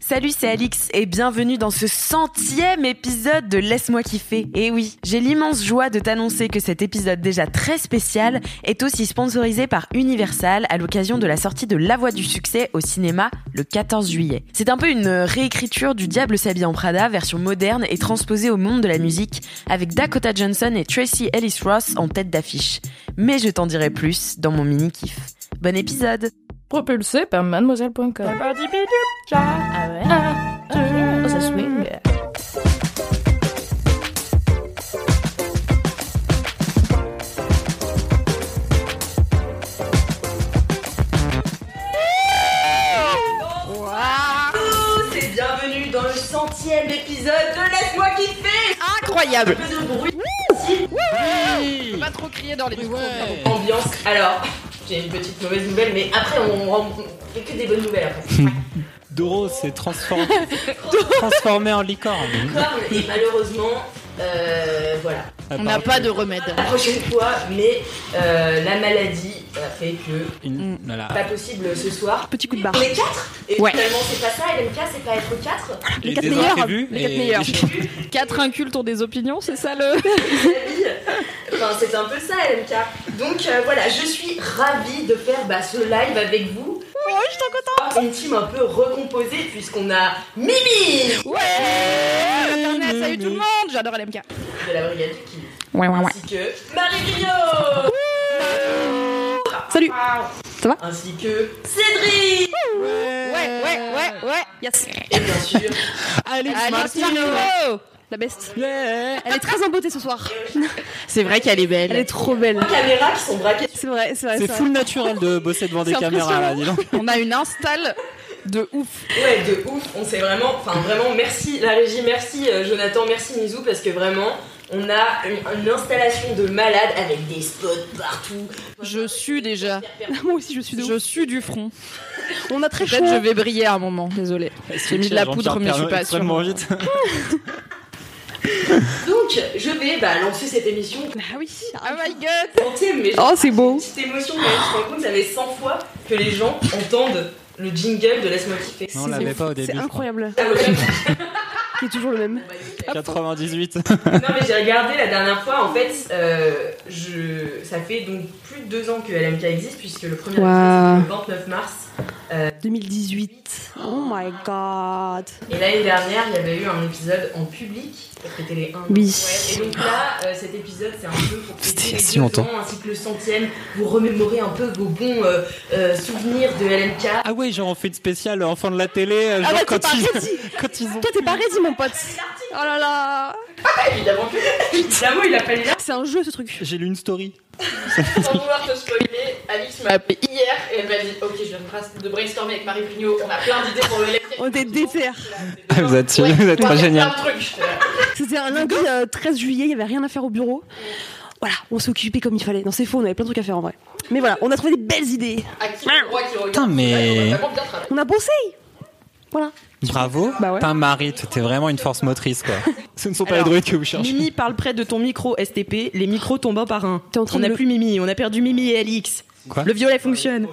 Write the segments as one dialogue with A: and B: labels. A: Salut, c'est Alix et bienvenue dans ce centième épisode de Laisse-moi kiffer. Et oui, j'ai l'immense joie de t'annoncer que cet épisode déjà très spécial est aussi sponsorisé par Universal à l'occasion de la sortie de La Voix du Succès au cinéma le 14 juillet. C'est un peu une réécriture du Diable s'habille en Prada version moderne et transposée au monde de la musique avec Dakota Johnson et Tracy Ellis Ross en tête d'affiche. Mais je t'en dirai plus dans mon mini-kiff. Bon épisode
B: propulsé par mademoiselle.com.
C: Ah
A: et bienvenue dans le centième épisode de Laisse-moi kiffer
D: Incroyable
A: Un peu de bruit,
D: Pas trop crier dans les micros.
A: ambiance. Alors, j'ai une petite mauvaise nouvelle, mais après on rend on fait que des bonnes nouvelles après.
E: Mhm.
F: Doro s'est transformé, transformé en licorne.
A: Et malheureusement, euh, voilà.
D: On n'a pas de remède.
A: La prochaine fois, mais euh, la maladie a fait que
F: Une- voilà.
A: pas possible ce soir.
E: Petit coup de barre.
A: On est quatre Et
E: Ouais.
A: finalement c'est pas ça, LMK c'est pas être quatre.
E: Les
F: quatre
E: quatre meilleurs.
F: imprévus
E: Les quatre
F: et-
E: meilleurs.
D: Quatre incultes ont des opinions, c'est ça le.
A: Enfin, c'est un peu ça, LMK. Donc euh, voilà, je suis ravie de faire bah, ce live avec vous. Oui, je suis trop contente. Une team un peu recomposée puisqu'on a Mimi
D: Ouais Internet, salut tout le monde J'adore LMK.
A: de la brigade du Kiwi,
E: Ouais, ouais, ouais.
A: ainsi que Marie Griot
E: Salut. Ça va
A: ainsi que Cédric
D: Ouais, ouais, ouais, ouais Yes
A: et bien sûr
D: Allez, Martino
E: La best. Elle est très en beauté ce soir.
D: C'est vrai qu'elle est belle.
E: Elle est trop belle.
A: les caméras qui sont braquées.
E: C'est vrai, c'est vrai.
F: C'est
E: ça.
F: full naturel de bosser devant des
E: C'est
F: caméras là, dis donc.
D: On a une install de ouf.
A: Ouais, de ouf, on s'est vraiment, enfin vraiment, merci la régie, merci euh, Jonathan, merci Mizou parce que vraiment. On a une, une installation de malade avec des spots partout.
D: Je sue déjà.
E: Moi aussi, je suis de ouf.
D: Je sue du front.
E: On a très chaud.
D: Peut-être je vais briller à un moment, désolé. J'ai mis de la
F: Jean-Pierre
D: poudre, mais je suis
F: Pernaut
D: pas
F: extrêmement
D: sûre.
F: vite.
A: Donc, je vais bah, lancer cette émission
E: Ah oui.
D: Oh my god
A: entière, mais j'ai
E: Oh, c'est beau.
A: une petite émotion quand même. Je me rends compte, ça fait 100 fois que les gens entendent le jingle de Laisse-moi kiffer.
F: Non, on l'avait pas au début.
E: C'est
F: je crois.
E: incroyable.
A: Ah, ouais.
E: Qui est toujours le même.
F: 98.
A: bah, Non mais j'ai regardé la dernière fois en fait euh, je... ça fait donc plus de deux ans que LMK existe puisque le premier épisode
E: Waouh.
A: c'était le 29 mars
E: 2018. Oh my god.
A: et l'année dernière il y avait eu un épisode en public c'était les 1
E: Oui.
A: et donc là euh, cet épisode c'est un peu pour fêter
F: C'était il y a
A: les
F: si
A: deux
F: longtemps.
A: ans ainsi que le centième vous remémorer un peu vos bons euh, euh, souvenirs de LMK
F: Ah ouais, genre on fait une spéciale enfant de la télé, euh, genre
E: Ah bah, t'es
F: quand,
E: pas
F: ils...
E: ready.
F: quand ils ont...
E: Toi, t'es pas ready, mon pote. Oh là là.
A: évidemment que évidemment il a fallu là
E: C'est un jeu, ce truc.
F: J'ai lu une story.
G: Sans vouloir te spoiler, Alix m'a appelé hier et elle m'a dit Ok, je viens de bras- de brainstormer avec Marie Pignot, on a plein d'idées pour le lait.
E: On était déterre.
F: vous êtes sûr, vous êtes
G: on va
F: trop
G: faire
F: génial.
G: plein de trucs.
E: C'était un lundi euh, 13 juillet, il y avait rien à faire au bureau. Voilà, on s'est occupé comme il fallait. Non, c'est faux, on avait plein de trucs à faire en vrai. Mais voilà, on a trouvé des belles idées.
G: À qui le droit qui regarde
F: Putain, mais-
G: On a vraiment bien travaillé.
E: On a bossé.
F: Bravo.
E: Bah ouais.
F: Putain, Marie, t'es vraiment une force motrice quoi. Ce ne sont pas
A: Alors,
F: les droïdes que vous cherchez.
A: Mimi parle près de ton micro STP, les micros tombent un par un.
E: T'es en train
A: on
E: de
A: n'a
E: le-
A: plus Mimi, on a perdu Mimi et Alix.
H: Ah.
F: Quoi
A: le violet fonctionne.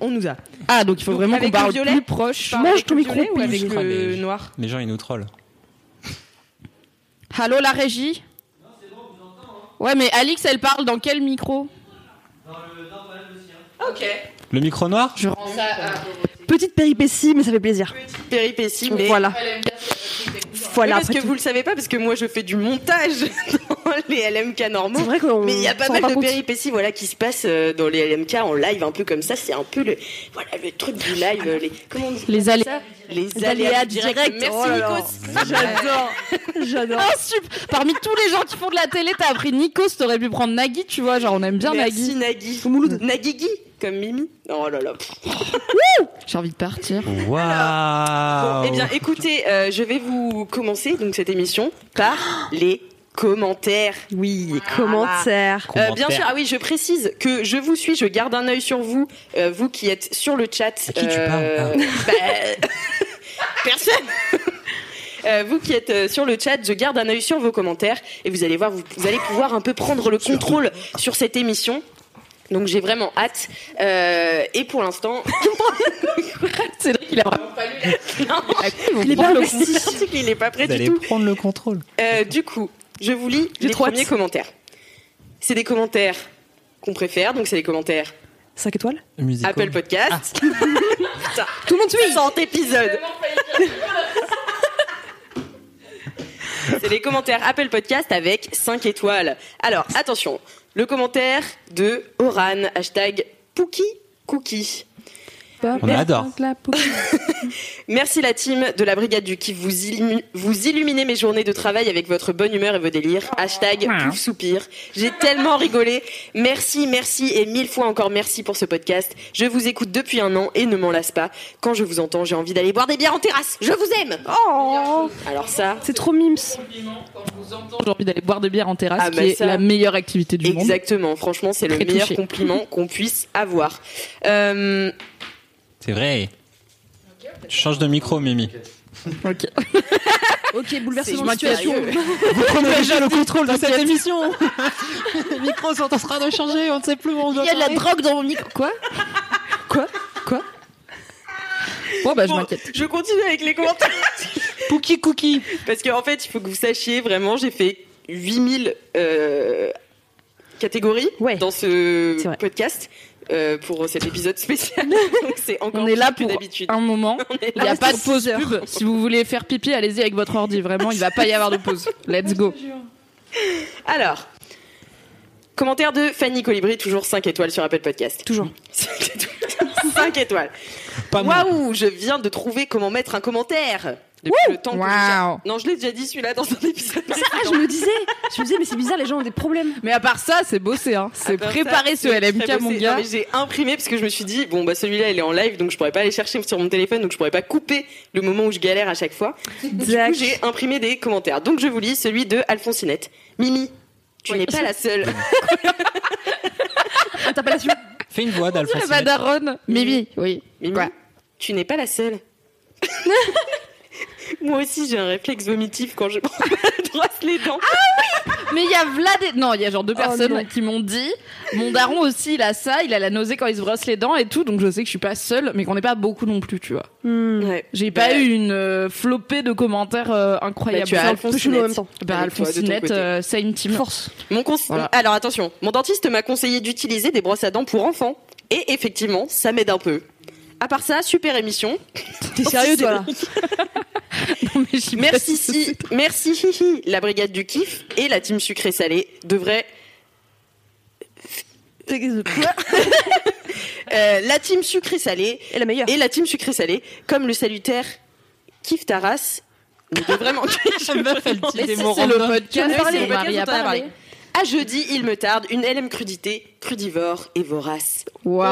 A: On nous a. Ah donc il faut vraiment qu'on
D: Avec
A: parle
D: le violet,
A: plus.
D: plus proche.
E: Mange
D: Avec
E: ton
D: le
E: micro,
D: violet ou
E: please.
D: avec
F: Je crois,
D: le
F: Ah,
H: Euh,
F: mais-
D: noir.
F: Les gens ils nous trollent.
D: Allô la régie Ouais, mais Alix, elle parle dans quel micro
G: Ok.
F: Le micro noir
D: Je rends
G: Ça, euh,
E: Petite péripétie, mais ça fait plaisir.
A: Péripétie,
E: Voilà.
G: elle aime bien faire des trucs d'écoute.
E: Voilà,
A: parce
E: après
A: que
E: tout.
A: vous le savez pas, parce que moi je fais du montage dans les LMK normaux.
E: C'est vrai qu'on
A: Mais il y a pas
E: s'en
A: mal
E: rend
A: de
E: compte.
A: péripéties voilà, qui se passent euh, dans les LMK en live, un peu comme ça. C'est un peu le, voilà, le truc du live. euh, Les, comment on dit
D: Les
A: ça
D: allées.
A: Les
E: Les
A: aléas
E: aléas
A: du direct.
E: directs.
A: Merci
E: Oh là là.
A: Nikos.
E: J'adore. J'adore.
D: Ah, super. Parmi tous les gens qui font de la télé, t'as appris Nikos, t'aurais pu prendre Nagui, tu vois, genre on aime bien
A: Merci
D: Nagui.
A: Nagui. Mmh. Nagigi, comme Mimi. Oh là là.
D: J'ai envie de partir.
A: Bon,
H: Waouh
A: eh bien, écoutez, euh, je vais vous commencer donc cette émission par les commentaires.
E: Oui, commentaire.
A: Euh, bien sûr, ah oui, je précise que je vous suis, je garde un œil sur vous, euh, vous qui êtes sur le chat. Euh,
H: À qui tu parles,
A: bah, Personne. Euh, vous qui êtes euh, sur le chat, je garde un œil sur vos commentaires et vous allez voir, vous, vous allez pouvoir un peu prendre le contrôle sur cette émission. Donc j'ai vraiment hâte. Euh, et pour l'instant,
D: C'est vrai qu'il a vraiment
E: Les
A: Ah,
E: barbes.
A: le petit article, il est pas prêt
H: Vous
A: du
H: allez
A: tout.
H: prendre le contrôle.
A: Euh, du coup, je vous lis les
E: trop hâte.
A: premiers commentaires. C'est des commentaires qu'on préfère, donc c'est les commentaires
E: 5 étoiles.
H: Musical.
A: Apple Podcast. Putain, tout le monde suit 100 épisodes. C'est les commentaires Apple Podcast avec 5 étoiles. Alors, attention, le commentaire de Oran, hashtag Pookie Cookie.
H: On adore.
A: Merci la team de la brigade du kiff. Vous, illumi- vous illuminez mes journées de travail avec votre bonne humeur et vos délires. Hashtag
D: hein.
A: pouf soupir. J'ai tellement rigolé. Merci, merci et mille fois encore merci pour ce podcast. Je vous écoute depuis un an et ne m'en lasse pas. Quand je vous entends, j'ai envie d'aller boire des bières en terrasse. Je vous aime.
E: Oh,
A: Alors ça,
E: c'est trop mimes.
D: J'ai envie d'aller boire des bières en terrasse,
A: Ah,
D: qui
A: bah,
D: est
A: ça.
D: la meilleure activité du monde.
A: exactement. Franchement, c'est le
D: Très
A: meilleur
D: touchée.
A: compliment qu'on puisse avoir. Euh,
H: C'est vrai. Tu changes de micro, Mimi.
D: Ok.
E: Ok,
A: c'est-
E: bouleversement
A: je
E: de
A: m'inquiète.
E: situation.
H: Vous prenez déjà le contrôle de cette émission. Les micros sont en train de changer, on ne sait plus où on doit.
D: Il y a de la drogue dans mon micro. Quoi Quoi Quoi Bon, bah, je
A: Bon,
D: m'inquiète.
A: Je continue avec les commentaires.
H: Pookie Cookie.
A: Parce qu'en fait, il faut que vous sachiez vraiment, j'ai fait 8000 euh, catégories
E: Ouais.
A: dans
E: C'est
A: ce
E: vrai.
A: podcast euh, pour cet épisode spécial. Donc c'est encore
D: On est là
A: plus que
D: pour
A: d'habitude.
D: un moment.
A: est
D: Il n'y a pas de pause pub. Si vous voulez faire pipi, allez-y avec votre ordi. Vraiment, il va pas y avoir de pause. Let's go.
A: Alors, commentaire de Fanny Colibri, toujours 5 étoiles sur Apple Podcast.
E: Toujours.
A: 5 étoiles. 5 étoiles.
H: Pas moi.
A: Waouh, je viens de trouver comment mettre un commentaire. Depuis le temps que
D: Wow.
A: j'ai- Non, je l'ai déjà dit celui-là dans un épisode.
E: Ah, je me disais, je me disais, mais c'est bizarre, les gens ont des problèmes.
D: Mais à part ça, c'est bossé. Hein. C'est
A: Comme ça,
D: préparer ce
A: c'est très
D: LMK,
A: beau,
D: mon
A: c'est- non,
D: gars.
A: mais J'ai imprimé parce que je me suis dit, bon, bah celui-là, il est en live, donc je pourrais pas aller chercher sur mon téléphone, donc je pourrais pas couper le moment où je galère à chaque fois. Du coup, j'ai imprimé des commentaires. Donc je vous lis celui de Alphonsinette. Mimi, tu n'es pas la seule.
E: Interpellation.
H: Fais une voix d'Alphonse.
D: Ah, bah, daronne. Mimi, oui.
A: Mimi,
D: Quoi
A: tu n'es pas la seule. Moi aussi, j'ai un réflexe vomitif quand je brosse les dents.
D: Ah Mais il y a Vlad et- Non, il y a genre
A: Oh
D: deux personnes
E: non.
D: qui m'ont dit mon daron aussi, il a ça, il a la nausée quand il se brosse les dents et tout. Donc je sais que je suis pas seule, mais qu'on n'est pas beaucoup non plus, tu vois.
E: Hmm.
A: Ouais.
D: J'ai pas
A: Ouais.
D: eu une euh, flopée de commentaires euh, incroyables.
A: Bah, tu as
D: Enfin,
A: Alphonse
E: Peu chelou en même temps.
D: Bah,
A: Avec toi, de ton
D: Alphonsinette,
A: côté.
D: euh, same team. Force.
A: Mon cons-
D: Voilà.
A: Alors attention, mon dentiste m'a conseillé d'utiliser des brosses à dents pour enfants. Et effectivement, ça m'aide un peu. À part ça, super émission.
E: T'es
D: Oh,
E: sérieux, toi, là
A: Merci, si, merci, hihi, la brigade du kiff et la team sucré salé devraient. Euh, la team sucré salé
E: Et la meilleure.
A: et la team sucré salé, comme le salutaire kiff ta race, ne devrait manquer.
D: Mais si,
H: des
D: c'est
H: mots
D: le
H: random.
D: podcast.
A: Oui, c'est le podcast
D: Ah c'est Marie
A: dont
D: a
A: on a
D: parlé.
A: parlé. À jeudi, il me tarde, une LM crudité, crudivore et vorace.
D: Waouh,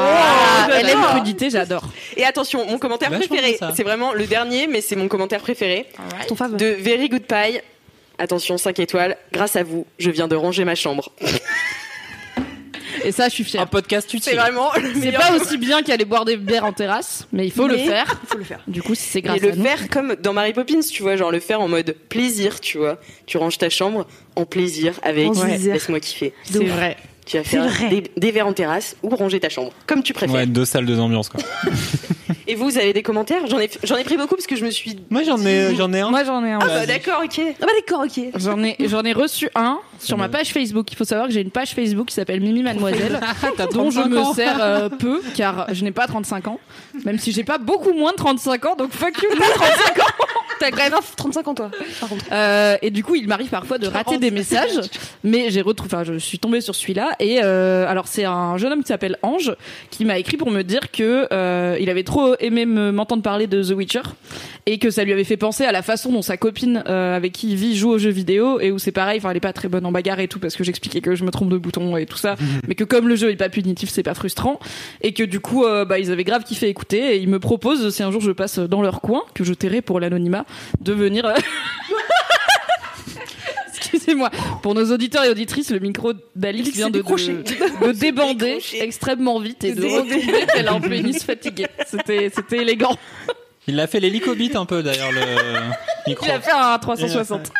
D: elle aime
A: j'adore.
D: crudité, Ah, j'adore.
A: Et attention, mon commentaire
H: Vachement
A: préféré,
H: bien, ça.
A: c'est vraiment le dernier, mais c'est mon commentaire préféré.
E: Ton fave.
A: de Very Good Pie. Attention, 5 étoiles. Grâce à vous, je viens de ranger ma chambre.
D: Et ça, je suis
H: Un
D: fière.
H: podcast
A: C'est
H: utile.
A: vraiment le
D: C'est
A: meilleur.
D: pas aussi bien qu'aller boire des bières en terrasse, mais il faut le
E: Mais-
D: faire.
E: Faut le faire.
D: Du coup, si c'est
A: Et
D: grâce
A: le
D: à nous.
A: faire comme dans Mary Poppins, tu vois, genre le faire en mode plaisir, tu vois. Tu ranges ta chambre en plaisir avec
E: En plaisir.
A: laisse-moi kiffer.
D: C'est vrai.
A: Tu vas
E: C'est
A: faire
E: vrai.
A: des, des verres en terrasse ou ranger ta chambre, comme tu préfères.
H: Ouais, deux salles, deux ambiances quoi.
A: Et vous, vous avez des commentaires J'en ai, j'en ai pris beaucoup parce que je me suis.
H: Moi j'en ai, euh, j'en ai un.
D: Moi, j'en ai un.
A: Ah bah d'accord, ok.
E: Ah, bah, d'accord, ok.
D: J'en ai, j'en ai reçu un sur ma
H: bien.
D: page Facebook. Il faut savoir que j'ai une page Facebook qui s'appelle Mimi Mademoiselle,
H: T'as
D: dont je
H: 35
D: me
H: ans.
D: sers euh, peu, car je n'ai pas 35 ans. Même si j'ai pas beaucoup moins de 35 ans, donc fuck you, pas 35 ans
E: T'as grave 35 ans, toi, par contre.
D: Euh, et du coup, il m'arrive parfois de rater des messages, mais j'ai retrouvé, enfin, je suis tombée sur celui-là. Et euh, alors, c'est un jeune homme qui s'appelle Ange qui m'a écrit pour me dire que euh, il avait trop aimé me- m'entendre parler de The Witcher et que ça lui avait fait penser à la façon dont sa copine euh, avec qui il vit joue aux jeux vidéo et où c'est pareil, enfin, elle est pas très bonne en bagarre et tout parce que j'expliquais que je me trompe de bouton et tout ça, mais que comme le jeu est pas punitif, c'est pas frustrant et que du coup, euh, bah, ils avaient grave kiffé écouter et ils me proposent si un jour je passe dans leur coin que je tairai pour l'anonymat de venir. euh, Excusez-moi. Pour nos auditeurs et auditrices, le micro d'Alix vient de, de- de débander extrêmement vite et de retomber tel un pénis fatigué. C'était c'était élégant.
H: Il a fait l'hélicobite un peu d'ailleurs le micro.
D: Il a fait un 360.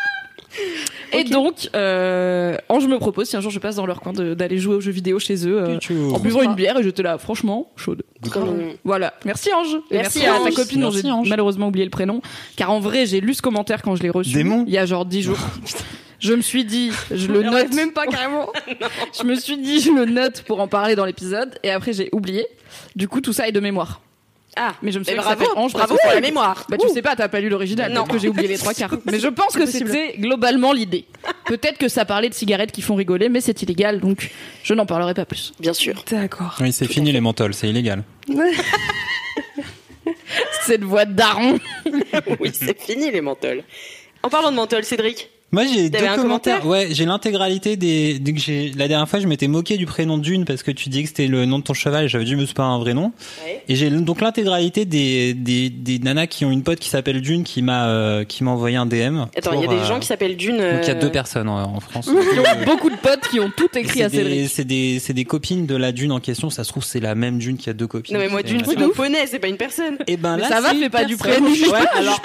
D: Et donc, euh, Ange me propose, si un jour je passe dans leur coin, de- d'aller jouer aux jeux vidéo chez eux, euh,
H: Pichou.
D: en buvant une bière, et j'étais là, franchement, chaude.
C: Trop mignon.
D: Voilà. Merci Ange. Et
C: Merci,
D: merci, à
C: Ange.
D: ta copine dont
H: Merci,
D: j'ai
H: Ange.
D: malheureusement oublié le prénom. Car en vrai, j'ai lu ce commentaire quand je l'ai reçu.
H: Démon.
D: Il y a genre 10 jours. Je me suis dit, je le note. même pas carrément. je me suis dit, je le note pour en parler dans l'épisode. Et après, j'ai oublié. Du coup, tout ça est de mémoire.
C: Ah,
D: Mais je me
A: eh ben,
D: souviens
C: mais
D: que ça
C: bravo,
D: fait Ange
C: bravo
D: parce que-
C: pour la mémoire.
D: Bah, tu sais pas, t'as pas lu l'original.
C: Non.
D: Non, que j'ai oublié les trois quarts. Mais je pense que c'était globalement l'idée. Peut-être que ça parlait de cigarettes qui font rigoler, mais c'est illégal, donc je n'en parlerai pas plus.
C: Bien sûr.
E: D'accord.
H: Oui, c'est fini les menthols, c'est illégal.
D: Cette voix de daron.
C: Oui, c'est fini les menthols. En parlant de menthols, Cédric.
H: Moi j'ai deux
C: T'avais un
H: commentaires.
C: commentaire
H: ouais, j'ai l'intégralité des. dès que j'ai- La dernière fois, je m'étais moqué du prénom d'une parce que tu disais que c'était le nom de ton cheval. et J'avais dit mais c'est pas un vrai nom.
C: Ouais.
H: Et j'ai donc l'intégralité des, des des nanas qui ont une pote qui s'appelle Dune qui m'a euh, qui m'a envoyé un DM.
C: Attends, il y a
H: pour,
C: des
H: euh,
C: gens qui s'appellent Dune.
H: Donc il y a
C: euh,
H: deux personnes en, en France.
D: Ils ont beaucoup de potes qui ont tout écrit
H: C'est
D: à
H: des-
D: Cédric.
H: C'est des, c'est des copines de la dune en question. Ça se trouve, c'est la même dune qui a deux copines.
C: Non mais moi
H: Et
C: Dune,
H: voilà.
C: c'est un poney, c'est pas une personne.
H: Et ben
D: Mais
H: là,
D: ça va,
H: c'est
D: fais
H: une
D: pas du
H: personne.
D: prénom.
H: Ouais, alors,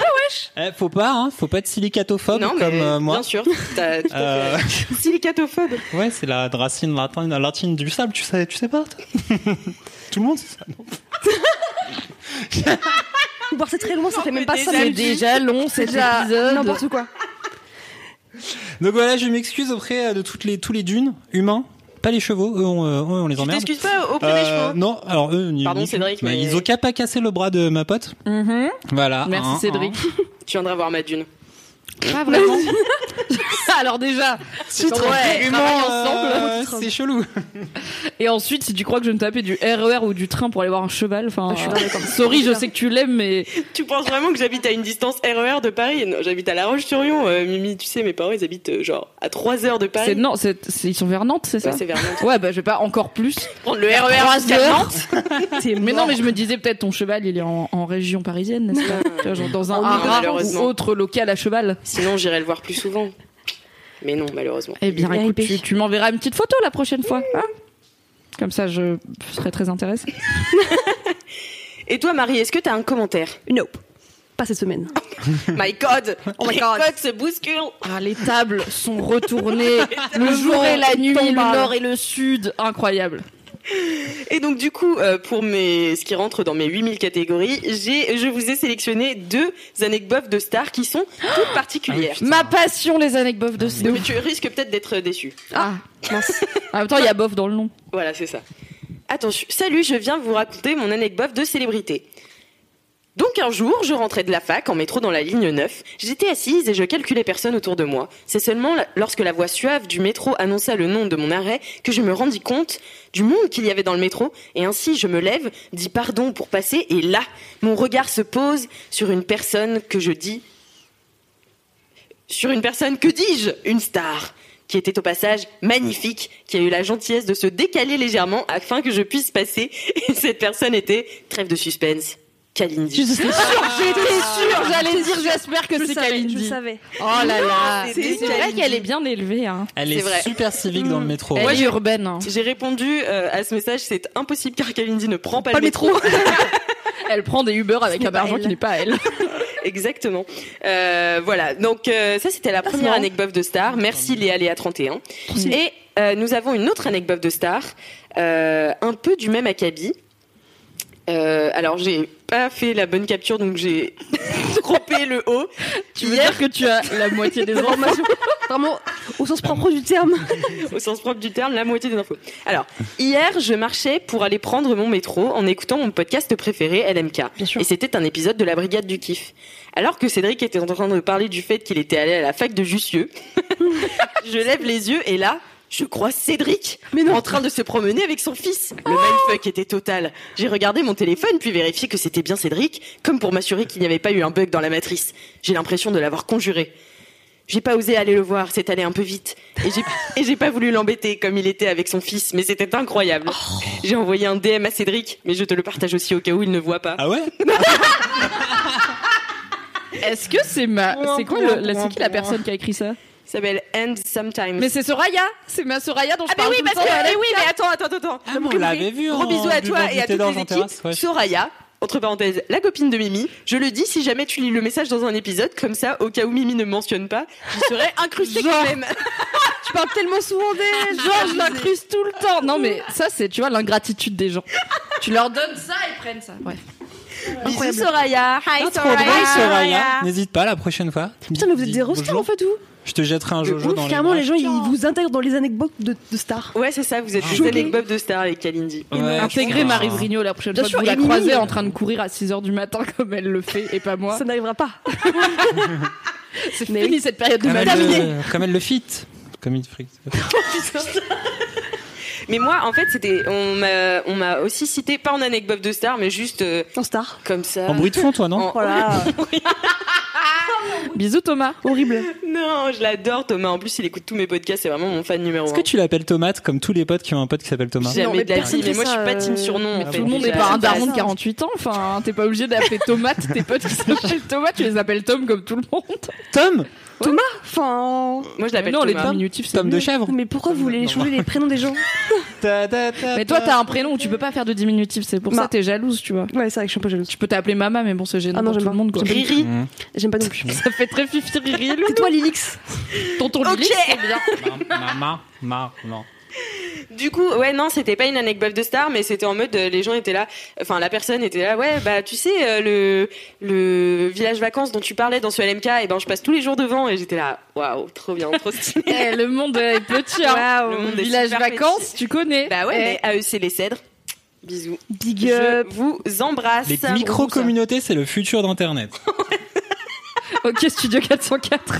H: eh, faut pas, hein, faut pas être silicatophobe
C: non mais
H: comme euh, moi. Euh,
C: bien sûr. T'as tout à fait. Silicatophobe.
H: Ouais, c'est la racine latine, la latine du sable. Tu sais, tu sais pas. toi Tout le monde sait ça. Non
E: Boire, c'est très loin, ça fait même pas ça.
D: C'est déjà long cet épisode.
E: N'importe quoi.
H: Donc voilà, je m'excuse auprès euh, de toutes les tous les dunes humains, pas les chevaux. Eux, on, euh, on les
C: Tu
H: emmerde.
C: t'excuses pas auprès des
H: Euh,
C: chevaux. hein
H: non, alors eux, ni-
C: Pardon,
H: ni-
C: Cédric,
H: mais
C: mais-
H: ils ont qu'à pas casser le bras de ma pote.
D: Mhm.
H: Voilà.
D: Merci
H: hein,
D: Cédric.
H: hein.
C: Tu viendras voir ma Dune.
D: Pas vraiment. Alors déjà,
H: Si ton
D: Ouais,
H: argument,
D: travaille
H: euh,
D: ensemble.
H: c'est chelou.
D: Et ensuite, si tu crois que je vais me tapais du RER ou du train pour aller voir un cheval, enfin, euh, sorry, je sais que tu l'aimes, mais
C: Tu penses vraiment que j'habite à une distance RER de Paris Non, j'habite à La Roche-sur-Yon. euh, Mimi, tu sais, mes parents, ils habitent euh, genre à 3 heures de Paris.
D: c'est non, c'est c'est- ils sont vers Nantes, c'est
C: Ouais,
D: ça
C: c'est vers Nantes. Ah,
D: Ouais, bah je vais pas encore plus.
C: Prendre le RER
D: Trois
C: jusqu'à
D: heures.
C: Nantes.
D: Mais non, mais je me disais peut-être ton cheval, il est en, en région parisienne, n'est-ce pas Tu vois, genre dans un
C: Oh,
D: haras
C: malheureusement.
D: ou autre local à cheval.
C: Sinon, j'irai le voir plus souvent. Mais non, malheureusement.
D: Eh bien,
E: Il est
D: écoute,
E: hypé.
D: tu, tu m'enverras une petite photo la prochaine fois, hein Comme ça, je serais très intéressée.
C: Et toi, Marie, est-ce que t'as un commentaire
E: Nope. Pas cette semaine.
C: My God
E: Oh my
C: Les
E: God.
C: codes se bousculent
D: Ah, les tables sont retournées, le jour et la nuit, le nord et le sud, incroyable.
C: Et donc, du coup, euh, pour mes... ce qui rentre dans mes 8000 catégories, j'ai... je vous ai sélectionné deux anecdotes de stars qui sont toutes
H: Ah
C: particulières.
D: Ma passion, les anecdotes bof de
C: Mais
D: Snoop.
C: tu risques peut-être d'être déçu.
D: Ah, mince. En même temps, il y a bof dans le nom.
C: Voilà, c'est ça. Attention, salut, je viens vous raconter mon anecdote de célébrité. Donc un jour, je rentrais de la fac en métro dans la ligne 9. J'étais assise et je calculais personne autour de moi. C'est seulement la- lorsque la voix suave du métro annonça le nom de mon arrêt que je me rendis compte du monde qu'il y avait dans le métro. Et ainsi, je me lève, dis pardon pour passer et là, mon regard se pose sur une personne que je dis sur une personne, que dis-je Une star qui était au passage magnifique, qui a eu la gentillesse de se décaler légèrement afin que je puisse passer. Et cette personne était, trêve de suspense, Kalindi.
D: J'étais sûre, j'allais dire, j'espère que
E: Je
D: c'est
E: savais,
D: Kalindi.
E: je savais.
D: Oh là là.
C: C'est
D: C'est vrai
C: Kalindi.
D: qu'elle est bien élevée, hein.
H: Elle
C: C'est
H: est,
C: vrai.
H: super civique dans le métro.
D: Elle est urbaine, hein.
C: J'ai répondu euh, à ce message, c'est impossible car Kalindi ne prend pas,
E: Pas
C: le
E: le
C: métro.
D: Elle prend des Uber avec
E: n'est
D: un
E: pas
D: argent
E: elle.
D: qui n'est pas elle.
C: Exactement. Euh, voilà, donc euh, ça c'était la première
E: marrant.
C: anecdote de star. Merci Léa Léa 31. Et euh, nous avons une autre anecdote de star, euh, un peu du même acabit. Euh, alors j'ai pas fait la bonne capture, donc j'ai croppé le haut.
D: Tu veux dire que tu as la moitié des enfants
E: Vraiment, Au sens propre du terme.
A: Au sens propre du terme, la moitié des infos. Alors, hier, je marchais pour aller prendre mon métro en écoutant mon podcast préféré, LMK. Et c'était un épisode de la Brigade du Kiff. Alors que Cédric était en train de parler du fait qu'il était allé à la fac de Jussieu, je lève les yeux et là, je crois Cédric en train de se promener avec son fils. Le mindfuck était total. J'ai regardé mon téléphone puis vérifié que c'était bien Cédric, comme pour m'assurer qu'il n'y avait pas eu un bug dans la matrice. J'ai l'impression de l'avoir conjuré. J'ai pas osé aller le voir, c'est allé un peu vite. Et j'ai, et j'ai pas voulu l'embêter comme il était avec son fils, mais c'était incroyable.
H: Oh.
A: J'ai envoyé un DM à Cédric, mais je te le partage aussi au cas où il ne voit pas.
H: Ah ouais
D: Est-ce que c'est ma. C'est quoi le- la- c'est qui la personne qui a écrit ça
A: s'appelle End Sometimes.
D: Mais c'est Soraya C'est ma Soraya dont je
E: ben
A: Ah mais oui,
D: parle tout le
A: parce
D: temps.
A: que, eh oui, mais attends, attends, attends.
H: Ah, mais on
A: Comme
H: l'avait
A: oui.
H: vu
A: Gros
H: en
A: bisous à
H: buvant
A: toi
H: du
A: et à
H: thé
A: toutes
H: d'orge
A: les
H: en
A: équipes.
H: terrasse, ouais.
A: Soraya, entre parenthèses, la copine de Mimi. Je le dis si jamais tu lis le message dans un épisode, comme ça, au cas où Mimi ne mentionne pas, j'y serais incrustée quand même.
E: Tu parles tellement souvent des
D: Genre, je l'incruste tout le temps. Non, mais ça, c'est, tu vois, l'ingratitude des gens. Tu leur donnes ça, ils prennent ça. Bref.
A: Bisous Soraya. Hi
H: Trop drôle, Soraya. N'hésite pas la prochaine fois.
E: Putain, mais vous êtes des rockstars en fait, vous
H: Je te jetterai un
E: De
H: jojo
E: ouf,
H: dans les
E: carrément,
H: bras.
E: les gens, ils vous intègrent dans les anecdotes de, de stars.
A: Ouais, c'est ça, vous êtes des
H: Ah,
E: Choquée.
A: anecdotes de star avec Kalindi.
H: Ouais,
D: Intégrez
H: putain.
D: Marie Vrigno la prochaine
E: Bien
D: fois
E: sûr,
D: que vous la
E: et Mimi.
D: croisez en train de courir à 6h du matin comme elle le fait et pas moi.
E: Ça n'arrivera pas.
D: C'est
E: Mais-
D: fini cette période de
H: Comme
D: ma
H: elle,
D: vie.
H: le, comme elle le fit. Comme il freak.
A: Mais moi, en fait, c'était, on m'a, on m'a aussi cité, pas en anecdote de star, mais juste euh,
E: En star.
A: comme ça.
H: En bruit de fond, toi, non
A: En-
E: Voilà.
D: Bisous Thomas.
E: Horrible.
A: Non, je l'adore Thomas. En plus, il écoute tous mes podcasts. C'est vraiment mon fan numéro
H: Est-ce
A: un.
H: que tu l'appelles Tomate comme tous les potes qui ont un pote qui s'appelle Thomas
A: Jamais
E: Non, mais
A: de la vie.
E: personne
A: Mais
E: fait
A: moi, je suis
E: ça,
A: pas team
E: euh,
A: surnom. en
D: Tout
A: fait.
D: le monde
A: Déjà,
D: n'est pas un
A: c'est
D: daron de
A: ça.
D: 48 ans, enfin, hein, t'es pas obligé d'appeler Tomate tes potes qui s'appellent Thomas, tu les appelles Tom comme tout le monde.
H: Tom
E: Enfin.
A: Moi, je l'appelle
D: non, les
A: Thomas.
D: diminutifs, c'est
H: Tom de
D: mieux.
H: chèvre
E: Mais pourquoi vous voulez changer les prénoms des gens
H: Ta, ta, ta,
D: Mais toi,
H: ta.
D: t'as un prénom où tu peux pas faire de diminutif, c'est pour
E: Bah.
D: ça t'es jalouse, tu vois.
E: Ouais, c'est vrai que je suis un peu jalouse.
D: Tu peux t'appeler Mama, mais bon, c'est gênant
E: Ah non,
D: pour tout
E: j'aime
D: le monde, quoi.
E: pas.
A: Riri.
H: Mmh.
E: J'aime pas non plus.
D: Ça fait très fifi riri, loulou.
E: C'est toi, Lilix.
D: Tonton
A: Ok.
D: Lilix, c'est bien.
H: Ma- ma- ma- non.
A: Du coup, ouais, non, c'était pas une anecdote de star, mais c'était en mode euh, les gens étaient là. Enfin, la personne était là. Ouais, bah tu sais euh, le le village vacances dont tu parlais dans ce LMK. Et ben, je passe tous les jours devant et j'étais là. Waouh, trop bien, trop stylé.
D: Eh, le monde est petit, hein.
A: Waouh. Le monde est
D: Village
A: super
D: vacances,
A: petit.
D: tu connais.
A: bah ouais,
D: Eh,
A: mais AEC les cèdres. Bisous.
E: Big
A: Je
E: up.
A: vous embrasse.
H: Les micro-communautés, c'est le futur d'Internet.
D: Eh, Ok, Studio 404.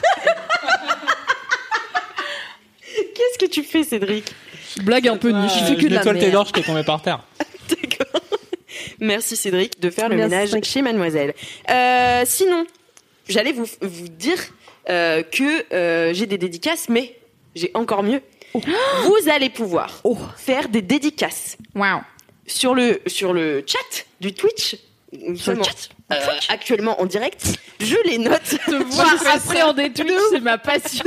A: Qu'est-ce que tu fais, Cédric
D: Blague un peu niche.
H: Euh,
E: fais que de la
H: l'étoile
E: merde.
H: t'es d'or, je t'ai tombé par terre.
A: D'accord. Merci Cédric de faire le
E: Merci.
A: ménage chez Mademoiselle. Euh, sinon, j'allais vous, vous dire euh, que euh, j'ai des dédicaces, mais j'ai encore mieux.
D: Oh.
A: Vous allez pouvoir faire des dédicaces
D: Waouh.
A: sur le, sur le chat du Twitch. Seulement, euh, actuellement en direct, je les note.
D: Te voir appréhender Twitch, c'est ma passion.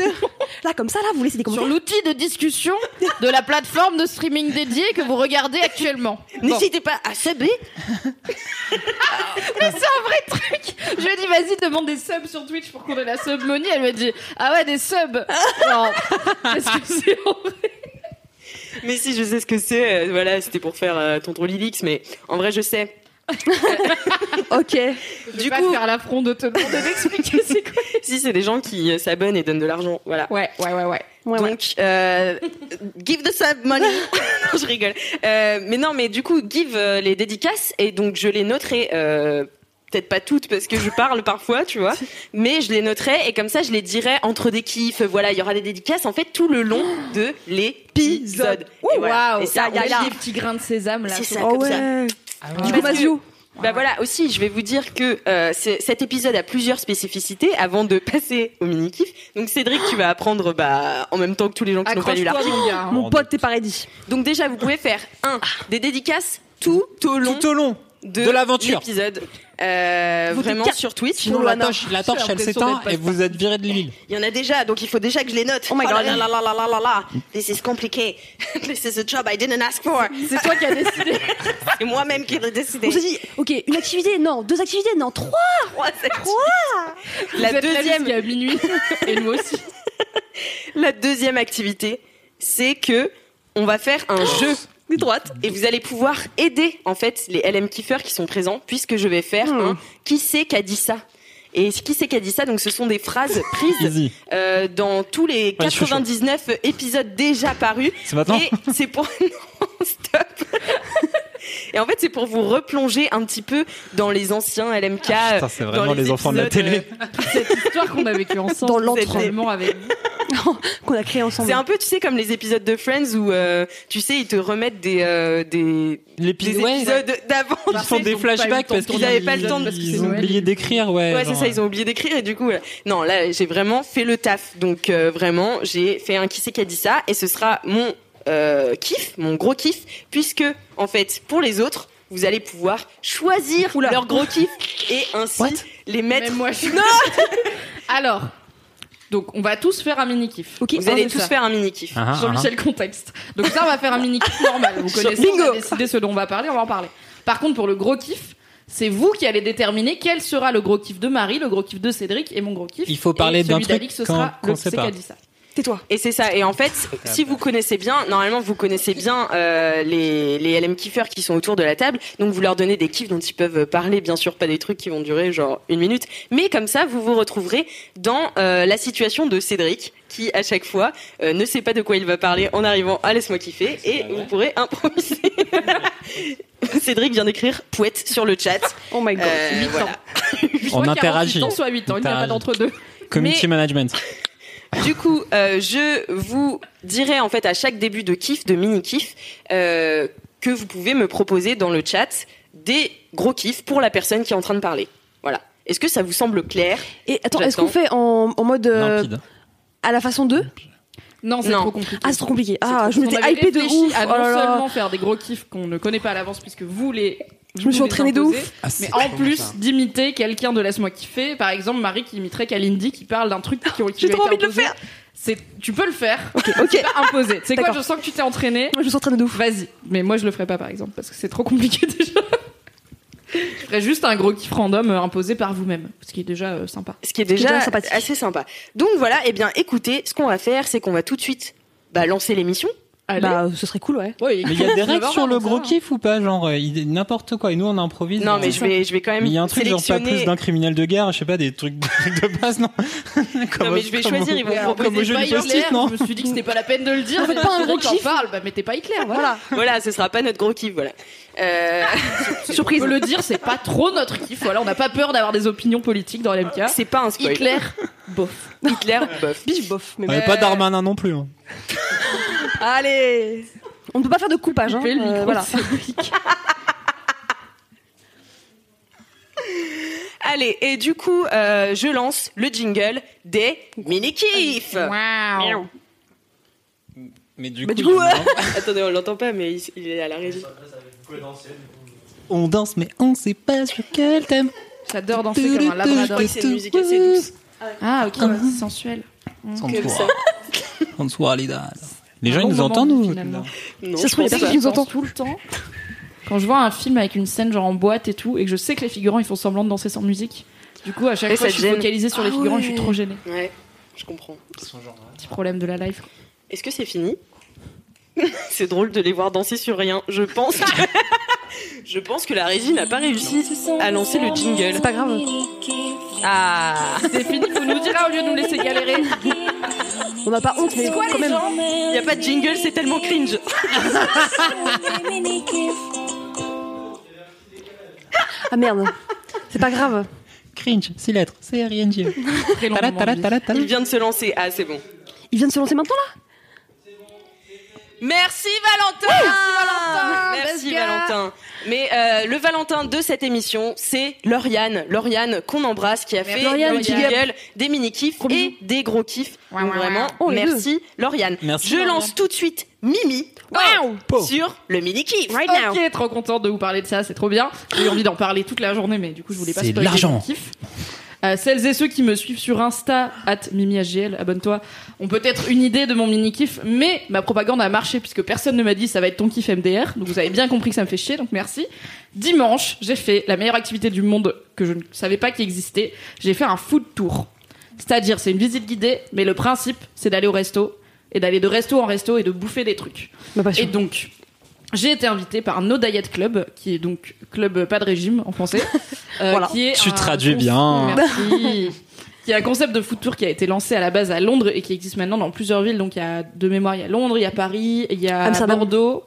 E: Là, comme ça, là, vous laissez des
D: Sur
E: commentaires.
D: l'outil de discussion de la plateforme de streaming dédiée que vous regardez actuellement. Bon.
A: N'hésitez pas à saber.
D: Mais c'est un vrai truc Je lui ai dit, vas-y, demande des subs sur Twitch pour qu'on ait la sub money. Elle m'a dit, ah ouais, des subs Genre, qu'est-ce que c'est en vrai
A: Mais si, je sais ce que c'est. euh, voilà, c'était pour faire euh, ton Lilix, mais en vrai, je sais.
E: Ok.
D: Je
A: Du
D: vais pas
A: coup,
D: faire l'affront de te demander d'expliquer c'est quoi.
A: si c'est des gens qui euh, s'abonnent et donnent de l'argent, voilà.
D: Ouais, ouais, ouais, ouais.
E: Ouais, ouais.
A: Donc, euh, give the sub money. Non, je rigole. Euh, mais non, mais du coup, give euh, les dédicaces et donc je les noterai. euh, Peut-être pas toutes parce que je parle parfois, tu vois, mais je les noterai et comme ça je les dirai entre des kiffs. Voilà, il y aura des dédicaces en fait tout le long de l'épisode.
D: Ouh,
A: Et voilà.
D: waouh.
A: Et ça,
D: Il y a
A: voilà.
D: des petits grains de sésame là.
A: C'est ça,
E: Oh
A: comme ça.
E: ouais. Du coup,
A: Parce que-
E: Mazio.
A: Bah voilà, aussi, je vais vous dire que euh, c'est- cet épisode a plusieurs spécificités avant de passer au mini-kiff. Donc Cédric, tu vas apprendre bah, en même temps que tous les gens qui n'ont pas lu
D: Accroche-toi,
A: l'article.
D: mon gars.
E: Mon pote, t'es paradis.
A: Donc déjà, vous pouvez faire un des dédicaces tout au long
H: Tout au long
A: de,
H: de l'aventure.
A: l'épisode. Euh,
E: Vous
A: vraiment
E: t'écartez.
A: sur Twitch.
H: Sinon, la
E: Lana.
H: torche, la torche
D: J'ai
H: elle
D: l'impression
H: s'éteint
D: d'être pas-
H: et vous êtes viré de l'île.
A: Il y en a déjà, donc il faut déjà que je les note.
E: Oh my God.
A: la la la la la la la. This is compliqué. This is a job I didn't ask for.
D: C'est toi qui as décidé.
A: C'est moi-même qui l'ai décidé.
E: On s'est dit, ok, une activité, non, deux activités, non, trois.
A: Trois, c'est- La
D: Vous êtes là
A: deuxième.
D: jusqu'à minuit. Et nous aussi.
A: La deuxième activité, c'est que on va faire un
H: Oh.
A: jeu de droite et vous allez pouvoir
H: Hmm.
A: aider en fait les LM kiffeurs qui sont présents puisque je vais faire un qui c'est qui a dit ça. Et qui c'est qui a dit ça Donc ce sont des phrases prises euh, dans tous les
H: Ouais, je suis chaud.
A: 99 épisodes déjà parus.
H: C'est maintenant
A: Et c'est pour... Non, stop Et en fait, c'est pour vous replonger un petit peu dans les anciens LMK.
H: Ah, putain, c'est vraiment
A: euh, dans
H: les enfants de la
A: épisodes,
H: télé.
A: euh, cette histoire qu'on a vécue ensemble. Dans l'entraînement
D: avec
A: qu'on a créé ensemble. C'est un peu, tu sais, comme les épisodes de Friends où, euh, tu sais, ils te remettent des, euh, des, des
H: ouais.
A: épisodes d'avant.
H: Ils font des flashbacks parce qu'ils
A: qu'ils n'avaient pas le temps de
H: Ils ont oublié d'écrire, ouais.
A: Ouais, c'est
H: genre,
A: ça, ils ont oublié d'écrire et du coup, voilà. non, là, j'ai vraiment fait le taf. Donc, euh, vraiment, j'ai fait un qui c'est qui a dit ça et ce sera mon euh, kiff, mon gros kiff, puisque, en fait, pour les autres, vous allez pouvoir choisir leur gros kiff et ainsi les mettre.
D: moi, je Non Alors, donc on va tous faire un mini kiff.
A: Ok. Vous allez tous faire un mini kiff.
D: Ah, ah, Jean-Michel contexte. Donc ça, on va faire un mini kiff normal. Vous
A: Sur-
D: connaissez,
A: Bingo.
D: on a décidé ce dont on va parler, on va en parler. Par contre, pour le gros kiff, c'est vous qui allez déterminer quel sera le gros kiff de Marie, le gros kiff de Cédric et mon gros kiff.
H: Il faut parler
D: Et
H: d'un
D: celui
H: truc
D: d'Alix, ce
H: qu'on-
D: sera
H: qu'on
D: le
H: sait
D: c'est
H: pas.
D: qu'a dit ça.
A: Tais-toi. Et c'est ça. Et en fait, si vous connaissez bien, normalement, vous connaissez bien euh, les, les LM kiffeurs qui sont autour de la table. Donc, vous leur donnez des kiffs dont ils peuvent parler, bien sûr, pas des trucs qui vont durer genre une minute. Mais comme ça, vous vous retrouverez dans euh, la situation de Cédric, qui à chaque fois euh, ne sait pas de quoi il va parler en arrivant à Laisse-moi kiffer. Et vous pourrez improviser. Cédric vient d'écrire pouette sur le chat. Euh,
E: Oh my
A: god.
D: Huit ans.
H: On
D: Soit 48
H: interagit.
D: ans, soit 8 ans, il n'y a pas
H: Interagit.
D: d'entre deux.
H: Community
A: Mais-
H: management.
A: Du coup, euh, je vous dirai en fait à chaque début de kiff, de mini kiff, euh, que vous pouvez me proposer dans le chat des gros kiffs pour la personne qui est en train de parler. Voilà. Est-ce que ça vous semble clair
E: Et attends, est-ce qu'on fait en, en mode. euh, à la façon 2
D: Non, c'est trop compliqué.
E: Ah, c'est trop compliqué. Ah, je
D: On
E: m'étais
D: avait
E: hypée de
D: réfléchi
E: ouf.
D: à
E: oh
D: non
E: là là.
D: seulement faire des gros kiffs qu'on ne connaît pas à l'avance puisque vous les
E: Je me
D: vous
E: suis
D: les
E: entraînée de
D: imposez,
E: ouf. Ah, c'est
D: mais en
E: trop
D: plus
E: bien, ça.
D: d'imiter quelqu'un de laisse-moi kiffer, par exemple Marie qui imiterait Kalindi qui parle d'un truc qui, qui
E: J'ai
D: lui a
E: trop envie
D: été
E: de le
D: imposé.
E: faire.
D: C'est tu peux le faire.
E: Ok,
D: C'est pas imposé. C'est quoi
E: D'accord.
D: Je sens que tu t'es entraîné.
E: Moi, je suis entraînée de ouf.
D: Vas-y. Mais moi je le ferai pas par exemple parce que c'est trop compliqué déjà. Je ferais juste un gros kiff random euh, imposé par vous-même, ce qui est déjà euh, sympa.
A: Ce qui est déjà assez sympa. Donc voilà, eh bien écoutez, ce qu'on va faire, c'est qu'on va tout de suite bah, lancer l'émission.
E: Bah, ce serait cool, ouais.
D: Ouais,
H: Mais il y a des règles sur le gros kiff ou pas Genre, euh, il- n'importe quoi. Et nous, on improvise.
A: Non,
H: euh,
A: mais je vais- je vais quand même
H: Mais il y a un truc, genre, pas
A: sélectionner-
H: plus d'un criminel de guerre, je sais pas, des trucs de, de base, non Comme
A: Non, mais
H: au-
A: je vais
H: comme
A: choisir,
H: au-
A: ils vont me
H: Comme au
A: proposer
H: jeu du
A: Fire
H: post-it,
A: Lair,
H: non
D: Je me suis dit que c'était pas la peine de le dire.
A: Faites
D: mais
A: pas un gros
D: Cédric en
A: kiff.
D: parle, bah mettez pas Hitler, voilà.
A: voilà, ce sera pas notre gros kiff, voilà. Euh,
D: Surprise. le dire, c'est pas trop notre kiff. Voilà, on n'a pas peur d'avoir des opinions politiques dans l'MK.
A: C'est pas un spoil.
D: Hitler, bof.
A: Hitler, bof.
E: Biche bof. Mais bah,
H: Ah,
E: bon.
H: mais Pas
A: euh,
H: Darmanin non plus. hein.
E: Allez On ne peut pas faire de coupage, hein.
D: Coupez le
E: euh,
D: micro,
E: voilà.
A: Allez, et du coup, euh, je lance le jingle des mini-kiffs.
D: Wow.
H: Mais
A: Bah, du coup, attendez, on l'entend pas, mais il, il est à la régie.
H: On danse, mais on sait pas sur quel thème.
D: J'adore danser comme un labrador.
A: Oui, c'est une musique assez douce.
D: Ah, ok, ouais, c'est sensuel.
A: Comme ça.
H: Les gens,
D: Un
H: ils
D: bon
H: nous
D: moment,
H: entendent ou
D: finalement.
A: Non,
E: Ça se trouve, il y
A: pense
E: a personne qui nous
D: Je
E: entend.
D: pense tout le temps. Quand je vois un film avec une scène genre en boîte et tout, et que je sais que les figurants ils font semblant de danser sans musique, du coup à chaque
A: Et
D: fois
A: ça
D: je
A: te
D: suis
A: gêne.
D: focalisée sur les
E: Ah
D: figurants et je suis
E: ouais.
D: trop gênée.
A: pas. Ouais, je comprends.
D: Petit problème de la life.
A: Est-ce que c'est fini C'est drôle de les voir danser sur rien. Je pense que, je pense que la régie n'a pas réussi à lancer le jingle.
E: C'est pas grave.
A: Ah
D: C'est fini, vous nous dira au lieu de nous laisser galérer.
E: On n'a pas honte, mais
D: C'est quoi
E: quand
D: les
E: même.
D: gens
A: Il n'y a pas de jingle, c'est tellement cringe.
E: Ah merde. C'est pas grave.
H: Cringe, six lettres, c'est RNG.
D: Très longuement,
A: Il vient de se lancer. Ah, c'est bon.
E: Il vient de se lancer maintenant, là
A: Merci Valentin
D: Valentin
A: Merci
D: Besca
A: Valentin Mais euh, le Valentin de cette émission, c'est Lauriane. Lauriane qu'on embrasse, qui a fait
D: Lauriane,
A: le
D: big up.
A: jingle des mini-kifs et des gros kifs. Donc vraiment,
E: Oh, les
A: merci Lauriane.
H: Merci,
A: Je
H: Lauriane.
A: lance tout de suite Mimi
H: Po.
A: sur le mini-kif.
E: Right now.
D: Ok, trop contente de vous parler de ça, c'est trop bien. J'ai eu envie d'en parler toute la journée, mais du coup, je voulais pas
H: C'est
D: spoiler
H: l'argent.
D: mon kiff. Euh, celles et ceux qui me suivent sur Insta, at MimiHGL, abonne-toi, ont peut-être une idée de mon mini-kiff, mais ma propagande a marché puisque personne ne m'a dit ça va être ton kiff MDR, donc vous avez bien compris que ça me fait chier, donc merci. Dimanche, j'ai fait la meilleure activité du monde que je ne savais pas qui existait, j'ai fait un food tour. C'est-à-dire, c'est une visite guidée, mais le principe, c'est d'aller au resto, et d'aller de resto en resto et de bouffer des trucs.
E: Ma
D: Et
E: passion.
D: donc, J'ai été invitée par No Diet Club, qui est donc club pas de régime en français. euh, qui est
H: Tu
D: un-
H: traduis bien.
D: Merci. qui est un concept de food tour qui a été lancé à la base à Londres et qui existe maintenant dans plusieurs villes. Donc il y a de mémoire, il y a Londres, il y a Paris, il y a
E: Amsterdam.
D: Bordeaux,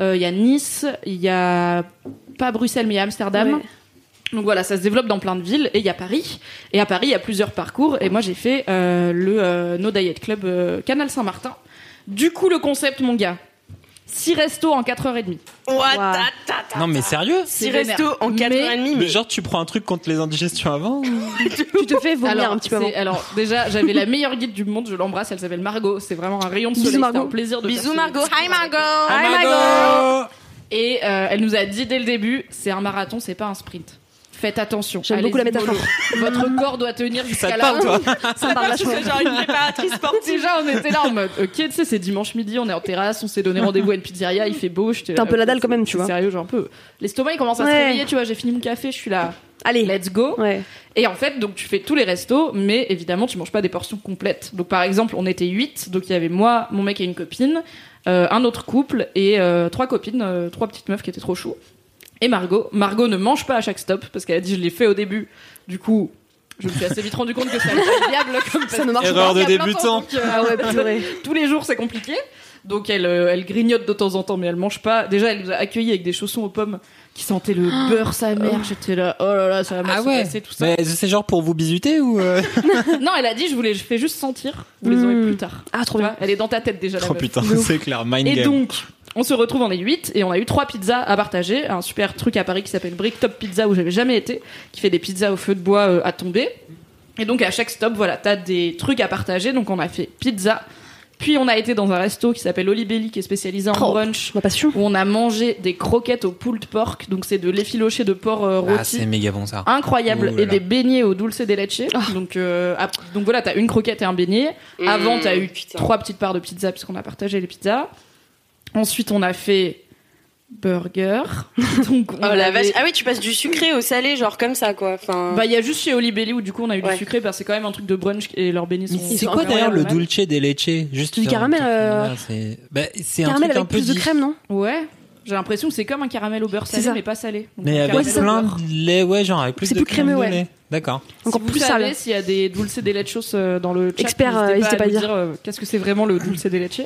D: euh, il y a Nice, il y a pas Bruxelles mais il y a Amsterdam.
E: Ouais.
D: Donc voilà, ça se développe dans plein de villes et il y a Paris. Et à Paris, il y a plusieurs parcours. Et moi, j'ai fait euh, le euh, No Diet Club euh, Canal Saint-Martin. Du coup, le concept, mon gars. 6 restos en 4h30.
C: What
H: Non, mais sérieux
C: Six restos en 4h30,
H: Mais Oh
C: mais
H: genre, tu prends un truc contre les indigestions avant
E: Tu te fais vomir
D: alors,
E: un petit peu
D: c'est-
E: avant.
D: alors, déjà, j'avais la meilleure guide du monde, je l'embrasse, elle s'appelle Margot. C'est vraiment un rayon de
E: Bisous,
D: soleil. C'était
E: Margot.
D: un plaisir de faire
C: Bisous
D: ce-
C: Margot. Hi Margot.
A: Ah,
D: Margot. Et euh, elle nous a dit dès le début, c'est un marathon, c'est pas un sprint. Faites attention.
E: J'aime beaucoup la
D: Allez-y
E: métaphore.
D: mollo. Votre corps doit tenir
H: Ça
D: jusqu'à
H: te
D: la
H: parle, toi
E: Ça me parle vachement.
C: genre une préparatrice sportive.
D: Déjà, on était là en mode, ok, tu sais, c'est dimanche midi, on est en terrasse, on s'est donné rendez-vous à une pizzeria, il fait beau, j'étais euh,
E: T'es un peu la dalle quand même,
D: C'est
E: tu vois.
D: Sérieux, genre un peu. L'estomac, il commence à se
E: Ouais.
D: réveiller, tu vois, j'ai fini mon café, je suis là,
E: Allez.
D: let's go.
E: Ouais.
D: Et en fait, donc tu fais tous les restos, mais évidemment, tu manges pas des portions complètes. Donc par exemple, on était 8, donc il y avait moi, mon mec et une copine, euh, un autre couple et euh, trois copines, euh, trois petites meufs qui étaient trop chou. Et Margot, Margot ne mange pas à chaque stop parce qu'elle a dit je l'ai fait au début. Du coup, je me suis assez vite rendu compte que ça allait être viable comme
E: Ça ne marche
H: Erreur
D: Il y
H: de
D: a plein
H: débutant.
D: temps, donc, euh,
E: Ah ouais, purée.
D: tous les jours, c'est compliqué. Donc elle, euh, elle grignote de temps en temps, mais elle mange pas. Déjà, elle nous a accueillis avec des chaussons aux pommes qui sentaient le
E: Ah.
D: beurre sa mère. J'étais là, oh là là, ça va mal se passer, tout ça.
H: Mais c'est genre pour vous bisuter ou euh,
D: Non, elle a dit, je voulais, je fais juste sentir. Vous les aurez
E: Mm.
D: plus tard.
E: Ah, trop
D: Tu
E: bien.
D: vois, elle est dans ta tête déjà. la
H: Oh
D: meuf.
H: putain,
D: De ouf.
H: c'est clair, mind
D: Et
H: game.
D: donc, on se retrouve, on est 8 et on a eu trois pizzas à partager. Un super truc à Paris qui s'appelle Brick Top Pizza où j'avais jamais été, qui fait des pizzas au feu de bois euh, à tomber. Et donc à chaque stop, voilà, t'as des trucs à partager. Donc on a fait pizza. Puis on a été dans un resto qui s'appelle Olibelli qui est spécialisé en
E: Oh.
D: brunch
E: Ma passion.
D: où on a mangé des croquettes au pulled pork. Donc c'est de l'effiloché de porc euh,
H: Ah,
D: rôti
H: c'est méga bon ça.
D: incroyable
H: Ouh Oh là
D: et
H: là.
D: des beignets au dulce de leche donc euh, ap- donc voilà t'as une croquette et un beignet
C: Ah. Mmh,
D: avant t'as eu
C: putain.
D: trois petites parts de pizza puisqu'on a partagé les pizzas ensuite on a fait burger donc on
C: Oh la
D: avait-
C: vache. Ah oui, tu passes du sucré au salé, genre comme ça quoi. Enfin.
D: bah il y a juste chez Olibelli où du coup on a eu
C: Ouais.
D: du sucré parce que c'est quand même un truc de brunch et leur beignets sont
H: C'est
E: sont
H: quoi d'ailleurs le
D: incroyables.
H: dulce des leche Juste
E: Du
H: faire un
E: caramel,
H: truc
E: euh,
H: comme ça, c'est bah, c'est un
E: Caramel
H: truc un
E: avec
H: peu
E: plus de
H: diff-
E: crème, non
D: ouais j'ai l'impression que c'est comme un caramel au beurre
E: C'est
D: salé
E: ça.
D: mais pas salé Donc,
H: Mais
D: un
H: avec
D: caramel
E: Ouais,
D: au
E: c'est
H: plein
D: beurre.
H: de lait, ouais, genre avec plus
E: C'est
H: de
E: plus
H: crème
E: crémeux,
H: de
E: ouais.
H: lait. D'accord.
E: Encore
D: si
E: plus
D: vous savez
E: sale.
D: s'il y a des dulce de leche euh, dans le chat,
E: Expert, euh,
D: n'hésitez
E: n'hésitez pas
D: pas à
E: à
D: nous
E: dire.
D: dire euh, qu'est-ce que c'est vraiment le dulce de leche.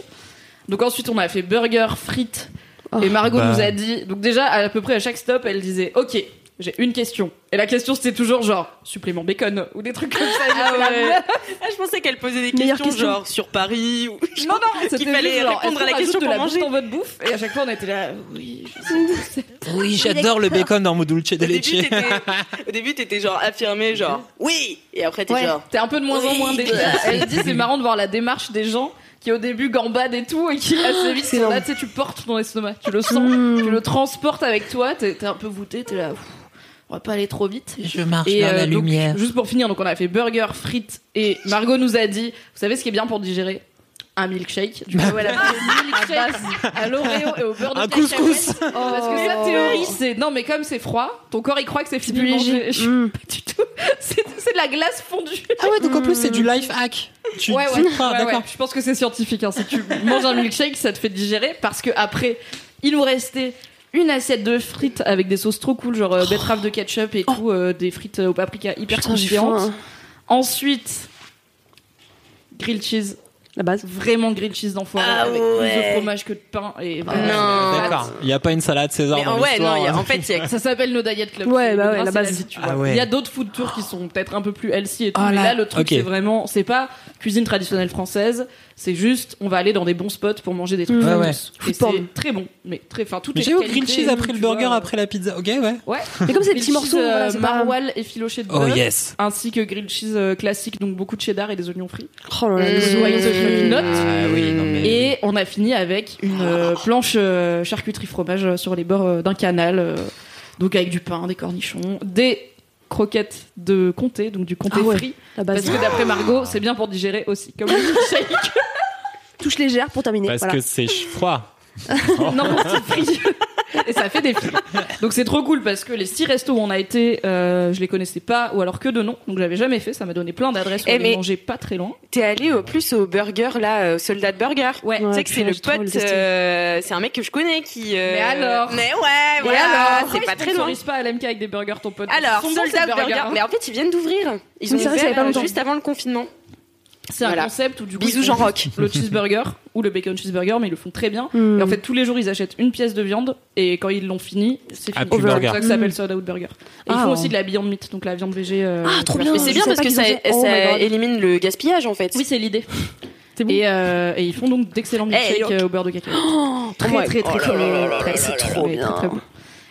D: Donc ensuite, on a fait burger, frites
E: Oh.
D: et Margot
H: Bah.
D: nous a dit donc déjà à peu près à chaque stop, elle disait "OK, j'ai une question." Et la question c'était toujours genre supplément bacon ou des trucs comme ça. J'étais là,
C: ouais. Ah, je pensais qu'elle posait des questions,
E: Meilleure question.
C: genre sur Paris ou.
D: Non non, c'était
C: Qu'il fallait
D: juste, genre,
C: répondre
D: est-ce
C: à la
D: qu'on rajoute
C: question
D: de
C: pour
D: la bouffe
C: manger
D: dans votre bouffe et à chaque fois on était là "Oui, je sais pas, c'est
H: Oui, j'adore le bacon dans mon dulce de
C: Au début,
H: leche.
C: t'étais- au début, t'étais genre affirmé, genre oui, et après t'es
D: Ouais,
C: genre.
D: t'es un peu de moins en moins
C: Oui.
D: déçu. Elle dit c'est marrant de voir la démarche des gens qui au début gambadent et tout et qui assez vite
E: c'est
D: sont là,
E: énorme.
D: tu sais, tu portes ton estomac, tu le sens,
E: Mmh.
D: tu le transportes avec toi, t'es t'es un peu voûté, t'es là, Ouf, on va pas aller trop vite.
H: Je marche
D: Et euh, donc, juste pour finir, donc on a fait burger, frites et Margot nous a dit, vous savez ce qui est bien pour digérer un milkshake. Du coup, elle a fait un Ah, milkshake à l'Oreo et au beurre de
H: Un
D: cacahuète.
H: couscous. Oh.
D: Parce que sa théorie, c'est non, mais comme c'est froid, ton corps il croit que c'est fini de
E: plus
D: manger.
E: léger.
D: Je suis
E: Mm.
D: pas du tout. C'est c'est de la glace fondue.
H: Ah ouais, donc en plus, c'est du life hack. Tu
D: Ouais, ouais,
H: sais pas,
D: ouais,
H: d'accord.
D: ouais. Je pense que c'est scientifique. hein. Si tu manges un milkshake, ça te fait digérer parce que après, il nous restait une assiette de frites avec des sauces trop cool, genre euh, betterave de ketchup et tout, euh, des frites au paprika hyper
E: Putain, j'ai faim.
D: croustillantes.
E: hein.
D: Ensuite, grilled cheese,
E: La base.
D: vraiment grilled cheese d'enfoiré
C: Ah
D: avec plus
C: ouais.
D: de fromage que de pain et
C: Non.
H: D'accord. Il n'y a pas une salade César
C: Mais
H: dans
C: en- ouais, non,
H: l'histoire.
C: il y a- en fait, il y a.
D: Ça s'appelle No Diet Club.
E: Ouais,
D: C'est
E: bah
D: le
E: ouais,
D: gras,
E: la
D: c'est
E: base.
D: vie, tu
H: Ah
D: vois.
H: ouais.
D: Il y a d'autres food tours qui sont peut-être un peu plus healthy et tout.
H: Oh
D: mais
H: là-
D: là, le truc,
H: ok.
D: c'est vraiment, c'est pas cuisine traditionnelle française. C'est juste, on va aller dans des bons spots pour manger des trucs.
H: Ouais,
D: fatos.
H: ouais.
D: Et
E: Food porn.
D: c'est très bon, mais très, enfin, tout
H: Mais
D: est.
H: j'ai vu
D: qualité,
H: grilled cheese après le
D: tu
H: burger,
D: vois.
H: après la pizza. Ok, ouais.
D: Ouais.
E: Mais comme c'est des petits morceaux, voilà,
D: euh,
E: c'est pas.
D: maroilles et filochés de
H: Oh
D: bœuf,
H: yes.
D: ainsi que grilled cheese euh, classique, donc beaucoup de cheddar et des oignons frits.
E: Oh
A: euh,
E: là là,
C: Mmh.
E: les
D: Soit ils
E: oignons.
D: se grignotent.
H: Ah oui, non mais.
D: Et on a fini avec une euh,
C: Oh.
D: planche euh, charcuterie fromage euh, sur les bords euh, d'un canal, euh, donc avec du pain, des cornichons, des croquettes de comté, donc du comté
E: Ah ouais.
D: frit,
E: La
C: bah
D: parce
E: base.
D: que d'après Margot, c'est bien pour digérer aussi, comme le milkshake.
E: Touche légère pour terminer.
H: Parce
E: voilà.
H: que c'est froid.
D: non, c'est frit. et ça fait des filles. Donc c'est trop cool parce que les six restos où on a été, euh, je les connaissais pas ou alors que de nom, donc j'avais jamais fait. Ça m'a donné plein d'adresses où
C: Eh,
D: aller
C: mais-
D: manger pas très loin.
C: T'es allé au plus au burger là, euh, au Soldat Burger.
D: Ouais.
C: tu sais que c'est le pote, euh, c'est un mec que je connais qui. euh,
D: Mais alors
C: Mais ouais, voilà, Ah c'est pas très loin.
D: sponsorise pas à l'MK avec des burgers ton pote.
C: Alors,
D: Ils sont bons, ces
C: Soldat
D: burgers,
C: Burger.
D: hein.
C: Mais en fait, ils viennent d'ouvrir. Ils ont
D: Mais c'est vrai, ça fait
C: ouvert
D: pas
C: euh,
D: longtemps.
C: juste avant le confinement.
D: C'est un
C: Voilà.
D: concept où du coup
C: Bisous,
D: ils font
C: Jean
D: juste le cheeseburger ou le bacon cheeseburger, mais ils le font très bien.
C: Mm.
D: Et en fait, tous les jours, ils achètent une pièce de viande et quand ils l'ont fini, c'est
H: Ah,
D: fini.
H: plus
D: C'est pour
H: burger.
D: ça que ça s'appelle
H: Mm.
D: Soda Out Burger. Et ils
C: Ah,
D: font
C: ouais.
D: aussi de la Beyond Meat, donc la viande végé. ah,
C: trop bien, Mais c'est je bien savais parce pas que qu'ils ça- en faisaient. ça Oh my God. élimine le gaspillage en fait.
D: Oui, c'est l'idée. Et, euh, et ils font donc d'excellents milkshakes
C: look.
D: euh, au beurre de cacao.
C: Oh,
D: très,
C: my-
D: très, très,
C: oh là
D: très,
C: là là
D: très, très,
C: là là
D: très, très,
C: là là
D: très,
C: là.
D: très, très bon.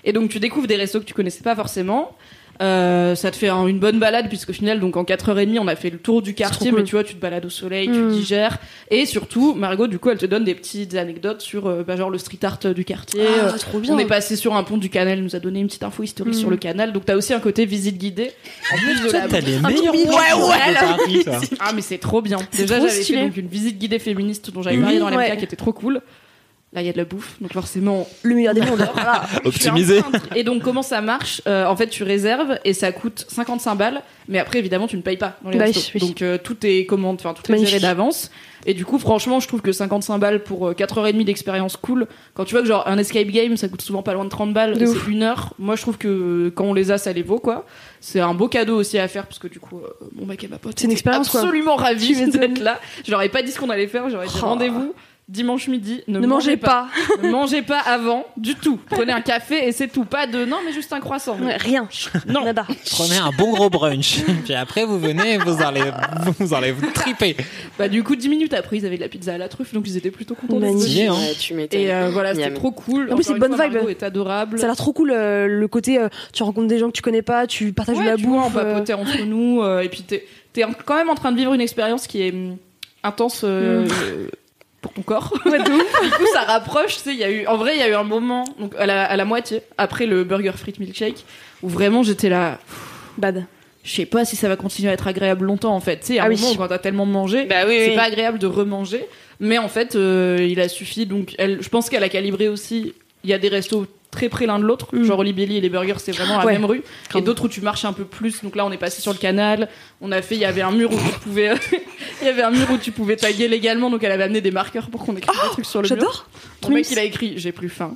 D: Et donc tu découvres des restos que tu connaissais pas forcément. Euh, ça te fait un- une bonne balade puisque au final donc en 4h30 on a fait le tour du quartier mais tu vois tu te balades au soleil
C: Mm.
D: tu digères et surtout Margot du coup elle te donne des petites anecdotes sur euh, bah, genre le street art euh, du quartier
C: Ah,
D: Euh,
C: trop bien.
D: on est passé sur un pont du canal elle nous a donné une petite info historique
C: Mm.
D: sur le canal donc t'as aussi un côté visite guidée en plus de la-
H: t'as les
D: Un
H: meilleurs
D: tour guidé.
H: plans de Paris, toi.
D: ah mais c'est trop bien
H: C'est
D: déjà
H: trop
D: j'avais fait
H: stylé.
D: donc une visite guidée féministe dont j'avais
H: Oui,
D: parlé dans la
H: ouais.
D: qui était trop cool là il y a de la bouffe donc forcément
E: le meilleur des mondes
H: Optimisé.
D: et donc comment ça marche Euh, En fait, tu réserves et ça coûte 55 balles, mais après évidemment tu ne payes pas dans les
E: Bah,
D: restos.
E: oui.
D: Donc euh, tout est commande, enfin tout est
E: Magnifique.
D: géré d'avance. Et du coup, franchement, je trouve que 55 balles pour euh, 4h30 d'expérience cool. Quand tu vois que genre un escape game, ça coûte souvent pas loin de 30 balles,
E: De
D: et
E: ouf.
D: c'est une heure. Moi, je trouve que euh, quand on les a, ça les vaut quoi. C'est un beau cadeau aussi à faire parce que du coup, euh, mon mec et ma pote,
E: C'est une expérience, quoi.
D: Absolument
E: Tu
D: ravis
E: m'étonnes.
D: d'être là. Je leur ai pas dit ce qu'on allait faire. J'aurais dit
E: Oh.
D: rendez-vous dimanche midi. Ne,
E: Ne mangez pas.
D: ne mangez pas avant du tout. Prenez un café et c'est tout. Pas de non, mais juste un croissant.
E: rien.
D: Non.
H: Prenez un bon gros brunch. Puis après, vous venez et vous allez vous, allez vous triper.
D: Bah, du coup, 10 minutes après, ils avaient de la pizza à la truffe, donc ils étaient plutôt contents. d'être
H: Magnifique.
D: venus.
H: Stylé, hein.
C: Ouais, tu m'étonnes.
D: Et euh, voilà, c'était
C: Miam.
D: trop cool.
E: En plus, c'est
D: Encore une
E: bonne
D: fois,
E: vibe.
D: Margot est adorable.
E: Ça a l'air trop cool euh, le côté euh, tu rencontres des gens que tu connais pas, tu partages de la
D: tu
E: bouffe.
D: vois, on
E: euh,
D: papotait entre nous, euh, et puis t'es t'es en- quand même en train de vivre une expérience qui est hum, intense. euh,
E: Mm.
D: euh, Pour ton corps. du coup, ça rapproche. Tu sais, il y a eu, en vrai, il y a eu un moment, donc à la, à la moitié, après le burger frites milkshake, où vraiment j'étais là.
E: Bad.
D: Je sais pas si ça va continuer à être agréable longtemps en fait. Tu sais, à un
C: Ah oui. Bah
D: moment où quand t'as tellement mangé,
C: oui,
D: c'est
C: oui.
D: pas agréable de remanger. Mais en fait, euh, il a suffi. Donc, elle, je pense qu'elle a calibré aussi. Il y a des restos très près l'un de
C: Mm.
D: l'autre. Genre Oli Belly et les burgers, c'est vraiment la
E: Ouais.
D: même rue. Et d'autres où tu marches un peu plus. Donc là, on est passé sur le canal. On a fait. Il y avait un mur où tu pouvais. il y avait un mur où tu pouvais taguer légalement. Donc elle avait amené des marqueurs pour qu'on
C: Oh,
D: écrive des trucs sur le mur.
E: j'adore.
D: Mon
E: Trop
D: mec,
E: mignon.
D: il a écrit J'ai plus faim.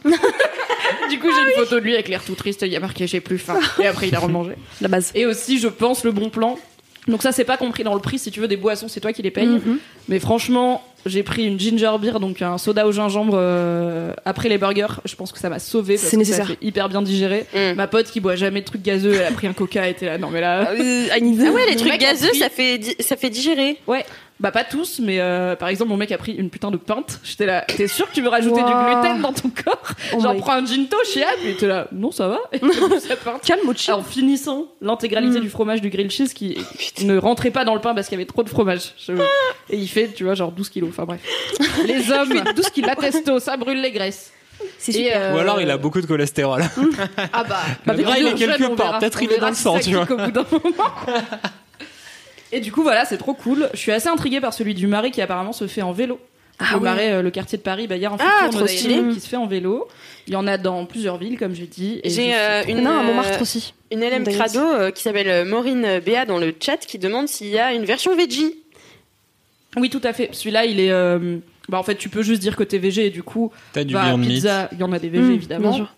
D: Du coup, j'ai une photo de lui avec l'air tout triste. Il y a marqué J'ai plus faim. Et après, il a remangé.
E: La base.
D: Et aussi, je pense, le bon plan. Donc ça, c'est pas compris dans le prix. Si tu veux des boissons, c'est toi qui les payes.
E: Mhm.
D: Mais franchement, j'ai pris une ginger beer, donc un soda au gingembre euh, après les burgers. Je pense que ça m'a sauvé.
E: C'est nécessaire.
D: hyper bien digéré. Ma pote qui boit jamais de trucs gazeux, elle a pris un coca et était là. Non mais là.
C: Ah ouais, les
D: Mon
C: trucs
D: mec a
C: gazeux,
D: pris-
C: ça fait, di- ça fait digérer.
D: Ouais. Bah pas tous, mais euh, par exemple mon mec a pris une putain de pinte. J'étais là, t'es sûr que tu veux rajouter du
E: Wow.
D: gluten dans ton corps
E: Oh
D: J'en
E: my
D: prends un ginto chez Ab, et t'es là, non ça va. Et t'as pris sa pinte.
E: Calme au
D: En finissant
C: Mm.
D: l'intégralité du fromage du grilled cheese qui ne rentrait pas dans le pain parce qu'il y avait trop de fromage. Je-
C: Ah.
D: Et il fait, tu vois, genre 12 kilos. Enfin bref. Les hommes, 12 kilos. La testo, ça brûle les graisses.
E: C'est
D: super.
H: Ou alors, il a beaucoup de cholestérol.
D: Ah bah,
H: Le bras, il est
D: jeune,
H: quelque
D: on
H: part.
D: verra.
H: Peut-être
D: On
H: il est
D: verra
H: dans le
D: si
H: sang,
D: ça
H: tu vois.
D: clique au bout d'un moment. Et du coup, voilà, c'est trop cool. Je suis assez intriguée par celui du Marais qui apparemment se fait en vélo.
C: Ah
D: le
C: ouais.
D: Marais, euh, le quartier de Paris, bah, il y a un
C: Ah,
D: food tour
C: trop
D: Nodaéry
C: stylé.
D: qui se fait en vélo. Il y en a dans plusieurs villes, comme j'ai dit. et je
C: J'ai
D: suis
C: euh,
D: trop-
C: une
E: Non, à
C: euh,
E: Montmartre aussi.
C: Une LM
E: D'ailleurs.
C: Crado euh, qui s'appelle euh, Maureen Béa dans le chat qui demande s'il y a une version veggie.
D: Oui, tout à fait. Celui-là, il est. euh, Bah, en fait, tu peux juste dire que t'es VG et du coup.
H: T'as du
D: bah,
H: Beyond Meat.
D: pizza, il y en a des VG
E: Mm,
D: évidemment.
E: bien sûr.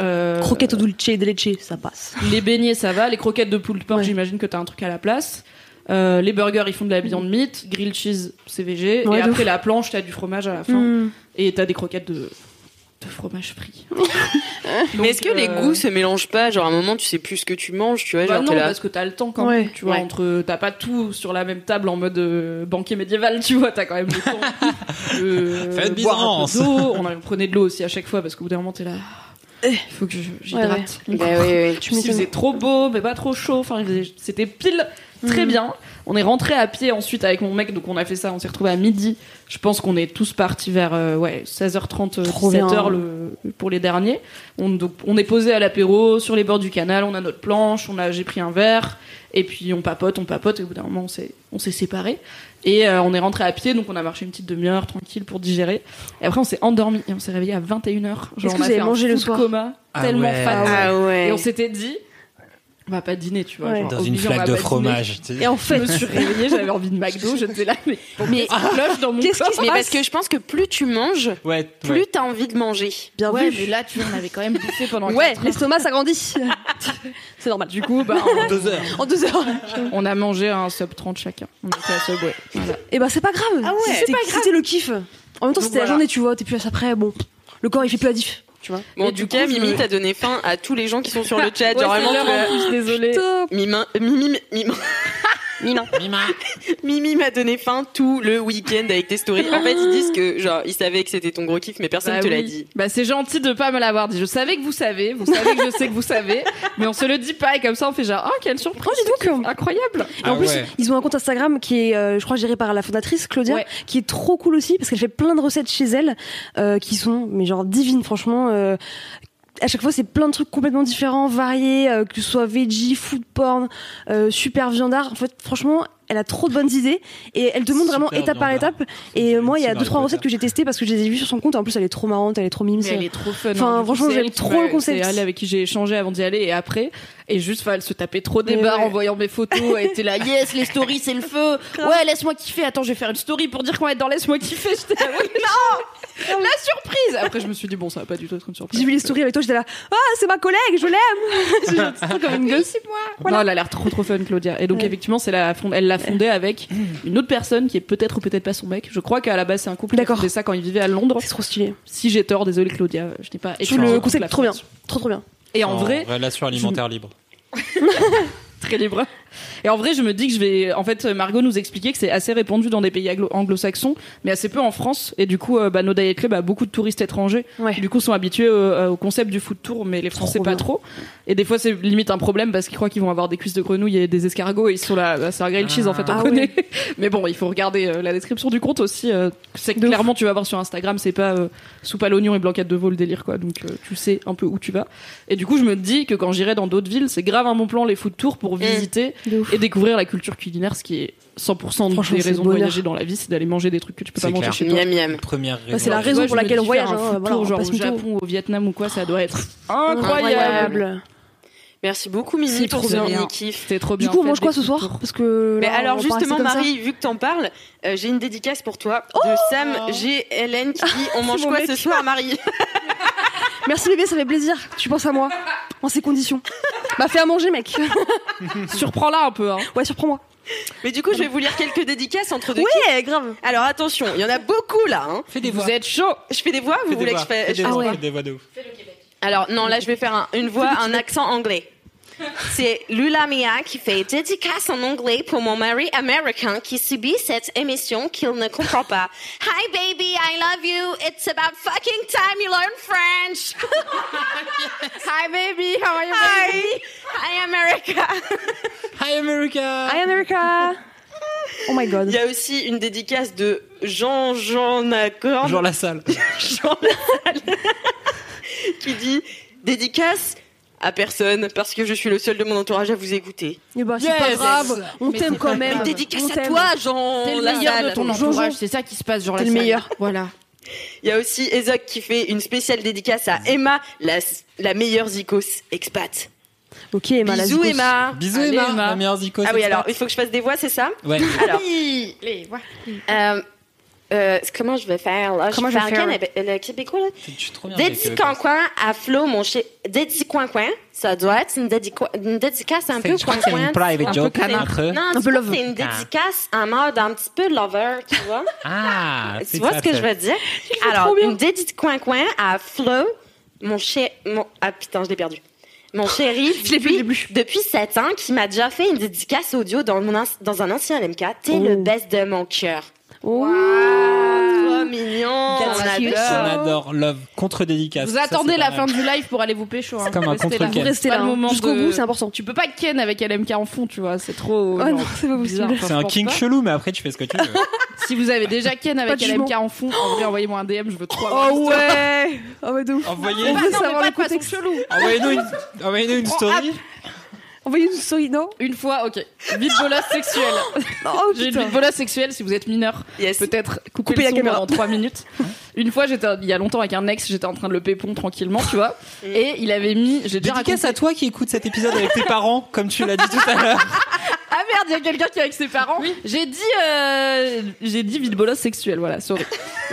D: Euh,
E: Croquettes au dulce et de leche, ça passe.
D: Les beignets, ça va. Les croquettes de poule de porc, j'imagine que t'as un truc à la place. Euh, les burgers, ils font de la Beyond Meat. Grilled cheese, c'est VG.
E: Ouais,
D: et
E: de
D: après,
E: ouf.
D: la planche, t'as du fromage à la
C: Hmm.
D: fin.
E: Mm.
D: Et t'as des croquettes de, de fromage frit.
C: Mais est-ce que les
D: euh,
C: goûts se mélangent pas Genre à un moment tu sais plus ce que tu manges, tu vois
D: Bah
C: genre,
D: non,
C: t'es là.
D: parce que t'as le temps quand
E: Ouais.
D: même. Tu vois,
C: Ouais.
D: entre, t'as pas tout sur la même table en mode euh, banquet médiéval, tu vois. T'as quand même le temps de euh,
H: Faites
D: boire un peu
H: Byzance.
D: d'eau. On a- prenait de l'eau aussi à chaque fois parce qu'au bout d'un moment, t'es là.
C: Eh.
D: Il faut que je- j'hydrate.
E: Ouais, ouais.
D: mon
C: Bah oui, oui.
D: Puis il faisait trop beau, mais pas trop chaud. Enfin, il faisait- c'était pile
E: Mhm.
D: Très bien. On est rentré à pied ensuite avec mon mec, donc on a fait ça. On s'est retrouvé à midi. Je pense qu'on est tous partis vers euh, ouais 16h30, euh,
E: Trop bien.
D: 17h le- pour les derniers. On, donc, on est posé à l'apéro sur les bords du canal. On a notre planche. On a j'ai pris un verre et puis on papote, on papote. Et au bout d'un moment, on s'est on s'est séparés et euh, on est rentré à pied. Donc on a marché une petite demi-heure tranquille pour digérer. Et après on s'est endormi et on s'est réveillé à 21h. Genre
E: Est-ce que
D: on
E: vous
D: a
E: avez
D: fait un
E: mangé le
D: food
E: soir
D: coma
H: Ah
D: tellement
H: ouais.
D: fat.
H: Ah
C: ouais.
D: Et on s'était dit on va pas dîner, tu vois.
H: Ouais.
D: genre,
H: Dans
D: au
H: une
D: milieu, on
H: flaque
D: va
H: de
D: pas dîner.
H: fromage, tu sais.
D: Et en fait, je me suis réveillée, j'avais envie de McDo, j'étais là, mais mais cloche dans mon
C: Qu'est-ce
D: corps.
C: qui se Mais parce que je pense que plus tu manges,
H: Ouais,
C: plus t'as envie de manger.
E: Bien
D: Ouais,
E: vu.
D: mais là, tu vois, on avait quand même bouffé pendant
E: Ouais,
D: quatre heures.
E: l'estomac s'agrandit. C'est normal.
D: Du coup, bah, en
H: deux heures.
E: En deux heures.
D: On a mangé un sub 30 chacun. On était à Subway. Voilà.
E: Et bah c'est pas grave.
C: Ah ouais.
E: Si
C: C'est
E: C'était c'était le kiff. En même temps,
D: Donc
E: c'était la
D: voilà.
E: journée, tu vois. T'es plus à ça après. Bon, le corps il fait plus la diff. Tu vois.
C: Bon,
D: Et
C: en
D: du coup,
C: tout cas,
D: je
C: Mimi,
D: me-
C: t'as donné faim à tous les gens qui sont sur le chat.
D: Ouais,
C: Genre,
D: c'est
C: vraiment,
D: l'heure
C: tu
D: en
C: as-
D: plus, désolée.
C: Mimin- euh, Mimi, Mimi, Mimin. Mimi m'a donné faim tout le week-end avec tes stories. En fait, ils disent que, genre, ils savaient que c'était ton gros kiff, mais personne
D: Bah
C: te l'a
D: oui.
C: dit.
D: Bah c'est gentil de pas me l'avoir dit. Je savais que vous savez, vous savez que je sais que vous savez, mais on se le dit pas et comme ça on fait genre oh quelle surprise.
E: Oh, dis donc.
D: Incroyable.
E: Et en plus,
H: Ah
E: ils ont un compte Instagram qui est, euh, je crois, géré par la fondatrice Claudia,
D: Ouais.
E: qui est trop cool aussi parce qu'elle fait plein de recettes chez elle euh, qui sont, mais genre divines, franchement. euh, à chaque fois, c'est plein de trucs complètement différents, variés, euh, que ce soit veggie, food porn, euh, super viandard. En fait, franchement, elle a trop de bonnes idées et elle te montre
H: Super
E: vraiment étape par
H: viandard.
E: étape. Et moi, il y a
H: Ultime
E: deux trois
H: Harry
E: recettes que j'ai testées parce que je les ai vues sur son compte. En plus, elle est trop marrante, elle est trop mime.
D: Mais elle est trop fun.
E: Enfin,
D: hein, du coup,
E: franchement,
D: c'est
E: j'aime
D: elle qui
E: trop
D: m'a-
E: le concept.
D: C'est elle avec qui j'ai échangé avant d'y aller et après. Et juste, fallait se taper trop des
E: Mais
D: barres
E: ouais.
D: en voyant mes photos. Elle était là, yes, les stories, c'est le feu. Ouais, laisse-moi kiffer. Attends, je vais faire une story pour dire qu'on est dans Laisse-moi kiffer. J'étais là, oui, non La surprise Après, je me suis dit, bon, ça va pas du tout être une surprise.
E: J'ai vu les stories avec toi, j'étais là, ah, c'est ma collègue, je l'aime! C'est comme une gosse.
D: Non, elle a l'air trop trop fun, Claudia. Et donc,
E: Ouais.
D: effectivement, c'est la fond- elle l'a fondée avec une autre personne qui est peut-être ou peut-être pas son mec. Je crois qu'à la base, c'est un couple qui a
E: D'accord.
D: fondé ça quand ils vivaient à Londres.
E: Oh, C'est trop stylé.
D: Si j'ai tort, désolé, Claudia, je n'ai pas
E: Je trouve
D: écrit
E: le
D: toute
E: concept
D: la
E: trop bien.
D: France.
E: Trop, trop bien.
D: Et en vrai,
H: relation alimentaire libre.
D: très libre. Et en vrai, je me dis que je vais. En fait, Margot nous expliquait que c'est assez répandu dans des pays anglo- anglo-saxons, mais assez peu en France. Et du coup, euh, bah, nos Diet Club a beaucoup de touristes étrangers.
E: Ouais.
D: qui, Du coup, sont habitués euh, au concept du food tour, mais les Français
E: Trop
D: pas
E: bien.
D: trop. Et des fois, c'est limite un problème parce qu'ils croient qu'ils vont avoir des cuisses de grenouille et des escargots et ils sont là. bah, c'est un grilled cheese, en fait, on
E: Ah
D: connaît. mais bon, il faut regarder euh, la description du compte aussi. euh, c'est que
E: De ouf.
D: clairement, tu vas voir sur Instagram, c'est pas euh, soupe à l'oignon et blanquette de veau le délire, quoi. Donc, euh, tu sais un peu où tu vas. Et du coup, je me dis que quand j'irai dans d'autres villes, c'est grave un bon plan les food tours pour visiter
E: Mm. De ouf.
D: et découvrir la culture culinaire, ce qui est 100%
E: Franchement,
D: des
E: c'est
D: raisons de
E: bonheur.
D: voyager dans la vie, c'est d'aller manger des trucs que tu peux
H: C'est
D: pas manger
H: clair.
D: chez toi.
C: Miam, miam.
H: Première raison.
E: c'est la raison
D: Ouais, je
E: pour
D: me
E: laquelle
D: dis,
E: on voyage,
D: faire un
E: hein,
D: food
E: voilà,
D: tour,
E: on
D: genre
E: passe
D: au
E: plutôt.
D: Japon ou au Vietnam ou quoi, ça doit être incroyable.
C: Merci beaucoup, Mimi,
D: C'est
C: pour
D: trop
C: ce
D: bien.
C: mini kiff.
D: C'était trop
E: Du
D: bien.
E: coup, on
D: fait,
E: mange quoi
D: des
E: ce
D: food
E: soir
D: tours.
E: Parce que.
C: Mais
E: là, on
C: alors
E: va rester
C: justement
E: comme ça.
C: Marie, vu que t'en parles, euh, j'ai une dédicace pour toi de Sam GLN qui dit on mange
E: mon
C: quoi
E: mec.
C: ce soir Marie
E: Merci bébé, ça fait plaisir. Tu penses à moi. En ces conditions. Bah, fais à manger, mec.
D: Surprends-la un peu. Hein.
E: Ouais, surprends-moi.
C: Mais du coup je vais vous lire quelques dédicaces entre deux kiffs.
E: Ouais, grave.
C: Alors attention, il y en a beaucoup là. hein.
H: Fais des voix.
D: Vous êtes chaud.
C: Je fais des voix, vous
H: Fais des
C: voulez que
H: voix.
C: je fasse
H: Fais des
E: Ah
H: voix.
E: ouais.
H: Fais des voix de ouf.
C: Alors non, là je vais faire un- une voix, un accent anglais. C'est Lula Mia qui fait dédicace en anglais pour mon mari américain qui subit cette émission qu'il ne comprend pas. Hi baby, I love you. It's about fucking time you learn French. Hi baby, how are you baby? Hi America.
H: Hi America.
E: Hi America. Oh my god.
C: Il y a aussi une dédicace de Jean Jean Accord
H: Genre la salle.
C: Jean Lassalle qui dit dédicace à personne parce que je suis le seul de mon entourage à vous écouter.
E: Eh bah, c'est
H: Yes.
E: pas grave. On
D: Mais
E: t'aime
D: c'est
E: quand
D: pas
E: même.
D: grave.
C: Dédicace
E: On
C: à
E: t'aime.
C: toi, Jean
D: T'es le meilleur de
C: Lassalle.
D: ton
E: Jojo.
D: entourage, c'est ça qui se passe, genre
E: T'es
D: la
E: le
D: salle.
E: meilleur.
D: Voilà.
C: Il y a aussi Ezoc qui fait une spéciale dédicace à Emma, la, la meilleure zikos expat.
E: Ok, Emma, la
C: Bisous
E: zikos.
C: Emma.
H: Bisous
D: Allez,
H: Emma.
D: Emma.
H: La meilleure zico.
C: Ah oui,
H: c'est
C: alors
H: ça.
C: il faut que je fasse des voix, c'est ça
H: Ouais.
C: Alors, euh, euh, comment je vais faire là
E: Comment
C: Je vais
E: je vais
C: faire un
E: faire
C: Québec- euh, le québécois là
H: Je suis trop bien. avec, euh,
C: Dédicace coin à Flo, mon chéri. Dédicace coin coin, ça doit être une, dédico- une dédicace un peu
H: je crois
C: coin
H: que c'est
C: coin.
H: une private
C: un peu Ah.
H: joke
C: canard.
H: entre eux.
C: Non,
E: peu
C: c'est pas-
E: love.
C: c'est une dédicace en mode un petit peu lover, tu vois.
H: Ah,
C: tu vois ce que je veux dire? Alors, une dédicace coin coin à Flo, mon chéri. Mon... Ah putain, je l'ai perdu. Mon chéri, depuis, depuis 7 ans, qui m'a déjà fait une dédicace audio dans, mon anci- dans un ancien LMK. T'es le best de mon cœur.
E: Oh.
C: Trop
A: Oh, mignon.
D: That's cute.
H: On adore Love contre dédicace.
D: Vous
H: Ça,
D: attendez
H: c'est
D: la
H: pas
D: fin
H: mal.
D: du live pour aller vous pécho. hein.
H: C'est comme un
D: Restez là.
H: contre-ken.
D: Vous restez
E: Pas
D: là.
E: le
D: hein.
E: moment
D: Jusqu'au
E: de-
D: bout, c'est important. Tu peux pas ken avec LMK en fond, tu vois. C'est trop.
E: Ah non, c'est pas possible.
H: C'est un king chelou, mais après tu fais ce que tu veux.
D: Si vous avez déjà ken
E: Pas
D: avec
E: de
D: LMK
E: jugement.
D: en fond, en vrai, envoyez-moi un DM, je veux trop. avoir
E: Oh
D: l'histoire.
E: ouais Oh ouais, de ouf.
H: Envoyez-
E: On
H: Bah
E: veut
D: non, mais
E: savoir
D: pas
E: le
D: de façon
E: contexte.
D: chelou.
H: Envoyez-nous une, envoyez-nous une story.
E: Envoyez une souris, non
D: Une fois, ok. Vite volace sexuelle.
E: Oh
D: J'ai une
E: putain
D: vite volace sexuelle si vous êtes mineur.
A: Yes.
D: Peut-être couper
E: Coupez
D: la
E: la
D: caméra
E: caméra.
D: pendant 3 minutes. Une fois, j'étais il y a longtemps avec un ex, j'étais en train de le pépon tranquillement, tu vois. Et il avait mis. J'ai déjà
H: Dédicace
D: raconté.
H: à toi qui écoute cet épisode avec tes parents, comme tu l'as dit tout à l'heure.
D: Ah merde, il y a quelqu'un qui est avec ses parents. J'ai dit, euh, j'ai dit vite bolos sexuel, voilà, sorry.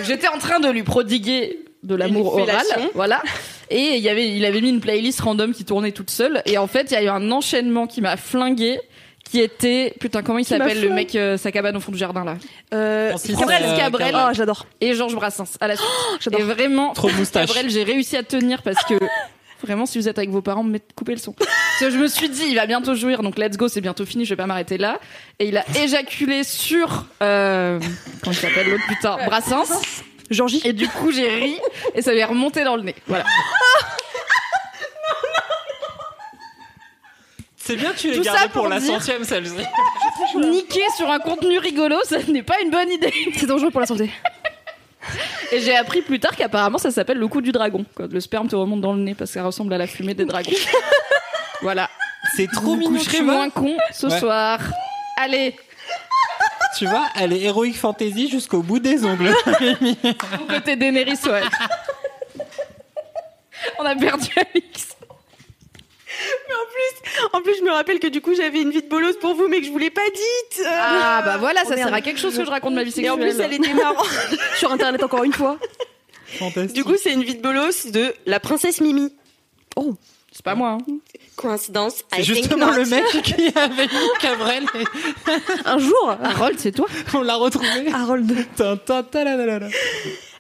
D: J'étais en train de lui prodiguer de l'amour
A: Une
D: oral,
A: fellation.
D: voilà. Et il y avait, il avait mis une playlist random qui tournait toute seule. Et en fait, il y a eu un enchaînement qui m'a flingué, qui était, putain, comment il
E: m'a
D: s'appelle le
E: flingué.
D: mec, euh, sa cabane au fond du jardin là
E: euh,
H: Francis,
D: Cabrel,
H: euh,
D: Cabrel.
E: Oh, j'adore. Oh,
D: Et Georges Brassens à la suite.
E: j'adore.
D: et vraiment,
H: Trop moustache.
D: Gabriel, j'ai réussi à tenir parce que vraiment, si vous êtes avec vos parents, mettez- coupez le son. Parce que je me suis dit, il va bientôt jouir, donc let's go, c'est bientôt fini, je vais pas m'arrêter là. Et il a éjaculé sur euh, comment il s'appelle l'autre putain, Brassens.
E: Georgie
D: Et du coup, j'ai ri et ça lui est remonté dans le nez. Voilà.
H: C'est bien que tu
D: Tout
H: l'aies
D: ça
H: gardé pour,
D: pour
H: la
D: dire-
H: centième celle-ci.
D: Niquer sur un contenu rigolo, ça n'est pas une bonne idée.
E: C'est dangereux pour la santé.
D: Et j'ai appris plus tard qu'apparemment ça s'appelle le coup du dragon. Quand le sperme te remonte dans le nez parce que ça ressemble à la fumée des dragons. voilà.
H: C'est trop
D: Vous
H: mignon,
D: coucherez
H: tu vois.
D: moins con ce
H: Ouais.
D: soir. Allez,
H: Tu vois, elle est héroïque fantasy jusqu'au bout des ongles.
D: au côté Daenerys, ouais. On a perdu Alix.
A: En plus, je me rappelle que du coup, j'avais une vie de bolos pour vous, mais que je vous l'ai pas dite. Euh,
D: Ah bah voilà,
E: Oh
D: ça sert
E: merde.
D: à quelque chose que je raconte ma vie
A: Et en
D: sexuelle.
A: plus, elle était marrante.
E: Sur internet, encore une fois.
H: Fantastique.
A: Du coup, c'est une vie de bolos de la princesse Mimi.
D: C'est pas moi. hein.
A: Coïncidence.
H: c'est
A: I think
H: justement
A: not.
H: le mec qui avait mis Cabrel et
E: Un jour,
D: Harold, c'est toi.
H: on l'a retrouvé.
E: Harold.
H: Tin, tin, ta, la, la, la, la.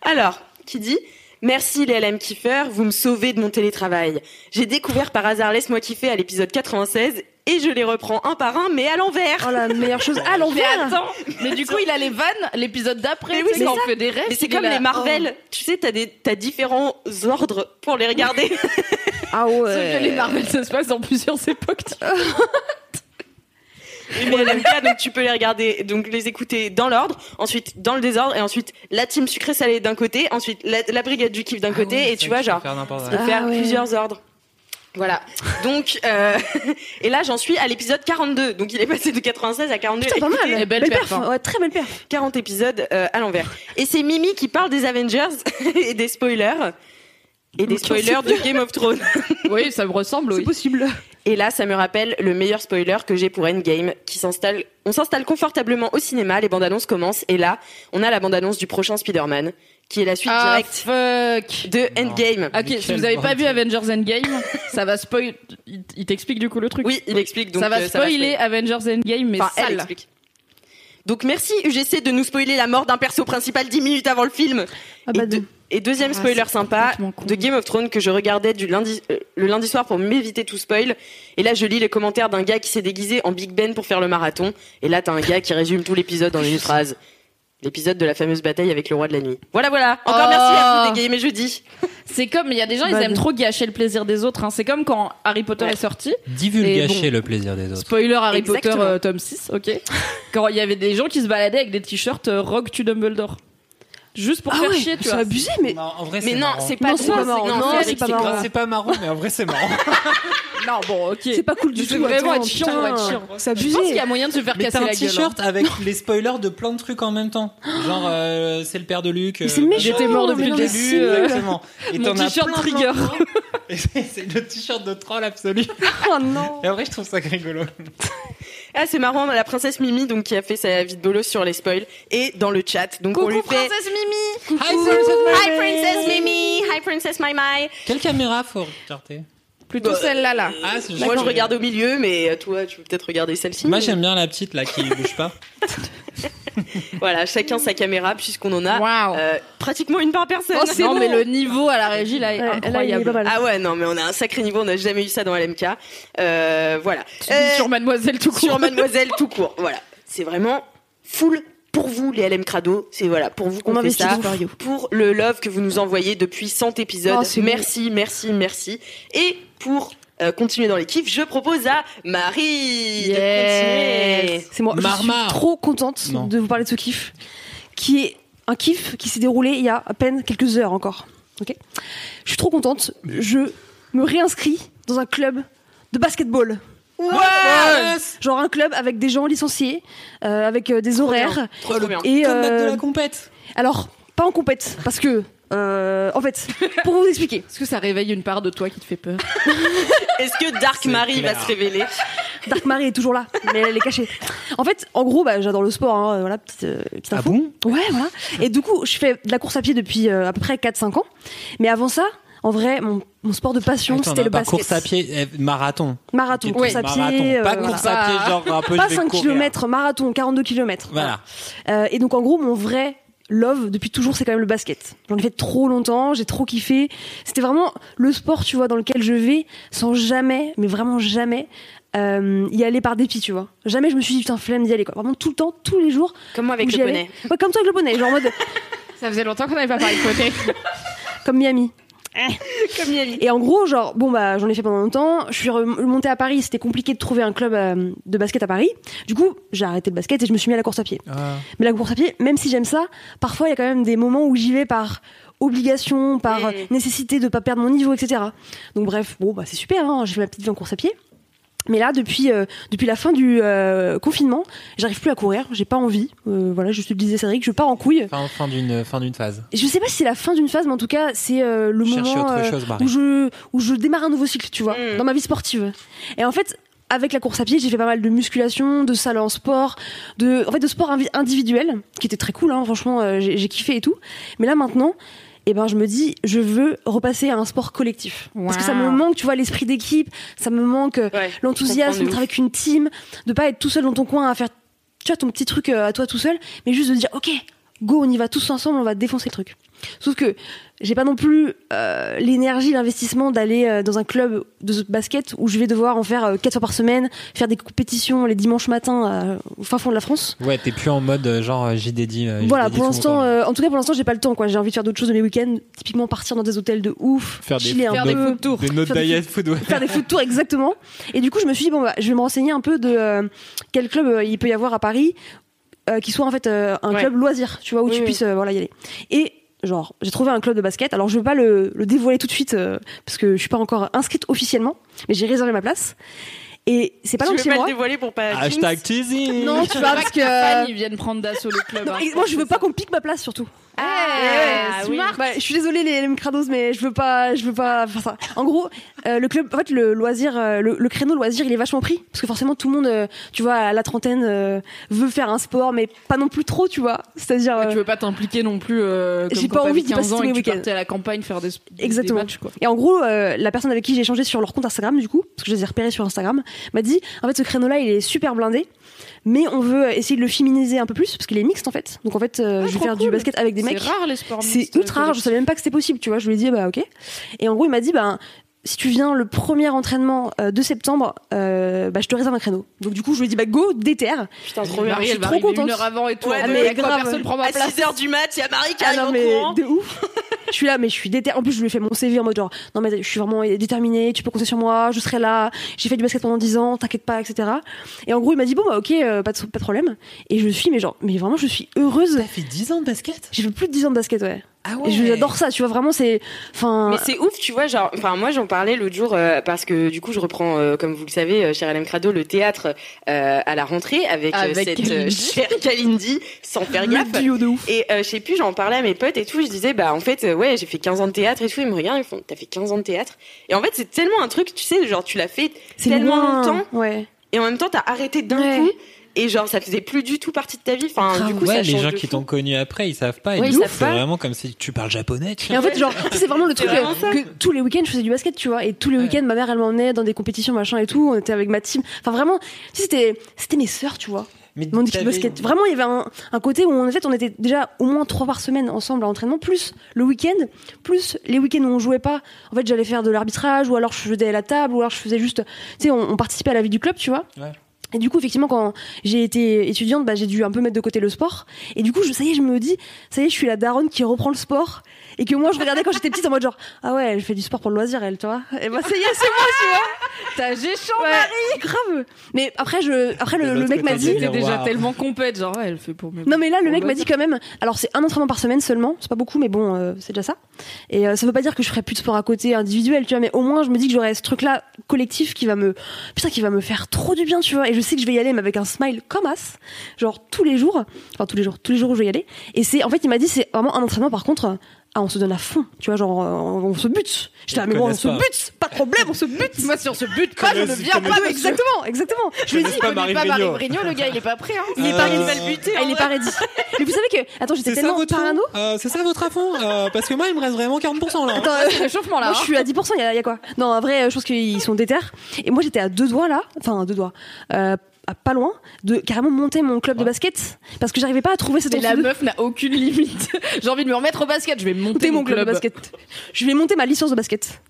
A: Alors, qui dit Merci les LM kiffeurs, vous me sauvez de mon télétravail. J'ai découvert par hasard Laisse-moi kiffer à l'épisode 96 et je les reprends un par un, mais à l'envers.
E: Oh la meilleure chose à
D: Mais
E: l'envers.
D: attends, mais du coup il a les vannes l'épisode d'après.
A: Mais oui,
D: tu sais,
A: c'est
D: quand
A: ça.
D: on fait des rêves.
A: Mais c'est
D: il est
A: comme
D: là.
A: les Marvel, tu sais, t'as des, t'as
C: Oh.
A: différents ordres pour les regarder.
E: Ah
D: Sauf que les
E: ouais.
D: Marvel, ça se passe dans plusieurs époques. tu vois.
A: mais les LMK, donc tu peux les regarder, donc les écouter dans l'ordre, ensuite dans le désordre, et ensuite la team sucré salé d'un côté, ensuite la, la brigade du kiff d'un côté, et tu vois, genre,
H: Faire n'importe
A: et
H: quoi.
A: faire
E: Ah ouais.
A: plusieurs ordres. Voilà. Donc, euh, et là, j'en suis à l'épisode 42. Donc, il est passé de 96 à 42.
E: Putain, pas mal.
D: Et belle
E: belle
D: perf,
E: perf.
D: hein.
E: Ouais, très belle perf.
A: 40 épisodes euh, à l'envers. Et c'est Mimi qui parle des Avengers et des spoilers. Et des spoilers de Game of Thrones.
D: Oui, ça me ressemble.
E: C'est
D: Oui.
E: possible.
A: Et là, ça me rappelle le meilleur spoiler que j'ai pour Endgame, qui s'installe. On s'installe confortablement au cinéma, les bandes annonces commencent, et là, on a la bande annonce du prochain Spider-Man, qui est la suite
D: Ah
A: directe
D: fuck.
A: de
H: Non.
A: Endgame.
D: Ok, si
H: Quel
D: vous avez pas
H: bordel.
D: vu Avengers Endgame, ça va spoil. Il il t'explique du coup le truc.
A: Oui, il explique donc.
D: ça va
A: euh,
D: spoiler Avengers Endgame, mais
A: Enfin, elle
D: sale.
A: explique. Donc merci UGC de nous spoiler la mort d'un perso principal 10 minutes avant le film.
E: Ah bah
A: et, de-
E: non.
A: et deuxième
D: Ah,
A: spoiler
D: c'est
A: sympa
D: complètement con.
A: de Game of Thrones que je regardais du lundi, euh, le lundi soir pour m'éviter tout spoil. Et là, je lis les commentaires d'un gars qui s'est déguisé en Big Ben pour faire le marathon. Et là, t'as un gars qui résume tout l'épisode en une phrase. L'épisode de la fameuse bataille avec le roi de la nuit. Voilà, voilà. Encore
D: Oh.
A: merci à vous d'égayer mes jeudis.
D: C'est comme, il y a des gens, ils
E: Bah,
D: aiment
E: oui.
D: trop gâcher le plaisir des autres. hein. C'est comme quand Harry Potter
A: Ouais.
D: est sorti.
H: Divulgacher le plaisir des autres.
D: Spoiler Harry
A: Exactement.
D: Potter, euh, tome 6, ok. Quand il y avait des gens qui se baladaient avec des t-shirts euh, Rogue to Dumbledore. Juste pour
E: Ah
D: faire
E: ouais,
D: chier, tu
E: c'est
D: vois.
E: abusé, mais.
H: Non, en vrai,
A: Mais non, c'est pas
E: Non,
A: drôle,
E: c'est pas marrant.
A: non,
E: Non,
A: c'est
E: c'est pas
A: avec-
E: marrant.
H: C'est pas marrant, mais en vrai, c'est marrant.
D: Non, bon, ok.
E: C'est pas cool du
D: C'est
E: tout.
D: vraiment
E: attends,
D: être chiant, on va être
E: putain.
D: chiant.
E: C'est
D: Je pense qu'il y
E: abusé.
D: a moyen de se faire
H: Mais
D: casser
H: t'as un
D: la gueule. hein.
H: t-shirt avec les spoilers de plein de trucs en même temps. Genre, euh, c'est le père de Luc. euh,
E: c'est méchant,
D: J'étais mort
E: mais
D: depuis le
E: non, mais
D: début.
E: c'est
D: euh,
H: Exactement. Et
D: Mon
H: t'en as
D: t-shirt
H: plein, plein,
D: trigger.
H: plein. Et c'est c'est le t-shirt de troll absolu.
E: Oh non.
H: Et en vrai, je trouve ça rigolo.
A: Ah, c'est marrant, la princesse Mimi, donc, qui a fait sa vie de bolos sur les spoils et dans le chat. Donc, on lui
D: Coucou
A: fait.
D: Princesse Mimi
H: Hi, Princess
A: Hi Princess Mimi, Hi Princess Mai Mai.
H: Quelle caméra faut regarder
D: Plutôt celle-là, là.
H: Ah, c'est
A: Moi je regarde au milieu, mais euh, toi tu peux peut-être regarder celle-ci.
E: Mmh.
H: Moi, j'aime bien la petite là qui bouge pas.
A: Voilà, chacun sa caméra puisqu'on en a
D: Waouh.
A: euh, pratiquement une par personne.
D: Ah. Oh, non, mais le niveau à la régie, là, est
E: Ouais, Là, il est
D: incroyable.
E: pas mal.
A: Ah ouais, non mais on a un sacré niveau, on n'a jamais eu ça dans LMK. Euh, voilà.
D: Tu dis
A: Euh,
C: Euh,
D: sur Mademoiselle tout court.
A: sur Mademoiselle tout court, voilà. C'est vraiment full
C: pour vous les LM Crado, c'est voilà, pour vous qu'on
E: On
C: fait
E: investit
C: ça,
E: dans Fario.
C: pour le love que vous nous envoyez depuis 100 épisodes.
E: Oh, c'est
C: merci, merci, merci. Et pour euh, continuer dans les kiffs, je propose à Marie de continuer. euh,
E: C'est moi. Je suis
C: Marmar.
E: trop contente
C: Non.
E: de vous parler de ce kiff, qui est un kiff qui s'est déroulé il y a à peine quelques heures encore. Ok. Je suis trop contente. Je me réinscris dans un club de basketball.
F: Yes
E: Genre un club avec des gens licenciés, euh, avec euh, des horaires
F: Trop bien.
E: et euh,
F: Comme mettre de la
E: compète. Alors pas en compète parce que euh, en fait pour vous expliquer. Est-ce
D: que ça réveille une part de toi qui te fait peur
C: Est-ce que Dark Marie va
E: clair.
C: se révéler
E: Dark Marie est toujours là, mais elle est cachée. En fait, en gros, bah, j'adore le sport. hein, voilà, petite, euh, petite
H: Ah
E: info. Ouais, voilà. Et du coup, je fais de la course à pied depuis euh, à peu près 4-5 ans. Mais avant ça, en vrai, mon, mon sport de passion,
H: Attends,
E: c'était
H: non,
E: le
H: pas
E: basket.
H: course à pied, eh, marathon.
E: Marathon,
H: Ok,
E: course à
H: marathon.
E: pied. euh,
H: Pas
E: voilà.
H: course à pied, genre un peu
E: Pas
H: je vais
E: 5
H: courir.
E: km, marathon, 42 km.
H: Voilà.
E: Euh, et donc en gros, mon vrai love depuis toujours, c'est quand même le basket. J'en ai fait trop longtemps, j'ai trop kiffé. C'était vraiment le sport, tu vois, dans lequel je vais sans jamais, mais vraiment jamais euh, y aller par dépit, tu vois. Jamais je me suis dit putain flemme d'y aller quoi. Vraiment tout le temps, tous les jours.
C: Comme
D: avec le poney.
E: Ouais, comme toi avec le poney, genre en mode
D: Ça faisait longtemps qu'on n'avait pas parlé de côté.
E: comme Miami. Et en gros, genre, bon, bah, j'en ai fait pendant longtemps. Je suis remontée à Paris. C'était compliqué de trouver un club euh, de basket à Paris. Du coup, j'ai arrêté le basket et je me suis mis à la course à pied.
H: Ah,
E: Mais la course à pied, même si j'aime ça, parfois il y a quand même des moments où j'y vais par obligation, par euh, nécessité de pas perdre mon niveau, etc. Donc bref, bon, bah, c'est super. Hein, j'ai fait ma petite vie en course à pied. Mais là, depuis, euh, depuis la fin du euh, confinement, j'arrive plus à courir, j'ai pas envie. Euh, voilà, je te le disais, Cédric, je pars en couille.
H: Fin, fin d'une fin d'une phase.
E: Je sais pas si c'est la fin d'une phase, mais en tout cas, c'est euh, le
H: Cherchez
E: moment
H: autre
E: euh,
H: chose, Marie.
E: où, je, où je démarre un nouveau cycle, tu vois, dans ma vie sportive. Et en fait, avec la course à pied, j'ai fait pas mal de musculation, de salle en sport, de, en fait, de sport invi- individuel, qui était très cool, hein, franchement, euh, j'ai j'ai kiffé et tout. Mais là, maintenant, eh ben, je me dis, je veux repasser à un sport collectif. Parce que ça me
D: Wow.
E: manque, tu vois, l'esprit d'équipe, ça me manque euh,
D: je
E: l'enthousiasme
D: comprends de
E: d'être avec une team, de pas être tout seul dans ton coin à faire, tu vois, ton petit truc euh, à toi tout seul, mais juste de dire, ok, go, on y va tous ensemble, on va défoncer le truc. Sauf que j'ai pas non plus euh, l'énergie, l'investissement d'aller euh, dans un club de basket où je vais devoir en faire euh, quatre fois par semaine, faire des compétitions les dimanches matins euh, au fin fond de la France.
H: Ouais, t'es plus en mode euh, genre euh, JDD. euh,
E: Voilà,
H: JDD
E: pour
H: tout,
E: l'instant,
H: quoi.
E: euh, en tout cas pour l'instant, j'ai pas le temps. quoi. J'ai envie de faire d'autres choses de mes week-ends, typiquement partir dans des hôtels de ouf,
H: Faire des
E: chiller un peu,
H: photos. Des notes
E: euh, faire des
H: diet food. ouais.
E: faire des foot tours exactement. Et du coup, je me suis dit bon, bah, je vais me renseigner un peu de euh, quel club euh, il peut y avoir à Paris euh, qui soit en fait euh, un
D: Ouais.
E: club loisir, tu vois, où
D: Oui,
E: tu
D: oui.
E: puisses euh, voilà y aller. Et genre, j'ai trouvé un club de basket. Alors, je veux pas le, le dévoiler tout de suite euh, parce que je suis pas encore inscrite officiellement, mais j'ai réservé ma place. Et c'est pas
C: Tu
E: loin
C: veux
E: de chez
C: pas
E: moi.
C: le dévoiler pour pas.
H: Hashtag teasing.
E: Non, tu vois, parce que-
D: ils viennent prendre d'assaut le club.
E: Non,
D: hein.
E: et moi, je veux pas qu'on pique ma place surtout.
D: Ah,
E: Eh
D: oui.
E: Bah, je suis désolée les, les crados, mais je veux pas, je veux pas faire ça. En gros, euh, le club, en fait, le loisir, euh, le, le créneau loisir, il est vachement pris parce que forcément tout le monde, euh, tu vois, à la trentaine euh, veut faire un sport, mais pas non plus trop, tu vois. C'est-à-dire, euh,
D: Tu veux pas t'impliquer non plus. euh, comme
E: J'ai
D: quand
E: pas
D: t'avais
E: envie d'y
D: 15
E: passer
D: ans
E: tous
D: et
E: mes
D: que tu
E: week-ends.
D: partais à la campagne faire des, des- des
E: Exactement.
D: matchs, quoi.
E: Et en gros, euh, la personne avec qui j'ai échangé sur leur compte Instagram, du coup, parce que je les ai repérés sur Instagram, m'a dit en fait, ce créneau-là, il est super blindé, mais on veut essayer de le féminiser un peu plus, parce qu'il est mixte en fait. Donc en fait, euh, je vais
D: Ah, trop
E: faire du
D: cool.
E: basket avec des
D: C'est
E: mecs.
D: rare, les sports
E: C'est
D: mixtes,
E: ultra rare, je
D: collectifs.
E: savais même pas que c'était possible, tu vois. Je lui ai dit, bah ok. Et en gros, il m'a dit, bah. Si tu viens le premier entraînement euh, de septembre, euh, bah, je te réserve un créneau. Donc du coup, je lui ai dit bah go déterre.
C: Putain,
D: trop
E: Je
D: bien. Marie,
E: suis
D: Bah, elle va
E: trop
D: arriver
E: contente.
D: une heure avant et tout,
E: Ouais,
D: elle
E: mais
D: est avec moi,
E: grave.
D: personne prend ma
C: À 6h du mat, il y a Marie qui
E: Ah
C: arrive
E: non
C: en
E: mais
C: courant.
E: de ouf. je suis là mais je suis déter en plus je lui ai fait mon CV en mode genre non mais je suis vraiment déterminée, tu peux compter sur moi, je serai là, j'ai fait du basket pendant 10 ans, t'inquiète pas etc. Et en gros il m'a dit bon bah ok euh, pas, de, pas de problème et je suis mais genre mais vraiment je suis heureuse. T'as
H: fait 10 ans de basket
E: J'ai fait plus de 10 ans de basket ouais.
H: Ah
C: ouais.
E: Et je- j'adore ça tu vois vraiment c'est enfin
C: Mais c'est ouf, tu vois, genre, enfin moi j'en parlais l'autre jour euh, parce que du coup je reprends, euh, comme vous le savez, euh, cher LM Crado, le théâtre euh, à la rentrée avec, euh,
D: Avec
C: cette euh,
D: Kalindi.
C: chère Kalindi, sans faire
D: Le
C: gaffe.
D: duo de ouf.
C: Et euh, je sais plus, j'en parlais à mes potes et tout, je disais bah en fait euh, ouais j'ai fait 15 ans de théâtre et tout, ils me regardent, ils font t'as fait 15 ans de théâtre et en fait c'est tellement un truc, tu sais, genre tu l'as fait
E: c'est
C: tellement
E: loin,
C: longtemps
E: Ouais.
C: et en même temps t'as arrêté d'un coup et genre ça faisait plus du tout partie de ta vie.
E: Ah
C: Enfin du coup
H: Ah ouais,
C: ça
H: les
C: change
H: gens
C: de
H: qui
C: fou.
H: t'ont connu après, ils savent pas. Et
C: Ouais,
H: du
C: ils
H: coup,
C: savent
H: c'est
C: pas.
H: vraiment comme si tu parles japonais. tu
E: Et en fait,
H: vois.
E: genre, tu sais, c'est vraiment le truc
H: vraiment
E: euh, que tous les week-ends, je faisais du basket, tu vois. Et tous les week-ends, ma mère, elle m'emmenait dans des compétitions, machin et tout. On était avec ma team. Enfin, vraiment, si c'était, c'était mes sœurs, tu vois. mon équipe de
F: t'avais-
E: basket. Vraiment, il y avait un, un côté où, en fait, on était déjà au moins trois par semaine ensemble à entraînement, plus le week-end, plus les week-ends où on jouait pas. En fait, j'allais faire de l'arbitrage, ou alors je faisais à la table, ou alors je faisais juste, tu sais, on, on participait à la vie du club, tu vois. Et du coup, effectivement, quand j'ai été étudiante, bah, j'ai dû un peu mettre de côté le sport. Et du coup, je, ça y est, je me dis, ça y est, je suis la daronne qui reprend le sport. Et que moi, je regardais quand j'étais petite en mode genre, ah ouais, elle fait du sport pour le loisir, elle, tu vois. Et bah, ça y est, c'est moi, tu vois. T'as, j'ai chaud, Marie. Grave. Mais après, je, après,
D: De
E: le, le
D: l'autre
E: mec m'a
D: côté,
E: dit.
D: t'es déjà tellement compète, genre ouais, elle fait pour mes.
E: Non mais là le mec
D: pour
E: m'a
D: moi,
E: dit
D: ça.
E: quand même. Alors c'est un entraînement par semaine seulement, c'est pas beaucoup mais bon euh, c'est déjà ça. Et euh, ça veut pas dire que je ferai plus de sport à côté individuel tu vois mais au moins je me dis que j'aurai ce truc là collectif qui va me putain qui va me faire trop du bien tu vois et je sais que je vais y aller mais avec un smile comme as genre tous les jours enfin tous les jours tous les jours où je vais y aller et c'est en fait il m'a dit c'est vraiment un entraînement par contre ah, on se donne à fond, tu vois, genre, euh, on, on se bute. J'étais là,
F: Ils
E: mais moi, on
F: connaissent
E: se
F: pas.
E: bute, pas de problème, on se bute. Moi, si on se bute,
F: pas, je
E: je ne
F: ne
E: viens
F: viens
E: pas.
F: pas, monsieur.
E: Exactement, exactement. Je lui ai
F: Ils connaissent
E: dit,
F: pas Marie
G: pas Marie
F: Brigno.
G: Brigno, le gars, il est pas prêt. Hein.
E: Il est
H: Euh,
E: pas ready.
H: Il va le buter,
E: Ah, il est pas ready. Mais vous savez que. Attends, j'étais
H: C'est ça
E: tellement
H: votre fond
E: parano.
H: Euh, c'est ça votre à fond Euh, Parce que moi, il me reste vraiment 40% là.
E: Attends, euh, Moi, je suis à 10%, il y, a- il y a quoi Non, en vrai, euh, je pense qu'ils sont déter. Et moi, j'étais à deux doigts là, enfin, à deux doigts, euh, à pas loin, de carrément monter mon club de basket parce que j'arrivais pas à trouver cette
G: Mais la
E: entre-deux.
G: meuf n'a aucune limite. J'ai envie de me remettre au basket, je vais monter
E: Monter mon club de basket. Je vais monter ma licence de basket.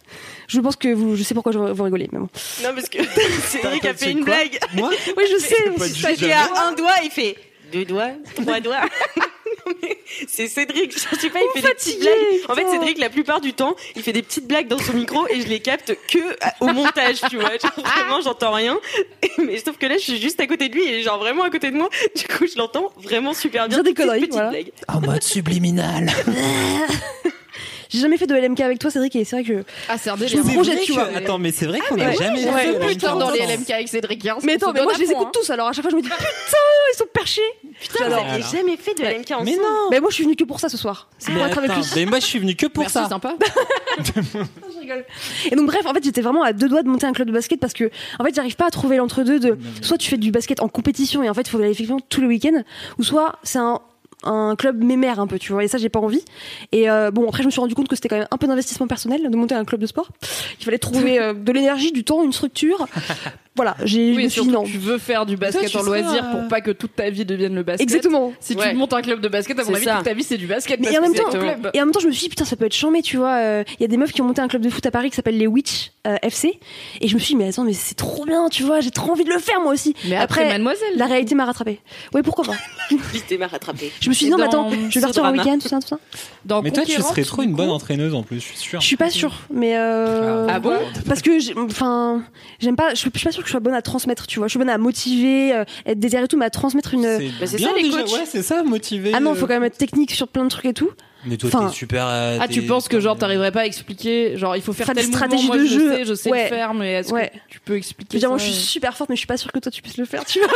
E: Je pense que vous, je sais pourquoi je- vous rigolez, mais bon.
C: Non, parce que Cédric a
E: Attends,
C: fait
E: c'est
C: une
E: quoi
C: blague.
H: Moi
E: Oui, je sais.
C: mais
E: mais
C: c'est
E: c'est
C: ça,
E: pas-
C: j'ai à un doigt, il fait deux doigts, trois doigts. Non, mais c'est Cédric, je sais pas, il fait des petites blagues. En fait, Cédric, la plupart du temps, il fait des petites blagues dans son micro et je les capte que à- au montage, tu vois. Genre, vraiment, j'entends rien. Et- Mais sauf que là, je suis juste à côté de lui et genre vraiment à côté de moi. Du coup, je l'entends vraiment super bien.
E: Dire des
C: Petite,
E: conneries,
C: petite
E: voilà.
C: blague.
H: En mode subliminal.
E: J'ai jamais fait de LMK avec toi, Cédric, et c'est vrai que.
G: Ah, c'est un
E: Je me
G: délire.
E: projette, tu vois.
H: Attends, mais c'est vrai qu'on
E: mais
H: a
E: ouais,
H: jamais
E: ouais,
H: fait.
E: ouais,
G: Putain, dans les
E: Attends.
G: LMK avec Cédric Yens.
E: Mais
G: on
E: attends,
G: se
E: mais
G: donne
E: moi
G: à
E: je les
G: fond,
E: écoute
G: hein.
E: tous, alors à chaque fois je me dis putain, ils sont perchés.
C: Putain, vous
E: J'adore.
C: avez jamais fait de LMK ensemble.
H: Ah, Mais
G: Oh.
H: non Ah,
E: Mais moi je suis venue que pour ça ce soir. C'est
H: Mais
E: pour être avec
H: attends,
E: lui.
H: mais moi, je suis venu que pour
G: Merci,
H: ça.
G: sympa.
E: Et donc bref, en fait, j'étais vraiment à deux doigts de monter un club de basket parce que en fait, j'arrive pas à trouver l'entre-deux de soit tu fais du basket en compétition et en fait, il faut aller effectivement tous les week-ends, ou soit c'est un un club mémère un peu tu vois et ça j'ai pas envie et euh, bon après je me suis rendu compte que c'était quand même un peu d'investissement personnel de monter un club de sport il fallait trouver euh, de l'énergie du temps une structure voilà j'ai
G: Oui,
E: je me
G: et
E: suis dit non
G: surtout, tu veux faire du basket
H: tu
G: en
H: seras,
G: loisir
H: euh,
G: pour pas que toute ta vie devienne le basket.
E: exactement
G: Si
C: Ouais.
G: tu montes un club de basket, à mon
C: C'est
G: avis,
C: ça.
G: toute ta vie, c'est du basket.
E: Mais
G: parce
E: et en,
G: que
E: même
G: c'est
E: temps,
G: ton club.
E: et en même temps, je me suis dit, putain, ça peut être chambé, tu vois. Euh, Il y a des meufs qui ont monté un club de foot à Paris qui s'appelle les Witch euh, FC. Et je me suis dit, mais attends, mais c'est trop bien, tu vois, j'ai trop envie de le faire moi aussi.
G: Mais après, mademoiselle.
E: La réalité m'a rattrapé. Ouais, pourquoi pas
C: Vite, m'a rattrapé.
E: Je me suis dit,
G: Et
E: non, mais
G: dans
E: attends, je vais partir en
C: Sodrama.
E: week-end, tout ça, tout ça.
G: Dans
H: Mais toi, tu
G: Conquérante,
H: serais trop
G: du
H: une bonne
G: coup,
H: entraîneuse en plus, je suis sûr.
E: Je suis pas sûre, mais euh,
G: Ah bon
E: parce que, j'ai- enfin, j'aime pas. Je suis pas sûre que je sois bonne à transmettre, tu vois. Je suis bonne à motiver, euh, être désirée et tout, mais à transmettre une.
H: C'est euh,
C: Bah, c'est
H: bien
C: ça, les
H: déjà.
C: coachs.
H: Ouais, c'est ça, motivé.
E: Ah non, faut quand même être technique sur plein de trucs et tout.
H: Mais toi,
E: Enfin-
H: t'es super.
G: Ah, tu penses que genre t'arriverais pas à expliquer Genre, il faut faire
E: Faire des
G: telle
E: stratégies
G: mouvement,
E: de
G: moi, je
E: jeu.
G: Sais, je sais
E: Ouais.
G: le faire, mais est-ce
E: Ouais.
G: que tu peux expliquer
E: Je veux dire, moi,
G: ça
E: je suis super forte, mais je suis pas sûre que toi tu puisses le faire, tu vois.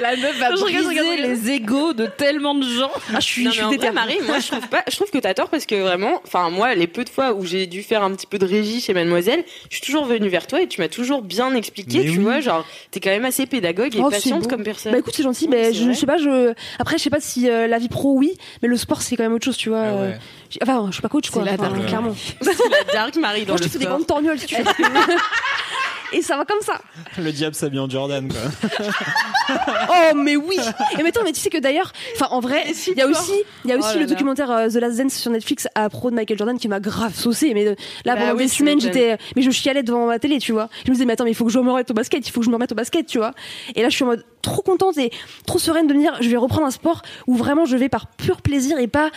G: La meuf va
E: Je
G: briser
E: regarde, je regarde, je regarde.
G: les égos de tellement de gens.
E: Ah, je suis,
C: Non,
E: je
C: mais
E: suis
C: en vrai,
E: déterminée.
C: Marie, moi, je trouve pas, je trouve que t'as tort parce que vraiment, enfin, moi, les peu de fois où j'ai dû faire un petit peu de régie chez Mademoiselle, je suis toujours venue vers toi et tu m'as toujours bien expliqué,
H: Mais oui.
C: tu vois, genre, t'es quand même assez pédagogue et
E: Oh, c'est
C: patiente
E: beau.
C: comme personne.
E: Bah écoute, c'est gentil, mais
C: C'est
E: je,
C: vrai.
E: je sais pas, je. Après, je sais pas si euh, la vie pro, oui, mais le sport, c'est quand même autre chose, tu vois.
H: Ah ouais.
E: euh, j'ai- Enfin, je suis pas coach, quoi.
G: la
E: enfin,
H: dark.
E: clairement.
C: C'est la dark Marie dans
E: Moi, je
C: le
E: te fais des
C: sport.
E: grandes torgnoles, si tu veux. Et ça va comme ça.
H: Le diable s'habille en Jordan, quoi.
E: Oh, mais oui. Et mais attends, mais tu sais que d'ailleurs, enfin, en vrai, il y a aussi, il y a aussi
G: Oh là
E: le
G: là.
E: documentaire euh, The Last Dance sur Netflix à pro de Michael Jordan qui m'a grave saucé. Mais euh, là,
C: Bah
E: pendant
C: oui,
E: des
C: tu
E: semaines,
C: m'étonnes.
E: j'étais, euh, mais je chialais devant ma télé, tu vois. Je me disais, mais attends, mais il faut que je me remette au basket, il faut que je me remette au basket, tu vois. Et là, je suis en mode trop contente et trop sereine de me dire, je vais reprendre un sport où vraiment je vais par pur plaisir et pas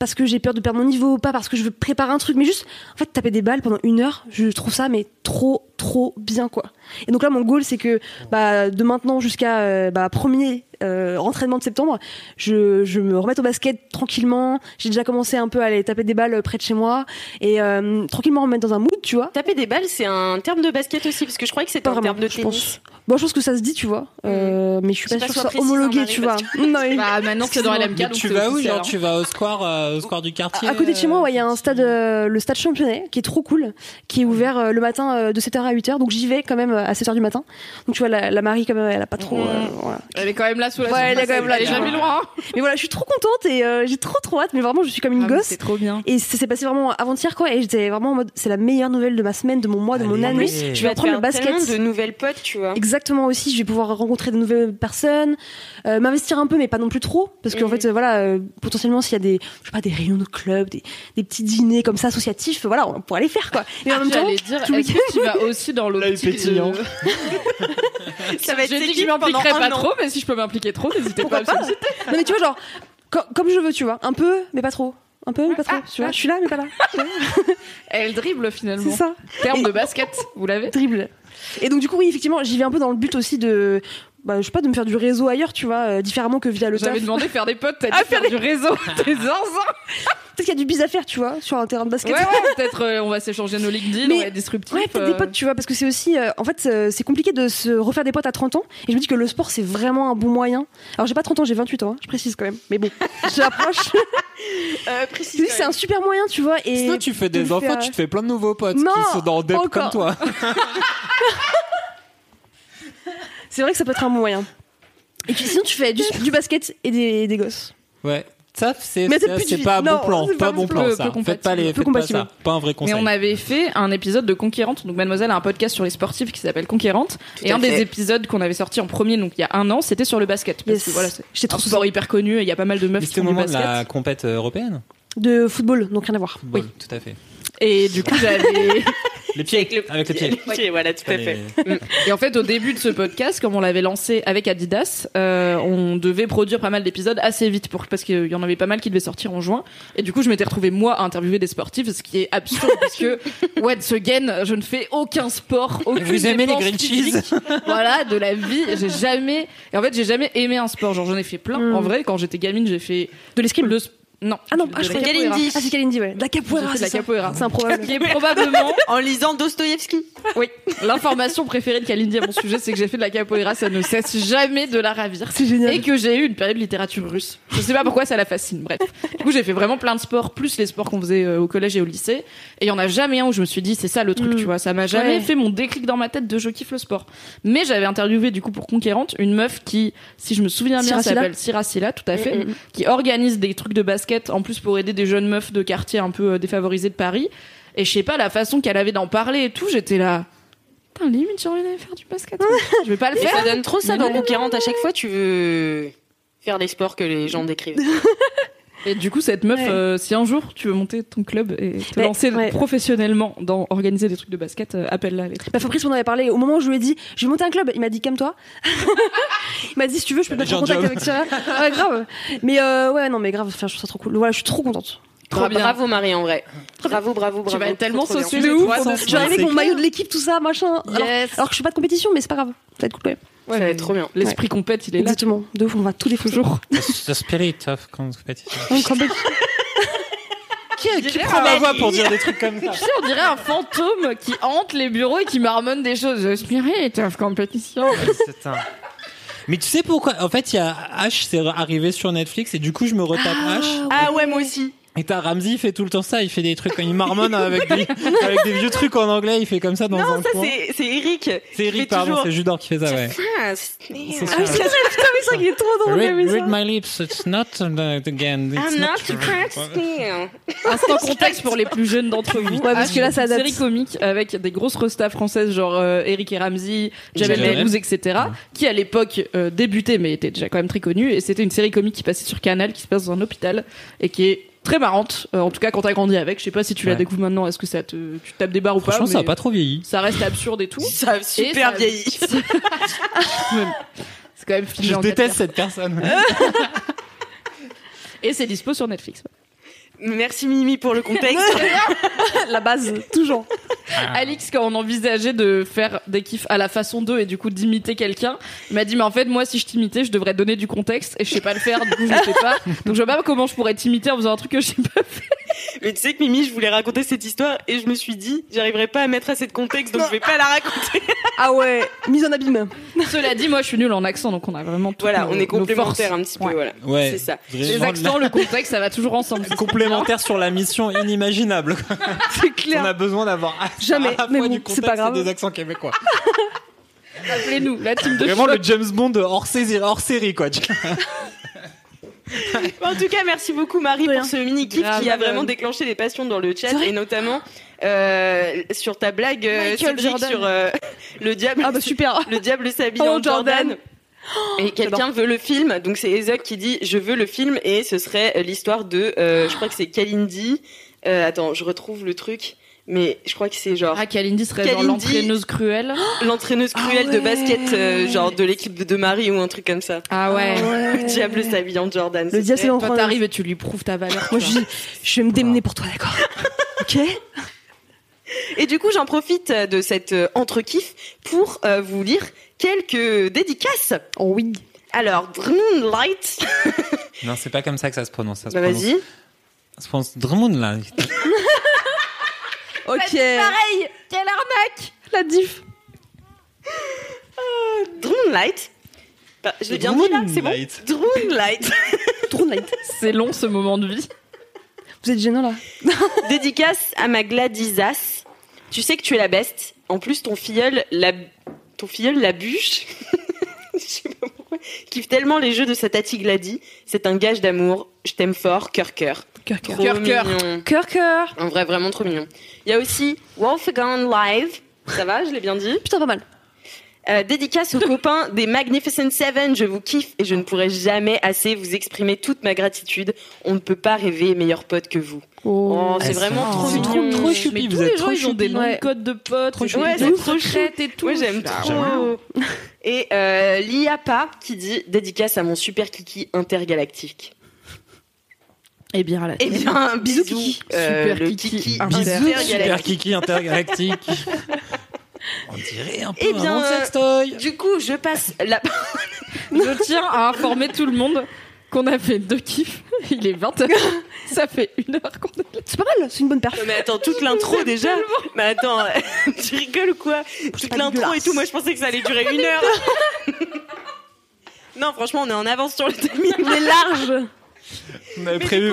E: parce que j'ai peur de perdre mon niveau, pas parce que je veux préparer un truc, mais juste, en fait, taper des balles pendant une heure, je trouve ça, mais trop, trop bien, quoi. Et donc là, mon goal, c'est que bah, de maintenant jusqu'à euh, bah, premier euh, entraînement de septembre, je, je me remette au basket tranquillement. J'ai déjà commencé un peu à aller taper des balles euh, près de chez moi et euh, tranquillement remettre dans un mood, tu vois.
C: Taper des balles, c'est un terme de basket aussi, parce que je croyais que c'était
E: Pas
C: un
E: vraiment,
C: terme de
E: je pense.
C: tennis.
E: Bon, je pense que ça se dit, tu vois, euh, mais je suis
C: Je sais
E: pas,
C: pas
E: sûre
C: si
E: que ce soit
C: on précise, hein,
E: homologué,
C: Marie,
E: tu vois.
C: parce
E: Non, mais-
G: Bah maintenant c'est dans LMK,
H: Mais
G: donc
H: tu
G: c'est
H: vas où
G: officiel,
H: Genre,
G: hein.
H: tu vas au square, euh, au square du quartier
E: À côté de chez moi,
H: euh,
E: ouais, il y a un stade, euh, le stade championnat, qui est trop cool, qui est ouvert euh, le matin euh, de 7h à 8h. Donc j'y vais quand même euh, à 7h du matin. Donc tu vois, la, la Marie, quand même, elle a pas trop.
C: Mm.
E: euh, voilà.
G: Elle est quand même là sous la
E: Ouais, elle
G: surface,
E: est quand même là,
G: Elle est
E: tu vois.
G: jamais loin. hein.
E: Mais voilà, je suis trop contente et euh, j'ai trop trop hâte. Mais vraiment, je suis comme une
G: Ah, mais
E: gosse.
G: C'est trop bien.
E: Et ça s'est passé vraiment avant-hier, quoi. Et j'étais vraiment en mode, c'est la meilleure nouvelle de ma semaine, de mon mois, de mon
G: Ah,
H: Allez.
E: année.
H: Oui,
E: Je
C: Tu
E: vais
C: vas te
E: apprendre
C: faire
E: le basket.
C: tellement de nouvelles potes, tu vois.
E: exactement aussi. Je vais pouvoir rencontrer de nouvelles personnes, euh, m'investir un peu, mais pas non plus trop, parce
G: Mm.
E: qu'en fait, euh, voilà, euh, potentiellement s'il y a des, je sais pas, des réunions de club, des, des petits dîners comme ça associatifs, voilà, on pourra les faire quoi. Mais en même temps,
D: Ah, J'allais dire,
E: tout le
D: est-ce que tu vas aussi dans l'optique
G: hein.
F: pétillant.
C: Ça va être
D: J'ai dit que
C: séquille
D: je m'impliquerais
C: pendant un
D: pas
C: an.
D: trop, mais si je peux m'impliquer trop, n'hésitez pas
E: Pourquoi
D: à me
E: pas
D: solliciter.
E: Non mais tu vois genre co- comme je veux, tu vois, un peu mais pas trop. Un peu mais pas trop,
G: Ah,
E: tu vois. Je suis là mais pas là.
D: Elle dribble finalement.
E: C'est ça.
D: Terme de basket, vous l'avez
E: Dribble. Et donc du coup oui, effectivement, j'y vais un peu dans le but aussi de bah, je sais pas de me faire du réseau ailleurs, tu vois, euh, différemment que via le taf. Ah,
D: J'avais
E: Peut-être
D: demandé faire des potes, t'as dit faire du réseau, des zinzins.
E: qu'il y a du bis à faire, tu vois, sur un terrain de
D: Ouais,
E: basket.
D: ouais, peut-être euh, on va s'échanger nos LinkedIn,
E: Mais-
D: on va être disruptif.
E: Ouais, peut-être
D: euh,
E: des potes, tu vois, parce que c'est aussi, euh, en fait, euh, c'est compliqué de se refaire des potes à 30 ans. Et je me dis que le sport, c'est vraiment un bon moyen. Alors, j'ai pas 30 ans, j'ai 28 ans, hein, je précise quand même. Mais bon, j'approche.
C: Euh,
E: Je me
C: précise
E: dis que
C: quand
E: c'est un super moyen, tu vois. Et
F: Sinon, tu fais
E: de
F: des
E: le
F: enfants,
E: faire-
F: tu te fais plein de nouveaux potes
E: Non,
F: qui sont dans des
E: encore.
F: comme toi.
E: euh, C'est vrai que ça peut être un bon moyen. Et puis sinon, tu fais du, du basket et des, des gosses.
H: Ouais. Ça, c'est
E: Mais c'est
H: ça,
E: plus
H: c'est
E: du-
H: pas
E: non,
H: bon plan.
E: c'est
H: Pas,
E: pas
H: bon
E: bon
H: plan, ça.
D: plan, peu
H: Faites pas,
D: compatible,
H: les,
E: peu
H: faites pas
E: compatible.
H: ça. Pas un vrai conseil.
D: Mais on avait fait un épisode de Conquérante. Donc, Mademoiselle a un podcast sur les sportifs qui s'appelle Conquérante.
C: Tout
D: Et
C: à
D: un des
C: fait.
D: épisodes qu'on avait sorti en premier, donc il y a un an, c'était sur le basket. Parce
E: Yes.
D: que voilà, c'est
E: J'étais
D: un
E: trop
D: sport hyper connu et il y a pas mal de meufs qui
H: C'était au
D: font du
H: moment de la
D: basket.
H: compète euh, européenne.
E: De football, donc rien à voir.
H: Oui, tout à fait.
D: Et du coup, j'avais.
H: Les pieds. Avec, les pieds.
C: Ok, voilà,
E: Bah,
C: tout à fait.
H: Les-
D: Et en fait, au début de ce podcast, comme on l'avait lancé avec Adidas, euh, on devait produire pas mal d'épisodes assez vite pour parce qu'il y en avait pas mal qui devaient sortir en juin. Et du coup, je m'étais retrouvée moi à interviewer des sportifs, ce qui est absurde parce que once again, je ne fais aucun sport, aucune
H: Vous aimez les
D: dépense
H: grilled
D: physique,
H: cheese
D: Voilà, de la vie. J'ai jamais. Et en fait, j'ai jamais aimé un sport. Genre, j'en ai fait plein.
E: Mm.
D: En vrai, quand j'étais gamine, j'ai fait
E: De l'escrime
D: le. sp- Non.
E: Ah non,
D: de
E: ah, je
D: la
E: croyais-
D: capoeira.
C: Kalindi.
E: Ah, c'est Kalindi, ouais. De la
D: J'ai
E: capoeira,
D: fait de la
E: c'est ça.
D: capoeira.
E: C'est improbable.
D: Qui est probablement
C: En lisant Dostoïevski.
D: oui, l'information préférée de Kalindi à mon sujet, c'est que j'ai fait de la capoeira, ça ne cesse jamais de la ravir.
E: C'est génial.
D: Et que j'ai eu une période de littérature russe. Je sais pas pourquoi ça la fascine, bref. Du coup, j'ai fait vraiment plein de sports, plus les sports qu'on faisait euh, au collège et au lycée. Et il y en a jamais un où je me suis dit, c'est ça le truc,
E: Mm.
D: tu vois. Ça m'a jamais
E: Ouais.
D: fait mon déclic dans ma tête de je kiffe le sport. Mais j'avais interviewé, du coup, pour Conquérante, une meuf qui, si je me souviens bien,
E: Syrah Silla
D: s'appelle Siracila,
E: Mm,
D: tout à fait, qui organise des trucs de basket, en plus pour aider des jeunes meufs de quartier un peu euh, défavorisés de Paris. Et je sais pas, la façon qu'elle avait d'en parler et tout, j'étais là. Putain, limite, j'ai envie d'aller faire du basket. quoi. je vais pas le
C: Mais
D: faire.
C: ça donne trop ça
D: Mais
C: dans
D: non.
C: Conquérante. À chaque fois, tu veux faire les sports que les gens décrivent.
D: Et du coup, cette meuf,
E: Ouais.
D: euh, si un jour tu veux monter ton club et te
E: Mais,
D: lancer
E: ouais.
D: professionnellement dans organiser des trucs de basket, euh, appelle-la. les trucs.
E: Bah, Fabrice, on en avait parlé. Au moment où je lui ai dit, je vais monter un club, il m'a dit, calme-toi. il m'a dit, si tu veux, je peux te mettre en
H: Genre
E: contact
H: job.
E: avec ça. Ouais, grave. Mais euh, ouais, non, mais grave, enfin, je trouve ça trop cool. Voilà, je suis trop contente.
D: Trop
C: Bra-
D: bien.
C: Bravo Marie en vrai. Bravo, bravo, bravo.
D: Tu vas être tellement
C: Trop, trop bien.
D: sociale et toi,
E: Je vais arriver avec mon maillot de l'équipe, tout ça, machin. Alors,
D: Yes.
E: alors que je suis pas de compétition, mais c'est pas grave. Ça va être cool, ouais.
C: Ça va être trop bien.
D: L'esprit compète, il est là.
E: Exactement. De ouf, on va tout défoncer. Toujours.
H: The spirit of competition.
D: Qui
E: Ah,
H: Prends ma voix Ah, pour dire des trucs comme ça.
D: Tu sais, on dirait un fantôme qui hante les bureaux et qui marmonne des choses. The Spirit of compétition.
H: Putain. Mais tu sais pourquoi En fait, il y a H, c'est arrivé sur Netflix et du coup, je me retape H.
C: Ah ouais, moi aussi.
H: Et t'as Ramsey, il fait tout le temps ça. Il fait des trucs, il marmonne avec des, avec des vieux trucs en anglais. Il fait comme ça dans un
C: Non, ça
H: coin.
C: c'est c'est Eric.
H: C'est Eric, pardon, c'est Judor qui fait ça, ouais.
C: Ah, c'est-
H: Ah
C: merde.
H: oui, c'est
E: C'est vrai qu'il est trop drôle,
H: Read,
E: mais ça.
H: read my lips, it's not uh, again. It's
C: I'm
H: not
C: not to crack still.
D: Instant contexte pour les plus jeunes d'entre vous.
E: Ouais, parce que là, ça
D: Ah, Une
E: date.
D: série comique avec des grosses restas françaises, genre euh, Eric et Ramsey, Jamel
H: Jamel.
D: Bellouz, etc., qui à l'époque euh, débutaient, mais étaient déjà quand même très connus. Et c'était une série comique qui passait sur Canal, qui se passe dans un hôpital, et qui est très marrante, euh, en tout cas quand t'as grandi avec. Je sais pas si tu la
H: Ouais.
D: découvres maintenant, est-ce que ça te, tu te tapes des barres ou pas
H: Franchement, ça a
D: mais
H: pas trop vieilli.
D: ça reste absurde et tout.
C: Ça a
D: Et
C: super
D: ça-
C: vieilli.
D: C'est quand même filmé
H: Je
D: en
H: déteste cette personne.
D: quatre-vingts. Et c'est dispo sur Netflix.
C: Merci Mimi pour le contexte.
E: La base, toujours.
H: Ah.
D: Alix, quand on envisageait de faire des kiffs à la façon d'eux et du coup d'imiter quelqu'un, il m'a dit mais en fait moi si je t'imitais je devrais donner du contexte et je sais pas le faire du coup je le sais pas donc je vois pas comment je pourrais t'imiter en faisant un truc que je sais pas.
C: Mais tu sais que Mimi, je voulais raconter cette histoire et je me suis dit, j'arriverai pas à mettre assez de contexte, donc je vais pas la raconter.
E: Ah ouais, mise en abîme.
D: Cela dit moi je suis nulle en accent donc on a vraiment toutes
C: Voilà,
D: nos-
C: on
D: nos
C: est complémentaires hein.
D: forces.
C: un petit peu,
D: Ouais.
C: voilà.
H: Ouais.
C: C'est ça.
H: Vraiment,
D: Les accents, le contexte, ça va toujours ensemble.
H: la- complémentaire sur la mission inimaginable.
E: C'est
H: On a
E: clair.
H: besoin d'avoir à
E: Jamais,
H: la fois
E: mais bon,
H: du
E: c'est
H: contexte
E: pas grave.
H: et des accents québécois.
D: Appelez-nous, la team de
H: Vraiment
D: choc.
H: le James Bond hors série, hors série quoi.
C: En tout cas, merci beaucoup Marie
D: De rien.
C: pour ce mini kiff
D: Grave.
C: qui a vraiment déclenché des passions dans le chat
D: C'est vrai.
C: et notamment euh, sur ta blague euh,
D: Michael
C: Cédric,
D: Jordan. Ah, bah,
C: sur euh, le diable. super. Le diable s'habille
D: Oh,
C: en Jordan.
D: Jordan.
C: Et quelqu'un veut le film, donc c'est Ezek qui dit je veux le film et ce serait euh, l'histoire de, euh, je crois que c'est Kalindi. Euh, attends, je retrouve le truc, mais je crois que c'est genre.
D: Ah, Kalindi serait genre
C: Kalindi.
D: l'entraîneuse cruelle.
C: L'entraîneuse cruelle de basket, euh, genre de l'équipe de Marie ou un truc comme ça.
D: Ah ouais. Eh,
C: Le diable s'habille en Jordan.
E: Le diable, c'est
C: en
E: l'enfant.
C: Jordan.
D: et tu lui prouves ta valeur.
E: Moi, je, je vais me démener pour toi, d'accord Ok
C: Et du coup, j'en profite euh, de cette euh, entre-kiff pour euh, vous lire quelques dédicaces.
E: oui.
C: Alors, Moonlight.
H: Non, c'est pas comme ça que ça se prononce. Ça se
C: Bah,
H: prononce-
C: vas-y.
H: Ça se prononce Drummond là.
C: Ok. Pareil, quelle arnaque La diff. Droonlight. Bah, je l'ai bien dit là, c'est bon
H: Droonlight.
C: Droonlight.
D: C'est long ce moment de vie.
E: Vous êtes gênant là
C: Dédicace à ma Gladisas. Tu sais que tu es la best. En plus, ton filleul, la, ton filleul, la bûche. Je sais pas pourquoi. Kiffe tellement les jeux de sa tati Gladys. C'est un gage d'amour. Je t'aime fort, cœur, cœur.
E: Cœur, Ah,
C: cœur.
D: Cœur, cœur.
E: Cœur, cœur
C: En vrai, vraiment trop mignon. Il y a aussi Wolfgang Live. Ça va, je l'ai bien dit.
E: Putain, pas mal.
C: Euh, dédicace aux copains des Magnificent Seven, je vous kiffe et je ne pourrai jamais assez vous exprimer toute ma gratitude. On ne peut pas rêver meilleur pote que vous. Oh, c'est vraiment trop
H: C'est trop,
C: mignon.
H: trop choupi,
D: Mais
H: vous
D: tous
H: êtes
D: les gens,
H: trop
D: ils ont des
H: choupi.
D: noms de
E: Ouais.
D: codes de potes,
H: Trop
D: des
H: choupi.
C: Ouais,
D: noms
C: c'est
D: de
C: trop
D: secrètes et tout.
C: Moi j'aime
D: Ah,
C: trop. Et euh, Liapa qui dit dédicace à mon super kiki intergalactique.
D: Eh bien, à la
C: Eh bien, bisous
D: Bisous,
C: kiki.
D: super
C: le
D: kiki
C: kiki
D: inter-
H: Bisous, super
C: intergalactique.
H: kiki intergalactique. On dirait un peu
C: Eh
H: un
C: bien,
H: nom de
C: euh,
H: sextoy.
C: Du coup, je passe la
D: Je tiens à informer tout le monde qu'on a fait deux kiffs. Il est 20h. Ça fait une heure qu'on est là.
E: C'est pas mal, c'est une bonne perf.
C: Non, mais attends, toute l'intro déjà. Mais attends, tu rigoles ou quoi Toute
E: pas
C: l'intro et
E: dégueulasse.
C: tout, moi je pensais que ça allait durer une heure. Non, franchement, on est en avance sur le timing.
E: On est large
H: On avait prévu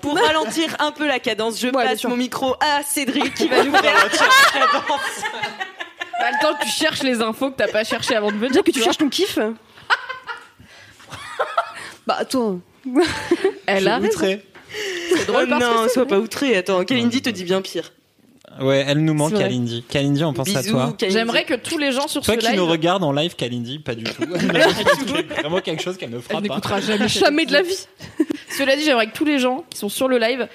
C: Pour ralentir un peu la cadence, je
E: bien
C: passe
E: sûr.
C: mon micro à Cédric qui va nous faire la cadence.
D: Pas Bah, le temps que tu cherches les infos que t'as pas cherché avant de venir.
E: Déjà que tu
D: vois.
E: cherches ton kiff Bah, attends.
D: Elle a
H: Je
D: raison.
H: voudrais.
D: C'est drôle
C: Oh
D: parce que
C: non,
D: c'est
C: sois
D: vrai.
C: pas outré. Attends, Kalindi te dit bien pire.
H: Ouais, elle nous manque,
D: C'est vrai.
H: Kalindi. Kalindi, on pense à
C: Bisous,
H: toi.
C: Kalindi.
D: J'aimerais que tous les gens sur
H: Toi
D: ce
H: qui
D: live.
H: nous regardes en live, Kalindi, pas du tout. C'est vraiment quelque chose qu'elle ne
D: Elle
H: fera pas.
D: n'écoutera jamais. Jamais de la vie. Cela dit, j'aimerais que tous les gens qui sont sur le live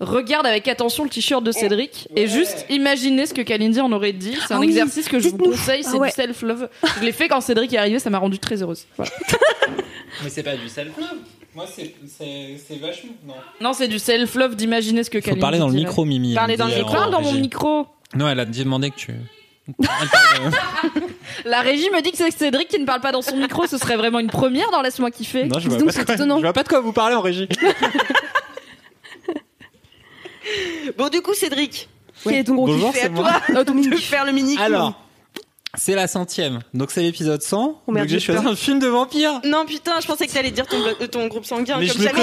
D: regardent avec attention le t-shirt de Cédric et juste imaginez ce que Kalindi en aurait dit. C'est un
E: Ah oui,
D: exercice que je vous
E: dites-nous.
D: conseille, c'est
E: Ah ouais.
D: du self-love. Je l'ai fait quand Cédric est arrivé, ça m'a rendu très heureuse. Voilà.
H: Mais c'est pas du self Moi, c'est vachement. Non.
D: Non, c'est du self-love d'imaginer ce que
H: Faut
D: Kalindi
H: parler dans le
D: dirait.
H: micro, Mimi.
D: Parler
H: elle
D: dans
H: dit
D: le micro.
H: en
D: Parle dans mon
H: régie.
D: micro.
H: Non, elle a demandé que tu. Elle parle,
D: La régie me dit que c'est Cédric qui ne parle pas dans son micro, ce serait vraiment une première dans Laisse-moi
H: euh,
D: kiffer.
H: Non, je
E: Dis
H: vois,
E: donc,
H: pas
E: c'est
H: de quoi...
E: étonnant.
H: je vois pas de quoi vous parlez en régie.
C: Bon, du coup, Cédric,
E: Quel est ton gros
H: Bonjour,
E: kiff Euh,
H: c'est
C: c'est à
H: moi.
C: toi de faire le mini.
H: Alors, c'est la centième. Donc, c'est l'épisode 100.
E: Oh merde,
H: donc, j'ai
E: j'ai
H: choisi
E: peur.
H: un film de vampire.
C: Non, putain, je pensais que t'allais dire ton, blo- euh, ton groupe sanguin.
H: Mais
C: comme
H: je le
C: ça. Ah,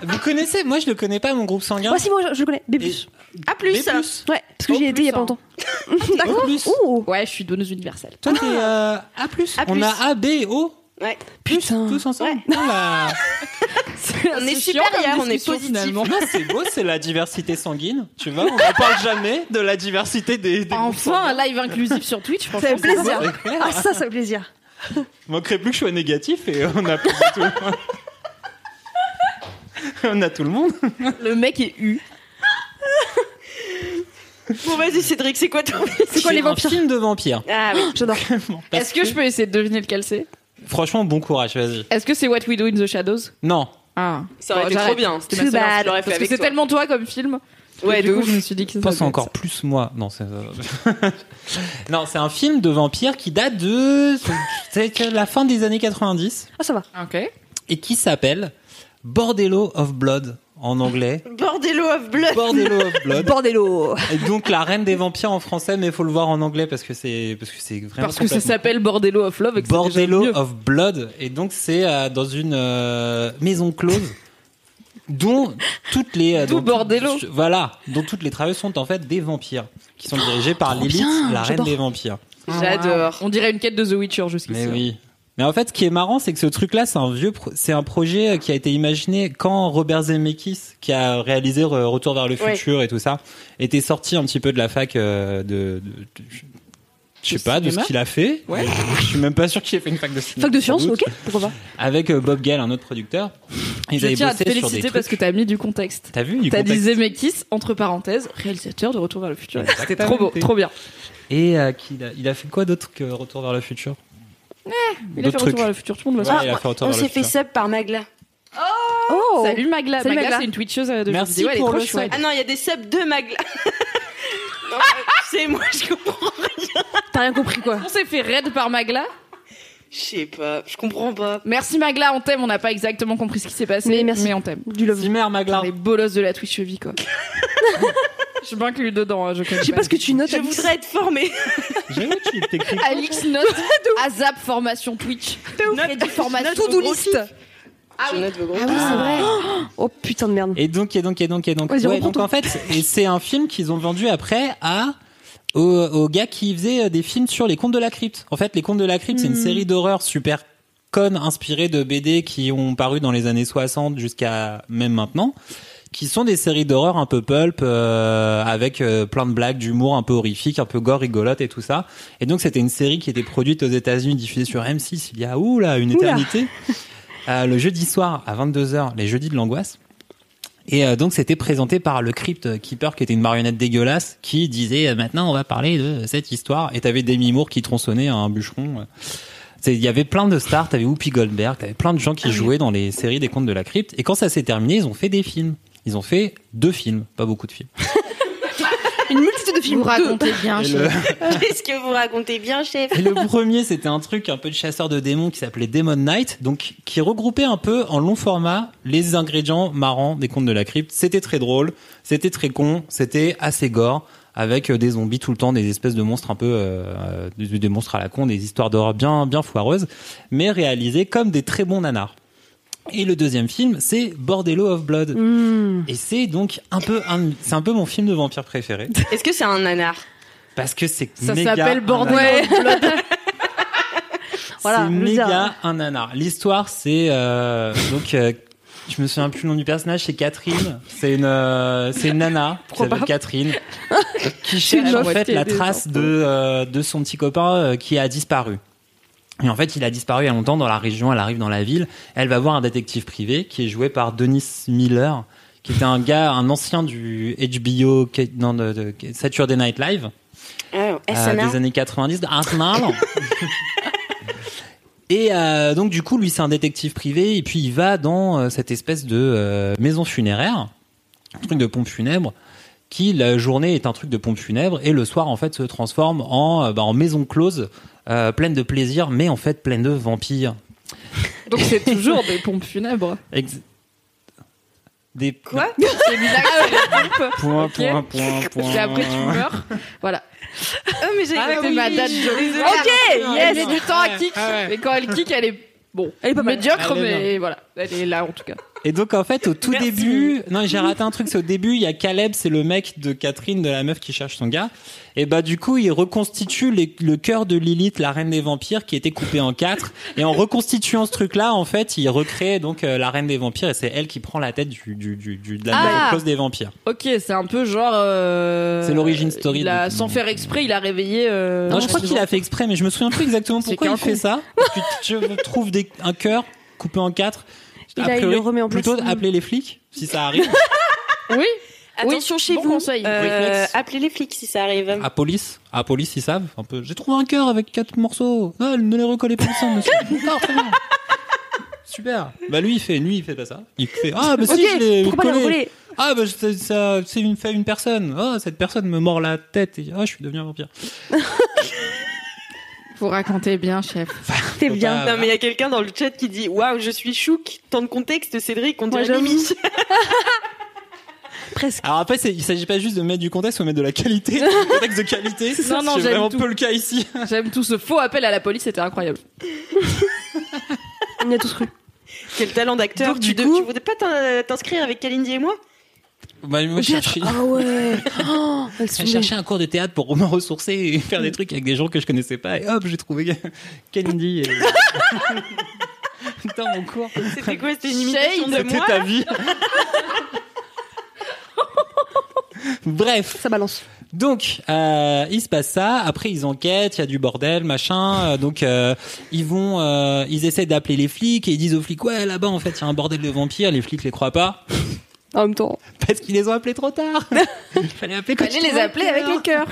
H: connais. Vous connaissez Moi, je le connais pas, mon groupe sanguin.
E: Moi, si, moi, je, je le connais. B+.
H: Et-
C: Ah, plus.
H: B+.
E: Ouais, parce que
D: Oh,
E: j'y étais il y a pas
D: plus,
E: longtemps.
H: Oh, plus.
E: Oh
D: Ouais, je suis donneuse universelle.
H: Toi, t'es euh, A+.
C: A+.
H: On a A, B et O.
C: Ouais.
E: Ah. Putain.
H: Tous ensemble. Non, la-
C: On
D: C'est
C: est
D: chiant comme
C: supérieur, on est
D: discussion,
C: positif.
D: finalement.
H: Non, c'est beau, c'est la diversité sanguine. Tu vois, on ne parle jamais de la diversité des, des groupes
C: hein.
D: Enfin,
H: sanguins.
D: un live inclusif sur Twitch,
E: Ça
D: franchement.
E: fait
D: c'est
E: plaisir.
D: beau.
H: C'est clair.
E: Ah, ça, ça fait plaisir.
H: manquerait plus que je sois négatif et on a plus du tout. on a tout le monde.
D: Le mec est U.
C: Bon, vas-y, Cédric, c'est quoi ton
E: C'est quoi les vampires
H: Un film de vampires.
C: Ah oui.
E: J'adore.
D: Est-ce que je peux essayer de deviner lequel c'est
H: Franchement, bon courage, vas-y.
D: Est-ce que c'est What We Do in the Shadows
H: Non.
D: Ah.
C: Ça aurait
D: Bon,
C: été trop
D: j'arrête.
C: bien. C'était ma
E: Too
C: seule info,
E: bad.
C: je l'aurais
D: Parce
C: fait
D: que
C: avec
D: c'est
C: toi.
D: tellement toi comme film.
C: Ouais,
D: Et
C: de
D: du coup, je
C: ouf.
D: me suis dit que ça
H: Je pense
D: devait être
H: encore
D: ça.
H: plus moi. Non, c'est. euh, non, c'est un film de vampires qui date de c'est la fin des années 90
E: Ah, ça va.
D: Ok.
H: et qui s'appelle Bordello of Blood en anglais.
C: Bordello of Blood.
H: Bordello of Blood.
E: Bordello.
H: Et donc la reine des vampires en français, mais il faut le voir en anglais parce que c'est parce que c'est vraiment
D: Parce que ça
H: complètement-
D: s'appelle Bordello of Love. et que c'est déjà
H: Bordello
D: mieux.
H: of Blood. Et donc, c'est euh, dans une euh, maison close dont toutes les... euh,
D: D'où
H: dont tout-
D: Bordello.
H: Voilà, dont toutes les travailleuses sont en fait des vampires, qui sont dirigées par Lilith,
E: bien,
H: la reine
E: j'adore.
H: des vampires.
C: J'adore.
D: On dirait une quête de The Witcher jusqu'ici.
H: Mais oui. Mais en fait, ce qui est marrant, c'est que ce truc-là, c'est un vieux, pro- c'est un projet euh, qui a été imaginé quand Robert Zemeckis, qui a réalisé Re- Retour vers le
C: Oui.
H: futur et tout ça, était sorti un petit peu de la fac euh, de, de- de- je sais
C: De
H: pas, de
C: cinéma
H: ce qu'il a fait.
C: Ouais.
H: Je suis même pas sûr qu'il ait fait une fac de cinéma.
E: Fac de
H: sans
E: sciences,
H: doute.
E: ok, pourquoi pas.
H: Avec euh, Bob Gale, un autre producteur. Ils
D: Je
H: avaient
D: tiens à te
H: bossé sur des
D: féliciter
H: trucs.
D: parce que t'as mis du contexte.
H: T'as vu, du
D: T'as dit
H: contexte.
D: Zemeckis, entre parenthèses, réalisateur de Retour vers le futur. C'était
H: Exactement.
D: trop beau, trop bien.
H: Et euh, qu'il a- il a fait quoi d'autre que Retour vers le futur
D: Eh, Il
H: D'autres
D: a fait Retour
H: trucs.
D: vers le futur, Ah, tout le monde
H: Ouais,
D: voit
H: il a
D: ça.
H: fait Retour
C: On
H: vers le
C: s'est fait
H: futur.
C: sub par Magla.
D: Oh Salut Magla.
C: Salut,
D: Magla,
C: Magla.
D: c'est une Twitcheuse euh, de
H: Merci
D: jeux vidéo, elle est
H: pour
D: trop
H: le
D: chouette.
C: Ah non, il y a des subs de Magla. non, c'est moi, je comprends.
E: T'as rien compris quoi.
D: On s'est fait raid par Magla.
C: Je sais pas, je comprends pas.
D: Merci Magla, on t'aime. On n'a pas exactement compris ce qui s'est passé, mais,
E: Mais merci.
D: on t'aime.
E: Du love.
H: Zimmer, Magla.
D: Les bolosses de la Twitch vie quoi. je m'inclus dedans, hein, je connais
E: Je sais pas ce que tu notes.
C: Je
E: Alix.
C: voudrais être formée.
H: J'avoue, tu t'écris.
D: Alix note ASAP formation Twitch. Crédit formation
E: To do list.
C: Je note vos gros-
E: Ah oui, c'est vrai. Oh putain de merde.
H: Et donc, et donc, et donc, et donc.
E: Vas-y,
H: Ouais,
E: reprends
H: donc en fait, et c'est un film qu'ils ont vendu après à aux, aux gars qui faisaient euh, des films sur les contes de la crypte. En fait, les contes de la crypte,
E: Hmm.
H: c'est une série d'horreur super conne inspirée de BD qui ont paru dans les années 60 jusqu'à même maintenant, qui sont des séries d'horreur un peu pulp euh, avec euh, plein de blagues, d'humour un peu horrifique, un peu gore, rigolote et tout ça. Et donc c'était une série qui était produite aux États-Unis, diffusée sur M6 il y a oula une
E: Oula.
H: éternité. Euh, le jeudi soir à 22h, les jeudis de l'angoisse. Et euh, donc c'était présenté par le Crypt Keeper qui était une marionnette dégueulasse qui disait euh, maintenant on va parler de cette histoire et t'avais Demi Moore qui tronçonnait un bûcheron. euh. C'est- Il y avait plein de stars, t'avais Whoopi Goldberg, t'avais plein de gens
E: Ah
H: qui jouaient dans les séries des contes de la crypte et quand ça s'est terminé ils ont fait des films. Ils ont fait deux films, pas beaucoup de films.
E: Une multitude de films.
D: Vous racontez bien,
H: Et
D: je-
H: le-
C: Qu'est-ce que vous racontez bien, chef
H: Et le premier, c'était un truc un peu de chasseur de démons qui s'appelait Demon Knight, donc qui regroupait un peu en long format les ingrédients marrants des contes de la crypte. C'était très drôle, c'était très con, c'était assez gore, avec euh, des zombies tout le temps, des espèces de monstres un peu, euh, des, des monstres à la con, des histoires d'horreur bien, bien foireuses, mais réalisées comme des très bons nanars. Et le deuxième film, c'est Bordello of Blood. Et c'est donc un peu, un- c'est un peu mon film de vampire préféré.
C: Est-ce que c'est un nanar
H: Parce que c'est
D: Ça
H: méga
D: s'appelle
H: un
D: Bordello.
H: nanar.
E: Voilà,
H: c'est
E: je veux dire.
H: méga un nanar. L'histoire, c'est euh, donc euh, je me souviens plus le nom du personnage, c'est Catherine. C'est une euh, c'est une nana qui s'appelle
E: Probable.
H: Catherine qui cherche en
D: meuf
H: fait
D: qui a
H: la
D: des
H: trace de euh, de son petit copain euh, qui a disparu. Et en fait, il a disparu il y a longtemps dans la région. Elle arrive dans la ville. Elle va voir un détective privé qui est joué par Denis Miller, qui était un gars, un ancien du HBO, qui- non, de, de Saturday Night Live.
C: Ah,
H: Euh,
C: SNR.
H: des années 90 Arsenal. Et euh, donc du coup, lui, c'est un détective privé, et puis il va dans euh, cette espèce de euh, maison funéraire, un truc de pompe funèbre, qui la journée est un truc de pompe funèbre, et le soir en fait se transforme en, euh, bah, en maison close, euh, pleine de plaisir, mais en fait pleine de vampires.
D: Donc c'est toujours des pompes funèbres.
H: Ex- Des
C: Quoi
D: C'est une blague, c'est les pompes.
H: Point,
D: Ok.
H: point, point, point.
D: Et après tu meurs. Voilà.
C: Ah, mais j'ai
D: Ah, c'est
C: oui,
D: ma date
C: je suis
D: de-
C: désolée.
E: Ah,
D: Ok,
C: yes.
D: Elle met du temps à kick.
H: Ah ouais.
D: Mais quand elle kick, elle est bon. Elle est pas médiocre,
H: Elle est
D: mais voilà. Elle est là en tout cas.
H: Et donc en fait au tout
C: Merci.
H: début, non j'ai raté un truc, c'est au début il y a Caleb, c'est le mec de Catherine, de la meuf qui cherche son gars. Et bah du coup il reconstitue les- le cœur de Lilith, la reine des vampires, qui était coupé en quatre. Et en reconstituant ce truc-là, en fait il recrée donc euh, la reine des vampires et c'est elle qui prend la tête du, du, du, du- de la
D: Ah.
H: maison close des vampires.
D: Ok, c'est un peu genre. euh,
H: C'est l'origin story
D: il a-
H: de-
D: sans faire exprès, il a réveillé. euh,
H: Non, je crois
D: son-
H: qu'il a fait exprès, mais je me souviens plus exactement
D: C'est
H: pourquoi
D: qu'un
H: il fait
D: con.
H: ça. Parce que je trouve des, un cœur coupé en quatre.
E: Il a- il le remet en place.
H: plutôt appeler les flics si ça arrive.
D: Oui.
C: Attention
D: Oui,
C: chez
D: bon
C: vous.
D: conseil.
C: Euh,
H: Réflexe.
C: appelez les flics si ça arrive.
H: À police, à police, ils savent un peu. J'ai trouvé un cœur avec quatre morceaux. Non, ne les recollez pas ensemble, monsieur. Non, très bien. Super. Bah lui, il fait nuit, il fait pas ça. Il fait ah bah si
E: Ok,
H: je l'ai
E: pourquoi pas la
H: collé.
E: voler
H: Ah bah c'est- ça, c'est une fait une personne. Ah cette personne me mord la tête. Et, ah je suis devenu un vampire.
D: Vous racontez bien, chef.
E: T'es
H: Faut
E: bien.
H: pas-
C: Non, mais il y a quelqu'un dans le chat qui dit Waouh, je suis chouque. Tant de contexte, Cédric, on
E: Moi,
C: dirait
E: j'avoue.
C: Mimi.
E: Presque.
H: Alors après, c'est- il s'agit pas juste de mettre du contexte, faut mettre de la qualité, du contexte de qualité.
D: ça. Non, non,
H: c'est
D: j'aime
H: vraiment
D: tout.
H: peu le cas ici.
D: J'aime tout ce faux appel à la police, c'était incroyable.
E: On y a tous cru.
C: Quel talent d'acteur.
H: Donc,
C: Tu,
H: du
C: ne
H: coup-
C: voulais pas t'in- t'inscrire avec Kalindi et moi
H: Bah, moi, je cherchais-
E: Ah ouais. Oh, elle se
H: J'ai
E: fout.
H: cherché un cours de théâtre pour me ressourcer et faire des trucs avec des gens que je connaissais pas. Et hop, j'ai trouvé Candy dans mon cours.
C: C'était quoi C'était
D: une imitation de
H: C'était
D: moi,
H: ta
D: là
H: vie. Bref.
E: Ça balance.
H: Donc, euh, il se passe ça. Après, ils enquêtent, il y a du bordel, machin. Euh, Donc, euh, ils vont, euh, ils essaient d'appeler les flics et ils disent aux flics, ouais, là-bas, en fait, il y a un bordel de vampires. Les flics les croient pas.
E: En même temps.
H: Parce qu'ils les ont appelés trop tard. Fallait appeler quand
E: Fallait
H: tu
E: les
H: trouvais
E: appeler avec le cœur.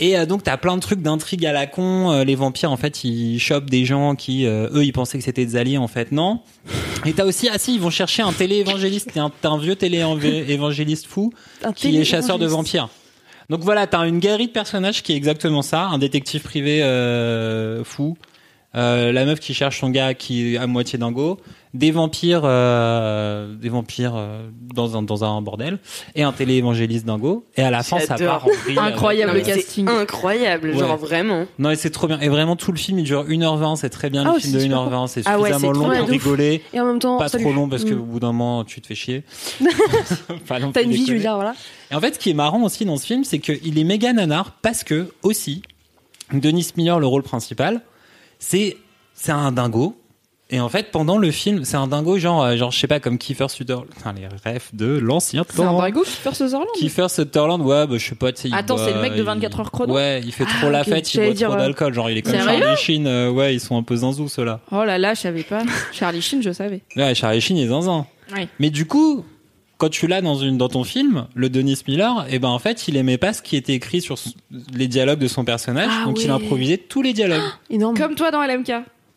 H: Et euh, donc t'as plein de trucs d'intrigue à la con. Euh, les vampires en fait ils chopent des gens qui euh, eux ils pensaient que c'était des alliés en fait non. Et t'as aussi ah si ils vont chercher un téléévangéliste. T'as un, t'as un vieux téléévangéliste fou
E: Un
H: qui est chasseur de
E: téléévangéliste.
H: vampires. Donc voilà t'as une galerie de personnages qui est exactement ça. Un détective privé euh, fou. Euh, la meuf qui cherche son gars qui est à moitié dingo, des vampires, euh, des vampires euh, dans un dans un bordel et un téléévangéliste dingo. Et à la fin, ça
C: J'adore.
H: part en vrille.
D: Incroyable le
H: Avec-
D: casting.
C: Incroyable,
H: Ouais.
C: genre vraiment.
H: non, et c'est trop bien. Et vraiment, tout le film, il dure 1h20. C'est très bien,
E: Ah
H: le
E: ouais,
H: film
E: c'est
H: de
E: super
H: 1h20. C'est
E: Ah ouais,
H: suffisamment
E: c'est trop
H: long
E: bien,
H: pour
E: de ouf.
H: rigoler.
E: Et en même temps,
H: Pas
E: salut.
H: trop long parce
E: Mm.
H: qu'au bout d'un moment, tu te fais chier. Enfin, non,
E: T'as
H: faut
E: une vie, je veux
H: déconner.
E: dire, voilà.
H: Et en fait, ce qui est marrant aussi dans ce film, c'est qu'il est méga nanar parce que, aussi, Denis Miller, le rôle principal, c'est c'est un dingo. Et en fait, pendant le film, c'est un dingo genre, euh, genre je sais pas, comme Kiefer Sutherland. Putain, les rêves de l'ancien
D: C'est un
H: temps.
D: drago qui force aux Orlandes.
H: Kiefer Sutherland, ouais, bah, je sais pas, tu sais, il
D: Attends, c'est le
H: boit,
D: mec de
H: il-
D: 24 heures chrono
H: Ouais, il fait trop
E: Ah,
H: la
E: ok,
H: fête, il
E: j'allais
H: boit
E: dire,
H: trop
E: euh,
H: d'alcool. Genre, il est comme
D: Sérieux
H: Charlie Sheen, euh, ouais, ils sont un peu zinzous, ceux-là.
D: Oh là là, je savais pas. Charlie Sheen, je savais.
H: Ouais, Charlie Sheen est zinzin.
D: Oui.
H: Mais du coup, quand tu l'as dans, une, dans ton film, le Denis Miller, eh ben, en fait, il aimait pas ce qui était écrit sur s- les dialogues de son personnage,
E: Ah
H: donc il
E: ouais.
H: improvisait tous les dialogues.
E: Énorme.
D: Comme toi dans LMK.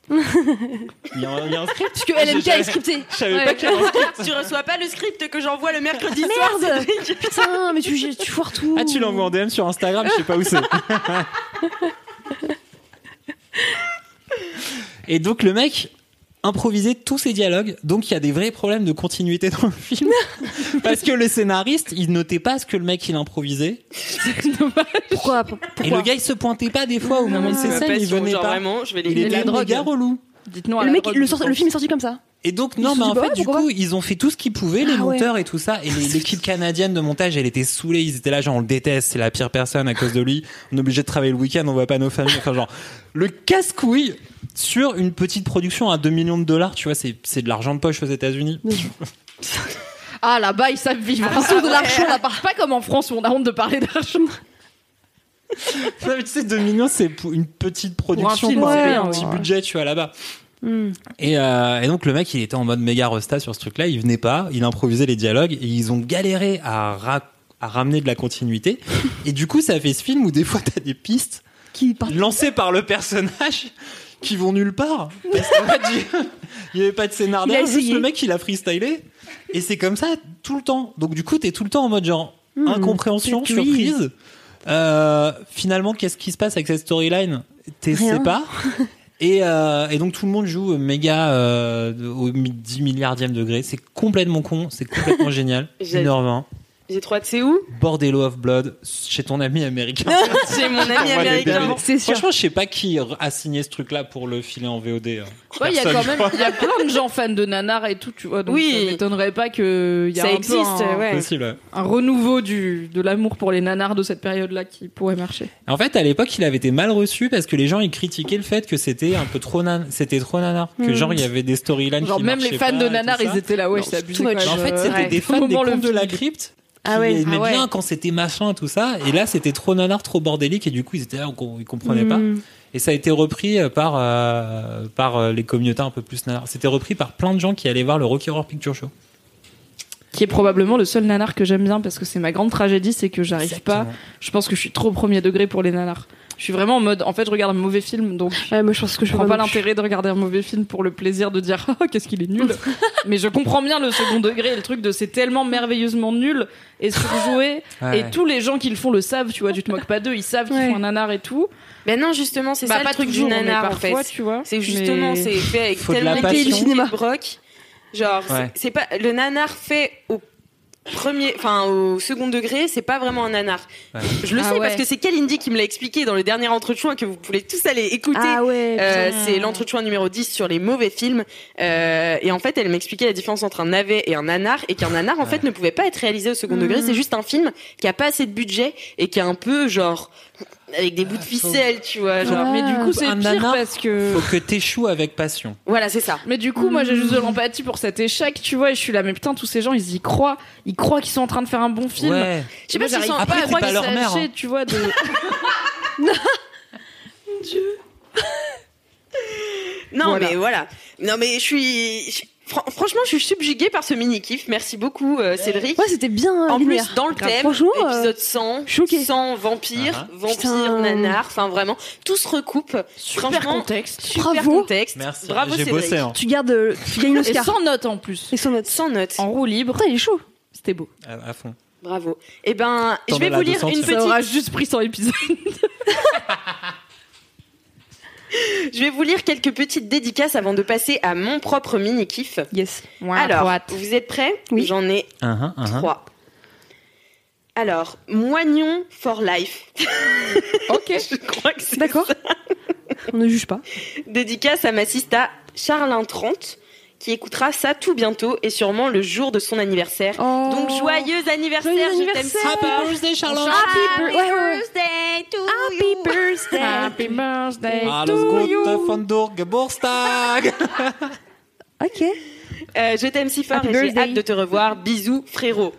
H: Il y a, un- il y a un script.
D: Parce que
E: Ah,
D: LMK est scripté.
H: Je savais
D: Ouais.
H: pas qu'il y avait un script.
C: tu reçois pas le script que j'envoie le mercredi soir.
E: Ah, Merde Putain, mais tu, tu foires tout.
H: Ah, tu l'envoies en DM sur Instagram, je sais pas où c'est. Et donc, le mec improvisait tous ses dialogues, donc il y a des vrais problèmes de continuité dans le film. Parce que le scénariste, il notait pas ce que le mec il improvisait.
E: Pourquoi
H: Et
E: Pourquoi
H: le gars, il se pointait pas des fois au moment de ses
C: Ma
H: scènes, il
C: passion,
H: venait
C: Bah, genre
H: pas.
C: vraiment, je vais les
H: Il
D: est
H: était
D: la
H: la
D: drogue.
H: méga relou.
D: Dites-nous à
E: Le
D: la
E: mec,
D: drogue,
E: le,
D: je
E: sort-
D: pense.
E: le film est sorti comme ça.
H: Et donc,
E: Ils
H: non,
E: se
H: mais
E: sont
H: en
E: dit, bah
H: fait,
E: ouais,
H: du
E: pourquoi
H: coup, ils ont fait tout ce qu'ils pouvaient, les
E: Ah ouais.
H: monteurs et tout ça. Et les- l'équipe canadienne de montage, elle était saoulée. Ils étaient là, genre, on le déteste, c'est la pire personne à cause de lui. On est obligé de travailler le week-end, on voit pas nos familles. Enfin, genre, le casse-couille sur une petite production à 2 millions de dollars, tu vois, c'est c'est de l'argent de poche aux États-Unis.
D: Ah là-bas, ils savent vivre. Ils ont de l'argent là-bas. Pas comme en France où on a honte de parler d'argent.
H: Non, mais tu sais, 2 millions, c'est pour une petite production,
D: film,
H: pour
D: c'est
H: un
D: bien,
H: petit
E: ouais.
H: budget, tu vois, là-bas.
E: Hmm.
H: Et, euh, et donc le mec, il était en mode méga resta sur ce truc-là. Il venait pas, il improvisait les dialogues et ils ont galéré à, ra- à ramener de la continuité. et du coup, ça fait ce film où des fois t'as des pistes
E: Qui part
H: lancées par le personnage qui vont nulle part. Parce qu'en fait, il- il y avait pas de scénar
E: Il a
H: derrière, juste
E: essayé.
H: le mec, il a freestylé. Et c'est comme ça tout le temps. Donc du coup, t'es tout le temps en mode genre
E: Hmm,
H: incompréhension,
E: c'est cuit.
H: surprise. Euh, finalement, qu'est-ce qui se passe avec cette storyline T'es sais
E: Rien.
H: pas. Et, euh, et donc tout le monde joue méga euh, au mi- 10 milliardième degré. C'est complètement con, c'est complètement génial.
C: J'ai-
H: 1h20.
C: J'ai trop hâte, c'est où
H: Bordello of Blood chez ton ami américain.
C: C'est mon ami
H: T'envoies des
C: américain.
H: DVD.
E: C'est sûr.
H: Franchement, je sais pas qui a signé ce truc-là pour le filer en VOD. hein.
D: Ouais, il y a quand
H: Personne,
D: même,
H: je crois.
D: il y a plein de gens fans de nanar et tout, tu vois. Donc
C: Oui.
D: ça m'étonnerait pas que il y a
C: Ça
D: un peu
C: existe,
D: un,
C: ouais.
H: Possible, ouais.
D: un renouveau du de l'amour pour les nanars de cette période-là qui pourrait marcher.
H: En fait, à l'époque, il avait été mal reçu parce que les gens ils critiquaient le fait que c'était un peu trop nan, c'était trop nanar, que
E: Mm.
H: genre il y avait des storylines
D: Hmm. Genre
H: qui
D: même les
H: marchaient
D: fans
H: pas
D: de
H: et tout
D: nanars,
H: ça.
D: ils étaient là, ouais,
E: Non,
D: c'est
E: too
D: abusé.
E: much.
D: quand
H: Mais en
D: même.
H: fait, c'était
D: Ouais.
H: des fans des
D: Moment, le
H: contes de la
D: film.
H: crypte.
E: Ah
H: qui
E: ouais.
H: aimaient
D: Ah ouais.
H: bien quand c'était machin et tout ça. Et là, c'était trop nanar, trop bordélique. Et du coup, ils étaient là, on com- ils comprenaient pas.
E: Hmm.
H: Et ça a été repris euh, par, euh, par euh, les communautés un peu plus nanar. C'était repris par plein de gens qui allaient voir le Rocky Horror Picture Show.
D: qui est probablement le seul nanar que j'aime bien parce que c'est ma grande tragédie, c'est que j'arrive pas.
H: Exactement.
D: Je pense que je suis trop au premier degré pour les nanars. Je suis vraiment en mode, en fait, je regarde un mauvais film, donc
E: Ouais, moi je pense que Ah, je
D: je prends
E: ferais
D: pas
E: non plus.
D: l'intérêt de regarder un mauvais film pour le plaisir de dire oh, qu'est-ce qu'il est nul. Mais je comprends bien le second degré et le truc de c'est tellement merveilleusement nul et surjoué.
H: Ouais.
D: Et tous les gens qui le font le savent, tu vois, tu te moques pas d'eux, ils savent qu'ils
E: Ouais.
D: font un nanar et tout.
C: Ben non, justement, c'est
D: Bah,
C: ça le truc
D: toujours,
C: du
D: mais
C: nanar en fait.
D: parfois, tu vois.
C: C'est justement,
D: Mais-
C: c'est fait avec
H: Faut de la
C: tellement
H: passion.
C: de broc. Genre, c'est-
H: Ouais.
C: c'est pas le nanar fait au
A: premier, enfin au second degré, c'est pas vraiment un nanar.
H: Ouais.
A: Je le
D: Ah
A: sais
D: ouais.
A: parce que c'est Kalindi qui me l'a expliqué dans le dernier entretien que vous pouvez tous aller écouter.
E: Ah
D: Eh
E: ouais,
A: Euh,
E: putain.
A: c'est l'entretien numéro 10 sur les mauvais films. Euh, et en fait, elle m'expliquait la différence entre un navet et un nanar et qu'un nanar en fait ne pouvait pas être réalisé au second degré.
D: Mm.
A: C'est juste un film qui a pas assez de budget et qui est un peu genre avec des
D: Ah,
A: bouts de ficelle, tu vois. Genre.
D: Mais du coup, c'est
H: Ah. Un
D: pire
H: nanar.
D: parce que.
H: Faut que t'échoues avec passion.
A: Voilà, c'est ça.
D: Mais du coup, moi, j'ai juste de l'empathie pour cet échec, tu vois. Et je suis là, mais putain, tous ces gens, ils y croient. Ils croient qu'ils sont en train de faire un bon film.
H: Ouais.
D: Je sais pas
A: Moi,
D: s'ils
A: j'arrive
D: sont
H: pas. Après,
D: pas
H: c'est pas leur mère, hein.
D: tu vois. De...
A: Non,
D: Voilà.
A: mais voilà. Non, mais je suis. je- fran- Franchement, je suis subjuguée par ce mini kiff. Merci beaucoup, euh, Cédric.
E: Ouais, c'était bien.
A: en
E: linéaire.
A: plus, dans le
E: Grave.
A: thème,
E: Franchement, euh,
A: épisode 100,
E: choquée.
A: 100
H: Ah.
A: vampires, vampires,
E: Putain.
A: nanar, enfin vraiment, tout se recoupe.
D: Super
A: Franchement,
D: contexte.
A: super
E: Bravo.
A: contexte.
H: Merci.
A: Bravo,
H: J'ai
A: Cédric.
H: bossé. hein.
E: tu gardes, euh, tu gagnes
D: Et
E: l'Oscar.
D: sans note en plus.
E: Et son note.
A: Sans note.
D: En roue libre.
E: Putain, il est chaud.
D: C'était beau.
H: À, à fond.
A: Bravo. Eh ben,
H: T'en
A: je vais
H: as la
A: vous lire
H: 200,
A: une
H: tiens.
D: Ça
A: petite
D: aura juste pris 100 épisodes.
A: Je vais vous lire quelques petites dédicaces avant de passer à mon propre mini-kiff.
E: Yes.
A: Alors,
D: droite.
A: vous êtes prêts
E: Oui.
A: J'en ai
H: Un, un, un.
A: trois. Alors, Moignon for Life.
D: Ok.
A: Je crois que c'est
E: D'accord. On ne juge pas.
A: dédicace à ma sista Charlin 30 qui écoutera ça tout bientôt et sûrement le jour de son anniversaire.
E: Oh.
A: Donc joyeux anniversaire, je
E: Joyeux
A: t'aime
E: anniversaire.
A: si
E: Happy
A: fort.
I: birthday, Charlotte.
E: Happy bir- ouais, ouais, ouais.
A: birthday to
E: Happy
A: you.
E: birthday.
D: Happy birthday
H: Alles
D: to
H: Gute
D: you.
H: von der Geburtstag.
E: Ok.
A: Euh, je t'aime si fort
E: Happy
A: et j'ai
E: birthday.
A: hâte de te revoir. Bisous frérot.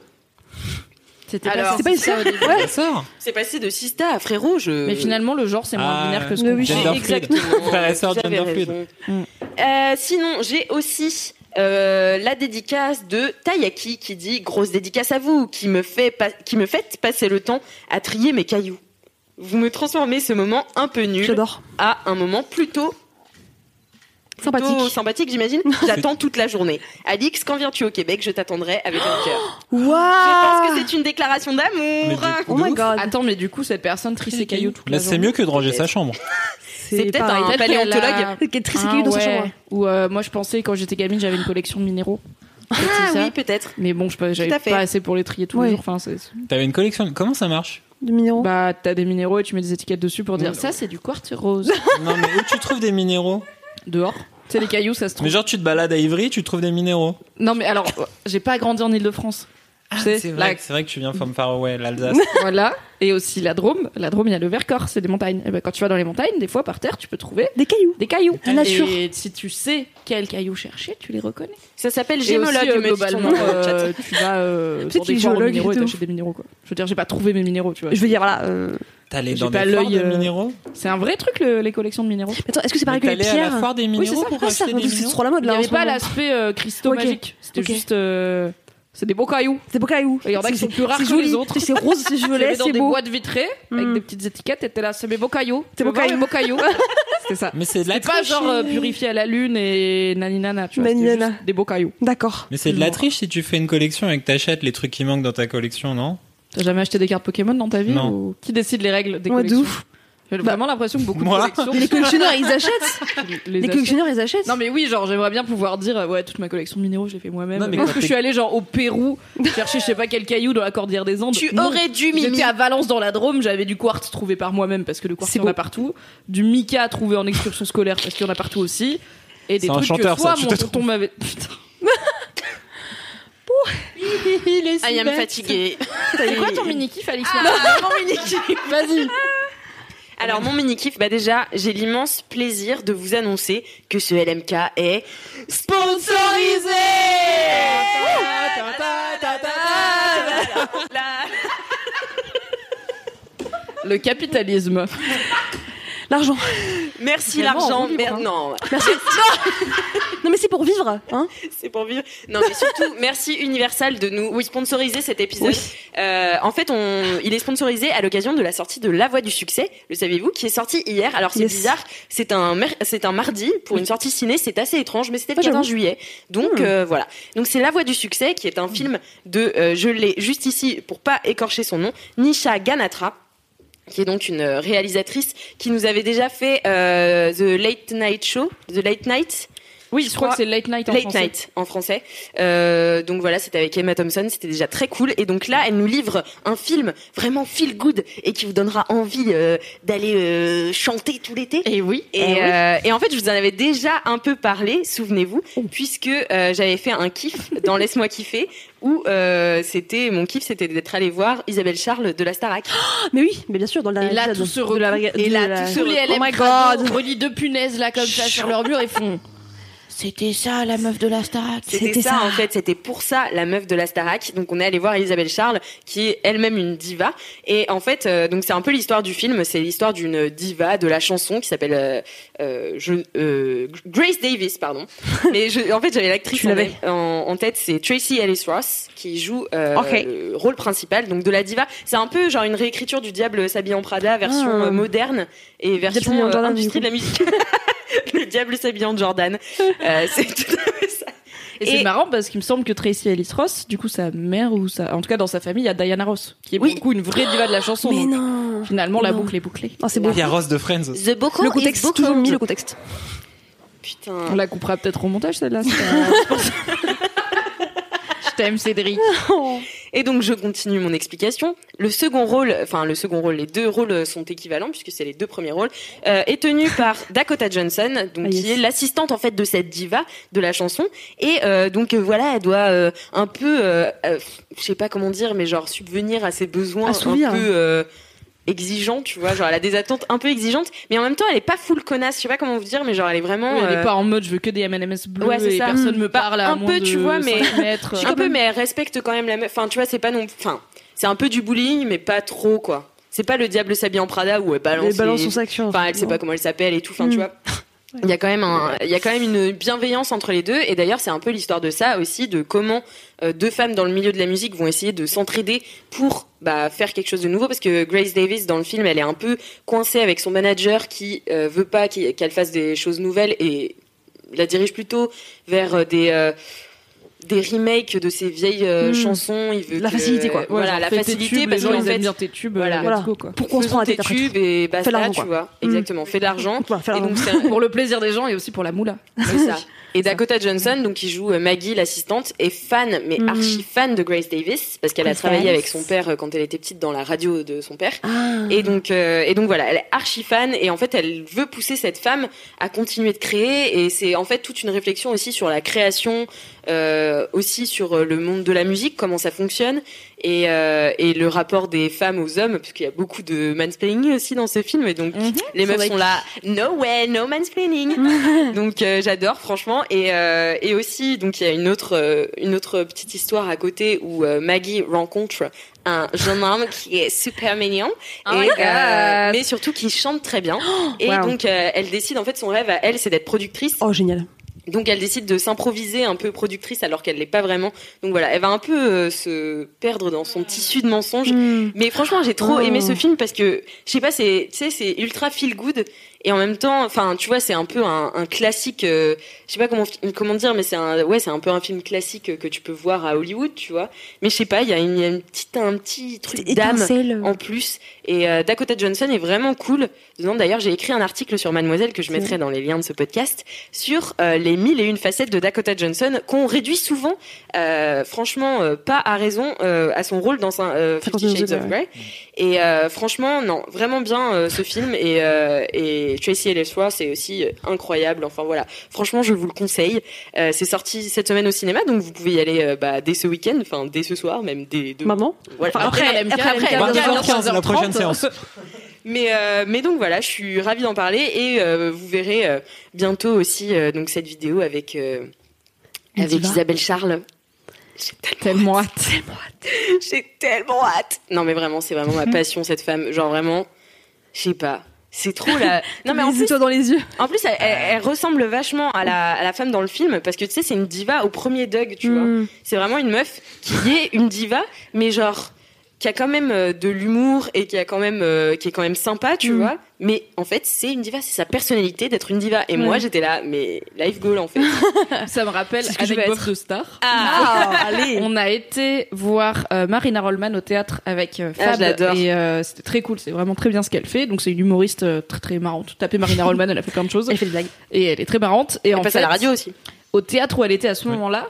D: C'était
A: Alors,
E: C'est pas une sœur. Ouais.
H: Ma sœur.
A: C'est passé de sista à frérot, je
D: Mais finalement, le genre, c'est moins
H: Ah,
D: binaire que ce
E: le
D: qu'on
E: oui.
D: pense.
H: Gender fluid.
A: Exactement.
H: Frère et sœur
A: Vous avez
H: gender fluid.
A: raison.
E: Mm.
A: Euh, sinon, j'ai aussi euh, la dédicace de Tayaki qui dit grosse dédicace à vous qui me fait pas- qui me faites passer le temps à trier mes cailloux. Vous me transformez ce moment un peu nul
E: J'adore.
A: à un moment plutôt plutôt
E: Sympathique.
A: sympathique j'imagine. J'attends toute la journée. Alix, quand viens-tu au Québec Je t'attendrai avec un cœur.
E: Waouh.
A: Je pense que c'est une déclaration
H: Mais
A: d'amour.
H: de-
E: Ah. Oh my
H: ouf.
E: god.
D: Attends, mais du coup, cette personne trie ses cailloux toute la
H: Là, c'est mieux que de ranger sa chambre.
A: C'est peut-être
E: pas-
A: un
D: peut-être qu'elle
A: paléontologue.
D: a-
E: Peut-être qu'elle trie ses cailloux dans sa chambre.
D: Ou euh, moi, je pensais quand j'étais gamine, j'avais une collection de minéraux.
A: Ah
D: C'est ça.
A: oui, peut-être.
D: Mais bon, je sais pas, j'avais
A: Tout à fait.
D: pas assez pour les trier tous
E: Ouais.
D: les jours. Enfin, c'est-
H: T'avais une collection. de- Comment ça marche
E: De minéraux.
D: bah, t'as des minéraux et tu mets des étiquettes dessus pour
H: Mm.
D: dire ça, c'est du quartz rose.
H: Non, mais où tu trouves des minéraux
D: Dehors. C'est les cailloux, ça se trouve.
H: Mais genre, tu te balades à Ivry, tu trouves des minéraux.
D: Non, mais alors, euh, j'ai pas grandi en Ile-de-France. Tu sais,
H: Ah, C'est vrai,
D: Ah, la-
H: c'est vrai que tu viens from far away, l'Alsace.
D: voilà. Et aussi la Drôme. La Drôme, il y a le Vercors, c'est des montagnes. Et ben, quand tu vas dans les montagnes, des fois, par terre, tu peux trouver
E: Des cailloux.
D: des cailloux.
E: La nature.
D: Et si tu sais quel caillou chercher, tu les reconnais.
A: Ça s'appelle
D: Et aussi,
A: gémologue,
D: euh,
A: me dit-on
D: globalement,
A: dans le chat.
D: euh, tu vas euh,
E: Peut-être
D: dans des
E: qu'il est
D: foires aux
E: géologue,
D: minéraux et
E: de
D: t'achètes des minéraux quoi. Je veux dire, j'ai pas trouvé mes minéraux, tu vois.
E: Je veux dire, voilà. euh,
H: T'allais
D: J'ai
H: dans
D: pas
H: des foires
D: l'œil,
H: de
D: euh,
H: minéraux
D: C'est un vrai truc le- les collections de minéraux.
E: Attends, est-ce que c'est pareil
H: Mais
E: que les
H: T'allais à la
E: pierres
H: foire des
E: Oui, c'est
H: minéraux
E: ça.
H: pour
E: Ah, ça,
H: acheter des
E: c'est
H: minéraux
E: trop la mode
D: Il
E: là.
D: n'y
E: en
D: avait
E: ce
D: pas
E: moment.
D: l'aspect euh, cristaux
E: Ok.
D: magiques. C'était
E: Ok.
D: juste euh, c'est des beaux cailloux.
E: C'est beau cailloux.
D: Il y en a qui
E: C'est-
D: sont plus rares
E: c'est
D: que
E: joli.
D: les autres.
E: C'est rose, c'est
D: Tu les mets
E: violet,
D: dans
E: c'est
D: des
E: beau.
D: boîtes vitrées avec
E: Mm.
D: des petites étiquettes et t'es là, c'est mes beaux cailloux.
E: C'est
D: Tu
E: beaux
D: veux voir
E: cailloux.
D: mes beaux cailloux. C'était ça.
H: Mais c'est de la
D: C'est pas
H: triche.
D: genre euh, purifié à la lune et naninana, tu vois.
E: Nani
D: c'était
E: nana.
D: juste Des beaux cailloux.
E: D'accord.
H: Mais c'est de la triche si tu fais une collection et que t'achètes les trucs qui manquent dans ta collection, non
D: T'as jamais acheté des cartes Pokémon dans ta vie
H: Non.
D: ou- Qui décide les règles des
E: Ouais, de
D: collections
E: ouf. Bah,
D: J'ai vraiment l'impression que beaucoup
H: Moi.
D: de collections.
E: Les collectionneurs, ils achètent.
D: les
E: Les
D: achètent.
E: collectionneurs, ils achètent.
D: Non mais oui, genre j'aimerais bien pouvoir dire euh, ouais toute ma collection de minéraux, je l'ai fait moi-même.
H: Non, mais
D: Parce
H: quand
D: que je
H: t'es-
D: suis allée genre au Pérou chercher je sais pas quel caillou dans la cordillère des Andes.
A: Tu
D: Non.
A: aurais dû, Mimi.
D: J'étais à Valence dans la Drôme, j'avais du quartz trouvé par moi-même parce que le quartz
E: C'est
D: il y en a
E: beau.
D: partout, du mica trouvé en excursion scolaire parce qu'il y en a partout aussi, et des
H: C'est un
D: trucs
H: chanteur,
D: que soit
H: ça, tu
D: mon
H: te
D: tonton
H: trompes.
D: m'avait. Putain.
A: Ah, il me fatigué.
D: C'est quoi ton mini kiff Alix
A: mon mini-kiff
D: Vas-y.
A: Alors, mon mini-kiff, bah déjà, j'ai l'immense plaisir de vous annoncer que ce LMK est sponsorisé
D: Le capitalisme.
E: L'argent.
A: Merci
D: Vraiment,
A: l'argent.
D: on vous
A: Merde,
D: hein.
A: non,
E: Merci. Non, mais c'est pour vivre, hein.
A: c'est pour vivre. Non, mais surtout, merci Universal de nous sponsoriser cet épisode.
E: Oui.
A: Euh, en fait, on, il est sponsorisé à l'occasion de la sortie de La Voix du Succès, le savez-vous, qui est sorti hier. Alors c'est
E: Yes.
A: bizarre, c'est un, mer- c'est un mardi pour une sortie ciné, c'est assez étrange, mais c'était le
E: Ah, j'avoue.
A: 14 juillet. Donc
E: Hmm.
A: euh, voilà. Donc c'est La Voix du Succès, qui est un film de, euh, je l'ai juste ici pour pas écorcher son nom, Nisha Ganatra qui est donc une euh, réalisatrice qui nous avait déjà fait euh, The Late Night Show, The Late Night, Oui,
D: je crois que c'est Late Night en
A: Late
D: français.
A: Night en français. Euh, donc voilà, c'était avec Emma Thompson, c'était déjà très cool. Et donc là, elle nous livre un film vraiment feel good et qui vous donnera envie euh, d'aller euh, chanter tout l'été.
D: Et oui.
A: Et,
D: Eh oui.
A: euh, et en fait, je vous en avais déjà un peu parlé, souvenez-vous,
D: Oh.
A: puisque euh, j'avais fait un kiff dans Laisse-moi kiffer où euh, c'était mon kiff, c'était d'être allé voir Isabelle Charles de la Starac.
E: Mais oui, mais bien sûr, dans la
D: Et là,
E: de-
D: tout se
E: de
D: recoupe.
E: la-
D: Et
E: de
D: là,
E: la-
D: tous les
E: Oh
D: LM
E: my
D: Crado
E: God.
D: relient deux punaises, là, comme ça, sur leur mur, et font... C'était ça, la meuf de la Starac.
A: C'était ça, en fait, c'était pour ça la meuf de la Starac. Donc on est allé voir Elisabeth Charles, qui est elle-même une diva. Et en fait, euh, donc c'est un peu l'histoire du film, c'est l'histoire d'une diva de la chanson qui s'appelle euh, euh, je- euh, Grace Davis, pardon. Mais je- en fait, j'avais l'actrice en, en- en tête, c'est Tracy Ellis Ross qui joue euh,
E: Ok.
A: le rôle principal, donc de la diva. C'est un peu genre une réécriture du Diable s'habille en Prada, version
E: Ah.
A: euh, moderne et version
E: s'habille en
A: euh,
E: Jordan, du
A: industrie
E: coup.
A: de la musique. le Diable s'habille en Jordan. Euh, c'est tout à fait ça.
D: Et, c'est
A: Et-
D: marrant parce qu'il me semble que Tracy Ellis Ross, du coup, sa mère ou sa, en tout cas dans sa famille, il y a Diana Ross, qui est beaucoup une vraie diva de la chanson.
E: Mais
D: donc,
E: non.
D: Finalement, la
E: Non.
D: boucle est bouclée.
E: Oh, c'est beau.
H: Il y a Ross de Friends.
A: The Boko
E: Le contexte, toujours mis le contexte.
D: On
A: Putain.
D: la coupera peut-être au montage celle-là. c'est pas- c'est pour ça. Je t'aime Cédric.
A: Et donc je continue mon explication. Le second rôle, enfin le second rôle, les deux rôles sont équivalents puisque c'est les deux premiers rôles, euh, est tenu par Dakota Johnson, donc
E: Ah, yes.
A: qui est l'assistante en fait de cette diva de la chanson. Et euh, donc euh, voilà, elle doit euh, un peu, euh, euh, je sais pas comment dire, mais genre subvenir à ses besoins
E: Assouvir.
A: un peu. euh, exigeants, tu vois, genre elle a des attentes un peu exigeantes, mais en même temps elle est pas full connasse, je sais pas comment vous dire, mais genre elle est vraiment,
D: Elle
A: euh,
D: n'est pas en mode je veux que des M&M's bleus
A: Ouais, c'est
D: et
A: ça.
D: personne
A: Mm.
D: me parle à
A: Un
D: moins
A: peu,
D: de
A: tu vois, mais-
D: 5 mètres.
A: un peu, mais elle respecte quand même la meuf. Enfin, tu vois, c'est pas non. Enfin, c'est un peu du bullying, mais pas trop, quoi. C'est pas le diable s'habille en Prada où elle balance.
E: Les balances
A: les-
E: sont sexuelles.
A: Enfin, elle sait pas comment elle s'appelle et tout. Enfin, tu
E: Mm.
A: vois. Il y a quand même un, il y a quand même une bienveillance entre les deux. Et d'ailleurs, c'est un peu l'histoire de ça aussi, de comment euh, deux femmes dans le milieu de la musique vont essayer de s'entraider pour bah, faire quelque chose de nouveau. Parce que Grace Davis, dans le film, elle est un peu coincée avec son manager qui euh, veut pas qu'il- qu'elle fasse des choses nouvelles et la dirige plutôt vers euh, des euh, des remakes de ses vieilles euh,
D: Mm.
E: Hmm.
A: chansons. Il veut
E: La
A: que-
E: facilité, quoi.
D: Ouais,
A: Voilà,
D: genre,
A: la
D: fais tes
A: facilité
D: tubes,
A: parce
D: les gens
A: qu'en
D: ils
A: fait,
D: aiment bien tes tubes.
A: voilà.
D: euh,
E: Voilà.
D: let's go, quoi.
E: Pour qu'on se
A: faisons
E: prend la
A: tes
E: tête après.
A: tubes et basta,
E: l'argent,
A: tu
E: quoi.
A: vois.
D: Mm.
A: Exactement, fais de l'argent.
E: Voilà, fais
A: Et
E: l'argent.
A: donc c'est un-
D: Pour le plaisir des gens et aussi pour la moula.
A: c'est ça. Et Dakota Johnson, donc qui joue euh, Maggie, l'assistante, est fan, mais
E: Mhm.
A: archi fan de Grace Davis, parce qu'elle a
E: Grace
A: travaillé
E: Davis.
A: avec son père euh, quand elle était petite dans la radio de son père.
E: Ah.
A: Et donc, euh, et donc voilà, elle est archi fan et en fait, elle veut pousser cette femme à continuer de créer. Et c'est en fait toute une réflexion aussi sur la création, euh, aussi sur euh, le monde de la musique, comment ça fonctionne et, euh, et le rapport des femmes aux hommes, parce qu'il y a beaucoup de mansplaining aussi dans ce film. Et donc,
E: Mm-hmm.
A: les meufs sont là, no way, no mansplaining. donc, euh, j'adore franchement. Et, euh, et aussi, donc il y a une autre, euh, une autre petite histoire à côté où euh, Maggie rencontre un jeune homme qui est super mignon et, euh, mais surtout qui chante très bien. Et
E: Oh wow.
A: donc, euh, elle décide, en fait, son rêve à elle, c'est d'être productrice.
E: Oh, génial.
A: Donc, elle décide de s'improviser un peu productrice alors qu'elle l'est pas vraiment. Donc voilà, elle va un peu euh, se perdre dans son tissu de mensonges. Mais franchement, j'ai trop
E: Oh.
A: aimé ce film parce que, je sais pas, c'est, tu sais, c'est ultra feel good. Et en même temps, enfin, tu vois, c'est un peu un, un classique, euh, je sais pas comment, comment dire, mais c'est un, ouais, c'est un peu un film classique euh, que tu peux voir à Hollywood, tu vois. Mais je sais pas, il y a, une, il y a une petite, un petit truc d'âme en plus. Et euh, Dakota Johnson est vraiment cool. Dedans, D'ailleurs, j'ai écrit un article sur Mademoiselle que je mettrai dans les liens de ce podcast sur euh, les mille et une facettes de Dakota Johnson qu'on réduit souvent, euh, franchement, euh, pas à raison, euh, à son rôle dans un euh,
E: Fifty
A: Fifty Shades
E: Shades
A: of Grey. Et euh, franchement, non, vraiment bien euh, ce film. Et, euh, et Tracy Ellis Ross c'est aussi euh, incroyable. Enfin voilà, franchement, je vous le conseille. Euh, c'est sorti cette semaine au cinéma, donc vous pouvez y aller euh, bah, dès ce week-end, enfin dès ce soir, même dès demain.
E: Maman
A: Voilà.
D: Enfin, après,
A: Après,
D: LMK,
A: après,
D: LMK,
H: 22h15, la prochaine séance.
A: mais, euh, mais donc voilà, je suis ravie d'en parler et euh, vous verrez euh, bientôt aussi euh, donc cette vidéo avec, euh,
E: Une
A: avec
E: diva.
A: Isabelle Charles.
D: Tellement hâte.
A: J'ai tellement hâte. Non mais vraiment, c'est vraiment ma passion cette femme. Genre vraiment, je sais pas. C'est trop la. Non mais en plus,
E: toi dans les yeux.
A: en plus elle, elle- elle ressemble vachement à la, à la femme dans le film parce que tu sais, c'est une
E: Mm.
A: diva au premier Doug, tu vois. C'est vraiment une meuf qui est une diva, mais genre
C: qui a quand même euh, de l'humour et qui a quand même euh, qui est quand même sympa,
E: Mm.
C: tu vois. Mais en fait, c'est une diva, c'est sa personnalité d'être une diva. Et
D: Ouais.
C: moi, j'étais là, mais life goal en fait.
D: Ça me rappelle
C: C'est ce que je
D: avec
C: vais
D: Bob
C: être.
D: de Star.
C: Ah, allez.
D: On a été voir euh, Marina Rollman au théâtre avec euh,
C: Ah, je
D: Fab
C: l'adore.
D: et euh, c'était très cool. C'est vraiment très bien ce qu'elle fait. Donc c'est une humoriste euh, très très marrante. Tapez Marina Rollman, elle a fait plein de choses. Elle fait des blagues et elle est très marrante. Et
C: Elle
D: en
C: passe
D: fait,
C: à la radio aussi.
D: Au théâtre où elle était à ce moment-là,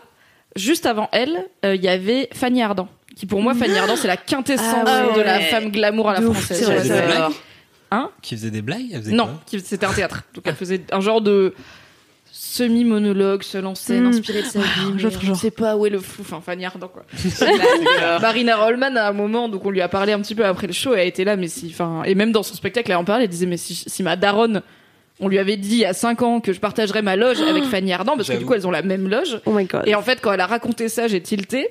D: juste avant elle, euh, il y avait Fanny Ardant. Qui pour moi, Fanny Ardant, c'est la quintessence
C: Mm. Ah ouais.
D: de la femme glamour à la
C: De ouf,
D: française.
C: c'est vrai,
D: Ouais,
C: c'est
D: c'est-
C: vrai.
D: Hein
H: Qui faisait des blagues Elle faisait
D: non,
H: quoi
D: qui- c'était un théâtre. Donc elle faisait un genre de semi-monologue, se lancer,
E: Hmm.
D: inspiré de sa
E: Ouais,
D: vie.
E: un
D: mais
E: autre
D: Je
E: genre.
D: sais pas où est le flou. Enfin, Fanny Ardant, quoi. La- Marina Rollman, à un moment, donc on lui a parlé un petit peu après le show, elle était là, mais si. Enfin, et même dans son spectacle, elle en parlait, elle disait, mais si, si ma daronne. On lui avait dit il y a 5 ans que je partagerais ma loge avec Fanny Ardant parce que du
E: J'avoue.
D: coup elles ont la même loge.
E: Oh my god.
D: Et en fait, quand elle a raconté ça, j'ai tilté.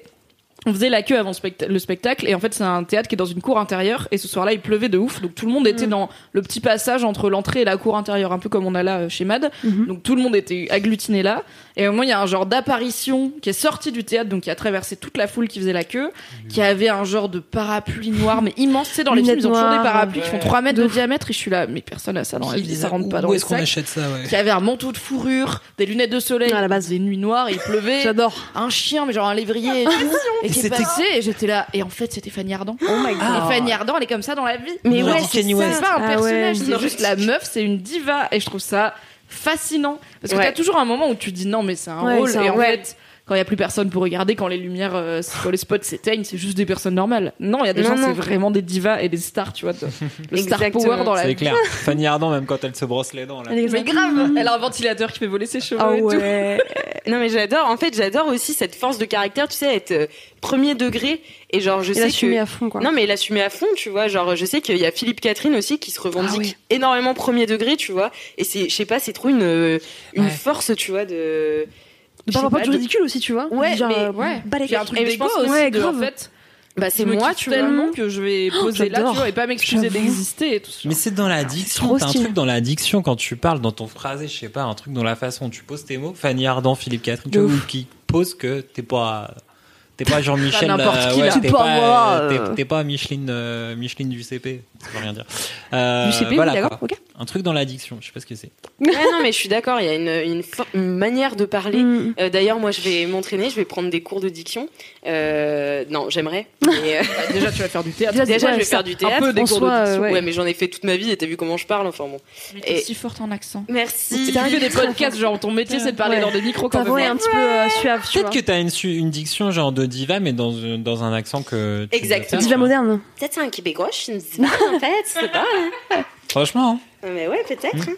D: On faisait la queue avant specta- le spectacle et en fait c'est un théâtre qui est dans une cour intérieure et ce soir-là il pleuvait de ouf donc tout le monde
E: Mm.
D: était dans le petit passage entre l'entrée et la cour intérieure un peu comme on a là euh, chez Mad
E: Mm-hmm.
D: donc tout le monde était agglutiné là et au moins il y a un genre d'apparition qui est sortie du théâtre donc qui a traversé toute la foule qui faisait la queue
H: Mm.
D: qui avait un genre de parapluie noir mais immense tu sais dans les films
E: Lunettes
D: ils ont toujours des
E: noires.
D: parapluis qui font 3 mètres de,
E: De ouf.
D: diamètre et je suis là mais personne a ça dans la
H: Qui
D: vie
H: les
D: ça
H: a-
D: rentre pas
H: où
D: dans les
H: est-ce qu'on
D: sacs.
H: achète ça, ouais.
D: qui avait un manteau de fourrure des lunettes de soleil à la base des nuits noires et il pleuvait
E: J'adore. Ah,
D: un chien mais genre un lévrier et tout et qui est
E: C'était-
D: passé et j'étais là et en fait c'était Fanny Ardant oh my
E: God.
D: et Fanny Ardant elle est comme ça dans la vie
E: Mais Non, ouais, dit c'est Kanye ça. West.
D: c'est pas un
E: Ah ouais,
D: personnage
E: non.
D: c'est juste la meuf c'est une diva et je trouve ça fascinant parce que
E: Ouais.
D: t'as toujours un moment où tu dis non mais c'est un
E: Ouais,
D: rôle
E: c'est un
D: et en
E: rôle.
D: fait quand il y a plus personne pour regarder quand les lumières euh, quand les spots s'éteignent c'est juste des personnes normales non il y a des
C: Non,
D: gens
C: non.
D: c'est vraiment des divas et des stars tu vois de- le star
C: Exactement.
D: power dans la
H: C'est
D: vie
H: clair. Fanny Ardant, même quand elle se brosse les dents, là.
D: mais grave, elle a un ventilateur qui fait voler ses cheveux
E: Ah
D: et tout.
C: non mais j'adore. En fait, j'adore aussi cette force de caractère. Tu sais, être euh, premier degré et genre je
E: Et
C: sais
E: l'assumer
C: que-
E: à fond, quoi.
C: Non mais l'assumer à fond, tu vois. Genre je sais qu'il y a Philippe Catherine aussi qui se revendique
E: Ah oui.
C: énormément premier degré, tu vois. Et c'est, je sais pas, c'est trop une euh, une force, tu vois, de.
E: De pas
C: je sais
E: avoir peur
C: pas,
E: du
C: de-
E: ridicule aussi, tu vois.
C: Ouais,
E: Genre,
C: mais-
E: euh,
C: ouais.
E: bah, les
C: Puis un
E: gars.
C: truc
E: Et
C: d'égo
E: je pense-
C: aussi,
E: ouais,
C: de-
E: grave.
D: En fait,
C: Bah,
D: je
C: c'est
D: me
C: moi,
D: kiffe
C: tu vois.
D: tellement que je vais
C: Oh,
D: poser là, tu
C: j'adore.
D: vois, et pas m'excuser
C: J'avoue.
D: d'exister et tout.
H: Mais c'est dans la diction,
D: Ah, trop
H: t'as un
D: stylé.
H: truc dans la diction quand tu parles, dans ton phrasé, je sais pas, un truc dans la façon dont tu poses tes mots. Fanny Ardant, Philippe Catherine, tu
D: De
H: vois,
D: ouf.
H: qui pose que t'es pas, t'es pas
D: Pas
H: Jean-Michel,
D: n'importe
H: là,
D: qui,
H: ouais,
D: là.
H: t'es
D: Tu peux
H: pas,
D: avoir,
H: euh,
D: euh,
H: t'es- t'es pas Micheline, euh, Micheline du CP, ça veut rien dire. Euh,
C: Du CP,
H: voilà,
C: d'accord,
H: quoi. Un truc dans la diction, je sais pas ce que c'est.
C: Ouais, non, mais je suis d'accord, il y a une, une, for- une manière de parler.
D: Mm.
C: Euh, D'ailleurs, moi, je vais m'entraîner, je vais prendre des cours de diction. Euh, non, j'aimerais. mais, euh,
D: déjà, tu vas faire du théâtre.
C: Déjà,
D: Ouais,
C: je vais
D: ça,
C: faire du
D: un
C: théâtre. euh,
D: peu des En cours de soi, diction.
C: Ouais,
D: ouais.
C: mais j'en ai fait toute ma vie et t'as vu comment je parle, enfin bon.
D: Et si forte en accent.
C: Merci.
D: Et tu fais des podcasts, genre ton métier c'est de parler
E: Ouais.
D: dans des micros quand
E: Ta voix est
D: même.
E: un petit peu euh, suave, tu
H: Peut-être
E: vois.
H: que t'as une, su- une diction genre de diva, mais dans, un- dans un accent que. tu-
C: Exactement.
E: Diva moderne.
C: Peut-être c'est un Québécois, je ne sais pas, en fait, c'est pas. hein.
H: Franchement, hein.
C: Mais ouais, peut-être. hein.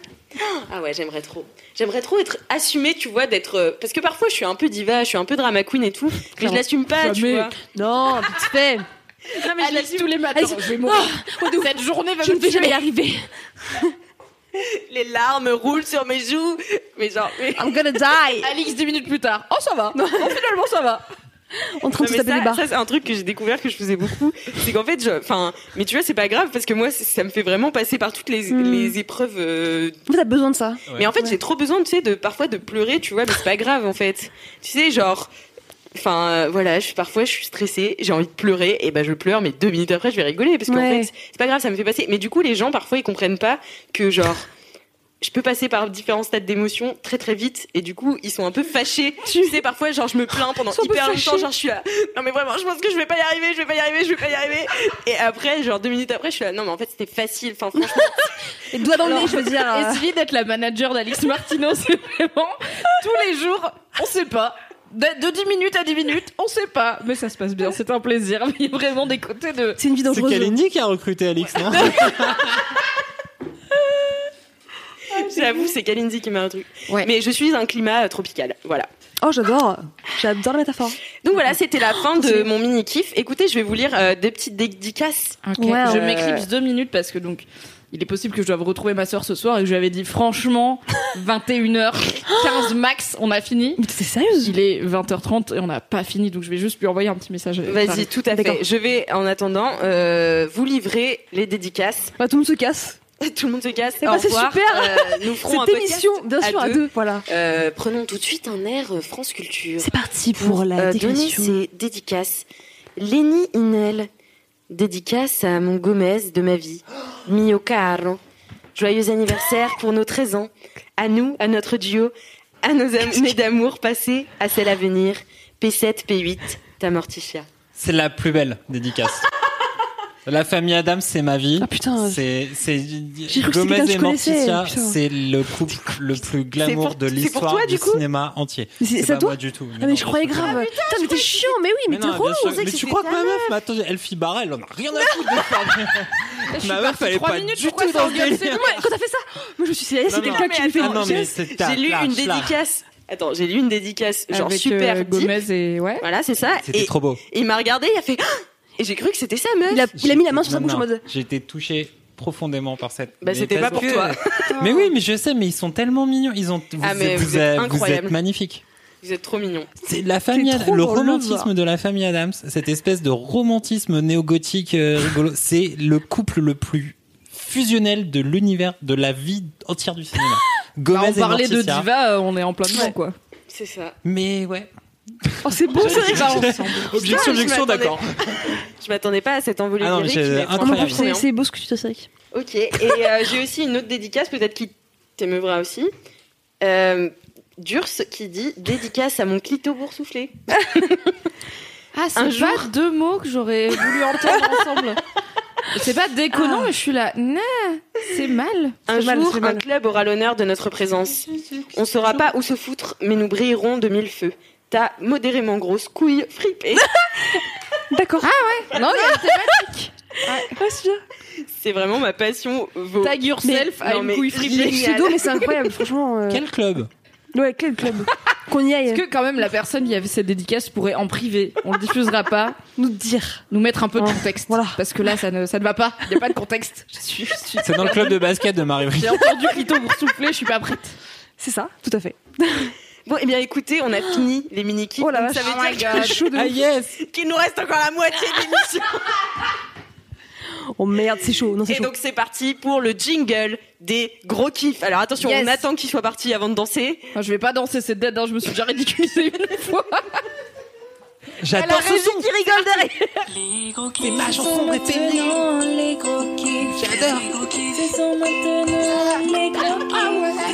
C: Ah ouais, j'aimerais trop. J'aimerais trop être assumée, tu vois, d'être. euh, Parce que parfois, je suis un peu diva, je suis un peu drama queen et tout, Bah, mais je
E: Clairement.
C: l'assume pas, tu
E: Jamais.
C: vois.
E: Non, tu fais.
C: Non, mais je l'assume tous les
E: Allez, c'est- Oh, de ouf.
D: Ah, Cette journée va
E: Je
D: me
E: ne vais
D: tuer.
E: jamais y arriver.
C: Les larmes roulent sur mes joues. Mais genre. mais-
E: I'm gonna die.
D: Alix, 10 minutes plus tard. Oh, ça va. Oh, finalement, ça va.
E: En train de
C: Non,
E: se
C: mais
E: taper des
C: ça,
E: barres.
C: ça, c'est un truc que j'ai découvert que je faisais beaucoup. C'est qu'en fait, je- enfin, mais tu vois, c'est pas grave parce que moi, c'est- ça me fait vraiment passer par toutes les,
E: Hmm.
C: les épreuves. euh,
E: Vous avez besoin de ça.
C: Mais en fait, j'ai trop besoin, tu sais, de parfois de pleurer, tu vois, mais c'est pas grave en fait. Tu sais, genre. Enfin, euh, voilà, je suis parfois je suis stressée, j'ai envie de pleurer, et ben je pleure, mais deux minutes après je vais rigoler parce qu'en
E: Ouais.
C: fait c'est pas grave, ça me fait passer. Mais du coup, les gens parfois ils comprennent pas que genre je peux passer par différents stades d'émotion très très vite, et du coup ils sont un peu fâchés. tu sais, parfois genre je me plains pendant
D: Ils sont un peu
C: hyper longtemps,
D: fâchés.
C: genre je suis là, non mais vraiment, je pense que je vais pas y arriver, je vais pas y arriver, je vais pas y arriver. Et après, genre deux minutes après, je suis là, non mais en fait c'était facile, enfin franchement.
E: Et doigt dans le
D: Alors,
E: nez, je veux dire. euh,
D: Essayez d'être la manager d'Alix Martino, c'est vraiment tous les jours, on sait pas. De, de 10 minutes à 10 minutes, on sait pas. Mais ça se passe bien, c'est un plaisir. Mais il y a vraiment des côtés de.
E: C'est une vie
H: c'est
E: dangereuse.
H: Kalindi qui a recruté Alix, non
C: J'avoue, c'est Kalindi qui m'a un truc.
D: Ouais.
C: Mais je suis un climat euh, tropical, voilà.
E: Oh, j'adore. J'adore la métaphore.
C: Donc voilà, c'était la fin de mon mini kiff. Écoutez, je vais vous lire euh, des petites dédicaces.
E: Ouais,
D: je
E: ouais.
D: m'éclipse deux minutes parce que donc. Il est possible que je doive retrouver ma sœur ce soir et que je lui avais dit franchement 21h 15 max on a fini.
E: Mais t'es sérieuse
D: Il est 20h30 et on n'a pas fini donc je vais juste lui envoyer un petit message.
C: Vas-y, tout à
E: D'accord.
C: fait. Je vais, en attendant, euh, vous livrer les dédicaces.
E: Bah, tout le monde se casse.
C: Tout le monde se casse.
E: Eh
C: Au
E: bah, c'est
C: revoir.
E: super.
C: Euh, nous ferons un
E: Cette
C: podcast
E: émission, bien sûr, à deux. Voilà.
C: Euh, prenons tout de suite un air euh, France Culture.
E: C'est parti pour la
C: euh, donner
E: digression.
C: ses dédicaces. Lenny Inel, Dédicace à mon Gomez de ma vie, mio caro. Joyeux anniversaire pour nos 13 ans, à nous, à notre duo, à nos années d'amour passées, à celles à venir. P7, P8, ta morticia.
H: C'est la plus belle dédicace. La famille Adam, c'est ma vie. Ah
E: putain.
H: C'est c'est
E: J'ai cru que c'était quelqu'un que
H: Gomez et
E: je connaissais,
H: Morticia,
E: putain.
H: c'est le couple le plus glamour
E: pour-
H: de
E: c'est pour
H: l'histoire
E: toi,
H: du
E: du coup
H: cinéma entier.
E: Mais c'est-
H: C'est
E: c'est à
H: pas
E: toi
H: moi du tout.
E: Ah, mais je croyais grave. putain, mais t'es chiant, mais oui, mais,
H: Mais,
E: t'es
H: non,
E: relou,
H: bien
E: on
H: sûr.
E: sait que
H: mais tu
E: c'était
H: crois que
E: ta
H: ma meuf, mais attends, Elfie Barra, elle en a rien à foutre de
E: Je
H: ça.
E: suis
H: ma meuf,
E: partie
H: elle est
E: trois
H: pas
E: minutes,
H: du
E: pourquoi
H: tout
E: ça
H: dans
E: engueule
H: le
E: C'est-
H: délire.
E: Moi, quand t'as fait ça, moi je me suis dit, c'est
H: Non, non,
E: quelqu'un qui me fait
C: Ah non,
E: un
H: mais
E: geste.
H: c'est ta
C: J'ai lu une
H: lâche, là.
C: dédicace. Attends, j'ai lu une dédicace
E: Ah,
C: genre
D: Avec,
C: super
D: euh,
C: deep.
D: Gomez et ouais.
C: Voilà, c'est ça.
H: C'était
C: Et
H: trop beau.
C: il m'a regardé, il a fait Ah et j'ai cru que c'était sa meuf.
E: Il a, il a mis la main sur sa
H: Non,
E: bouche en
H: non,
E: mode.
H: J'ai été touché profondément par cette.
C: Bah,
H: mais
C: c'était
H: parce
C: pas pour
H: que-
C: toi.
H: mais oui, mais je sais, mais ils sont tellement mignons. Ils ont. Vous,
C: Ah, mais
H: vous
C: vous
H: êtes-
C: êtes
H: vous
C: incroyables.
H: êtes magnifiques.
C: Vous êtes trop mignon.
H: C'est la famille, Ad-
E: trop
H: le
E: drôle,
H: romantisme
E: voir.
H: de la famille Adams, cette espèce de romantisme néo-gothique euh, rigolo, c'est le couple le plus fusionnel de l'univers, de la vie entière du cinéma. Gomez
D: Bah, on
H: et
D: parlait de
H: Morticia.
D: diva, euh, on est en plein dedans quoi.
C: C'est ça.
H: Mais ouais.
E: Oh, c'est bon, c'est vrai que-
H: Objection,
C: Putain, je
H: objection,
C: m'attendais-
H: d'accord.
C: Je m'attendais pas à cette envolée
H: Ah non, mais
C: lyrique,
H: j'ai-
C: mais
H: incroyable.
C: franchement,
H: Non,
C: c'est
E: C'est
C: bien.
E: c'est beau ce que tu t'as fait.
C: Ok, et euh, j'ai aussi une autre dédicace, peut-être qui t'émeuvra aussi. Euh, Durs qui dit dédicace à mon clito boursouflé.
B: Ah,
C: Un
B: c'est
C: jour.
B: pas deux mots que j'aurais voulu entendre ensemble. C'est pas
D: Ah.
B: déconnant, mais je suis là. Nah, c'est mal.
C: Un
E: C'est mal,
C: jour,
E: c'est
C: un
E: mal.
C: club aura l'honneur de notre présence. On saura pas où se foutre, mais nous brillerons de mille feux. Ta modérément grosse couille fripée.
E: D'accord. Ah,
B: Non, il y a une thématique.
E: c'est bien.
C: C'est vraiment ma passion. Vos...
D: Tag yourself à
C: non,
D: une
C: mais
D: couille
E: Je l'ai
D: fripée.
E: pseudo, mais c'est incroyable, franchement. euh,
H: Quel club
E: Ouais, quel club. Qu'on y aille.
D: Est-ce que quand même la personne qui avait cette dédicace pourrait en privé, on le diffusera pas,
E: Nous dire.
D: nous mettre un peu de
B: Ah,
E: Ouais,
D: contexte
E: voilà.
D: Parce que là, ça ne, ça ne va pas. Il n'y a pas de contexte. Je suis, je suis-
H: C'est dans le club de basket de marie
D: J'ai entendu Clito pour souffler, je suis pas prête.
E: C'est ça, tout à fait.
C: Bon, eh bien écoutez, on a fini les mini kits.
E: Oh la
C: ça
E: vache.
C: veut
E: Oh my
C: dire
E: God. Chaud de
H: Ah
E: ouf.
H: yes
C: qu'il nous reste encore la moitié d'émission.
E: Oh merde, c'est chaud. Non, c'est
C: Et
E: chaud.
C: donc c'est parti pour le jingle des gros kiffs. Alors attention,
D: Yes.
C: on attend qu'il soit parti avant de danser.
D: Enfin, je vais pas danser cette dead, hein, je me suis déjà ridiculisée une fois.
H: J'adore ce son
C: qui rigole derrière.
H: C'est ma chanson préférée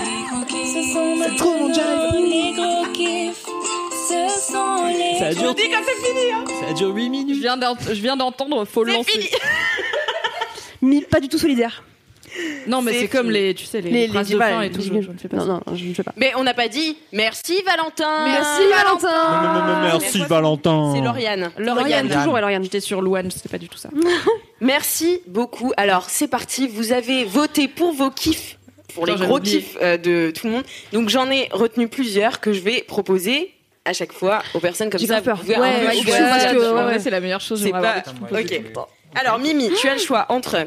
J: C'est trop mon
H: Ça dure, ça dure 8
D: Je
H: minutes.
D: viens d'ent- je viens d'entendre, faut le lancer.
E: Mais pas du tout solidaire.
D: Non, mais
C: C'est
D: c'est comme
C: fini.
D: les, tu sais, les,
C: Les-
D: les,
C: les
D: phrases de
C: divas,
D: fin et
C: les
D: tout. Je,
E: divas.
D: je ne fais pas
E: Non,
D: ça.
E: non, je ne fais pas.
C: Mais on n'a pas dit merci Valentin.
E: Valentin
C: merci,
H: Valentin.
C: C'est Lauriane.
E: Lauriane, toujours, ouais, Lauriane.
D: J'étais sur Louane, c'était pas du tout ça.
C: Merci beaucoup. Alors c'est parti. Vous avez voté pour vos kiffs, pour les
D: Putain, j'ai
C: gros
D: oublié.
C: kiffs euh, de tout le monde. Donc j'en ai retenu plusieurs que je vais proposer à chaque fois aux personnes comme
E: J'ai
C: ça.
E: grave peur.
C: Vous pouvez
E: Ouais,
D: Oh
C: un peu
E: ouais,
C: souffler.
E: ouais, parce que,
D: en
E: ouais,
D: vrai,
E: ouais.
D: c'est la meilleure chose.
C: C'est
D: j'aimerais
C: pas.
D: avoir des trucs
C: Ok.
D: de-
C: Alors Mimi, tu as le choix entre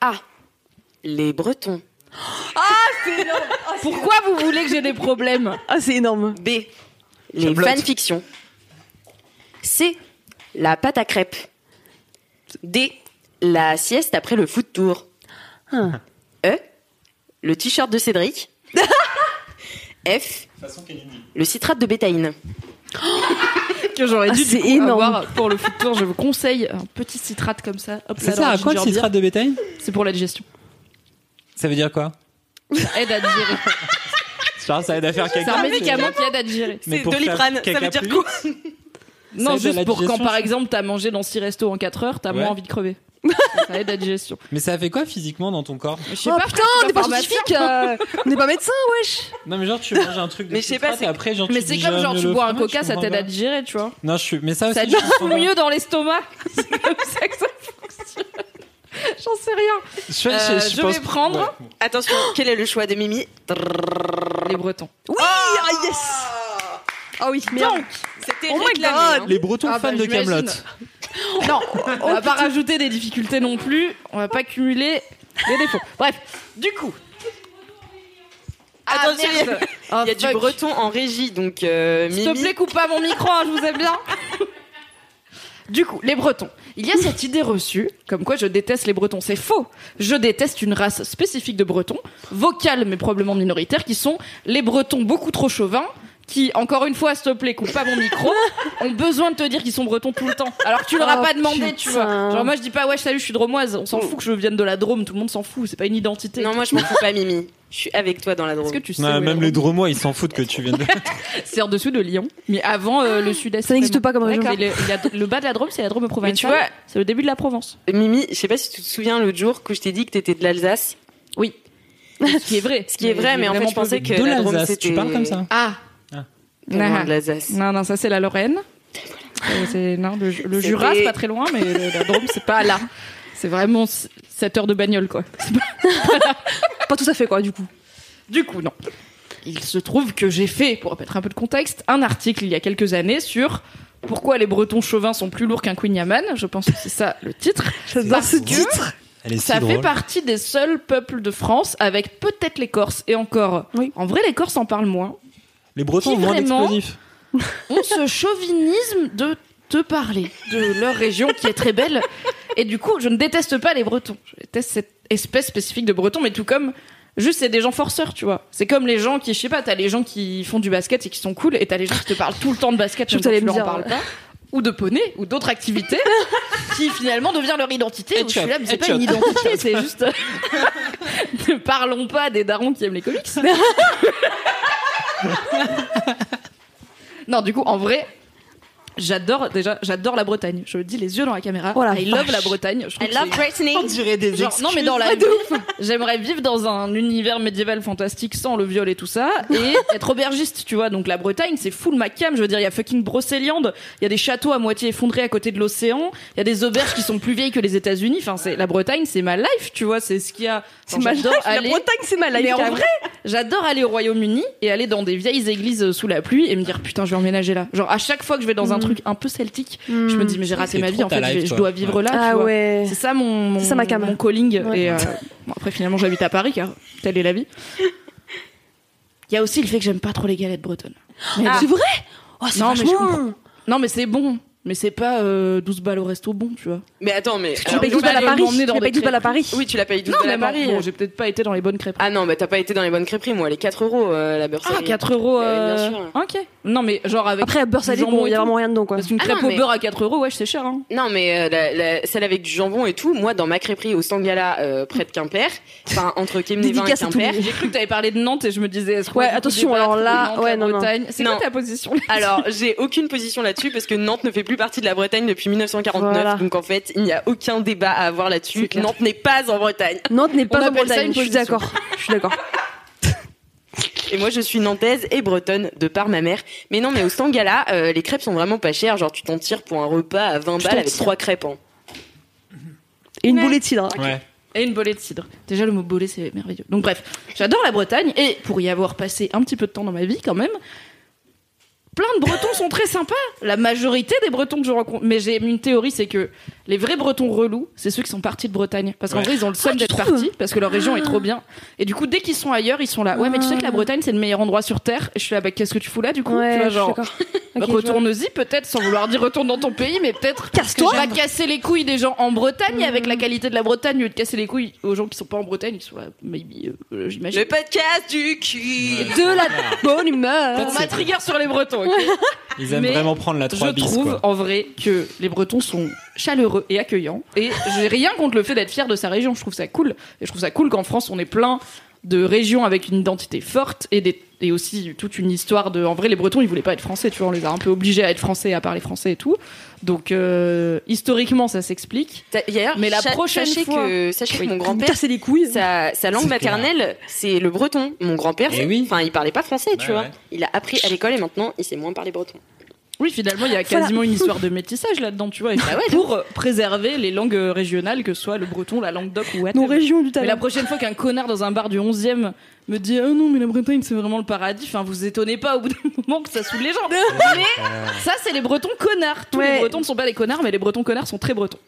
C: A. Les Bretons.
D: Pourquoi vous voulez que j'ai des problèmes
E: Ah, c'est énorme.
C: B. Les
H: bloque.
C: fanfictions. C. La pâte à crêpes. D. La sieste après le foot tour.
E: Ah.
C: E. Le t-shirt de Cédric. F. Le citrate de bétaïne.
D: Que j'aurais
E: Ah,
D: dû
E: c'est
D: du coup,
E: énorme.
D: avoir pour le futur. Je vous conseille un petit citrate comme ça. Hop là
H: C'est
D: dans
H: ça, à
D: la
H: quoi le
D: ginger
H: citrate de bétail
D: beer. C'est pour la digestion.
H: Ça veut dire quoi
D: Ça aide à digérer.
H: Genre, ça aide à faire
D: C'est
H: quelque
D: un médicament qui aide à digérer.
H: Mais
C: C'est
H: pour
C: Doliprane,
H: faire
C: ça veut
H: caca
C: dire
H: plus
C: quoi
D: Non,
H: aide à la
D: juste pour quand
H: digestion,
D: par
H: ça
D: exemple t'as mangé dans 6 restos en 4 heures, t'as
H: Ouais.
D: moins envie de crever. Ça aide à la digestion.
H: Mais ça fait quoi physiquement dans ton corps
D: Je sais
E: Oh
D: pas,
E: putain, on n'est pas scientifique. euh, On n'est pas médecin, wesh.
H: Non mais genre tu manges un truc de
C: Mais je sais pas,
H: citrate et
C: c'est-
H: après genre
D: mais
H: tu
D: c'est
H: digères
D: comme genre
H: le
D: tu bois un
H: fromage,
D: coca,
H: je
D: ça t'aide
H: comprends
D: à digérer, tu vois.
H: pas. Non, je suis mais ça aussi
D: Ça
H: je
D: digère
H: comprends
D: mieux dans l'estomac. C'est comme ça que ça fonctionne. J'en sais rien.
H: pas. Je,
D: Euh, je vais prendre.
H: bon.
C: Attention, quel est le choix de Mimi
D: Les Bretons.
C: Oui Ah yes Ah oui,
E: merde.
C: c'était
D: Oh my
C: réclamé.
D: God.
C: hein.
H: Les Bretons
D: Ah bah,
H: fans de
D: j'imagine.
H: Camelot.
D: Non, on va pas rajouter des difficultés non plus. On va pas cumuler les défauts. Bref, du coup. Ah,
C: Attention, il y a-
D: merde.
C: il y a du breton en régie, donc euh,
D: S'il te
C: Mimi.
D: plaît, coupe pas mon micro, hein, je vous aime bien. Du coup, les Bretons. Il y a cette idée reçue, comme quoi je déteste les Bretons. C'est faux. Je déteste une race spécifique de Bretons, vocale mais probablement minoritaire, qui sont les Bretons beaucoup trop chauvins, qui, encore une fois, s'il te plaît, coupe pas mon micro, ont besoin de te dire qu'ils sont Bretons tout le temps. Alors que tu leur as
E: Oh,
D: pas demandé, tu vois.
E: putain.
D: Genre, moi, je dis pas, ouais, salut, je suis dromoise. On s'en fout que je vienne de la Drôme, tout le monde s'en fout. C'est pas une identité.
C: Non, moi je m'en fous pas, Mimi. Je suis avec toi dans la drôle.
D: Est-ce que tu sais
H: Ouais,
D: où est
H: même
D: la
H: les
D: Drôme
H: Dromois, ils s'en foutent que tu viennes de.
D: C'est en dessous de Lyon, mais avant euh, le sud-est.
E: Ça n'existe pas comme région.
D: D'accord. Et Le, la- le bas de la Drôme, c'est la Drôme provinciale.
C: Mais tu vois-
D: c'est le début de la Provence.
C: Mimi, je sais pas si tu te souviens l'autre jour que je t'ai dit que t'étais de l'Alsace.
D: Oui. Ce qui est vrai.
C: Ce qui est vrai, mais en fait, je pensais que
H: De
C: la Drôme,
H: l'Alsace,
C: c'était...
H: tu parles comme ça.
D: Ah.
C: Pas loin
D: Ah.
C: de l'Alsace.
D: Non, non, ça c'est la Lorraine. Euh, c'est- non, le, le
C: C'était-
D: Jura, c'est pas très loin, mais le- la Drôme, c'est pas là. C'est vraiment 7 heures de bagnole, quoi. C'est pas-
E: Pas tout à fait, quoi, du coup.
D: Du coup, non. Il se trouve que j'ai fait, pour mettre un peu de contexte, un article il y a quelques années sur pourquoi les Bretons chauvins sont plus lourds qu'un Queen Yaman. Je pense que c'est ça le titre.
E: J'adore ce
D: Parce que-
E: titre.
H: Elle est si
D: Ça fait
H: drôle.
D: partie des seuls peuples de France avec peut-être les Corses et encore.
E: Oui.
D: En vrai, les Corses en parlent moins.
H: Les Bretons ont
D: Qui
H: moins
D: vraiment
H: d'explosifs.
D: Ont ce chauvinisme de te parler de leur région qui est très belle. Et du coup, je ne déteste pas les Bretons. Je déteste cette espèce spécifique de Bretons, mais tout comme. Juste, c'est des gens forceurs, tu vois. C'est comme les gens qui, je sais pas, t'as les gens qui font du basket et qui sont cool, et t'as les gens qui te parlent tout le temps de basket,
E: Je
D: même
E: trouve que
D: quand tu leur en
E: t'allais me
D: parles
E: dire,
D: pas. Ou de poney, ou d'autres activités, qui finalement devient leur identité.
H: Et
D: où
H: tu
D: je suis
H: as-
D: là, mais
H: et
D: c'est pas
H: tu as-
D: une identité, c'est juste. ne parlons pas des darons qui aiment les comics. non, du coup, en vrai, j'adore déjà, j'adore la Bretagne. Je le dis les yeux dans la caméra.
E: Oh la
D: I love
E: vache.
D: la Bretagne. Je trouve
C: I
D: que
C: love
D: c'est-
C: Britney.
F: On dirait des
D: Genre, non mais dans la vie, j'aimerais vivre dans un univers médiéval fantastique sans le viol et tout ça et être aubergiste, tu vois. Donc la Bretagne, c'est full macam, je veux dire, il y a fucking Brocéliande, il y a des châteaux à moitié effondrés à côté de l'océan, il y a des auberges qui sont plus vieilles que les États-Unis. Enfin, c'est la Bretagne, c'est ma life, tu vois, c'est ce qu'il y a.
E: C'est
D: Enfin,
E: ma
D: j'adore
E: life, la
D: aller-
E: Bretagne, c'est ma life.
D: mais en
E: carrément.
D: vrai, j'adore aller au Royaume-Uni et aller dans des vieilles églises euh, sous la pluie et me dire putain, je vais emménager là. Genre à chaque fois que je vais dans un truc un peu celtique, je me dis mais j'ai raté
H: Mm. C'est
D: ma
H: trop
D: vie en
H: ta
D: fait, je, vais-
H: life,
D: je
H: toi.
D: dois vivre là.
E: Ah
D: tu vois.
E: ouais.
D: C'est ça mon mon,
E: C'est ça ma cam.
D: mon calling
E: Ouais.
D: et euh, bon, après finalement j'habite à Paris car telle est la vie. Il y a aussi le fait que j'aime pas trop les galettes bretonnes. Mais
E: C'est vrai Oh, c'est
D: Non, mais je
E: vachement-
D: comprends. Non mais c'est bon, mais c'est pas euh, 12 balles au resto bon, tu vois.
C: Mais attends, mais...
E: Tu
C: alors,
E: payes
D: ils
E: tout
D: vont
E: à la
D: aller
E: Paris.
D: m'emmener
E: Tu
D: dans
E: payes
D: des
E: tout à la Paris.
C: Oui, tu l'as payé 12
D: Non
C: balles
D: mais
C: à Paris.
D: bon, j'ai peut-être pas été dans les bonnes crêpes.
C: Ah non, bah t'as pas été dans les bonnes crêperies, moi. Les 4 euros, euh, la beurre
D: Ah,
C: salée.
D: 4 euaux.
C: Euh, bien
D: euh,
C: sûr.
D: Ok. Non, mais genre avec.
E: Après, à beurre
D: du
E: salé,
D: jambon
E: bon, il y
D: et
E: a
D: tout.
E: vraiment rien dedans, quoi.
D: Parce qu'une
C: Ah
D: crêpe
C: non,
D: au
C: mais-
D: beurre à 4 euros, ouais, c'est cher. Hein.
C: Non, mais euh, la- la- celle avec du jambon et tout, moi, dans ma crêperie au Sangala, euh, près de Quimper, enfin, entre Kemnévin et
E: Dédicace à tout le
C: Quimper,
E: monde.
D: J'ai cru que t'avais parlé de Nantes et je me disais. est-ce qu'on
E: Ouais,
D: va du coup
E: attention,
D: débattre
E: alors
D: de
E: là,
D: Nantes,
E: ouais,
D: la
E: non, non.
D: Bretagne C'est
C: Non.
D: quoi ta position là
C: Alors, j'ai aucune position là-dessus parce que Nantes ne fait plus partie de la Bretagne depuis 1949.
E: Voilà.
C: Donc en fait, il n'y a aucun débat à avoir
E: C'est
C: là-dessus.
E: clair.
C: Nantes n'est pas en Bretagne.
E: Nantes n'est pas en
D: appelle ça
E: Bretagne,
D: une
E: je suis
D: position.
E: d'accord. Je suis d'accord.
C: Et moi, je suis nantaise et bretonne de par ma mère. Mais non, mais au Sangala, euh, les crêpes sont vraiment pas chères. Genre, tu t'en tires pour un repas à 20
E: t'en
C: balles avec
E: tires.
C: trois crêpes. hein.
E: Et une boulée de cidre.
H: Ouais.
D: Et une bolée de cidre. Déjà, le mot bolée, c'est merveilleux. Donc, bref, j'adore la Bretagne et pour y avoir passé un petit peu de temps dans ma vie quand même. Plein de Bretons sont très sympas. La majorité des Bretons que je rencontre. Mais j'ai une théorie, c'est que les vrais Bretons relous, c'est ceux qui sont partis de Bretagne. Parce qu'en
H: Ouais.
D: vrai, ils ont le seum d'être partis, parce que leur région est trop bien. Et du coup, dès qu'ils sont ailleurs, ils sont là. Ouais, mais tu sais que la Bretagne, c'est le meilleur endroit sur Terre. Et je suis là, bah, qu'est-ce que tu fous là, du coup Tu
E: Ouais,
D: vois,
E: je suis
D: genre,
E: d'accord.
D: bah,
E: Ok, je vois.
D: Retourne-y peut-être, sans vouloir dire retourne dans ton pays, mais peut-être
E: Casse-toi. Mmh.
D: que tu vas casser les couilles des gens en Bretagne et avec la qualité de la Bretagne, au lieu de casser les couilles aux gens qui sont pas en Bretagne, qui sont là, maybe, euh, j'imagine.
C: Le podcast du cul.
E: De la bonne humeur.
D: On m'a trigger sur les Bretons. ok
H: Ils aiment
D: Mais
H: vraiment prendre la 3
D: Je
H: bis.
D: trouve
H: quoi.
D: en vrai que les Bretons sont chaleureux et accueillants et j'ai rien contre le fait d'être fier de sa région. Je trouve ça cool et je trouve ça cool qu'en France on ait plein de régions avec une identité forte et, des, et aussi toute une histoire de. En vrai, les Bretons ils voulaient pas être français, tu vois, on les a un peu obligés à être français, à parler français et tout. Donc euh, historiquement ça s'explique.
C: T'as- D'ailleurs,
D: Mais la
C: cha-
D: prochaine
C: sachez
D: fois-
C: que, sachez que mon
E: Vous me
C: grand-père,
E: cassez les couilles.
C: sa, sa langue
H: C'est clair.
C: maternelle, c'est le breton. Mon grand-père,
H: Eh
C: c'est-
H: oui.
C: enfin, il parlait pas français, tu
H: Ouais,
C: vois.
H: ouais.
C: Il a appris à l'école et maintenant, il sait moins parler breton.
D: Oui, finalement, il y a
E: Voilà.
D: quasiment une histoire de métissage là-dedans, tu vois, et
C: Bah
D: pour euh, préserver les langues euh, régionales, que ce soit le breton, la languedoc ou whatever.
E: Nos régions du
D: Mais
E: talent.
D: la prochaine fois qu'un connard dans un bar du 11e me dit Ah non, mais la Bretagne, c'est vraiment le paradis, enfin, vous étonnez pas au bout d'un moment que ça saoule les gens. mais ça, c'est les Bretons connards. Tous les Bretons ne sont pas des connards, mais les Bretons connards sont très Bretons.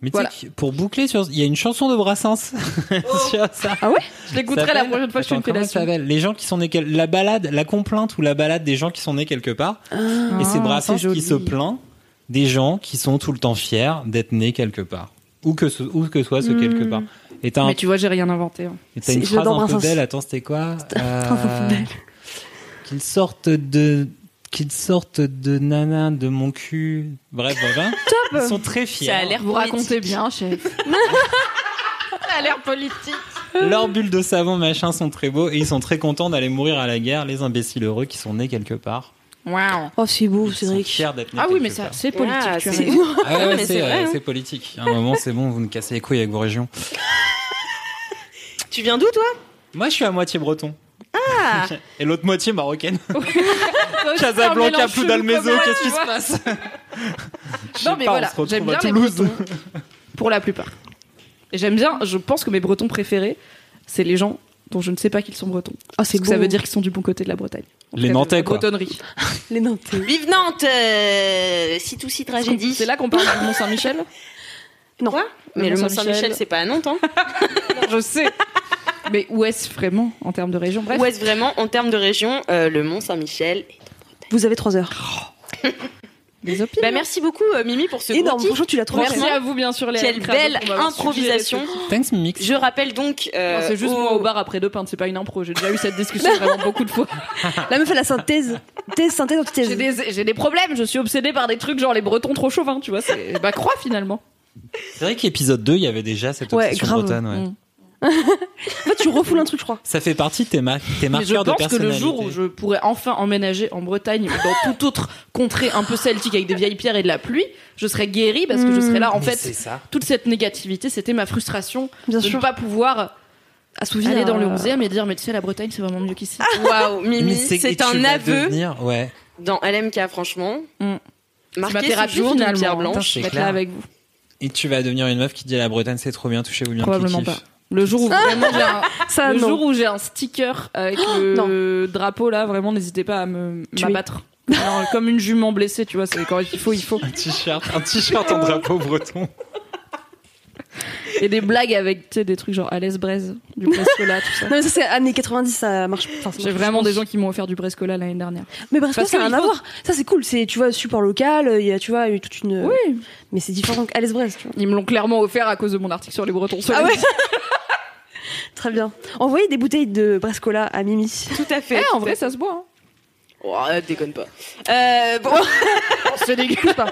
H: Mais tu
D: Voilà.
H: sais que pour boucler sur, il y a une chanson de Brassens sur ça.
E: Ah ouais
D: Je l'écouterai la prochaine fois que je fais une pédation.
H: Les gens qui sont nés quel- la balade, la complainte ou la balade des gens qui sont nés quelque part.
D: Ah,
H: et c'est Brassens qui se plaint des gens qui sont tout le temps fiers d'être nés quelque part, ou que ce, ou que soit ce
D: Hmm.
H: quelque part. Et t'as un-
D: Mais tu vois, j'ai rien inventé. hein.
H: et t'as une
D: C'est-
H: phrase
D: j'adore
H: un peu
D: Brassens.
H: belle. Attends, c'était quoi Euh,
D: phrase un peu belle.
H: Qu'ils sortent de qu'ils sortent de nana de mon cul. Bref, voilà. Ils sont très fiers.
D: Ça a l'air vous racontez bien, chef.
B: Ça a l'air politique.
H: Leurs bulles de savon, machin, sont très beaux et ils sont très contents d'aller mourir à la guerre, les imbéciles heureux qui sont nés quelque part.
D: Waouh.
E: Oh, c'est beau,
H: Ils sont fiers d'être nés
D: Ah oui,
H: quelque
D: mais ça,
H: part.
D: c'est politique.
C: Ah,
D: tu as
C: c'est-
D: raison.
H: Ah ouais,
C: Non, mais
H: c'est,
C: c'est vrai,
H: euh,
C: hein.
H: c'est politique. À un moment, c'est bon, vous nous cassez les couilles avec vos régions.
C: Tu viens d'où, toi
H: Moi, je suis à moitié breton.
C: Ah
H: Et l'autre moitié marocaine.
D: Toi aussi, t'as un
H: Casablanca,
D: mélange
H: Poudalmézo,
D: chelou comme
H: qu'est-ce qui
D: moi,
H: se passe
D: tu vois. Non, mais
H: pas, on
D: voilà,
H: se retrouve
D: j'aime
H: à
D: bien les
H: Toulouse.
D: Bretons. Pour la plupart. Et j'aime bien, je pense que mes Bretons préférés, c'est les gens dont je ne sais pas qu'ils sont Bretons.
E: Ah, c'est
D: Parce que ça
E: beau.
D: veut dire qu'ils sont du bon côté de la Bretagne. En
H: Les
D: tout cas, de
H: Nantais,
D: la
H: quoi.
D: Bretonnerie.
E: Les Nantais.
C: Vive Nantes euh, Si tout si tragédie.
D: C'est là qu'on parle du Mont-Saint-Michel
E: Non.
C: Mais le
D: Mont
C: Mont Saint-Michel, c'est pas à Nantes, hein
D: Je sais. Mais où est-ce vraiment en termes de région Bref.
C: Où est-ce vraiment, en termes de région, euh, le Mont Saint-Michel
E: Vous avez 3 heures.
D: Les opines.
C: bah, Merci beaucoup, euh, Mimi, pour ce
E: Énorme,
C: gros kiff.
E: franchement, tu l'as trop
D: Merci
E: bien.
D: à vous, bien sûr, les
C: Quelle belle improvisation.
H: Thanks, Mix.
C: Je rappelle donc. euh,
D: c'est juste
C: aux-
D: moi au bar après deux pintes, c'est pas une impro. J'ai déjà eu cette discussion vraiment beaucoup de fois.
E: La meuf, elle a synthèse. Thèse, synthèse,
D: J'ai
E: antithèse.
D: des, j'ai des problèmes, je suis obsédée par des trucs genre les Bretons trop chauvins, tu vois. C'est bah croix finalement.
H: C'est vrai qu'épisode 2, il y avait déjà cette
E: Ouais,
H: obsession
E: grave.
H: bretonne. ouais.
D: Mm.
E: En fait, tu refoules un truc, je crois.
H: Ça fait partie de tes, mar- tes
D: Mais je
H: marqueurs de
D: pense que le
H: personnalité.
D: jour où je pourrais enfin emménager en Bretagne ou dans toute autre contrée un peu celtique avec des vieilles pierres et de la pluie, je serais guérie parce que je serais là. En
H: Hmm. Mais c'est
D: fait,
H: ça.
D: toute cette négativité, c'était ma frustration
E: Bien
D: de
E: sûr.
D: ne pas pouvoir
E: Assouvir.
D: aller dans le
E: euh,
D: 11e et dire mais tu sais la Bretagne c'est vraiment mieux qu'ici.
C: Ah, Waouh, Mimi,
H: Mais et
C: c'est
H: tu
C: un
H: vas
C: aveu
H: devenir- Ouais.
C: dans LMK, franchement.
D: Mm. C'est
C: Marqué
D: ma
C: ce
D: thérapie
C: jour d'une
D: finalement.
C: pierre
D: Putain,
C: blanche.
D: je
H: C'est
D: vais être
H: clair.
D: là avec vous.
H: Et tu vas devenir une meuf qui dit la Bretagne, c'est trop bien, touchez-vous bien.
D: Probablement
H: kiki.
D: pas. Le jour où
C: Ah,
D: vraiment j'ai un,
E: Ça,
D: le
E: non.
D: jour où j'ai un sticker avec le drapeau là, vraiment n'hésitez pas à me
E: Tuer.
D: m'abattre. Non, comme une jument blessée, tu vois, c'est quand il faut, il faut.
H: Un t-shirt, un t-shirt en drapeau breton.
D: Et des blagues avec tu sais, des trucs genre Alès Braise, du Brescola, tout ça.
E: Non, mais ça, c'est années 90, ça marche. enfin, ça
D: J'ai
E: marche,
D: vraiment
E: je
D: des
E: pense.
D: gens qui m'ont offert du Brescola l'année dernière.
E: Mais bref,
D: Parce
E: ça n'a
D: qu'il
E: rien à
D: faut-
E: voir. Ça, c'est cool. C'est, tu vois, support local, euh, il y a, tu vois, eu toute une.
D: Oui.
E: Mais c'est différent qu'Alès Brest, tu vois.
D: Ils me l'ont clairement offert à cause de mon article sur les Bretons.
E: Ah ouais Très bien. Envoyez des bouteilles de Brescola à Mimi.
C: Tout à fait.
D: eh, en vrai, ça se hein. boit.
C: Oh, euh, déconne pas. Euh, bon,
D: Hein. se déguste pas.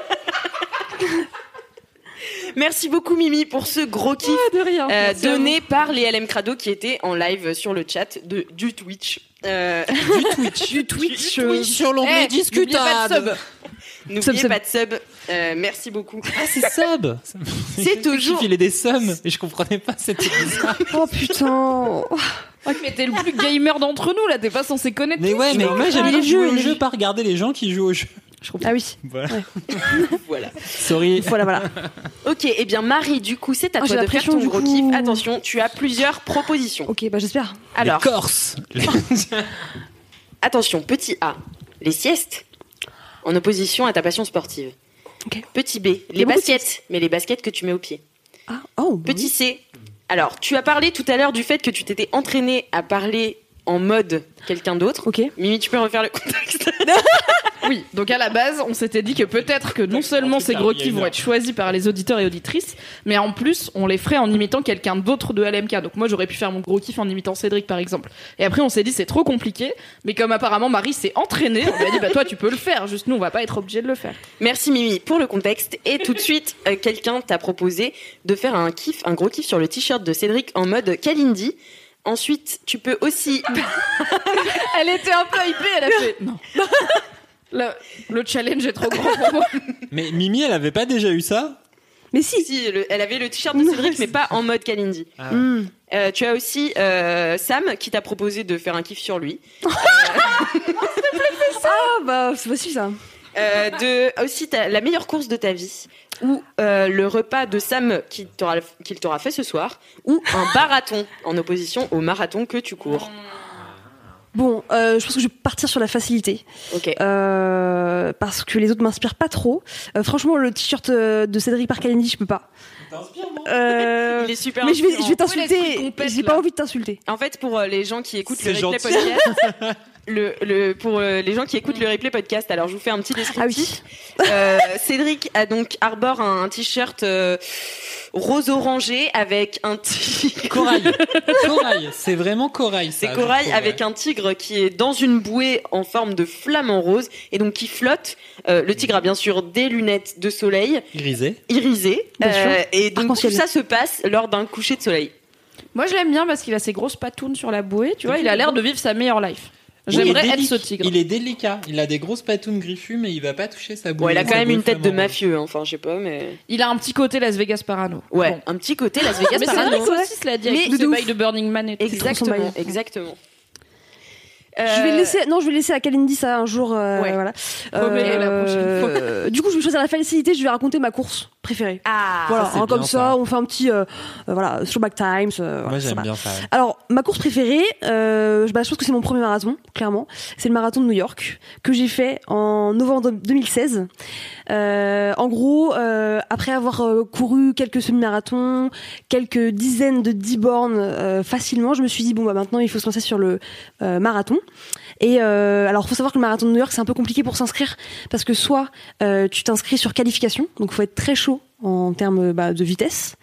C: merci beaucoup, Mimi, pour ce gros kiff
D: Ah, De rien.
C: euh,
D: Merci à vous.
C: donné par les LM Crado qui étaient en live sur le chat de, du Twitch. Euh,
H: Du Twitch. Du Twitch. Sur l'onglet
D: Eh, n'oubliez pas de sub.
C: N'oubliez
E: sub.
C: pas de sub. Euh, merci beaucoup.
H: Ah, c'est sub.
C: C'est toujours.
H: Il est des sommes. Et je comprenais pas cette bizarre.
E: Oh putain.
D: Ah, mais t'es le plus gamer d'entre nous là, t'es pas censé connaître.
H: Mais
D: tout.
H: ouais, mais moi j'aime
E: les
H: bien jouer
E: jeux,
H: au
E: les
H: jeu,
E: jeux.
H: pas regarder les gens qui jouent au jeu.
E: Ah oui.
H: Voilà.
C: Voilà.
H: Sorry.
E: Voilà, voilà.
C: Ok, et bien Marie, du coup, c'est à
E: Oh, j'ai
C: toi
E: la
C: de faire
E: pression,
C: ton
E: du
C: gros
E: coup.
C: kiff. Attention, tu as plusieurs propositions.
E: Ok, bah j'espère.
C: Alors,
H: Les Corses. Les-
C: attention, petit A, les siestes, en opposition à ta passion sportive.
E: Ok.
C: Petit B,
E: y
C: les
E: a beaucoup de
C: baskets, mais les baskets que tu mets au pied.
E: Ah, oh. bah
C: Petit C. Alors, tu as parlé tout à l'heure du fait que tu t'étais entraîné à parler en mode quelqu'un d'autre.
E: oui. Ok.
C: Mimi, tu peux refaire le contexte
D: Oui, donc à la base, on s'était dit que peut-être que non seulement ces gros kiffs vont être choisis par les auditeurs et auditrices, mais en plus, on les ferait en imitant quelqu'un d'autre de LMK. Donc moi, j'aurais pu faire mon gros kiff en imitant Cédric, par exemple. Et après, on s'est dit, c'est trop compliqué, mais comme apparemment Marie s'est entraînée, on lui a dit, bah toi, tu peux le faire, juste nous, on va pas être obligé de le faire.
C: Merci Mimi pour le contexte. Et tout de suite, euh, quelqu'un t'a proposé de faire un kiff, un gros kiff sur le t-shirt de Cédric en mode Kalindi. Ensuite, tu peux aussi.
D: Elle était un peu hypée, elle a fait, non. Le, le challenge est trop grand pour moi.
H: Mais Mimi, elle avait pas déjà eu ça
E: Mais si.
C: Si, le- elle avait le t-shirt de Cédric, mais pas en mode Kalindi.
H: Ah.
E: Hmm.
C: Euh, tu as aussi euh, Sam qui t'a proposé de faire un kiff sur lui.
E: Ah bah c'est facile ça.
C: Euh, de, aussi, t'as la meilleure course de ta vie, ou euh, le repas de Sam qu'il t'aura qu'il t'aura fait ce soir, ou un marathon en opposition au marathon que tu cours.
E: Bon, euh, je pense que je vais partir sur la facilité. Euh, parce que les autres m'inspirent pas trop. Euh, franchement, le t-shirt euh, de Cédric Parcalini, je peux pas. Euh,
C: Il est super
E: Mais je vais, je vais
C: inspirant. Oui, l'esprit
E: t'insulter.
C: compète,
E: J'ai
C: là.
E: pas envie de t'insulter.
C: En fait, pour euh, les gens qui écoutent le
E: C'est
C: replay
E: gentil.
C: podcast, le, le- pour euh, les gens qui écoutent le replay podcast, alors je vous fais un petit
E: Ah
C: descriptif. Euh, Cédric a donc arbore un, un t-shirt euh, rose orangé avec un tigre.
H: Corail. corail. C'est vraiment corail.
C: C'est corail avec un tigre qui est dans une bouée en forme de flamant rose et donc qui flotte. Euh, le tigre a bien sûr des lunettes de soleil
H: Irisé.
C: irisées
B: Bien
C: euh,
B: sûr.
C: et donc tout ça se passe lors d'un coucher de soleil.
D: Moi, je l'aime bien parce qu'il a ses grosses patounes sur la bouée, tu vois. Il a l'air de vivre sa meilleure life.
H: Oui, il est
D: J'aimerais être
H: délic-
D: ce tigre.
H: Il est délicat. Il a des grosses patounes griffues, mais il va pas toucher sa boule.
C: Bon, il a quand même une tête de mafieux, hein. enfin je sais pas, mais.
D: Il a un petit côté Las Vegas Parano.
C: Ouais, un petit côté Las Vegas
D: Mais c'est
C: Parano.
D: vrai que aussi, cela dit, avec
C: Mais
D: ce
C: de
D: bail
C: ouf.
D: de Burning Man et tout.
E: C'est trop son
C: Exactement,
E: bail.
C: exactement. Euh,
E: Je
A: euh,
E: vais laisser, non, je vais laisser à Kalindi ça un jour. euh, voilà.
C: Remets-le la prochaine fois.
E: du coup, je vais choisir la facilité. Je vais raconter ma course préférée.
C: Ah,
E: voilà.
H: Ça, c'est
E: hein, comme
H: bien,
E: ça, on fait un petit, euh, euh, voilà, throwback times. euh, voilà,
H: Moi, j'aime
E: va.
H: bien ça, ouais.
E: Alors, ma course préférée, euh, bah, je pense que c'est mon premier marathon, clairement. C'est le marathon de New York que j'ai fait en novembre 2016. Euh, en gros, euh, après avoir euh, couru quelques semi-marathons, quelques dizaines de 10 bornes euh, facilement, je me suis dit bon bah maintenant il faut se lancer sur le euh, marathon. Et euh, alors faut savoir que le marathon de New York c'est un peu compliqué pour s'inscrire parce que soit euh, tu t'inscris sur qualification, donc faut être très chaud en termes bah, de vitesse.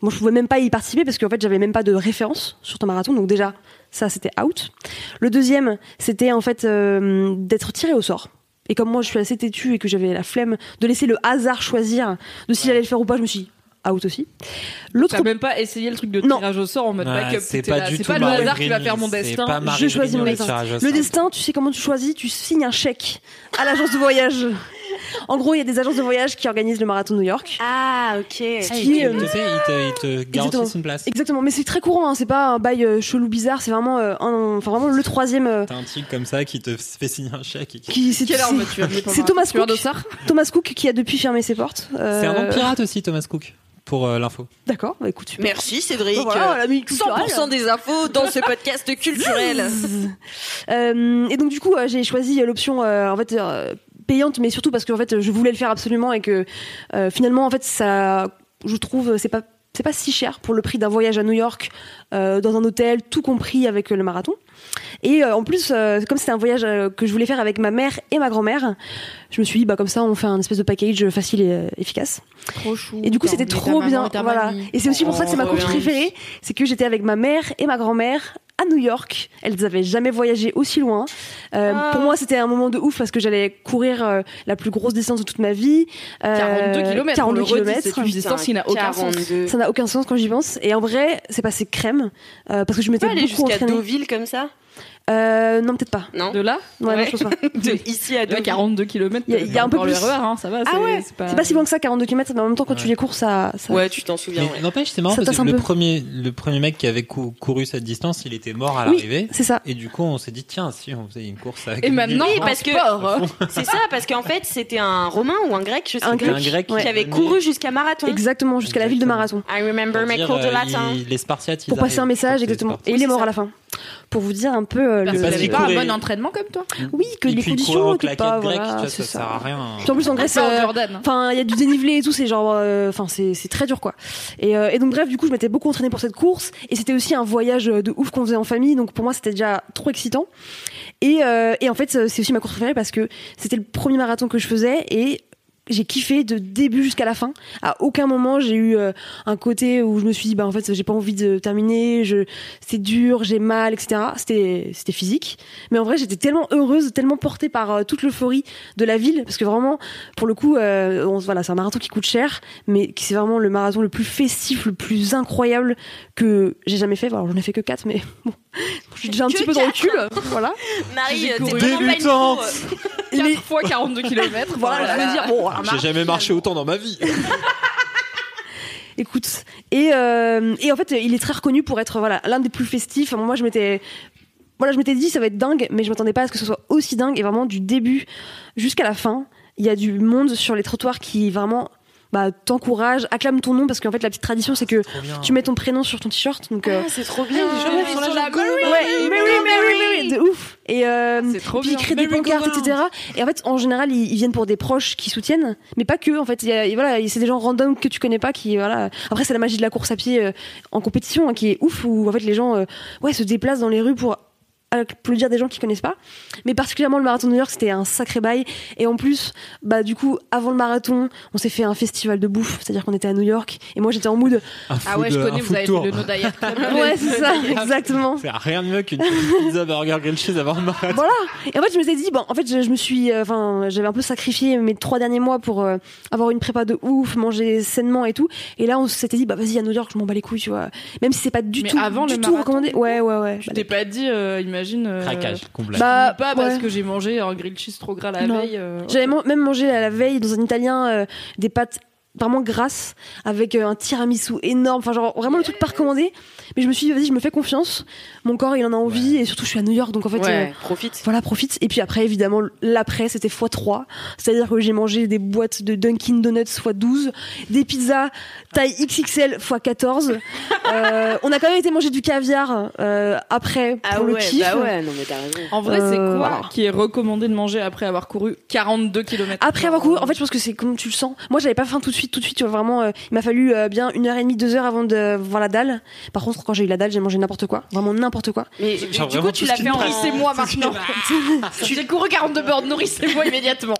E: Moi, je pouvais même pas y participer parce qu'en fait, j'avais même pas de référence sur ton marathon. Donc déjà, ça, c'était out. Le deuxième, c'était en fait euh, d'être tiré au sort. Et comme moi, je suis assez têtue et que j'avais la flemme de laisser le hasard choisir de s'il allait le faire ou pas, je me suis dit, out aussi. L'autre
D: T'as même pas essayé le truc de tirage au sort en mode
H: Ouais,
D: backup.
H: c'est
D: t'es
H: pas
D: là,
H: du
D: C'est
H: tout
D: pas le
H: Marie
D: hasard qui va
H: Grigny,
D: faire mon
H: c'est
D: destin.
H: pas Marie
E: je choisis mon
H: Grigny,
E: destin.
H: le tirage au
E: Le
H: sort.
E: destin, tu sais comment tu choisis Tu signes un chèque à l'agence de voyage. En gros, il y a des agences de voyage qui organisent le marathon de New York.
C: Ah, ok. Ce
H: Tu sais,
E: qui,
H: il
E: euh,
H: te, il te
E: Exactement.
H: garantit une place.
E: Exactement, mais c'est très courant, hein, c'est pas un bail euh, chelou bizarre, c'est vraiment, euh, un- enfin, vraiment le troisième. euh,
H: T'as un tigre comme ça qui te fait signer un chèque. et qui-
E: qui, c'est
D: Quelle
E: c'est-
D: arme tu vas mettre pour
E: C'est
D: un
E: Thomas
D: tueur
E: Cook. Thomas Cook qui a depuis fermé ses portes.
H: C'est un nom
E: euh,
H: pirate aussi, Thomas Cook, pour euh, l'info.
E: D'accord, bah, écoute, super.
C: Merci Cédric. Euh,
E: Bah voilà, la minute culturelle.
C: 100% des infos dans ce podcast culturel.
E: Euh, et donc du coup, euh, j'ai choisi euh, l'option euh, en fait euh, payante, mais surtout parce que en fait, je voulais le faire absolument et que euh, finalement, en fait, ça, je trouve, euh, c'est pas c'est pas si cher pour le prix d'un voyage à New York euh, dans un hôtel, tout compris avec euh, le marathon. Et euh, en plus, euh, comme c'était un voyage euh, que je voulais faire avec ma mère et ma grand-mère, je me suis dit bah comme ça, on fait un espèce de package facile et euh, efficace.
B: Trop chou.
E: Et du coup,
B: t'as
E: c'était
B: emmené ta
E: trop
B: maman
E: bien.
B: et ta
E: voilà.
B: mamie.
E: Et c'est aussi pour ça que c'est ma
B: Oh,
E: course
B: bien.
E: préférée. C'est que j'étais avec ma mère et ma grand-mère à New York. Elles avaient jamais voyagé aussi loin. Euh,
B: Ah.
E: Pour moi, c'était un moment de ouf parce que j'allais courir euh, la plus grosse distance de toute ma vie. Euh,
D: 42 kilomètres, on
E: 42
D: le redit,
E: kilomètres.
D: c'est une Putain, distance qui n'a aucun sens. 42.
E: Ça n'a aucun sens quand j'y pense. Et en vrai, c'est passé crème euh, parce que je
C: Tu
E: m'étais
C: peux aller
E: beaucoup
C: jusqu'à
E: entraînée.
C: Deauville comme ça
E: Euh, non, peut-être pas.
C: Non.
D: De là
E: Ouais, non, je pense pas.
C: De ici à
D: Là,
C: Deauville.
D: 42 km.
E: Il y a- il y a un peu plus.
D: ça va.
E: Ah
D: c'est-
E: ouais.
D: c'est pas-
E: C'est pas si loin que ça, 42 km. Mais en même temps, quand tu les cours, ça. ça-
C: Ouais, tu t'en souviens.
H: Mais N'empêche, c'est marrant
E: Ça
H: parce
E: tasse
H: que
E: un
H: le
E: peu.
H: premier, le premier mec qui avait cou- couru cette distance, il était mort à
E: Oui,
H: l'arrivée.
E: c'est ça.
H: Et du coup, on s'est dit, tiens, si on faisait une course avec.
D: Et maintenant,
C: Oui,
D: en
C: parce que
D: sport.
C: c'est ça, parce qu'en fait c'était un Romain ou un Grec, je sais
E: Un
C: plus,
H: Grec. Un Grec,
C: qui
H: ouais.
C: avait couru jusqu'à Marathon.
E: Exactement, jusqu'à la ville de Marathon.
C: I remember my
H: Dire,
C: cours de
H: euh,
C: latin.
H: ils- les Spartiates, ils
E: pour passer un
H: arrivent.
E: message exactement et il est mort à la fin pour vous dire un peu euh,
D: Parce
E: le
D: que t'avais
H: qu'il
D: pas un
H: courait.
D: bon entraînement comme toi.
E: oui que
H: Et
E: les
H: puis,
E: conditions
H: courir en
E: étaient
H: claquette
E: pas
H: grecque,
E: voilà,
H: tu vois,
E: c'est ça.
H: ça sert à rien.
E: Puis en plus en Grèce
D: Pas en
E: euh,
D: Jordan, hein.
E: enfin il y a du dénivelé et tout c'est genre euh, enfin c'est c'est très dur quoi et, euh, et donc bref du coup je m'étais beaucoup entraînée pour cette course et c'était aussi un voyage euh, de ouf qu'on faisait en famille donc pour moi c'était déjà trop excitant et euh, et en fait c'est aussi ma course préférée parce que c'était le premier marathon que je faisais et j'ai kiffé de début jusqu'à la fin. À aucun moment j'ai eu euh, un côté où je me suis dit bah en fait j'ai pas envie de terminer, je c'est dur, j'ai mal, etc. C'était c'était physique, mais en vrai j'étais tellement heureuse, tellement portée par euh, toute l'euphorie de la ville parce que vraiment pour le coup euh, on- voilà c'est un marathon qui coûte cher, mais qui c'est vraiment le marathon le plus festif, le plus incroyable que j'ai jamais fait. Alors j'en ai fait que quatre, mais bon je suis déjà un
C: Que
E: petit peu dans le
C: quatre
E: cul, voilà.
C: Marie,
D: J'ai
C: euh, t'es
D: couru.
C: vraiment pas une
H: Débutante.
C: cour, euh,
D: 4 fois 42 km.
E: Voilà, je veux dire bon. voilà,
H: J'ai jamais marché autant dans ma vie.
E: Écoute, et, euh, et en fait, il est très reconnu pour être voilà l'un des plus festifs. Moi, je m'étais voilà, je m'étais dit ça va être dingue, mais je m'attendais pas à ce que ce soit aussi dingue et vraiment du début jusqu'à la fin. il y a du monde sur les trottoirs qui vraiment bah, t'encourage, acclame ton nom parce qu'en fait la petite tradition c'est que tu mets ton prénom sur ton t-shirt donc euh,
C: c'est trop bien.
E: Ah,
C: les gens
E: ils sont
C: sont là,
E: là,
C: genre,
E: Mary,
C: Ouais,
E: Mary, Mary, Mary, de ouf et euh,
D: trop
E: puis ils
D: bien.
E: créent des
D: Merry
E: pancartes
D: go round.
E: etc et en fait en général ils, ils viennent pour des proches qui soutiennent mais pas que en fait il y a- et voilà c'est des gens random que tu connais pas qui voilà après c'est la magie de la course à pied euh, en compétition hein, qui est ouf où en fait les gens euh, ouais se déplacent dans les rues pour applaudir des gens qui connaissent pas mais particulièrement le marathon de New York c'était un sacré bail et en plus bah du coup avant le marathon on s'est fait un festival de bouffe c'est-à-dire qu'on était à New York et moi j'étais en mood
B: Ah ouais, je connais, vous avez fait le No Diet Club.
E: ouais c'est ça exactement
H: C'est rien de mieux qu'une petite pizza burger grilled cheese avant le marathon.
E: voilà et en fait je me suis dit bon en fait je, je me suis euh, enfin j'avais un peu sacrifié mes trois derniers mois pour euh, avoir une prépa de ouf manger sainement et tout et là on s'était dit bah vas-y à New York je m'en bats les couilles tu vois même si c'est pas du
D: Mais
E: tout
D: avant
E: du
D: le
E: tout
D: marathon,
E: recommandé ouais ouais ouais
D: Tu t'es pas dit, euh, imagine. euh,
H: Craquage complet.
E: Bah,
D: pas parce
E: ouais.
D: que j'ai mangé un grilled cheese trop gras la
E: Non.
D: veille. euh,
E: J'avais man- même mangé à la veille dans un italien euh, des pâtes vraiment grasses avec euh, un tiramisu énorme. Enfin, genre vraiment le truc pas recommandé. Mais je me suis dit, vas-y, je me fais confiance. Mon corps, il en a envie. Et surtout, je suis à New York. Donc en fait,
C: Ouais,
E: euh,
C: profite.
E: voilà, profite. Et puis après, évidemment, l'après, c'était x3. C'est-à-dire que j'ai mangé des boîtes de Dunkin' Donuts x12, des pizzas taille XXL x14. Euh, on a quand même été manger du caviar euh, après pour
C: Ah
E: le
C: ouais,
E: kiff.
C: bah ouais, non mais t'as raison.
D: En vrai, c'est
E: Euh,
D: quoi
E: voilà.
D: qui est recommandé de manger après avoir couru 42 km
E: Après avoir couru, en fait, je pense que c'est comme tu le sens. Moi, j'avais pas faim tout de suite, tout de suite. Tu vois, vraiment, euh, il m'a fallu euh, bien une heure et demie, deux heures avant de voir la dalle. Par contre, quand j'ai eu la dalle, j'ai mangé n'importe quoi, vraiment n'importe quoi.
C: Mais
H: Genre
C: du coup,
H: vraiment
C: tu
H: tout
C: l'as
H: ce qui
C: fait en
D: Nourrissez-moi maintenant. J'ai couru 42 bornes, nourrissez-moi immédiatement.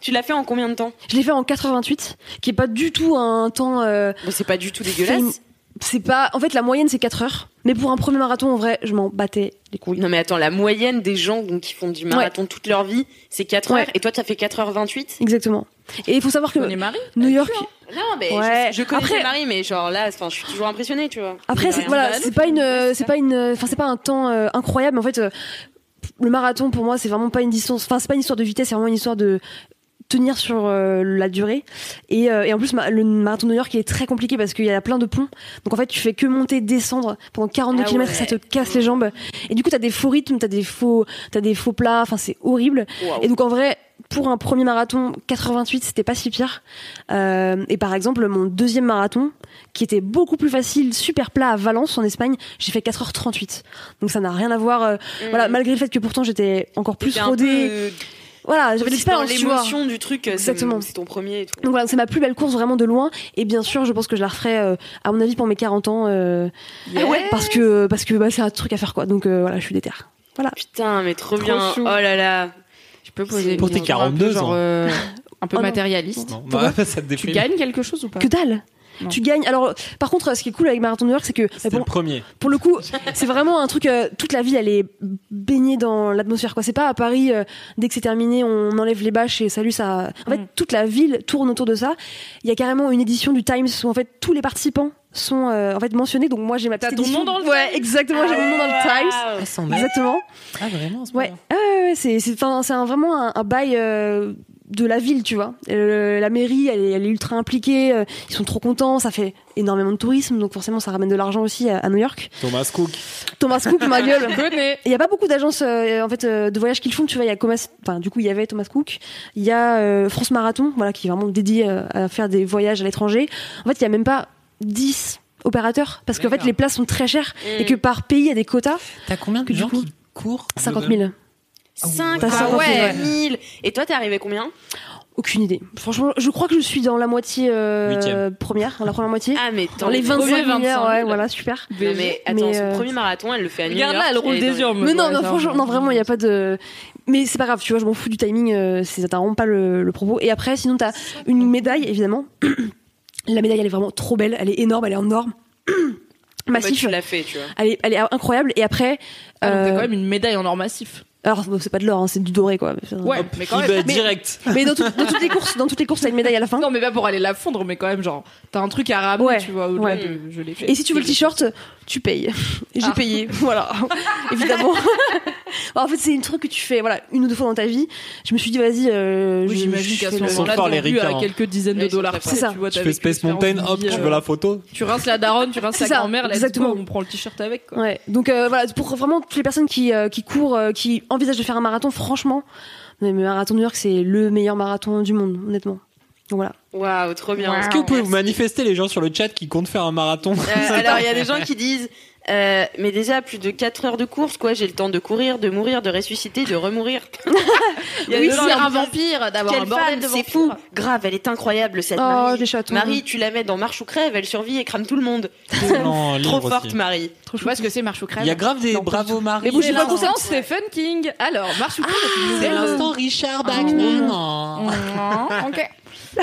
C: Tu l'as fait en combien de temps
E: Je l'ai fait en 88, qui est pas du tout un temps. euh,
C: Mais Bah, c'est pas du tout
E: fait-
C: dégueulasse.
E: C'est pas. En fait, la moyenne c'est 4 heures. Mais pour un premier marathon, en vrai, je m'en battais les couilles.
C: Non mais attends, la moyenne des gens donc qui font du marathon toute leur vie, c'est 4 heures
E: Ouais.
C: et toi tu as fait 4h28
E: Exactement. Et il faut savoir que
D: On est hein. mariés
E: New York.
C: Non mais
E: Ouais. Ah,
C: je, je connaissais
E: Après-
C: Marie mais genre là enfin je suis toujours impressionnée, tu vois.
E: Après,
C: Mais
E: c'est
C: rien
E: voilà,
C: de mal.
E: c'est pas une, euh, c'est pas une, euh, enfin c'est pas un temps euh, incroyable. mais En fait, euh, le marathon pour moi, c'est vraiment pas une distance. Enfin, c'est pas une histoire de vitesse, c'est vraiment une histoire de tenir sur euh, la durée. Et, euh, et en plus, ma- le marathon de New York il est très compliqué parce qu'il y a plein de ponts. Donc en fait, tu fais que monter, descendre pendant 42
C: Ah
E: km,
C: ouais.
E: ça te casse les jambes. Et du coup, t'as des faux rythmes, t'as des faux, t'as des faux plats. Enfin, c'est horrible.
C: Waouh.
E: Et donc en vrai, pour un premier marathon, 88, c'était pas si pire. Euh, et par exemple, mon deuxième marathon, qui était beaucoup plus facile, super plat à Valence en Espagne, j'ai fait 4h38. Donc ça n'a rien à voir. euh,
C: Mm.
E: Voilà, malgré le fait que pourtant j'étais encore plus
C: T'es un
E: rodée.
C: peu, euh,
E: Voilà, j'avais
C: dans
E: l'expérience. tu vois.
C: l'émotion du truc, euh, c'est-
E: Exactement.
C: c'est ton premier et tout.
E: Donc voilà, c'est ma plus belle course vraiment de loin. Et bien sûr, je pense que je la referai, euh, à mon avis, pour mes 40 ans. euh,
D: Ah
E: Parce que parce que bah, c'est un truc à faire quoi. Donc euh, voilà, je suis déterre.
C: Putain, mais trop, bien.
B: chou.
C: Oh là là. Ah
B: Je peux poser une
H: Pour tes
B: question un peu
H: 42
B: genre,
H: ans.
B: euh, un peu
E: Oh non.
B: matérialiste.
H: Non,
B: Pourquoi
H: bah, ça te
B: tu
H: déprime.
B: gagnes quelque chose ou pas
E: Que dalle
B: Non.
E: tu gagnes. Alors, par contre, ce qui est cool avec Marathon de New York, c'est que
H: C'était
E: bon,
H: le premier.
E: pour le coup, c'est vraiment un truc. euh, toute la ville, elle est baignée dans l'atmosphère. Quoi, c'est pas à Paris. euh, dès que c'est terminé, on enlève les bâches et salut. Ça. En fait,
D: Mm.
E: toute la ville tourne autour de ça. Il y a carrément une édition du Times où en fait tous les participants sont euh, en fait mentionnés. Donc moi, j'ai ma petite
D: ton
E: édition.
D: nom dans le Ah.
E: Ouais, exactement. j'ai mon nom dans le Times.
C: Waouh.
E: Exactement.
H: Ah, vraiment ce
E: Ouais, Ah ouais, ouais, c'est c'est enfin, c'est un- vraiment un, un bail euh, de la ville, tu vois. Euh, la mairie, elle, est- elle est ultra impliquée. euh, ils sont trop contents. Ça fait énormément de tourisme, donc forcément, ça ramène de l'argent aussi à, à New York.
H: Thomas Cook.
E: Thomas Cook, ma gueule.
D: Je connais.
E: Il y a pas beaucoup d'agences euh, en fait euh, de voyage qu'ils font. Tu vois, il y a Thomas, enfin du coup, il y avait Thomas Cook. Il y a euh, France Marathon, voilà, qui est vraiment dédié euh, à faire des voyages à l'étranger. En fait, il y a même pas 10 opérateurs parce qu'en fait,
H: D'accord.
E: les places sont très chères et
C: Mm.
E: que par pays, il y a des quotas.
H: T'as combien de
E: Du
H: gens
E: coup,
H: qui courent
E: 50 000.
C: Cinq-
E: T'as
C: ah
E: 50
C: ouais,
E: 000,
C: 1000. Et toi, t'es arrivé combien
E: Aucune idée. Franchement, je crois que je suis dans la moitié euh,
H: Huitième.
E: première, dans la première moitié.
C: Ah, mais
E: dans
C: attends.
E: les
C: mais-
E: 25
D: premiers
E: 000,
D: 25
E: ouais,
D: 000.
E: voilà, super.
C: Non, mais attends,
E: Mais,
C: son
E: euh,
C: premier marathon, elle le fait à New
D: Regarde
C: York.
D: là, elle roule
C: et
D: des
C: dans-
D: yeux en mode,
E: Mais non,
D: ouais,
E: non,
D: ça,
E: franchement,
D: on-
E: non, vraiment, il n'y a pas de. Mais c'est pas grave, tu vois, je m'en fous du timing, euh, c'est t'as vraiment pas le, le propos. Et après, sinon, t'as une médaille, évidemment. la médaille, elle est vraiment trop belle, elle est énorme, elle est énorme.
C: Bah,
E: Massif.
C: tu l'as fait, tu vois.
E: elle, est, elle est incroyable. Et après.
D: Ah, donc
E: euh,
D: T'as quand même une médaille en or massif.
E: Alors, bon, c'est pas de l'or, hein, c'est du doré, quoi.
D: Ouais, Ah, mais quand
H: Il
D: même.
H: va direct.
E: Mais dans, tout- dans toutes les courses, dans toutes les courses, t'as une médaille à la fin.
D: Non, mais pas pour aller la fondre, mais quand même, genre, t'as un truc à ramener,
E: Ouais,
D: tu vois, au-delà
E: ouais.
D: de je l'ai fait.
E: Et si tu veux le t-shirt, tu payes. Et J'ai
D: Ah.
E: payé, voilà, évidemment. en fait, c'est une truc que tu fais, voilà, une ou deux fois dans ta vie. Je me suis dit, vas-y, euh,
D: Oui,
E: je-
D: j'imagine
E: je
D: qu'à
E: fais
D: ce
E: le-
H: Ils sont
D: moment-là,
H: forts,
D: t'es
H: les
D: rendu
H: ricains.
D: à quelques dizaines de
C: Ouais, ils sont
D: dollars.
C: très
D: près,
E: forts. C'est ça.
D: Tu, vois,
H: Tu
D: t'as
H: fais
D: vécu
H: Space
D: l'expérience
H: Mountain,
D: de
H: hop,
D: vie,
H: je
D: euh,
H: veux la photo.
D: Tu rinces la daronne, tu rinces
E: C'est
D: la
E: ça,
D: grand-mère, let's
E: exactement.
D: go, on prend le t-shirt avec, quoi.
E: Ouais. Donc euh, voilà, pour vraiment toutes les personnes qui, euh, qui courent, euh, qui envisagent de faire un marathon, franchement, Mais le marathon de New York, c'est le meilleur marathon du monde, honnêtement. Donc voilà.
C: Waouh, trop bien.
D: Ah,
H: Est-ce que vous pouvez vous manifester les gens sur le chat qui comptent faire un marathon
C: Euh, alors, il y a des gens qui disent euh, Mais déjà, plus de 4 heures de course, quoi. J'ai le temps de courir, de mourir, de ressusciter, de remourir. Il y a
B: Oui,
C: des gens
B: c'est
C: qui
B: un
C: disent,
B: vampire d'avoir
C: Quelle
B: un bordel
C: femme,
B: de
C: C'est
B: vampire.
C: fou. Grave, elle est incroyable, cette
E: Oh,
C: Marie.
E: les chatons.
C: Marie, tu la mets dans Marche ou Crève, elle survit et crame tout le monde.
H: Non,
C: trop
H: libre
C: forte,
H: aussi.
C: Marie.
B: Tu vois ce que c'est Marche ou Crève
H: Il y a grave des bravo Marie.
B: Les bougies pas conscience, Stephen King. Alors, Marche ou Crève
F: C'est
B: euh,
F: l'instant
D: Ah.
F: Richard Bachman.
H: Oh.
F: Non.
B: Ok.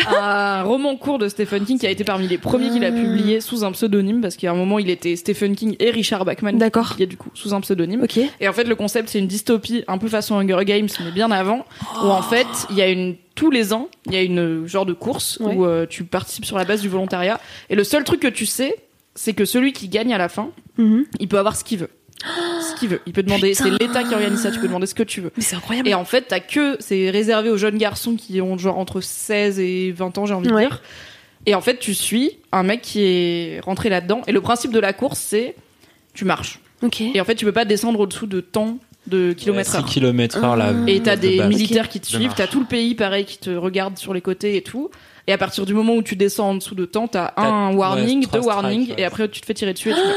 D: un roman court de Stephen King qui a été parmi les premiers qu'il a publié sous un pseudonyme parce qu'à un moment il était Stephen King et Richard Bachman
E: D'accord.
D: qui est du coup sous un pseudonyme
E: Ok.
D: et en fait le concept c'est une dystopie un peu façon Hunger Games mais bien avant où en fait il y a une tous les ans il y a une euh, genre de course
E: Ouais.
D: où euh, tu participes sur la base du volontariat et le seul truc que tu sais c'est que celui qui gagne à la fin
E: Mhm.
D: il peut avoir ce qu'il veut ce qu'il veut il peut demander c'est l'État qui organise ça tu peux demander ce que tu veux
E: Mais c'est incroyable.
D: et en fait, t'as que, c'est réservé aux jeunes garçons qui ont genre entre 16 et 20 ans, j'ai envie
E: Ouais.
D: de dire. Et en fait, tu suis un mec qui est rentré là-dedans. Et le principe de la course, c'est tu marches.
E: Ok.
D: Et en fait, tu peux pas descendre au-dessous de temps de kilomètres
H: 6
D: heure.
H: km heure là.
D: Et t'as
H: de
D: des
H: base.
D: militaires qui te
H: De
D: suivent,
H: marche.
D: t'as tout le pays pareil qui te regarde sur les côtés et tout. Et à partir du moment où tu descends en dessous de temps, t'as
H: T'as-
D: un
H: ouais,
D: warning,
H: trois
D: deux warnings,
H: strikes, ouais.
D: et après tu te fais tirer dessus et tu meurs.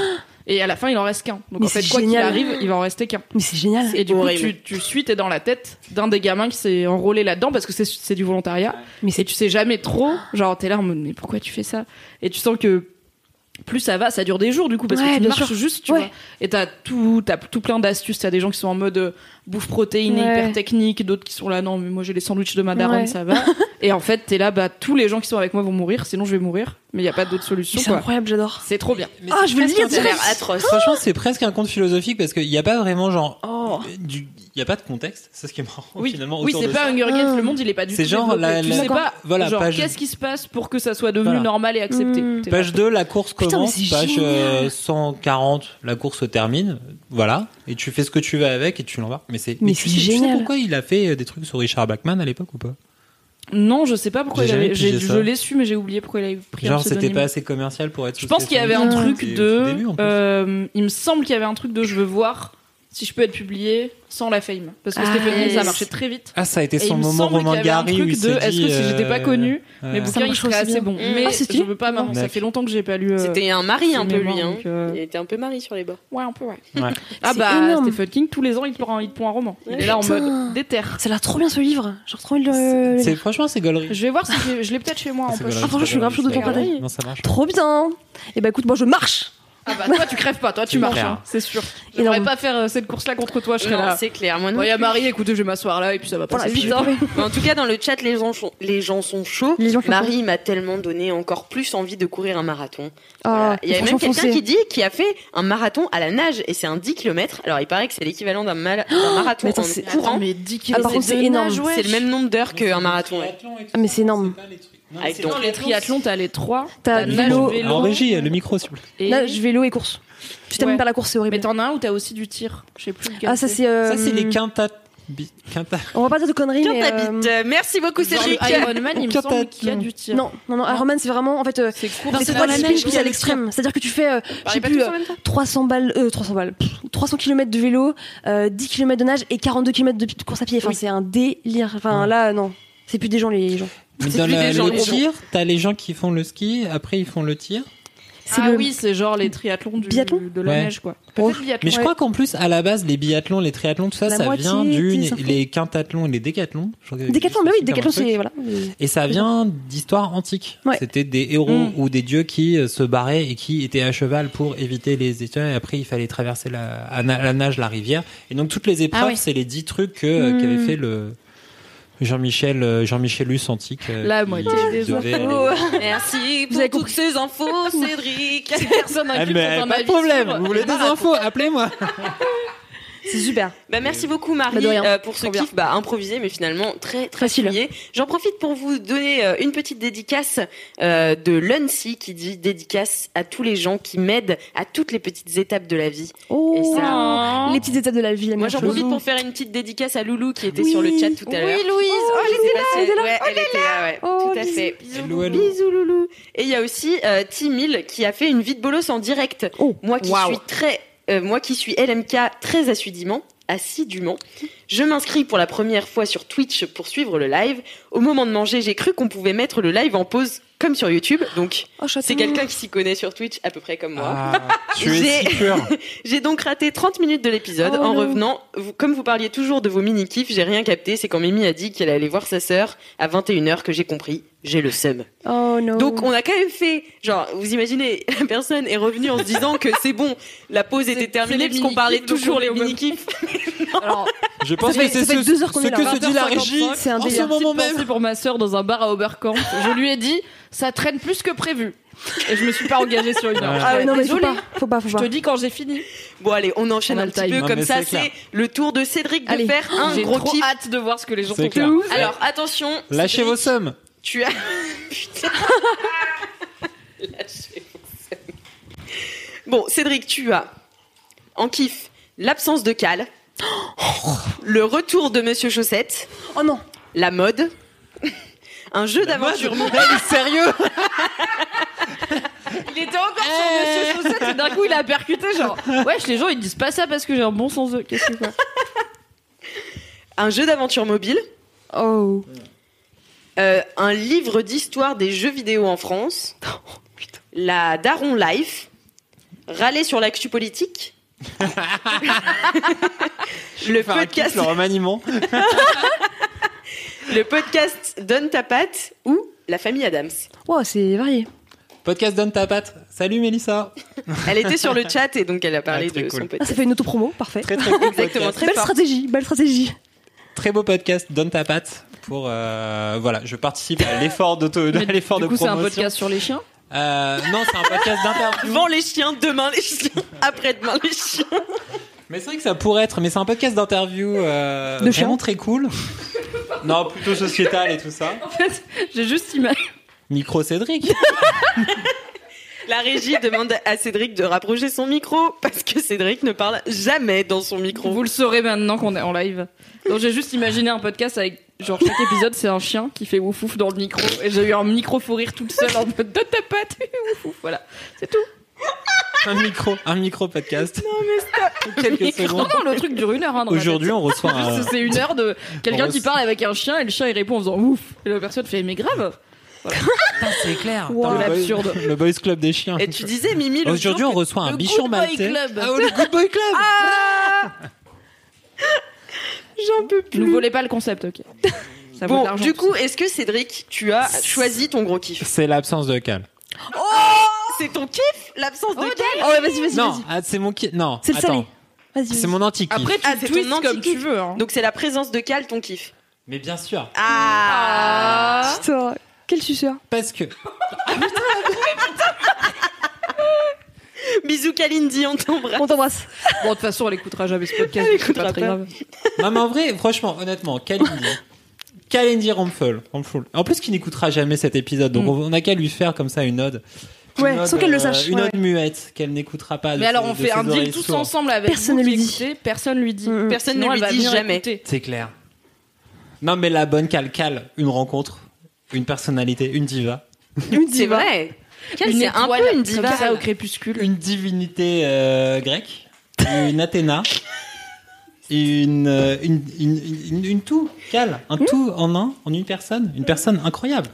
D: Et à la fin, il en reste qu'un. Donc
E: Mais
D: en fait,
E: c'est
D: quoi qu'il
E: génial.
D: arrive, il va en rester qu'un.
E: Mais c'est génial.
D: Et du coup,
C: horrible.
D: tu, tu suis, t'es dans la tête d'un des gamins qui s'est enrôlé là-dedans parce que c'est- c'est du volontariat.
E: Mais
D: Et tu sais jamais trop. Genre, t'es là en mode, mais pourquoi tu fais ça Et tu sens que plus ça va, ça dure des jours du coup parce
E: Ouais,
D: que tu
E: bien
D: marches
E: sûr.
D: juste, tu
E: Ouais.
D: vois. Et t'as tout, t'as tout plein d'astuces. T'as des gens qui sont en mode euh, bouffe protéinée,
E: Ouais.
D: hyper technique, d'autres qui sont là, non, mais moi j'ai les sandwichs de ma daronne,
E: Ouais.
D: ça va. et en fait, t'es là, bah tous les gens qui sont avec moi vont mourir, sinon je vais mourir. Mais il y a pas d'autre solution,
E: C'est
D: quoi.
E: incroyable, j'adore.
D: C'est trop bien.
E: Ah, je vais le lire
C: Ça a
E: direct.
C: l'air atroce.
H: Franchement, c'est presque un conte philosophique parce qu'il n'y a pas vraiment genre.
E: Oh.
H: du- Il n'y a pas de contexte, c'est ce qui est marrant
D: Oh. Oui,
H: finalement.
D: oui
H: autour
D: c'est
H: de
D: pas
H: ça.
D: Hunger
E: Ah.
D: Games, le monde il est pas du tout.
H: C'est genre
D: développé.
H: la-
D: tu
H: la-
D: sais pas,
H: voilà,
D: genre
H: page-
D: qu'est-ce qui se passe pour que ça soit devenu
H: Voilà.
D: normal et accepté.
E: Mm.
D: T'es là,
H: Page 2, la course
E: Putain, mais
H: commence.
E: c'est
H: Page
E: génial.
H: euh, 140, la course se termine. Voilà. Et tu fais ce que tu veux avec et tu l'embarques. Mais c'est
E: Mais c'est
H: tu sais- tu sais
E: génial.
H: pourquoi il a fait euh, des trucs sur Richard Bachman à l'époque ou pas
D: Non, je sais pas pourquoi
H: J'ai
D: il
H: jamais
D: avait. j'ai-
H: pigé ça.
D: Je l'ai su, mais j'ai oublié pourquoi il avait pris un
H: Genre,
D: pseudonyme.
H: c'était pas assez commercial pour être.
D: Je pense qu'il y avait un
E: Ouais.
D: truc
H: C'était
D: de.
H: au début, en plus.
D: euh, il me semble qu'il y avait un truc de je veux voir si je peux être publié sans la fame. Parce que
E: Ah,
D: Stephen King, ça
E: yes.
D: marchait très vite.
H: Ah, ça a été
D: Et
H: son
D: il me
H: moment
D: semble qu'il y
H: Romain
D: avait un
H: Gary où
D: truc
H: il
D: de
H: s'est
D: est-ce que
H: dit,
D: si j'étais pas
H: euh,
D: connu,
H: ouais.
D: mes bouquins ils
E: marche
D: seraient
E: aussi
D: assez
E: bien.
D: bons.
C: Mm.
D: Mais
E: Ah, c'est
D: je
E: fini
D: veux pas maintenant, ça
H: Neuf.
D: fait longtemps que j'ai pas lu. euh,
C: C'était un mari un
D: ses
C: peu lui.
D: mémoires,
C: hein.
D: donc, euh,
C: Il était un peu mari sur les bords.
D: Ouais, un peu, ouais.
H: Ouais.
D: Ah
E: C'est
D: bah,
E: énorme.
D: Stephen King, tous les ans il te prend un, il te prend un roman. Il est là en
E: Putain.
D: mode déterre.
E: Ça a l'air trop bien ce livre. J'ai trop envie de le- le.
H: C'est franchement c'est gaulerie.
D: Je vais voir si j'ai- je l'ai peut-être chez moi en
H: C'est
D: poche.
H: gaulerie,
E: Ah, franchement, je suis grave
H: c'est
E: chaud de
H: gaulerie.
E: ton parler.
H: Non, ça marche.
E: Trop bien. Et bah écoute, moi je marche.
D: Ah bah toi tu crèves pas, toi tu
H: C'est
D: marches,
H: clair.
D: hein, c'est sûr.
E: Et
D: Je
E: non.
D: pas faire euh, cette course là contre toi, je serais
C: Non,
D: là.
C: C'est clair, moi non.
D: Bon, y a Marie, écoutez, je vais m'asseoir là et puis ça va
E: Voilà,
D: passer.
E: vite, hein.
C: Mais en tout cas, dans le chat, les gens, sont- les gens sont chauds.
E: Les gens sont
C: Marie m'a tellement donné encore plus envie de courir un marathon.
E: Ah,
C: Voilà. Il y a même
E: franchement,
C: quelqu'un
E: foncez.
C: qui dit qu'il a fait un marathon à la nage et c'est un 10 km. Alors il paraît que c'est l'équivalent d'un mal- d'un marathon
E: mais attends,
C: en
E: c'est-
C: courant.
D: mais 10
E: Ah, par contre, c'est énorme.
C: C'est le même nombre d'heures qu'un marathon. ouais.
E: Ah, mais c'est énorme. Ah,
C: Avec donc-
D: Les triathlons, t'as les 3.
E: T'as
D: Nage,
E: vélo,
D: vélo.
H: En régie, le micro s'il vous plaît.
D: Et...
E: Là, je vélo et course. Je t'aime
D: Ouais.
E: pas la course, c'est
D: Mais
E: horrible.
D: t'en as un où t'as aussi du tir. Je sais plus lequel.
E: Ah, ça c'est. euh,
H: Ça c'est les quinta quinta
E: On va pas dire de conneries,
C: Tiens,
E: mais.
C: ta
E: euh,
C: bite. Euh, Merci beaucoup,
D: Genre
C: Cédric.
D: le Ironman, il me
H: Quintet.
D: semble qu'il y a du tir.
E: Non, non, non. Ironman, c'est vraiment en fait. euh,
D: C'est court.
E: dans ces trois disciplines, je pousse à l'extrême. C'est-à-dire que tu fais, euh, je sais plus, euh, 300 balles, euh, 300 balles, pff, 300 km de vélo, euh, 10 km de nage et 42 km de pi- course à pied. Enfin, c'est un délire. Enfin,
H: Ouais.
E: là, non, c'est plus des gens, les gens.
H: Mais
C: C'est
H: dans
C: plus
H: la-
C: des gens,
H: le
C: les gens.
H: tir, t'as les gens qui font le ski, après ils font le tir.
E: C'est
D: Ah
E: le
D: oui, c'est genre les triathlons du,
E: Biathlon
D: de la
H: Ouais.
D: neige, quoi.
H: Oh.
D: Peut-être biathlon.
H: Mais je crois qu'en plus, à la base, les biathlons, les triathlons, tout ça,
E: La
H: ça
E: moitié
H: vient du
E: des enfants.
H: les quintathlons et les décathlons. Je crois que-
E: Décathlon, mais oui, décathlon,
H: comme un
E: c'est
H: truc.
E: voilà.
H: Et ça vient d'histoires antiques.
E: Ouais.
H: C'était des héros
D: Mm.
H: ou des dieux qui euh, se barraient et qui étaient à cheval pour éviter les étoiles. Et après, il fallait traverser la, à na- la nage la rivière. Et donc, toutes les épreuves,
D: Ah oui.
H: c'est les dix trucs que, euh,
E: Mm.
H: qu'avait fait le Jean-Michel euh, Jean-Michel Huss antique. euh,
D: La
H: qui
D: moitié des
H: devait aller-
C: Oh, Merci pour toutes ces infos, Cédric.
D: Personne
H: Ah,
D: inculte
H: mais,
D: dans un
H: pas de
D: avis
H: problème.
D: sur-
H: Vous voulez des infos Appelez-moi.
E: C'est super.
C: Bah, merci beaucoup Marie
E: Bah, de rien.
C: euh, pour ce
E: Trop bien.
C: kiff bah, improvisé mais finalement très très
E: Facile.
C: fouillé. J'en profite pour vous donner euh, une petite dédicace euh, de l'UNSI qui dit dédicace à tous les gens qui m'aident à toutes les petites étapes de la vie. Et
E: Oh,
C: ça,
E: les petites étapes de la vie. la
C: moi
E: meilleure
C: j'en
E: chose.
C: profite pour faire une petite dédicace à Loulou qui était
E: Oui.
C: sur le chat tout à l'heure.
E: Oui, Louise. Oh, elle
C: Je sais
E: était
C: pas
E: là,
C: si
E: elle était là.
C: ouais, elle était là, ouais,
E: Oh,
C: tout à
E: bisous.
C: fait.
H: Hello, hello.
C: Bisous loulou. Et il y a aussi euh, Timil qui a fait une vie de bolos en direct.
E: Oh.
C: Moi qui
D: Waouh.
C: suis très, euh, moi qui suis LMK très assidûment, assidûment. Je m'inscris pour la première fois sur Twitch pour suivre le live. Au moment de manger, j'ai cru qu'on pouvait mettre le live en pause comme sur YouTube. Donc,
E: Oh, Ah.
C: c'est quelqu'un qui s'y connaît sur Twitch à peu près comme
H: Ah.
C: moi.
H: tu es
C: J'ai-
H: si pur.
C: j'ai donc raté 30 minutes de l'épisode.
H: Oh
C: en
H: non.
C: revenant, vous- comme vous parliez toujours de vos mini-kifs, j'ai rien capté. C'est quand Mimi a dit qu'elle allait voir sa sœur à 21h que j'ai compris. J'ai le seum.
E: Oh non.
C: Donc on a quand même fait, genre, vous imaginez, la personne est revenue en se disant que c'est bon, la pause était terminée
D: les
C: puisqu'on parlait
D: mini-kifs, donc
C: toujours
D: on est
C: les
D: au même-
C: mini-kifs.
H: Je pense
D: Ça fait-
H: que c'est
D: ça fait
H: ce,
D: deux heures qu'on
H: ce
D: est là.
H: que se dit la
D: 20h55,
H: régie
D: c'est un
H: en ce
D: délire.
H: moment
D: Petite
H: même.
D: pensée pour ma sœur dans un bar à Oberkampf. Je lui ai dit, ça traîne plus que prévu. Et je me suis pas engagée sur une heure.
E: Ah ouais, non, mais faut
D: Désolée.
E: pas, faut pas, faut
D: Je
E: pas.
D: te dis quand j'ai fini.
C: Bon allez, on enchaîne
D: On a
C: un
D: le
C: petit
D: time.
C: peu
H: Non,
C: comme
H: mais
C: ça.
H: c'est clair.
C: C'est le tour de Cédric de
D: Allez.
C: faire un
D: J'ai
C: gros
D: trop
C: kiff.
D: hâte de voir ce que les gens
H: C'est
D: font.
H: clair.
C: Alors attention,
H: Lâchez vos sommes.
C: tu as. Putain. Lâchez vos seins. Bon, Cédric, tu as en kiff l'absence de cale, le retour de Monsieur Chaussette,
E: Oh non.
C: la mode, un jeu d'aventure.
F: Sérieux
D: Il était encore sur Monsieur Chaussette et d'un coup il a percuté genre Wesh, les gens ils disent pas ça parce que j'ai un bon sens de. Qu'est-ce que quoi
C: Un jeu d'aventure mobile,
E: Oh.
C: euh, un livre d'histoire des jeux vidéo en France, la Daron Life, râler sur l'actu politique, le
H: Faire un kiff,
C: podcast
H: le remaniement.
C: Le podcast Donne ta patte ou La famille Adams.
E: Wow, c'est varié.
H: Podcast donne ta patte. Salut Mélissa.
C: Elle était sur le chat et donc elle a parlé
H: Ah, très
C: de son
H: cool.
E: Ah, ça
C: podcast.
E: fait une auto-promo, parfait.
H: Très très cool
C: Exactement,
H: podcast.
C: très
E: Belle
C: fort.
E: stratégie, belle stratégie.
H: Très beau podcast. Donne ta patte. Pour euh, voilà, je participe à l'effort d'auto, à l'effort de
D: Du coup, c'est un
H: promotion.
D: podcast sur les chiens.
H: Euh, non, c'est un podcast d'interview.
C: Vend les chiens, demain les chiens, après-demain les chiens.
H: Mais c'est vrai que ça pourrait être. Mais c'est un podcast d'interview euh,
E: De
H: vraiment
E: chiens.
H: très cool. Non, plutôt sociétal et tout ça.
D: J'ai juste ima-
H: Micro Cédric.
C: La régie demande à Cédric de rapprocher son micro parce que Cédric ne parle jamais dans son micro.
D: Vous le saurez maintenant qu'on est en live. Donc j'ai juste imaginé un podcast avec genre chaque épisode c'est un chien qui fait ouf ouf dans le micro et j'ai eu un micro fou rire toute seule en mode donne ta patte ouf ouf voilà c'est tout.
H: un micro, un micro podcast. Quelques
D: Non
H: secondes.
D: non le truc dure une heure. hein, dans la
H: Aujourd'hui, on reçoit
D: tête.
H: un.
D: Juste, c'est une heure de quelqu'un
H: on
D: qui
H: se-
D: parle avec un chien et le chien il répond en faisant ouf et la personne fait mais grave
H: C'est clair.
D: Wow.
H: Le boy-
D: L'absurde.
H: Le boys club des chiens.
C: Et tu disais, Mimi, le
H: Aujourd'hui,
C: jour
H: on reçoit un
D: le
H: bichon
D: Good Boy
H: maltais.
D: Club.
H: Ah, oh, le Good Boy Club.
C: Ah j'en peux
D: ne
H: Mm.
D: volez pas le concept ok. Ça vaut de
C: Bon,
D: l'argent,
C: du
D: tout
C: coup, est-ce que Cédric, tu as choisi ton gros kiff
H: C'est l'absence de calme.
C: C'est ton kiff L'absence de kiff
E: Oh, ouais, vas-y, vas-y,
H: Non,
E: vas-y.
H: ah, c'est mon kiff. Non,
E: C'est le
H: attends.
E: salé. Vas-y,
H: C'est
E: vas-y.
H: mon anti kiff.
D: Après, tu
C: Ah,
D: le
C: c'est ton
D: twists comme
C: anti-kiff.
D: tu veux. Hein.
C: Donc c'est la présence de Cal, ton kiff.
H: Mais bien sûr,
C: Ah,
E: Putain, quel suceur.
H: parce que
C: Bisous Kalindi, on t'embrasse.
E: On t'embrasse.
D: Bon, de toute façon, elle écoutera jamais ce podcast.
C: Elle
D: donc c'est pas
C: écoutera
D: très
C: pas.
D: grave.
H: non mais en vrai, franchement, honnêtement, Kalindi, Kalindi Rampfel, Rampfel. En plus, qui n'écoutera jamais cet épisode, donc
D: Mm.
H: on n'a qu'à lui faire comme ça une ode. Une
E: Ouais, sans
H: ode,
E: qu'elle le
H: euh,
E: sache,
H: Une
E: ouais.
H: ode muette qu'elle n'écoutera pas. de
D: Mais alors,
H: ses-
D: on
H: de
D: fait
H: ses
D: un deal
H: oreilles
D: tous
H: sourdes.
D: ensemble avec
E: Personne
D: vous
E: ne lui
D: qui
E: dit.
D: écoutez, Personne lui dit.
E: Mm.
C: Personne
D: Sinon,
C: ne lui
D: elle va
C: dit
D: venir
C: jamais.
D: écouter.
H: C'est clair. Non mais la bonne cale cale, une rencontre, une personnalité, une diva,
C: C'est vrai. Cal,
D: Une
C: c'est un
D: étoile
C: peu une
D: comme
C: diva.
D: ça au crépuscule.
H: une divinité euh, grecque, une Athéna. Une, euh, une, une, une- une tout, cale, un tout en un, en une personne, une personne incroyable.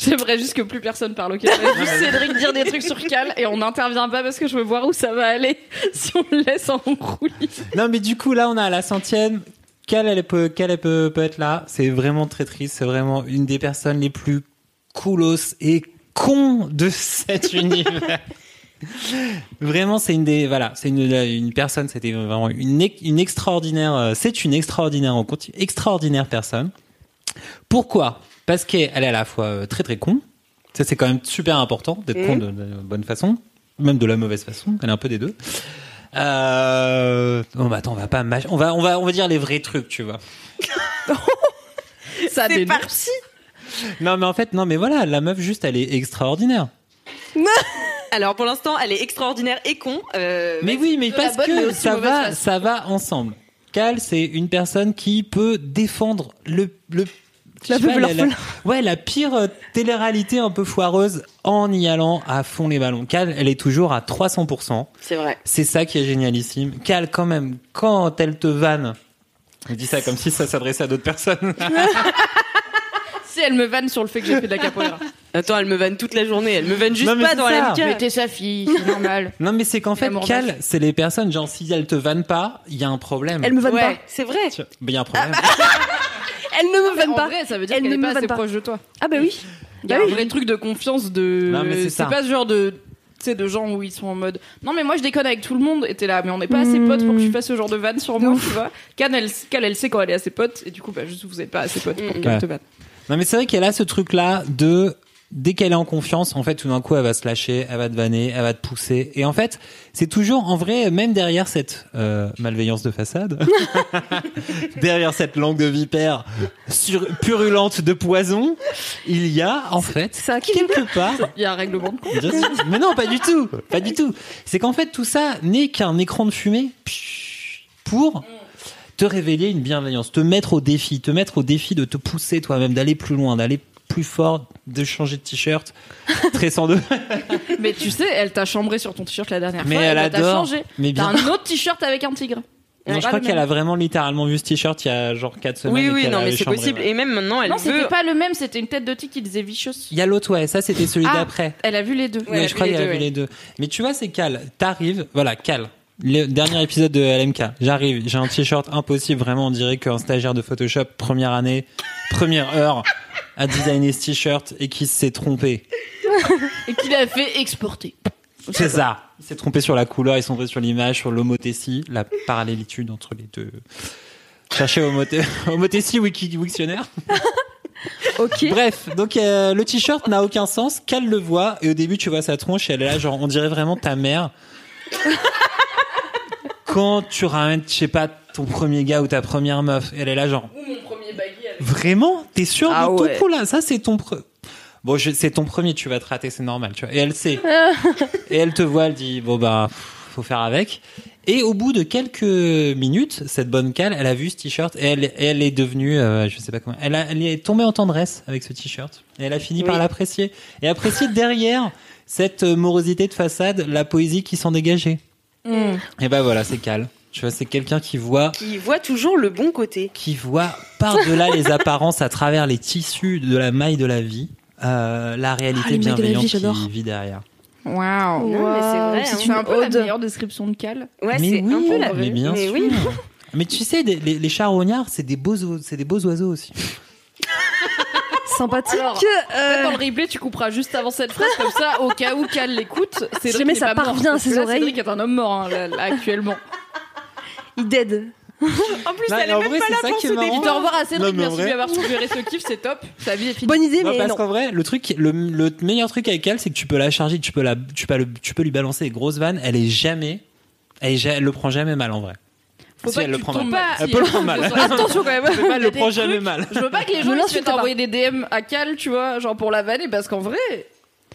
D: J'aimerais juste que plus personne parle. Ok, J'avais vu Cédric dire des trucs sur Cal et on n'intervient pas parce que je veux voir où ça va aller si on le laisse en roulis.
H: Non, mais du coup, là, on est à la centième. Quelle elle peut, quelle elle peut, peut être là C'est vraiment très triste. C'est vraiment une des personnes les plus coolos et cons de cet univers. Vraiment, c'est une des, voilà, c'est une, une personne. C'était vraiment une, ex- une extraordinaire. euh, C'est une extraordinaire en continu, extraordinaire personne. Pourquoi Parce qu'elle est à la fois euh, très très con. Ça, c'est quand même super important d'être con de, de bonne façon, même de la mauvaise façon. Elle est un peu des deux. Euh... Non, mais attends, on va pas mâcher- on va on va on va dire les vrais trucs, tu vois.
D: Ça
C: C'est
D: dénonce.
C: parti.
H: Non, mais en fait, non, mais voilà, la meuf juste, elle est extraordinaire.
C: Alors pour l'instant, elle est extraordinaire et con. euh,
H: Mais oui, mais
D: de
H: parce
D: la bonne, mais
H: que
D: aussi
H: ça
D: mauvaise
H: va
D: façon.
H: ça va ensemble. Cal, c'est une personne qui peut défendre le le je sais
E: veuve
H: pas,
E: l'orphelin.
H: ouais, la pire euh, télé-réalité un peu foireuse en y allant à fond les ballons. Cal, elle est toujours à 300%.
C: C'est vrai.
H: C'est ça qui est génialissime. Cal, quand même, quand elle te vanne, je dis ça comme si ça s'adressait à d'autres personnes.
D: Si elle me vanne sur le fait que j'ai fait de la capoeira.
C: Attends, elle me vanne toute la journée. Elle me vanne juste
H: Non, mais
C: pas
H: c'est
C: dans la
H: ça.
C: MK.
D: Mais t'es sa fille, c'est normal.
H: non, mais c'est qu'en fait,
D: L'amour
H: Cal,
D: vache.
H: c'est les personnes, genre, si elles te vannent pas, il y a un problème.
E: Elle Ah, bah. me vanne
D: Ouais.
E: pas.
C: C'est vrai.
H: Tu vois, ben, Il y a un problème.
E: Elle ne me vanne
D: En
E: pas.
D: vrai, ça veut dire
E: Elle
D: qu'elle
E: ne
D: est
E: me
D: pas
E: vanne
D: assez
E: pas.
D: proche de toi.
E: Ah bah oui.
D: Il y a
E: Bah
D: un
E: oui.
D: vrai truc de confiance de.
H: Non, mais c'est ça.
D: pas ce genre de. Tu sais, de gens où ils sont en mode Non, mais moi je déconne avec tout le monde et t'es là, mais on n'est pas assez potes pour que tu fasses ce genre Hmm. de vanne sur moi, tu vois. Cal elle, Cal, elle sait quand elle est assez pote et du coup, bah, juste vous êtes pas assez potes pour qu'elle
H: Ouais.
D: te vanne.
H: Non, mais c'est vrai qu'elle a ce truc-là de dès qu'elle est en confiance, en fait, tout d'un coup, elle va se lâcher, elle va te vanner, elle va te pousser. Et en fait, c'est toujours en vrai, même derrière cette euh, malveillance de façade, derrière cette langue de vipère sur, purulente de poison, il y a en fait
E: C'est un kill.
H: quelque part
D: Il y a un règlement de compte.
H: Bien sûr. Mais non, pas du tout. Pas du tout. C'est qu'en fait, tout ça n'est qu'un écran de fumée pour te révéler une bienveillance, te mettre au défi, te mettre au défi de te pousser toi-même, d'aller plus loin, d'aller plus fort, de changer de t-shirt. Très sans deux.
D: Mais tu sais, elle t'a chambré sur ton t-shirt la dernière
H: Mais
D: fois.
H: elle
D: et bah, T'as
H: adore.
D: changé.
H: Mais
D: T'as
H: bien.
D: un autre t-shirt avec un tigre.
H: Non, je
D: Pas
H: crois
D: le
H: qu'elle
D: même.
H: a vraiment littéralement vu ce t-shirt il y a genre 4 semaines.
C: Oui,
H: et
C: oui,
H: qu'elle
C: non,
H: a
C: mais c'est
H: chambré,
C: possible.
H: ouais.
C: Et même maintenant, elle
D: Non,
C: veut.
D: c'était pas le même, c'était une tête de tigre qui disait vicious.
H: Il y a l'autre, ouais. Ça, c'était celui
D: Ah.
H: d'après.
D: Elle a vu les deux.
H: Ouais, je crois qu'il y a les deux. Mais tu vois, c'est Cal. T'arrives, voilà, Cal. Le dernier épisode de LMK. J'arrive, j'ai un t-shirt impossible, vraiment, on dirait qu'un stagiaire de Photoshop, première année, première heure, a designé ce t-shirt et qui s'est trompé.
D: Et qu'il a fait exporter.
H: C'est ça. Il s'est trompé sur la couleur, ils sont trompés sur l'image, sur l'homothésie, la parallélitude entre les deux. Cherchez homothé- homothésie wiki dictionnaire.
E: Ok.
H: Bref, donc euh, le t-shirt n'a aucun sens. Cal le voit et au début tu vois sa tronche et elle est là genre on dirait vraiment ta mère. Quand tu ramènes, je sais pas, ton premier gars ou ta première meuf, elle est là genre. Ou mon premier Vraiment, t'es sûr
C: Ah
H: de ton
C: ouais.
H: coup là Ça c'est ton pre- Bon, je- c'est ton premier, tu vas te rater, c'est normal, tu vois. Et elle sait. et elle te voit, elle dit bon bah pff, faut faire avec. Et au bout de quelques minutes, cette bonne cale, elle a vu ce t-shirt et elle, et elle est devenue, euh, je sais pas comment, elle, a- elle est tombée en tendresse avec ce t-shirt. Et elle a fini par
C: Oui.
H: l'apprécier. Et apprécier derrière cette euh, morosité de façade, la poésie qui s'en dégageait.
E: Mm.
H: Et ben voilà, c'est Cal. Tu vois, c'est quelqu'un qui voit,
C: Qui voit toujours le bon côté.
H: qui voit par-delà les apparences, à travers les tissus de la maille de la vie, euh, la réalité
E: les mailles de Ah, la vie,
H: bienveillante
E: j'adore.
H: qui vit derrière.
D: Waouh.
C: Non, mais c'est vrai,
D: C'est
C: hein.
D: un peu la
E: Ode.
D: meilleure description de Cal.
C: Ouais,
H: mais
C: c'est
H: oui,
C: un peu la
H: mais bien
C: mais
H: sûr.
C: oui.
H: Mais tu sais, des- les, les charognards, c'est des beaux, o- c'est des beaux oiseaux aussi.
E: Sympathique.
D: Alors,
E: euh,
D: Dans le replay, tu couperas juste avant cette phrase comme ça, au cas où Cal l'écoute. Cédric
E: jamais
D: n'est
E: ça
D: pas mort,
E: parvient à
D: parce
E: ses
D: que là,
E: oreilles.
D: Cédric est un homme mort hein, là, là, actuellement.
E: il dead.
C: En plus,
H: Non,
C: elle
H: mais en
C: est même
H: vrai,
C: pas
H: c'est
C: là
H: ça
C: pour
H: qui
C: se
H: est marrant.
D: Dis au revoir à
H: Non,
D: Cédric,
H: mais en
D: merci
H: vrai-
D: de lui avoir suggéré ce kiff, c'est top. Sa vie est finie.
E: Bonne idée,
H: Non,
E: mais
H: parce
E: non.
H: qu'en vrai, le truc, le, le meilleur truc avec elle, c'est que tu peux la charger, tu peux la, tu peux, le- tu peux lui balancer des grosses vannes. Elle est jamais, elle, est ja- elle le prend jamais mal en vrai.
D: Faut
H: Si,
D: pas
H: elle
D: que
H: le
D: tu
H: prend
D: tombes
H: mal.
D: pas-
H: Elle
D: si,
H: peut le prendre mal.
D: Attention quand même.
H: Elle le
D: Des
H: prend jamais
D: trucs-
H: mal.
D: Je veux pas que les
E: Ne
D: gens se
E: l'insulte
D: mettent
E: pas.
D: à envoyer des DM à Cal, tu vois, genre pour la vanner, parce qu'en vrai,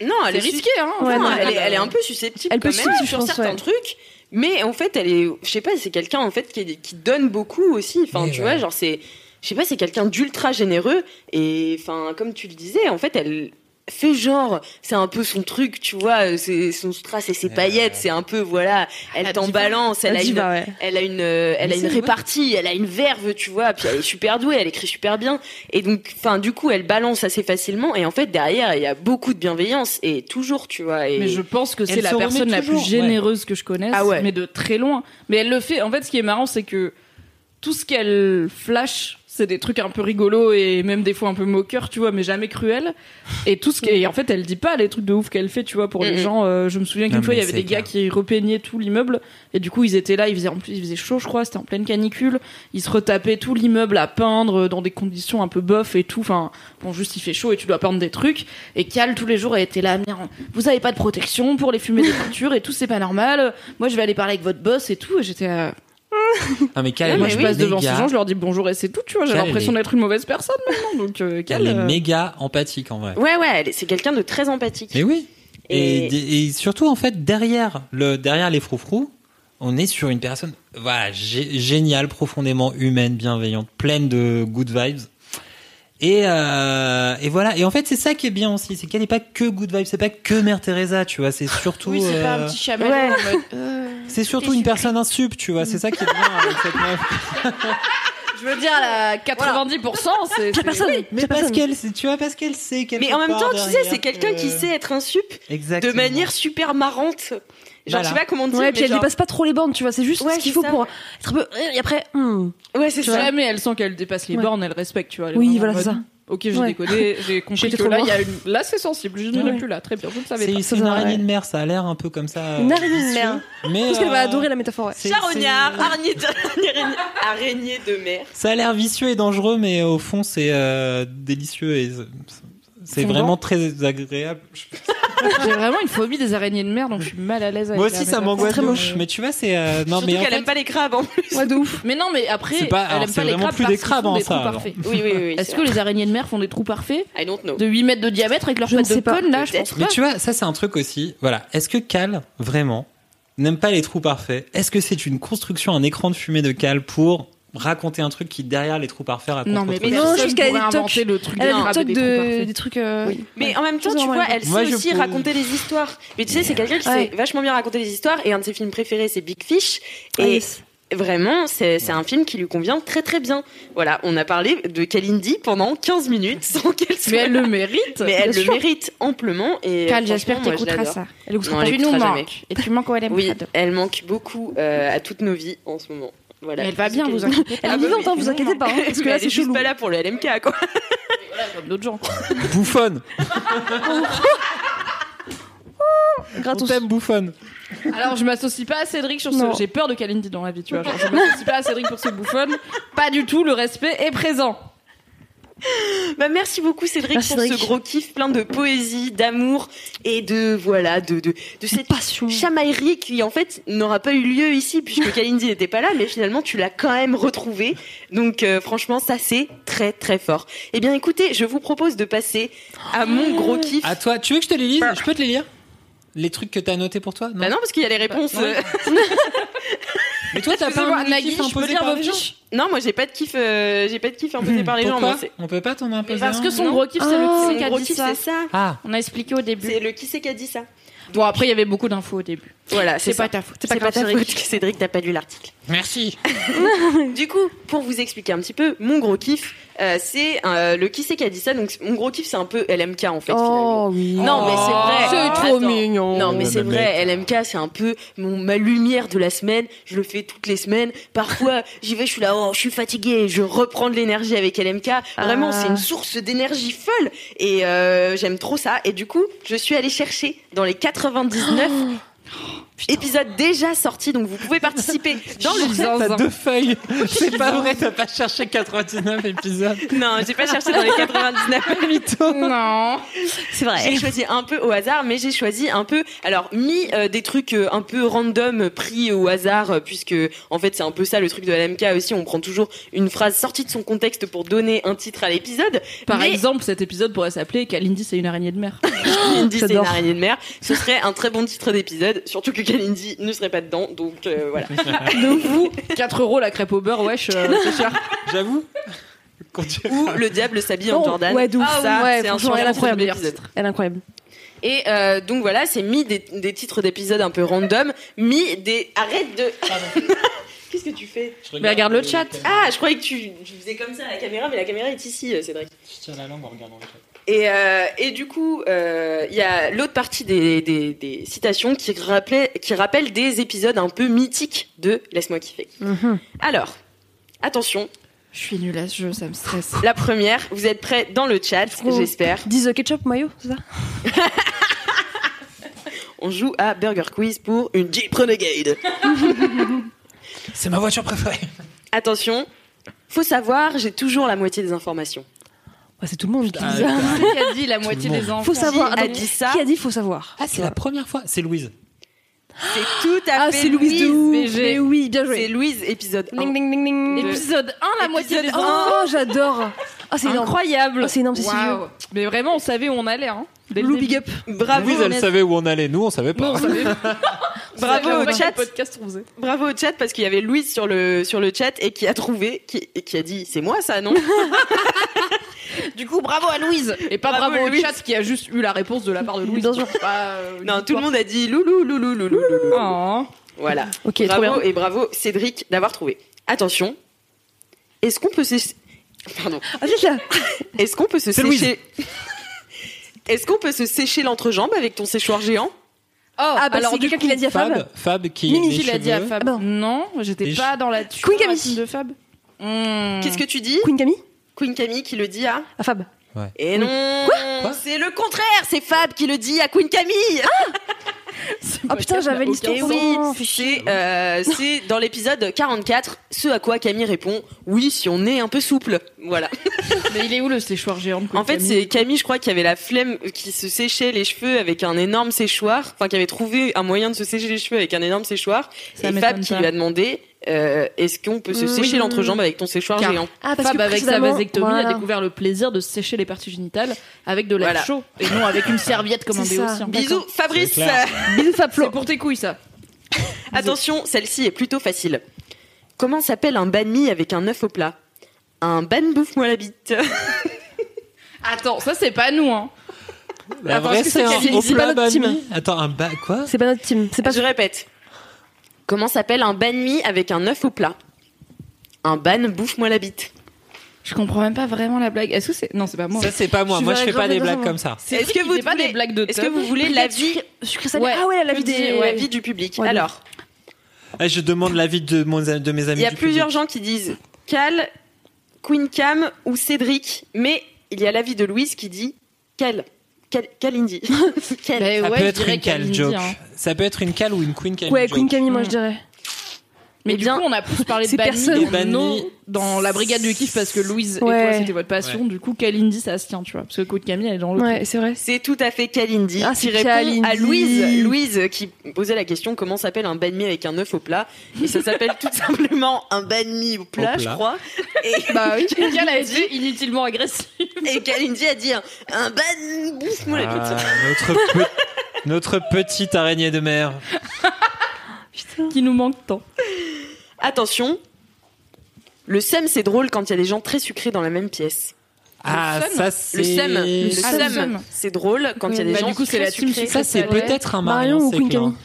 C: Non, elle
D: c'est
C: est
D: risqué, hein.
E: Ouais,
C: non,
E: non,
C: elle, est, elle est un peu susceptible
E: Elle
C: quand
E: peut
C: même
E: susceptible,
C: sur
E: je pense,
C: certains
E: ouais.
C: trucs. Mais en fait, elle est, je sais pas, c'est quelqu'un en fait qui, est- qui donne beaucoup aussi. Enfin,
H: Mais
C: tu
H: ouais.
C: vois, genre c'est, je sais pas, c'est quelqu'un d'ultra généreux. Et enfin, comme tu le disais, en fait, elle fait genre, c'est un peu son truc, tu vois, euh, c'est son strass et ses
H: Ouais.
C: paillettes, c'est un peu voilà, elle
D: La
C: t'en
D: diva.
C: balance, elle a
E: Elle dit
C: une,
E: bah ouais.
C: elle a une, euh, elle
H: Mais
C: a
H: c'est
C: une
H: vrai.
C: répartie, elle a une verve, tu vois. Puis elle est super douée, elle écrit super bien. Et donc, enfin, du coup, elle balance assez facilement. Et en fait, derrière, il y a beaucoup de bienveillance et toujours, tu vois. Et...
D: Mais je pense que c'est
H: Elle
D: la
H: se remet
D: personne la plus
H: toujours, ouais.
D: généreuse que je connaisse,
C: Ah ouais.
D: mais de très loin. Mais elle le fait. En fait, ce qui est marrant, c'est que tout ce qu'elle flash, c'est des trucs un peu rigolos et même des fois un peu moqueurs, tu vois, mais jamais cruels. Et tout ce qui, et en fait, elle dit pas les trucs de ouf qu'elle fait, tu vois, pour les
C: Mhm.
D: gens. euh, je me souviens
H: Non,
D: qu'une fois, il y
H: mais
D: avait
H: c'est
D: des gars
H: clair.
D: qui repeignaient tout l'immeuble et du coup, ils étaient là. Ils faisaient en plus, il faisait chaud, je crois. C'était en pleine canicule. Ils se retapaient tout l'immeuble à peindre euh, dans des conditions un peu bof et tout. Enfin, bon, juste il fait chaud et tu dois peindre des trucs. Et Cal, tous les jours, elle était là, merde, vous avez pas de protection pour les fumées des peintures et tout, c'est pas normal. Moi, je vais aller parler avec votre boss et tout. Et j'étais, euh,
H: Non mais Cal,
D: là,
H: elle
D: Eh, moi,
H: est
D: je passe devant ces
H: méga-
D: gens, je leur dis bonjour et c'est tout, tu vois. J'ai
H: Cal,
D: l'impression
H: elle est-
D: d'être une mauvaise personne maintenant. Donc, euh, Cal,
H: elle est
D: euh,
H: méga empathique en vrai.
C: Ouais, ouais, elle est- c'est quelqu'un de très empathique.
H: Mais oui. Et,
C: Et-
H: d- et surtout en fait derrière le derrière les froufrous, on est sur une personne voilà gé- géniale, profondément humaine, bienveillante, pleine de good vibes. Et, euh, et voilà. Et en fait, c'est ça qui est bien aussi, c'est qu'elle n'est pas que Good Vibe, c'est pas que Mère Teresa, tu vois. C'est surtout.
C: Oui, c'est pas
H: euh,
C: un petit chamallow
H: ouais.
C: en mode, euh,
H: C'est surtout une personne insup, tu vois. C'est ça qui est bien avec cette meuf.
D: Je veux dire, la 90%, c'est. c'est- Oui,
H: mais parce qu'elle, c'est- tu vois, parce qu'elle sait. quelque
A: Mais en même
H: part
A: temps, tu sais,
H: derrière
A: c'est quelqu'un
H: que-
A: qui sait
C: euh,
A: être un sup
H: Exactement.
A: de manière super marrante. Genre,
H: Voilà.
A: je sais pas comment dire.
E: Ouais, puis
A: mais
E: elle
A: genre-
E: dépasse pas trop les bornes, tu vois. C'est juste
A: Ouais,
E: ce qu'il
A: c'est
E: faut
A: ça,
E: pour
A: ouais.
E: être un peu. Et après, hmm.
A: Ouais,
E: c'est
D: c'est
E: ça.
D: Jamais elle sent qu'elle dépasse les
E: Ouais.
D: bornes, elle respecte, tu vois. elle est
E: Oui,
D: vraiment
E: voilà,
D: en
E: c'est
D: mode,
E: ça.
D: Ok, j'ai
E: Ouais.
D: déconné, j'ai compris
E: J'étais
D: que
E: trop
D: là,
E: loin.
D: il y a une- là c'est sensible, je ne l'ai plus là, très bien, je ne savais
H: C'est
D: pas.
H: c'est une araignée de mer, ça a l'air un peu comme ça.
E: Une
H: euh,
E: araignée de mer.
H: Mais,
E: Je pense qu'elle va
H: euh,
E: adorer la métaphore. ouais.
H: c'est-
A: Charognard, araignée de, araignée- araignée de mer.
H: Ça a l'air vicieux et dangereux, mais au fond, c'est euh, délicieux et c'est
D: Fondant.
H: vraiment très agréable.
D: J'ai vraiment une phobie des araignées de mer, donc je suis mal à l'aise avec
H: Moi
D: la
H: aussi, ça
D: métaphore.
H: m'angoisse. de ouf. Mais tu vois, c'est euh, non,
A: Surtout
H: mais en
A: qu'elle
H: fait,
A: aime pas les crabes hein. en plus.
D: Ouais, de ouf. Mais non, mais après,
H: C'est pas- alors,
D: elle aime
H: c'est
D: pas les
H: vraiment
D: crabes
H: plus des
D: parce qu'ils
H: crabes,
D: font
H: hein,
D: des
H: ça,
D: trous
H: alors.
D: parfaits.
A: Oui, oui, oui.
D: Est-ce que les araignées de mer font des trous parfaits
A: I don't know.
D: de 8 mètres de diamètre avec leurs pattes de conne là, je pense
H: mais
D: pas.
H: tu vois, ça c'est un truc aussi. Voilà, est-ce que Cal vraiment n'aime pas les trous parfaits Est-ce que c'est une construction, un écran de fumée de Cal pour raconter un truc qui derrière les trous parfaits raconte
D: Non,
H: autre chose
D: mais
E: Non, je
D: personne
E: pense qu'elle a
D: pourrait
E: des tocs.
D: inventer le truc
E: Elle
D: des
E: a des
D: crabes et
E: tocs
D: des trous
E: de,
D: parfaits.
E: des trucs. euh,
A: Mais en même temps,
E: Chose
A: tu vois,
E: normale.
A: elle
H: Moi,
A: sait
H: je
A: aussi
H: peux-
A: raconter des histoires. Mais tu sais, c'est quelqu'un qui
E: Ouais.
A: sait vachement bien raconter des histoires. Et un de ses films préférés, c'est Big Fish. Et
E: Ah, yes.
A: vraiment, c'est c'est un film qui lui convient très très bien. Voilà, on a parlé de Kalindi pendant 15 minutes sans qu'elle soit.
D: Mais elle le mérite.
A: Mais elle
D: bien
A: le
D: sûr.
A: mérite amplement. Et euh,
C: Cal,
A: franchement,
C: j'espère que
A: moi, je
C: t'écouteras
A: l'adore.
C: ça.
E: Elle
A: Non, elle
C: tu nous
A: écoutera
C: manques.
A: jamais.
C: Et tu manques au LM
A: Oui,
C: Prado.
A: elle manque beaucoup euh, à toutes nos vies en ce moment. Voilà.
C: Mais elle va bien, vous
A: inquiétez
C: inquiétez
E: Elle est
A: Ah bah
E: vivante,
A: oui.
E: hein, vous inquiétez pas. hein, parce que là,
A: elle est
E: c'est
A: juste
E: chelou.
A: pas là pour le LMK, quoi.
D: Comme d'autres gens.
H: bouffonne. On
E: Gratos.
H: t'aime bouffonne.
D: Alors, je m'associe pas à Cédric sur ce.
E: Non.
D: J'ai peur de Kalindi dans la vie, tu vois. Genre, je m'associe pas à Cédric pour ce bouffon. Pas du tout, le respect est présent.
A: Bah, merci beaucoup Cédric
E: Merci,
A: pour
E: Cédric.
A: ce gros kiff plein de poésie, d'amour et de voilà de de, de cette
E: Passion.
A: chamaillerie qui en fait n'aura pas eu lieu ici puisque Kalindi n'était pas là mais finalement tu l'as quand même retrouvée. Donc euh, franchement ça c'est très très fort. Eh bien écoutez, je vous propose de passer à mon gros kiff.
H: À toi, tu veux que je te les lise Je peux te les lire Les trucs que t'as notés pour toi
A: Bah non parce qu'il y a les réponses.
H: Bah, non.
A: euh,
H: Mais toi, t'as pas un
D: Excusez-moi,
H: mini
D: Nagui,
H: kiff
D: je peux
H: imposé
D: lire
H: par
D: vos
H: les gens
D: fiches
A: non, moi j'ai pas de kiff euh, j'ai pas de kiff imposé par les gens.
H: Hmm, Pourquoi
A: moi, c'est-
H: On peut pas t'en imposer
D: Parce
H: un
D: que son
A: Non.
D: gros kiff, c'est
E: Ah,
D: le
A: c'est
D: qui
A: le
D: a
A: gros
D: dit
A: kiff,
D: ça.
A: c'est ça.
H: Ah,
C: On a expliqué au début.
A: C'est le qui c'est qui a dit ça.
D: Bon, après, il y avait beaucoup d'infos au début.
A: Voilà,
C: Ah, C'est
A: ça.
C: pas ta faute.
A: C'est pas ta faute que Cédric t'as pas lu l'article.
H: merci.
A: Du coup, pour vous expliquer un petit peu, mon gros kiff, euh, c'est euh, le qui c'est qui a dit ça. Donc mon gros kiff, c'est un peu LMK en fait. finalement.
E: Oh oui.
A: Non mais c'est vrai. Ah.
K: C'est trop
A: Attends.
K: mignon.
A: Non mais
H: Oh,
A: c'est
H: mais
A: vrai. LMK, c'est un peu mon, ma lumière de la semaine. Je le fais toutes les semaines. Parfois, j'y vais, je suis là, oh, je suis fatiguée, je reprends de l'énergie avec LMK. Vraiment,
E: Ah.
A: c'est une source d'énergie folle et euh, j'aime trop ça. Et du coup, je suis allée chercher dans les 99.
K: Oh,
A: épisodes déjà sortis donc vous pouvez participer dans le
H: T'as deux feuilles. C'est pas vrai, t'as pas cherché 99 épisodes.
A: Non, j'ai pas cherché dans les 99 mythos.
D: Non.
A: C'est vrai. J'ai choisi un peu au hasard, mais j'ai choisi un peu, alors mis euh, des trucs euh, un peu random euh, pris au hasard, euh, puisque en fait c'est un peu ça le truc de la LMK aussi. On prend toujours une phrase sortie de son contexte pour donner un titre à l'épisode.
D: Par
A: Mais-
D: exemple, cet épisode pourrait s'appeler Kalindi, c'est une araignée de mer.
A: Kalindi, c'est une
E: Oh, J'adore.
A: araignée de mer. Ce serait un très bon titre d'épisode, surtout que Kalindi ne serait pas dedans, donc euh, voilà.
D: De vous 4 euros la crêpe au beurre, wesh, euh, Ah. c'est cher.
H: J'avoue. Continue.
A: Ou le diable s'habille en
E: Oh,
A: Jordan.
E: ouais, de ouf.
A: Ça,
E: Ouais,
A: c'est un
E: franchement, elle est
A: changement
E: incroyable.
A: d'épisode.
E: Elle est incroyable.
A: Et euh, donc voilà, c'est mis des, des titres d'épisodes un peu random, mis des. Arrête de. Qu'est-ce que tu fais
D: Mais regarde le chat.
A: Ah, je croyais que tu, tu faisais comme ça à la caméra, mais la caméra est ici, euh, Cédric.
H: Je tiens la langue en regardant le chat.
A: Et, euh, et du coup, euh, il y a l'autre partie des, des, des citations qui, rappelait, qui rappelle des épisodes un peu mythiques de Laisse-moi kiffer. Alors, attention,
D: Mhm. Je suis nulle à ce jeu, ça me stresse.
A: la première, vous êtes prêts dans le chat,
E: Oh.
A: j'espère.
E: Disent ketchup, mayo, c'est ça
A: On joue à Burger Quiz pour une Jeep Renegade.
H: C'est ma voiture préférée.
A: Attention, faut savoir, j'ai toujours la moitié des informations.
E: Ouais, C'est tout le monde qui dit ça.
H: Ah,
D: Qui a dit la moitié
H: Tout le
D: des enfants
E: Faut savoir.
A: Qui a
E: Attends,
A: dit ça
E: Qui a dit faut savoir
H: Ah, c'est la première fois. C'est Louise.
A: C'est tout à
E: Ah,
A: fait
E: c'est Louise de ouf. Mais oui, bien
A: C'est
E: joué.
A: Louise, épisode 1.
E: Ding, ding, ding, ding.
D: Euh, Épisode 1, la moitié des enfants.
E: Oh, j'adore. Ah, c'est énorme.
D: Incroyable.
E: Oh, c'est énorme, c'est si
D: Waouh.
E: vieux.
D: Mais vraiment, on savait où on allait. Hein, dès le
E: Lou
D: début.
E: Big Up.
A: Bravo,
H: Louise, elle savait où on allait. Nous, on savait
D: Nous,
H: pas.
D: on savait.
A: bravo au chat,
D: podcast on faisait.
A: bravo au chat parce qu'il y avait Louise sur le sur le chat et qui a trouvé, qui, et qui a dit, c'est moi ça, non
D: Du coup, bravo à Louise et pas bravo,
C: Bravo,
D: au
C: Louise.
D: chat qui a juste eu la réponse de la part de Louise. euh,
C: non, tout le monde a dit loulou, loulou, loulou, loulou.
E: Oh.
D: Oh,
C: Voilà.
D: Ok, trop
C: bravo
D: bien.
C: et bravo Cédric d'avoir trouvé. Attention, est-ce qu'on peut se... Pardon.
E: Ah,
C: est-ce qu'on peut se
F: C'est Louise.
C: sécher... Est-ce qu'on peut se sécher l'entrejambe avec ton séchoir géant
B: ah bah, c'est quelqu'un qui l'a dit à Fab.
H: Fab, Fab qui
B: Mimi
H: les
B: qui l'a dit à
H: cheveux.
B: Fab.
D: Ah
B: Non,
H: Des
B: j'étais
H: che-
B: pas dans la
C: Queen Camille.
B: de Fab.
D: Hmm.
C: Qu'est-ce que tu dis
E: Queen Camille
C: Queen Camille qui le dit à...
E: À Fab.
H: Ouais.
C: Et non C'est le contraire C'est Fab qui le dit à Queen Camille
E: Ah putain, j'avais l'histoire.
C: Eh oui,
E: pendant-
C: c'est euh, c'est dans l'épisode 44, ce à quoi Camille répond oui si on est un peu souple. Voilà.
D: Mais il est où le séchoir géant de
C: En fait,
D: Camille
C: c'est Camille, je crois, qui avait la flemme, qui se séchait les cheveux avec un énorme séchoir, enfin qui avait trouvé un moyen de se sécher les cheveux avec un énorme séchoir.
D: Ça
C: et Fab
D: m'étonne
C: qui
D: pas.
C: lui a demandé euh, est-ce qu'on peut se
D: Mm,
C: sécher
D: oui.
C: l'entrejambe avec ton séchoir
D: Car
C: géant
E: Ah, parce
D: Fab,
E: que
D: avec sa
E: précédemment,
D: vasectomie,
E: voilà.
D: a découvert le plaisir de sécher les parties génitales avec de l'air
C: Voilà.
D: chaud et non avec une serviette comme un
C: C'est ça.
D: béotien.
C: Bisous,
D: D'accord.
C: Fabrice. euh, C'est clair.
D: Bisous, Fab C'est pour tes couilles, ça.
C: Attention, celle-ci est plutôt facile. Comment s'appelle un banh mi avec un œuf au plat Un ban bouffe-moi la bite.
D: Attends, ça c'est pas nous, hein.
H: La
C: Attends,
H: vraie,
C: est-ce que
H: c'est
C: c'est
H: un
C: Camille
H: au
C: C'est
H: plat
C: pas notre
H: banh
C: team.
H: mi. Attends, un ba... quoi
E: C'est pas notre team. C'est pas.
C: Je répète. Comment s'appelle un ban mi avec un œuf au plat Un ban bouffe-moi la bite.
B: Je comprends même pas vraiment la blague. Est-ce que c'est non, c'est pas moi.
H: Ça, c'est pas moi. Moi, je fais pas des blagues comme ça.
C: Est-ce que vous
D: pas
C: voulez-
D: des blagues Bah de
C: Est-ce que
D: teub
C: vous voulez l'avis
E: Sucré salé. Ah ouais, la vie des.
C: la vie du public
E: Ouais.
C: Alors,
H: Ah, Je demande l'avis de, mon- de mes amis.
C: il y a
H: du
C: plusieurs
H: public.
C: gens qui disent Cal, Queen Cam ou Cédric, mais il y a l'avis de Louise qui dit Cal, Cal, Calindi. Cal.
H: Ça peut être une cale joke.
D: hein.
H: hein. Ça peut être une cale ou une queen Camille
E: Ouais,
H: joke.
E: Queen Camille, moi je dirais.
D: Mais du coup, on a plus parlé de
E: C'est
D: banni
E: personne.
H: Des
D: dans,
H: bannis.
D: nos- dans la brigade du kiff parce que Louise et
E: Ouais.
D: toi, c'était votre passion. Du coup, Kalindi, ça se tient, tu vois. Parce que Côte Camille, elle est dans l'autre.
E: Ouais, c'est vrai.
C: C'est tout à fait Kalindi
E: Ah,
C: qui
E: c'est
C: répond
E: Kalindi.
C: à Louise. Louise qui posait la question comment s'appelle un banh mi avec un œuf au plat Et ça s'appelle tout simplement un banh mi au plat,
H: Au
C: je
H: plat.
C: crois. Et,
D: Bah oui, Cal a été inutilement agressive.
C: et Kalindi a dit un, un banh bouffe-moi la bite.
H: Ah, notre, pe- notre petite araignée de mer.
D: Qui nous manque tant.
C: Attention, le sem c'est drôle quand il y a des gens très sucrés dans la même pièce.
H: Ah,
D: sem.
H: ça, c'est.
C: Le sem, le
D: Ah,
C: sem,
D: le sem.
C: c'est drôle quand il y a des
D: Bah,
C: gens
D: du coup, c'est
C: très
D: la team
C: sucrés.
H: Ça,
D: sucrée.
H: c'est
D: Ouais.
H: peut-être un
E: Marion
H: Marion,
E: ou
H: c'est
E: Queen
H: clair.
E: Camille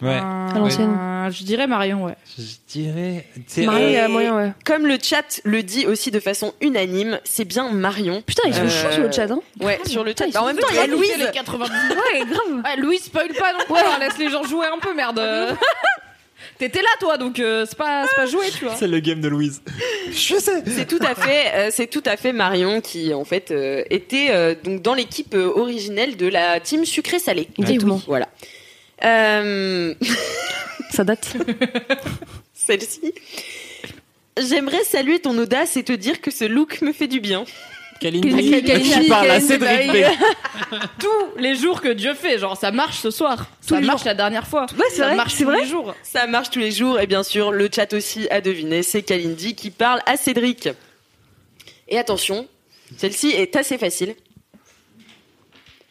H: Ouais.
D: Ah.
E: À l'ancienne.
D: Euh, je dirais Marion, ouais.
H: Je dirais.
C: Et
H: c'est-
E: Marion, euh, moyen, ouais.
C: Comme le chat le dit aussi de façon unanime, c'est bien Marion.
E: Putain, ils sont
C: Euh,
E: chauds sur le chat, hein.
C: Ouais, sur le chat.
E: Putain, ils
C: Bah, en
E: sont
C: même temps, il y a Louise.
D: Les 90.
E: Ouais, grave.
D: Ouais, Louise, spoil pas non plus. hein, Laisse les gens jouer un peu, merde. Euh, T'étais là, toi, donc euh, c'est pas, c'est pas joué, tu vois.
H: euh, C'est le game de Louise. Je sais.
C: C'est tout à fait, euh, c'est tout à fait Marion qui en fait euh, était euh, donc dans l'équipe euh, originelle de la team sucré salé.
E: Exactement.
C: Voilà. Euh,
E: Ça date.
C: Celle-ci. J'aimerais saluer ton audace et te dire que ce look me fait du bien.
H: Kalindi,
E: Kalindi, Kalindi,
H: tu parles à
E: Kalindi,
H: Cédric
E: bah,
H: P.
D: Tous les jours que Dieu fait, genre ça marche ce soir. ça
E: les
D: marche la dernière fois.
E: Ouais, c'est
D: ça
E: vrai,
D: marche
E: c'est
D: tous
E: vrai.
D: les jours.
C: Ça marche tous les jours et bien sûr le chat aussi a deviné. C'est Kalindi qui parle à Cédric. Et attention, celle-ci est assez facile.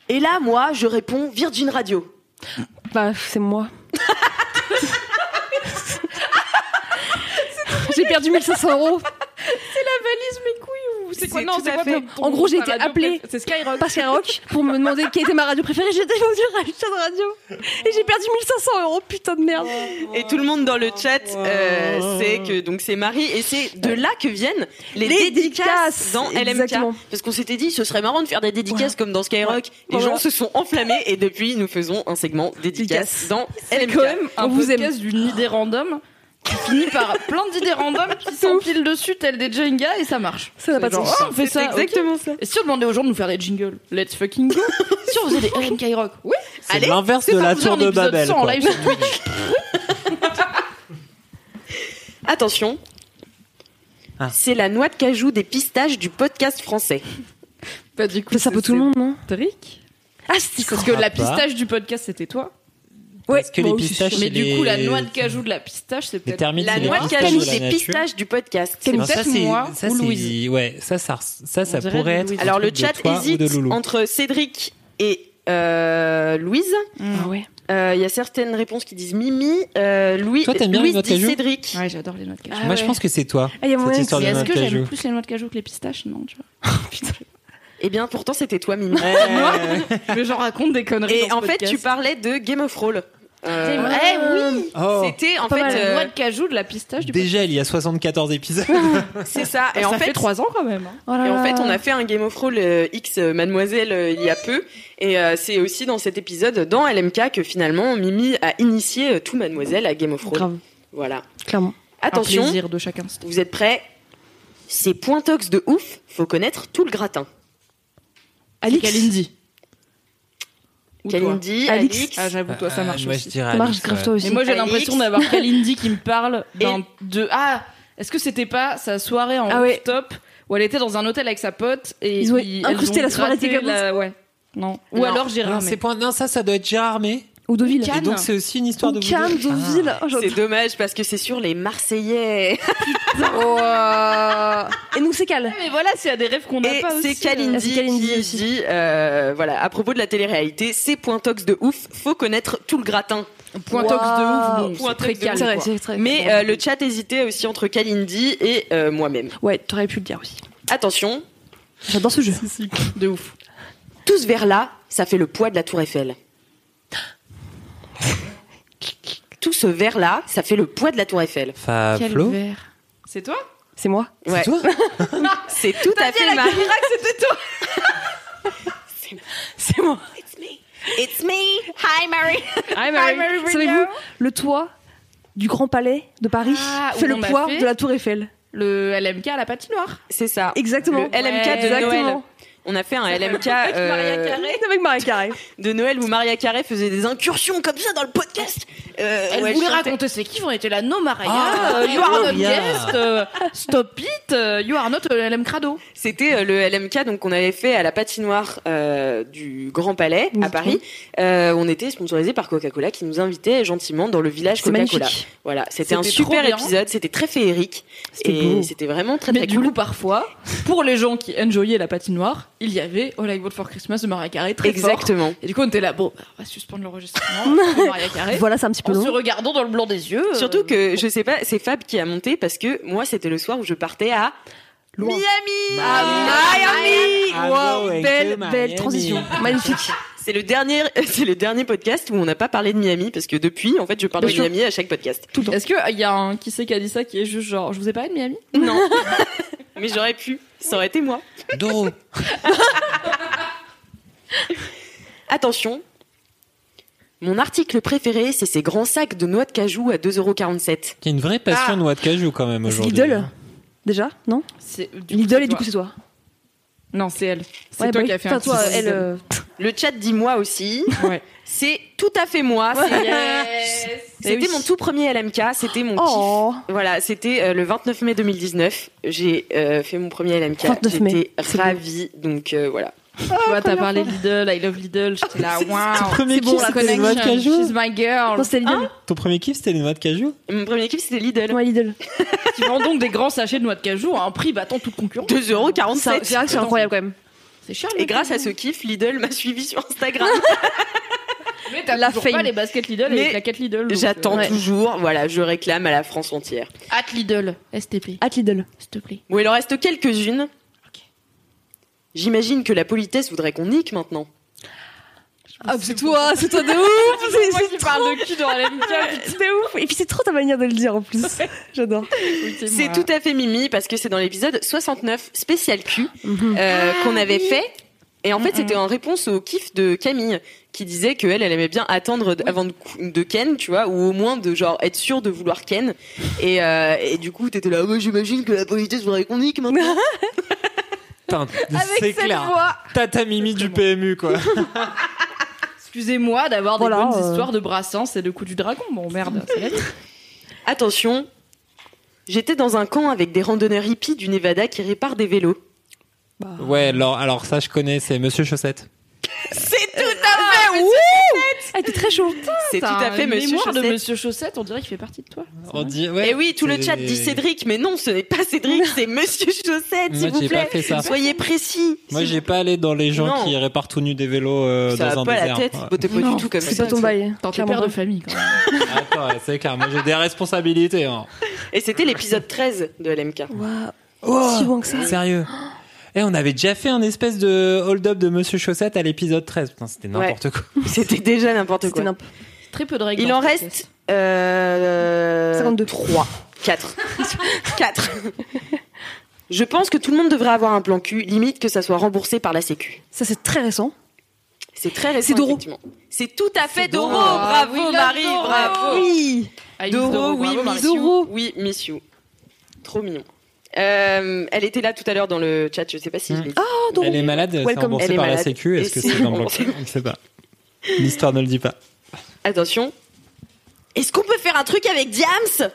C: Et là, moi, je réponds Virgin Radio.
E: Bah, c'est moi. J'ai perdu 1500 euros
D: Valise mes couilles ou c'est quoi
C: C'est
D: Non,
C: tout
D: c'est
C: à
D: quoi
C: fait.
D: ton- ton-
E: En gros, j'ai
D: ta
E: été
D: radio
E: appelée.
D: préf- C'est Skyrock.
E: par Skyrock pour me demander quelle était ma radio préférée. J'étais au du de radio et j'ai perdu 1500 euros, putain de merde.
C: Et tout le monde dans le chat euh, sait que donc c'est Marie et c'est de là que viennent les,
E: Les dédicaces,
C: dédicaces, dans LMK
E: exactement.
C: parce qu'on s'était dit ce serait marrant de faire des dédicaces comme dans Skyrock. Les
E: Ouais.
C: gens se sont enflammés et depuis nous faisons un segment dédicace
E: Dédicace.
C: dans
D: C'est
C: LMK.
D: quand même un
E: On vous aime.
D: podcast d'une idée random qui finit par plein d'idées random qui s'empilent dessus tel des Jenga et ça marche.
E: Ça n'a
D: C'est
E: pas de
D: genre,
E: sens.
D: oh, on fait
C: C'est
D: ça. ok.
C: exactement ça.
D: Et si on demandait aux gens de nous faire des jingles, let's fucking go. si on faisait des RM Skyrock, oui.
H: C'est
C: Allez,
H: l'inverse
D: c'est
H: de
D: ça,
H: la
D: vous
H: tour
D: avez un
H: de
D: épisode
H: Babel.
D: cent en
H: quoi.
D: live sur
C: Attention.
H: Ah.
C: C'est la noix de cajou des pistaches du podcast français.
D: Bah, du coup,
E: Ça, ça peut tout le monde, non
D: Cédric.
E: Ah, c'est
D: Parce que la
H: pas.
D: pistache du podcast, c'était toi.
H: Parce que les pistaches,
D: Mais
H: c'est
D: du coup, la
H: les-
D: noix de cajou de la pistache, c'est
H: Les
D: peut-être.
H: termites,
C: La
H: c'est les
C: noix de
H: pistaches
C: cajou
H: la
C: des
H: nature.
C: pistaches du podcast.
D: C'est
H: Non, ça,
D: peut-être
H: c'est-
D: moi
H: ça,
D: ou
H: c'est-
D: Louise.
H: Ouais, ça, ça, ça, ça
D: On dirait
H: pourrait
D: de
H: être.
D: Louise.
H: un
C: Alors le
H: truc de
C: chat
H: toi ou de
C: hésite
H: Loulou.
C: entre Cédric et euh, Louise.
E: Ah ouais.
C: Euh, Il y a certaines réponses qui disent Mimi, euh, Louis,
H: Toi, t'aimes bien les
C: Louis
H: noix de
C: dit
H: cajou
C: Cédric.
D: Ah Ouais, j'adore les noix de cajou.
H: Ah, Moi, je pense que c'est toi.
D: Ah,
H: cette histoire de
J: Est-ce
H: noix de
J: que j'aime
H: cajou.
J: plus les noix de cajou que les pistaches Non, tu vois.
C: Eh bien, pourtant, c'était toi, Mimi.
J: Moi
C: Mais j'en raconte des conneries. Et
J: dans ce
C: en fait,
J: podcast.
C: tu parlais de Game of Thrones. Euh,
J: Game of-
C: eh oui
H: Oh.
C: C'était en
D: Pas
C: fait.
D: mal.
C: euh,
D: Noix de cajou, de la pistache, du
H: Déjà, il y a 74 épisodes.
C: C'est ça. Et
D: Ça
C: en fait,
D: fait trois ans quand même. hein.
C: Et en fait, on a fait un Game of Thrones euh, X euh, Mademoiselle euh, il y a peu. Et euh, c'est aussi dans cet épisode, dans LMK, que finalement Mimi a initié euh, tout Mademoiselle à Game of Thrones.
E: Grave.
C: Voilà.
E: Clairement.
C: Attention.
D: Un plaisir de chaque instant.
C: Vous êtes prêts C'est pointox de ouf. Faut connaître tout le gratin.
D: Alix. Kalindi. Ou toi.
C: Kalindi,
D: Alix.
C: Alix.
D: Ah, j'avoue, toi, ça marche
H: moi,
D: aussi.
H: je dirais Ça marche Ah, Alix, grave, ouais. toi aussi.
D: Et moi, j'ai
C: Alix.
D: l'impression d'avoir Kalindi qui me parle d'un- de. Ah, est-ce que c'était pas sa soirée en rooftop où elle était dans un hôtel avec sa pote et
E: Ils ont
D: elles
E: incrusté
D: ont
E: la soirée
D: gratté
E: à Técaboute.
D: la- Ouais. Non. Ou
H: Non.
D: alors
H: Non,
D: Gérard.
H: c'est point- non, ça, ça doit être Gérard Armé.
E: Ou Deauville.
H: Et donc, c'est aussi une histoire de. vous
E: Cannes,
H: deux.
E: Deauville.
H: Ah.
E: Oh, j'en-
C: C'est dommage parce que c'est sur les Marseillais.
E: Et nous, c'est Cal.
D: Mais voilà, s'il y a des rêves qu'on n'a
C: Et
D: pas aussi.
C: c'est
D: euh,
C: Kalindi, qui dit, euh, voilà, à propos de la télé-réalité, c'est pointox de ouf, faut connaître tout le gratin.
D: Pointox de ouf, bon,
C: Pointox
D: c'est très calme,
C: de ouf.
D: quoi.
E: C'est vrai, c'est très-
C: Mais euh, le chat hésitait aussi entre Kalindi et euh, moi-même.
E: Ouais, t'aurais pu le dire aussi.
C: Attention,
E: J'adore ce jeu.
D: De ouf.
C: tous vers là, ça fait le poids de la tour Eiffel. Tout ce vers là, ça fait le poids de la tour Eiffel.
H: Ah. Fa- Flo
D: C'est toi
E: C'est moi
C: Ouais.
D: Bah
C: C'est tout à fait Marie.
D: c'était toi
E: C'est moi.
C: It's me. Hi Marie.
D: Hi
E: Savez-vous, le toit du Grand Palais de Paris
D: Ah,
E: fait
D: où
E: le
D: on a
E: poids
D: fait
E: de la Tour Eiffel.
D: Le LMK à la patinoire.
C: C'est ça.
E: Exactement.
C: Le LMK de Noël.
E: Exactement.
C: On a fait un LMK
E: Avec
C: euh,
E: Maria Carré. Avec Maria Carré.
C: de Noël où Maria Carré faisait des incursions comme ça dans le podcast. Euh,
D: Elle
C: où
D: voulait
C: chantait.
D: raconter ses kiffs, on était là, non Maria,
C: Ah,
D: euh, you are not
H: bien.
D: guest, euh, stop it, euh, you are not euh, LM Crado.
C: C'était euh, le LMK donc qu'on avait fait à la patinoire euh, du Grand Palais à Paris. Euh, on était sponsorisé par Coca-Cola qui nous invitait gentiment dans le village
E: C'est
C: Coca-Cola.
E: magnifique.
C: Voilà, c'était un
D: C'était trop
C: super
D: bien.
C: épisode, c'était très féerique
E: C'était
C: et
E: beau.
C: c'était vraiment très
D: Mais
C: très
D: du
C: cool.
D: coup, parfois, pour les gens qui enjoyaient la patinoire, il y avait All I Want for Christmas de Maria Carré très fort.
C: Exactement.
D: Et du coup, on était là, bon, bah, on va suspendre l'enregistrement de Maria Carré.
E: Voilà, c'est un petit peu
D: en se
E: long.
D: regardant dans le blanc des yeux. euh,
C: Surtout que je sais pas, c'est Fab qui a monté parce que moi c'était le soir où je partais à
E: Loin.
C: Miami.
E: Ah,
C: Miami.
H: I'm
C: Wow,
H: going
C: belle-
H: to
E: Belle
H: Miami.
E: transition. Magnifique.
C: C'est le dernier, c'est le dernier podcast où on n'a pas parlé de Miami parce que depuis, en fait, je parle
E: Bien
C: de
E: sûr.
C: Miami à chaque podcast.
D: Est-ce qu'il y a un qui c'est qui a dit ça qui est juste genre, je vous ai parlé de Miami
C: Non, mais j'aurais pu, ça aurait été moi.
H: Doro.
C: Attention. Mon article préféré, c'est ces grands sacs de noix de cajou à 2,47€.
H: Qui a une vraie
D: Ah.
H: passion de noix de cajou quand même
E: C'est
H: aujourd'hui.
E: Lidl Déjà Non
D: C'est- du coup,
E: Lidl
D: c'est
E: et du
D: toi.
E: coup, c'est toi.
D: Non, c'est elle. C'est
E: Ouais,
D: toi
E: bah
D: qui
E: oui.
D: as fait
E: Enfin,
D: un
E: toi,
D: petit
E: elle.
D: système.
E: euh,
C: Le chat dit moi aussi.
D: Ouais.
C: C'est tout à fait moi. c'est-
D: Eh oui.
C: C'était mon tout premier LMK. C'était mon kiff.
E: Oh
C: Voilà, c'était euh, le 29 mai 2019. J'ai euh, fait mon premier LMK.
E: 29 mai.
C: J'étais
E: C'est
C: ravie. Donc euh, voilà.
D: Tu vois, t'as parlé Lidl, I love Lidl, j'étais là, waouh.
H: premier
D: C'est bon,
H: kiff,
D: la
H: c'était les noix de
D: connexion,
H: cajou.
D: she's my girl.
E: Non, c'était
D: Hein
E: Lidl.
H: Ton premier kiff, c'était les noix de cajou
C: Mon premier kiff, c'était Lidl.
E: Ouais, Lidl.
D: Qui vend donc des grands sachets de noix de cajou à un prix battant toute concurrence.
C: 2,47€.
E: C'est c'est vrai que c'est incroyable quand même.
D: C'est cher,
C: Et grâce à ce kiff, Lidl m'a suivi sur Instagram.
D: Mais t'as
E: la
D: toujours
E: fame.
D: pas les baskets Lidl et
C: Mais
D: les claquettes Lidl. donc,
C: J'attends
D: euh, ouais.
C: toujours. Voilà, je réclame à la France entière.
D: At Lidl, STP,
E: At Lidl.
D: s'il te plaît.
C: Bon, il en reste quelques-unes. J'imagine que la politesse voudrait qu'on nique maintenant.
E: Ah, c'est toi, c'est toi de ouf C'est
D: Moi qui
E: c'est trop...
D: parle de cul dans la LMK.
E: C'était ouf Et puis c'est trop ta manière de le dire en plus. J'adore.
C: C'est tout à fait Mimi parce que c'est dans l'épisode 69 spécial Q
H: Mhm.
C: euh,
H: Ah
C: qu'on avait fait. Et en fait, c'était en réponse au kiff de Camille qui disait que elle, elle aimait bien attendre d- avant de, cou- de Ken, tu vois, ou au moins de genre être sûre de vouloir Ken. Et, euh, et du coup, t'étais là, Ah ouais, j'imagine que la politesse voudrait qu'on nique maintenant.
H: Putain, c'est clair.
D: voix.
H: Tata Mimi du PMU, quoi.
D: Excusez-moi d'avoir des
E: Voilà,
D: bonnes
E: euh.
D: histoires de Brassens et de coups du dragon. Bon, merde, c'est la vie.
C: Attention, j'étais dans un camp avec des randonneurs hippies du Nevada qui réparent des vélos.
H: Ouais, alors, alors ça, je connais, c'est Monsieur Chaussette.
C: C'est tout à fait
E: Ah, t'es très chaud.
C: C'est tout à fait Monsieur
D: mémoire de
C: Chaussette.
D: Monsieur Chaussette, on dirait qu'il fait partie de toi.
H: On dit,
C: Et Eh oui, tout le chat dit Cédric, mais non, ce n'est pas Cédric, c'est Monsieur Chaussette,
H: Moi,
C: s'il vous
H: j'ai pas
C: plaît.
H: fait ça.
C: Soyez précis.
H: Moi, j'ai pas allé dans les gens
C: Non.
H: qui iraient partout nus des vélos euh,
C: Ça
H: dans
C: va
H: un
C: pas à la
H: désert.
C: tête,
H: Ouais.
C: bottez pas du tout comme ça.
E: bail.
D: T'es
C: clairement
D: père de
C: pas.
D: famille quand même.
H: Ah, Attends, ouais, c'est clair. Moi, j'ai des responsabilités. hein.
C: Et c'était l'épisode 13 de LMK.
H: Oh, Sérieux. Et on avait déjà fait un espèce de hold-up de Monsieur Chaussette à l'épisode 13. Putain, c'était n'importe
C: Ouais.
H: quoi.
C: C'était déjà n'importe quoi.
D: Très peu de règles.
C: Il
D: dans
C: en
D: ce
C: reste
D: podcast.
C: euh,
E: 52.
C: 3. 4. 4. Je pense que tout le monde devrait avoir un plan cul, limite que ça soit remboursé par la Sécu.
E: Ça, c'est très récent.
C: C'est Ah très récent.
E: C'est Doro.
C: effectivement. C'est tout à fait Doro.
E: Doro.
C: Bravo,
E: We love
C: Marie.
E: Doro.
C: Bravo.
E: Oui. I miss
C: Doro,
E: Doro,
C: oui,
E: bravo, Marie.
C: miss you.
E: Doro.
C: Oui, miss you. Trop mignon. Euh, elle était là tout à l'heure dans le chat, je sais pas si
E: Mm.
C: je l'ai dit.
H: Elle est malade, c'est
C: Welcome.
H: remboursé
C: Elle est
H: par la
C: malade.
H: Sécu. Est-ce
C: Et
H: que
C: c'est
H: c'est un
C: remboursé.
H: bloc On ne sait pas. L'histoire ne le dit pas.
C: Attention. Est-ce qu'on peut faire un truc avec Diams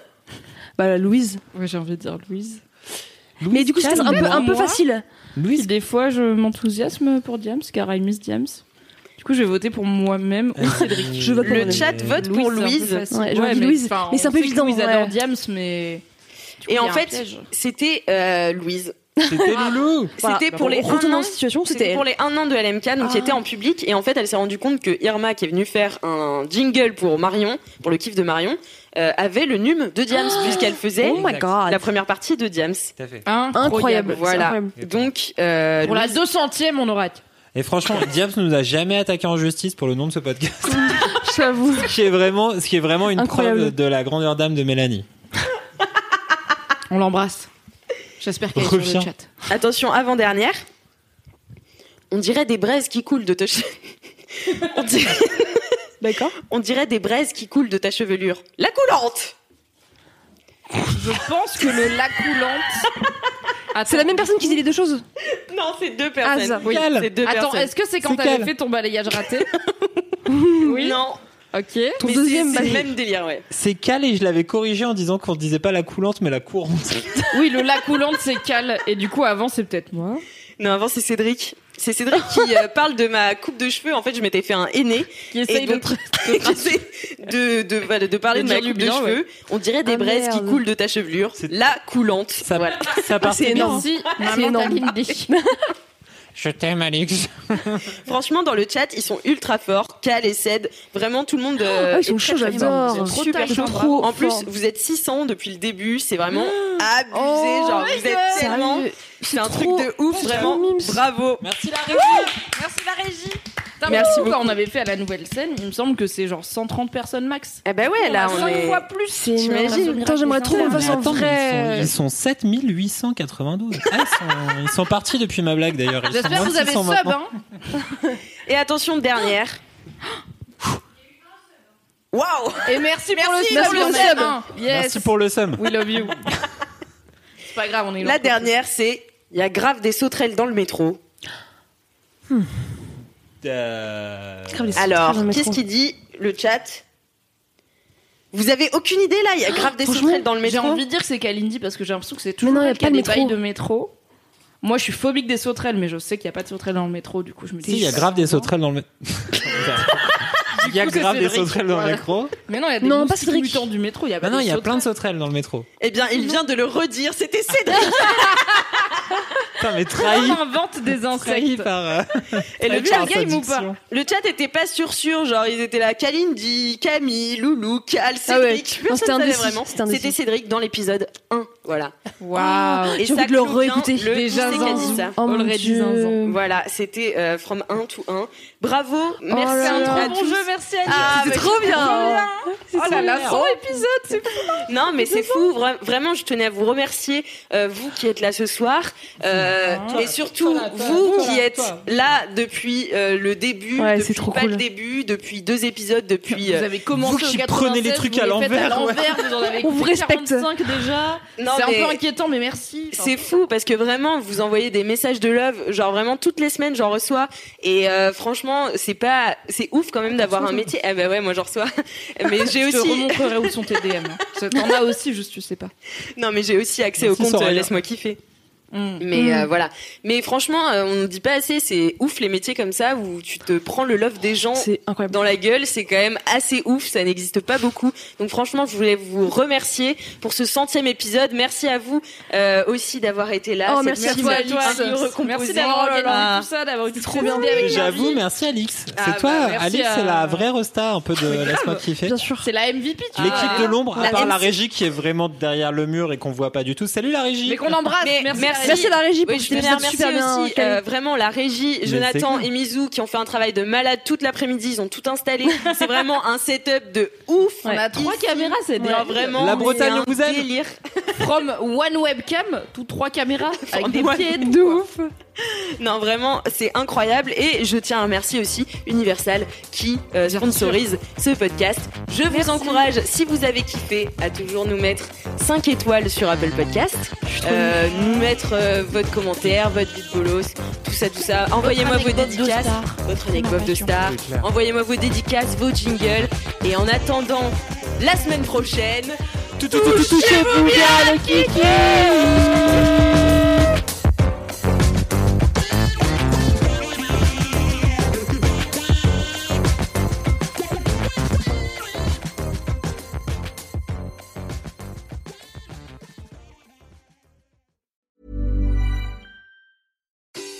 E: Bah, Louise.
D: Ouais, j'ai envie de dire Louise.
E: Mais du coup, c'était un peu, un peu
D: calme-moi.
E: facile.
D: Louise. Des fois, je m'enthousiasme pour Diams car I miss Diams. Du coup, je vais voter pour moi-même ou Cédric.
E: Je vote pour
C: Le
E: moi-même.
C: chat Euh, vote pour Louise.
E: Ouais, j'aurais dit Louise, mais c'est un peu évident,
D: Louise
E: ouais.
D: adore Diams, mais. Du coup, il y
C: Et
D: a
C: en
D: un
C: fait,
D: piège.
C: c'était euh, Louise.
H: C'était Loulou.
E: Voilà.
C: C'était Bah, pour les un
E: Retournant
C: an.
E: en situation, c'était
C: C'était
E: elle.
C: pour les un an de LMK, donc qui était en public. Et en fait, elle s'est rendue compte que Irma, qui est venue faire un jingle pour Marion, pour le kiff de Marion, euh, avait le num de Diams, puisqu'elle faisait
E: Oh my god.
C: la première partie de Diams.
H: Tout à fait.
E: Incroyable.
C: Voilà.
E: incroyable.
C: Donc, euh,
D: Pour la
C: Louise-
D: 200ème, on aura.
H: Et franchement, Diabs nous a jamais attaqué en justice pour le nom de ce podcast.
E: J'avoue.
H: ce, qui est vraiment, ce qui est vraiment une
E: Incroyable.
H: preuve de la grandeur d'âme de Mélanie.
D: On l'embrasse. J'espère qu'elle est sur
H: Reviens.
D: le chat.
C: attention, avant-dernière. On dirait des braises qui coulent de ta che- on, dirait...
E: D'accord.
C: on dirait des braises qui coulent de ta chevelure. La coulante
D: Je pense que le lac coulante.
E: C'est la même personne qui dit les deux choses.
C: Non, c'est deux
E: Ah,
C: personnes.
E: ça.
C: Oui,
H: Quelle
C: c'est deux
D: Attends,
C: personnes.
D: est-ce que c'est quand
H: C'est
D: t'avais
H: quelle
D: fait ton balayage raté
C: Oui. Non.
D: Ok.
E: Ton
C: Mais c'est-
E: deuxième
C: c'est le
E: bail.
C: même délire, ouais.
H: C'est Cal et je l'avais corrigé en disant qu'on disait pas la coulante mais la courante.
D: Oui, le lac coulante, c'est Cal. Et du coup, avant, c'est peut-être moi.
C: Non, avant, c'est Cédric. C'est Cédric qui euh, parle de ma coupe de cheveux. En fait, je m'étais fait un aîné.
D: Qui
C: Et
D: essaye de
C: donc, j'essaie de, de, voilà, de parler
D: De
C: de, ma
D: dire du
C: coupe de
D: bien,
C: cheveux. On dirait des
E: Ah,
C: braises qui
E: merde.
C: coulent de ta chevelure. La coulante.
H: Ça,
C: Voilà.
D: Ah,
H: ça part.
E: C'est énorme.
D: Merci,
E: C'est énorme.
H: Je t'aime Alex.
C: Franchement, dans le chat, ils sont ultra forts. Cal et Ced. Vraiment, tout le monde. euh,
E: Ah, ils sont
C: est
E: chauds,
C: très, très
E: j'adore.
C: fort. hein. Ils sont
E: Trop
C: super
E: tard,
C: chauds.
E: trop
C: En plus,
E: fort. Oh,
C: vous êtes 600 depuis le début. C'est vraiment abusé. genre, vous êtes tellement. C'est un truc
E: trop-
C: de ouf,
E: trop
C: vraiment.
E: mimes.
C: Bravo.
H: Merci la régie.
D: Merci beaucoup. On avait fait à la nouvelle scène, il me semble que c'est genre 130 personnes max.
C: Eh ben ouais, là, on
D: 5
C: est.
D: fois plus.
E: C'est
D: T'imagines
E: énorme. Putain, j'aimerais trop qu'on le fasse en
H: Attends, mais
E: vrai. euh,
H: ils sont, ils sont 7892. Ah, ils, sont, ils sont partis depuis ma blague d'ailleurs. Ils sont
D: J'espère que vous avez
H: 2600
D: sub,
H: maintenant.
D: hein.
C: Et attention, dernière. Waouh
D: Et merci, pour le sub. il
C: Merci
D: y en
C: pour
D: a
C: le sub.
D: un. Yes.
H: Merci pour le somme.
D: We love you. c'est pas grave, on est
C: La dernière, c'est il y a grave des sauterelles dans le métro.
H: Euh,
C: Alors, qu'est-ce qui dit le chat Vous avez aucune idée là Il y a grave
E: Oh,
C: des
E: franchement,
C: sauterelles dans le
D: J'ai
C: métro.
D: envie de dire que c'est Kalindi parce que j'ai l'impression que c'est toujours
E: non, il y a
D: elle qui a
E: pas le
D: des
E: métro.
D: bails de métro. Moi, je suis phobique des sauterelles, mais je sais qu'il n'y a pas de sauterelles dans le métro, du coup, je me dis.
H: Si, il y a grave des sauterelles dans le. mé- Il y a
D: Du coup, c'est
H: grave des
D: Cédric.
H: sauterelles dans le
D: Voilà.
H: métro.
D: Mais non, il y a des
E: Non, pas
D: moustiques
E: Cédric.
D: mutants du métro. Il y a pas
H: Bah non,
D: des
H: il y a
D: sauterelles.
H: plein de sauterelles dans le métro.
C: Eh bien, il vient de le redire, c'était Cédric
H: Putain, mais trahi,
D: On invente des
H: trahi
D: insectes.
H: par. euh,
C: Et le
H: trahi
C: chat,
H: par sa
D: game ou pas
H: diction.
C: le chat était pas sûr sûr, genre ils étaient là Kalindi, Camille, Loulou, Cal,
E: Ah ouais.
C: Cédric,
E: Non, c'était
C: personne ne savait
E: indécis,
C: vraiment.
E: c'était indécis.
C: C'était Cédric dans l'épisode 1, voilà.
D: Waouh.
C: Et
E: J'ai
C: ça
E: envie de le
C: clôt bien
E: réécouter.
C: le qui
D: Déjà
C: c'est qui a dit
D: zinzin.
C: ça
E: Oh mon
D: Already zinzin.
E: dieu.
C: Voilà, c'était euh, From 1 to 1. Bravo, merci
E: Oh là là.
C: à
D: Trop bon
C: tous.
D: jeu, merci Annie.
C: Ah,
E: C'est
C: bah,
E: trop bien.
D: Oh là là, son épisode, c'est
C: Non, mais c'est fou. vra- Vraiment, je tenais à vous remercier, euh, vous qui êtes là ce soir, euh, mais surtout vous qui êtes là depuis euh, le début,
E: Ouais,
C: depuis
E: c'est trop
C: pas
E: cool.
C: le début, depuis deux épisodes, depuis.
D: Vous
C: euh,
D: avez commencé
H: vous
D: au
H: qui
D: 96,
H: prenez les trucs
D: vous
H: à
D: faites
H: l'envers,
D: vous en avez
E: On vous
D: fait
E: respecte.
D: 45 déjà. C'est
C: Non,
D: un
C: mais-
D: peu inquiétant, mais merci. Enfin,
C: C'est fou parce que vraiment vous envoyez des messages de love, genre vraiment toutes les semaines j'en reçois et euh, franchement c'est pas c'est ouf quand même d'avoir un métier. Ah bah ouais moi j'en reçois, mais j'ai
D: Je te
C: aussi
D: remontrerai où sont tes DM. hein. T'en as aussi, juste tu sais pas.
C: non mais j'ai aussi accès
H: Merci,
C: au compte euh,
H: Soraya.
C: laisse-moi kiffer.
E: Hmm.
A: Mais
L: Mm.
A: euh, voilà. Mais franchement, euh, on ne dit pas assez. C'est ouf les métiers comme ça où tu te prends le love des gens dans la gueule. C'est quand même assez ouf. Ça n'existe pas beaucoup. Donc franchement, je voulais vous remercier pour ce centième épisode. Merci à vous euh, aussi d'avoir été là.
D: Oh,
A: Cette
D: merci à
A: team
D: toi, Alix.
A: un peu
D: Merci
A: recomposée.
D: d'avoir
A: Oh là
D: organisé
A: là.
D: tout ça, d'avoir été
A: C'est trop
D: très
A: bien.
D: aidée avec
H: J'avoue, merci Alix. C'est
D: Ah,
H: toi,
D: bah, merci
H: Alix,
D: à-
H: c'est la vraie resta un peu de Laisse-moi kiffer.
D: C'est la MVP, tu
H: L'équipe
D: vois.
H: de l'ombre, à part la
D: MC.
H: régie qui est vraiment derrière le mur et qu'on voit pas du tout. Salut la régie
D: Mais qu'on embrasse.
A: Mais
D: merci,
E: Merci à la régie pour
A: Oui, je
E: cet
A: voulais
E: épisode
A: remercier
E: super bien
A: aussi
E: calé.
A: euh, vraiment la régie,
E: Mais
A: Jonathan
E: c'est cool.
A: et Mizou qui ont fait un travail de malade toute l'après-midi. Ils ont tout installé. c'est vraiment un setup de ouf.
D: On a trois caméras, c'est
A: Ouais,
D: délire.
A: vraiment. La Bretagne, on vous aime. Délire.
D: From one webcam, tout trois caméras avec des
A: Ouais.
D: pieds.
E: De ouf.
A: Non, vraiment, c'est incroyable. Et je tiens à remercier aussi Universal qui euh, sponsorise ce podcast. Je vous encourage, si vous avez kiffé, à toujours nous mettre 5 étoiles sur Apple Podcast. Euh, nous mettre euh, votre commentaire, votre bit bolos, tout ça, tout ça. Envoyez-moi vos
D: anecdote de
A: dédicaces,
D: star.
A: votre anecdote de star.
D: C'est clair.
A: Envoyez-moi vos dédicaces, vos jingles. Et en attendant, la semaine prochaine, touchez-vous bien le kiki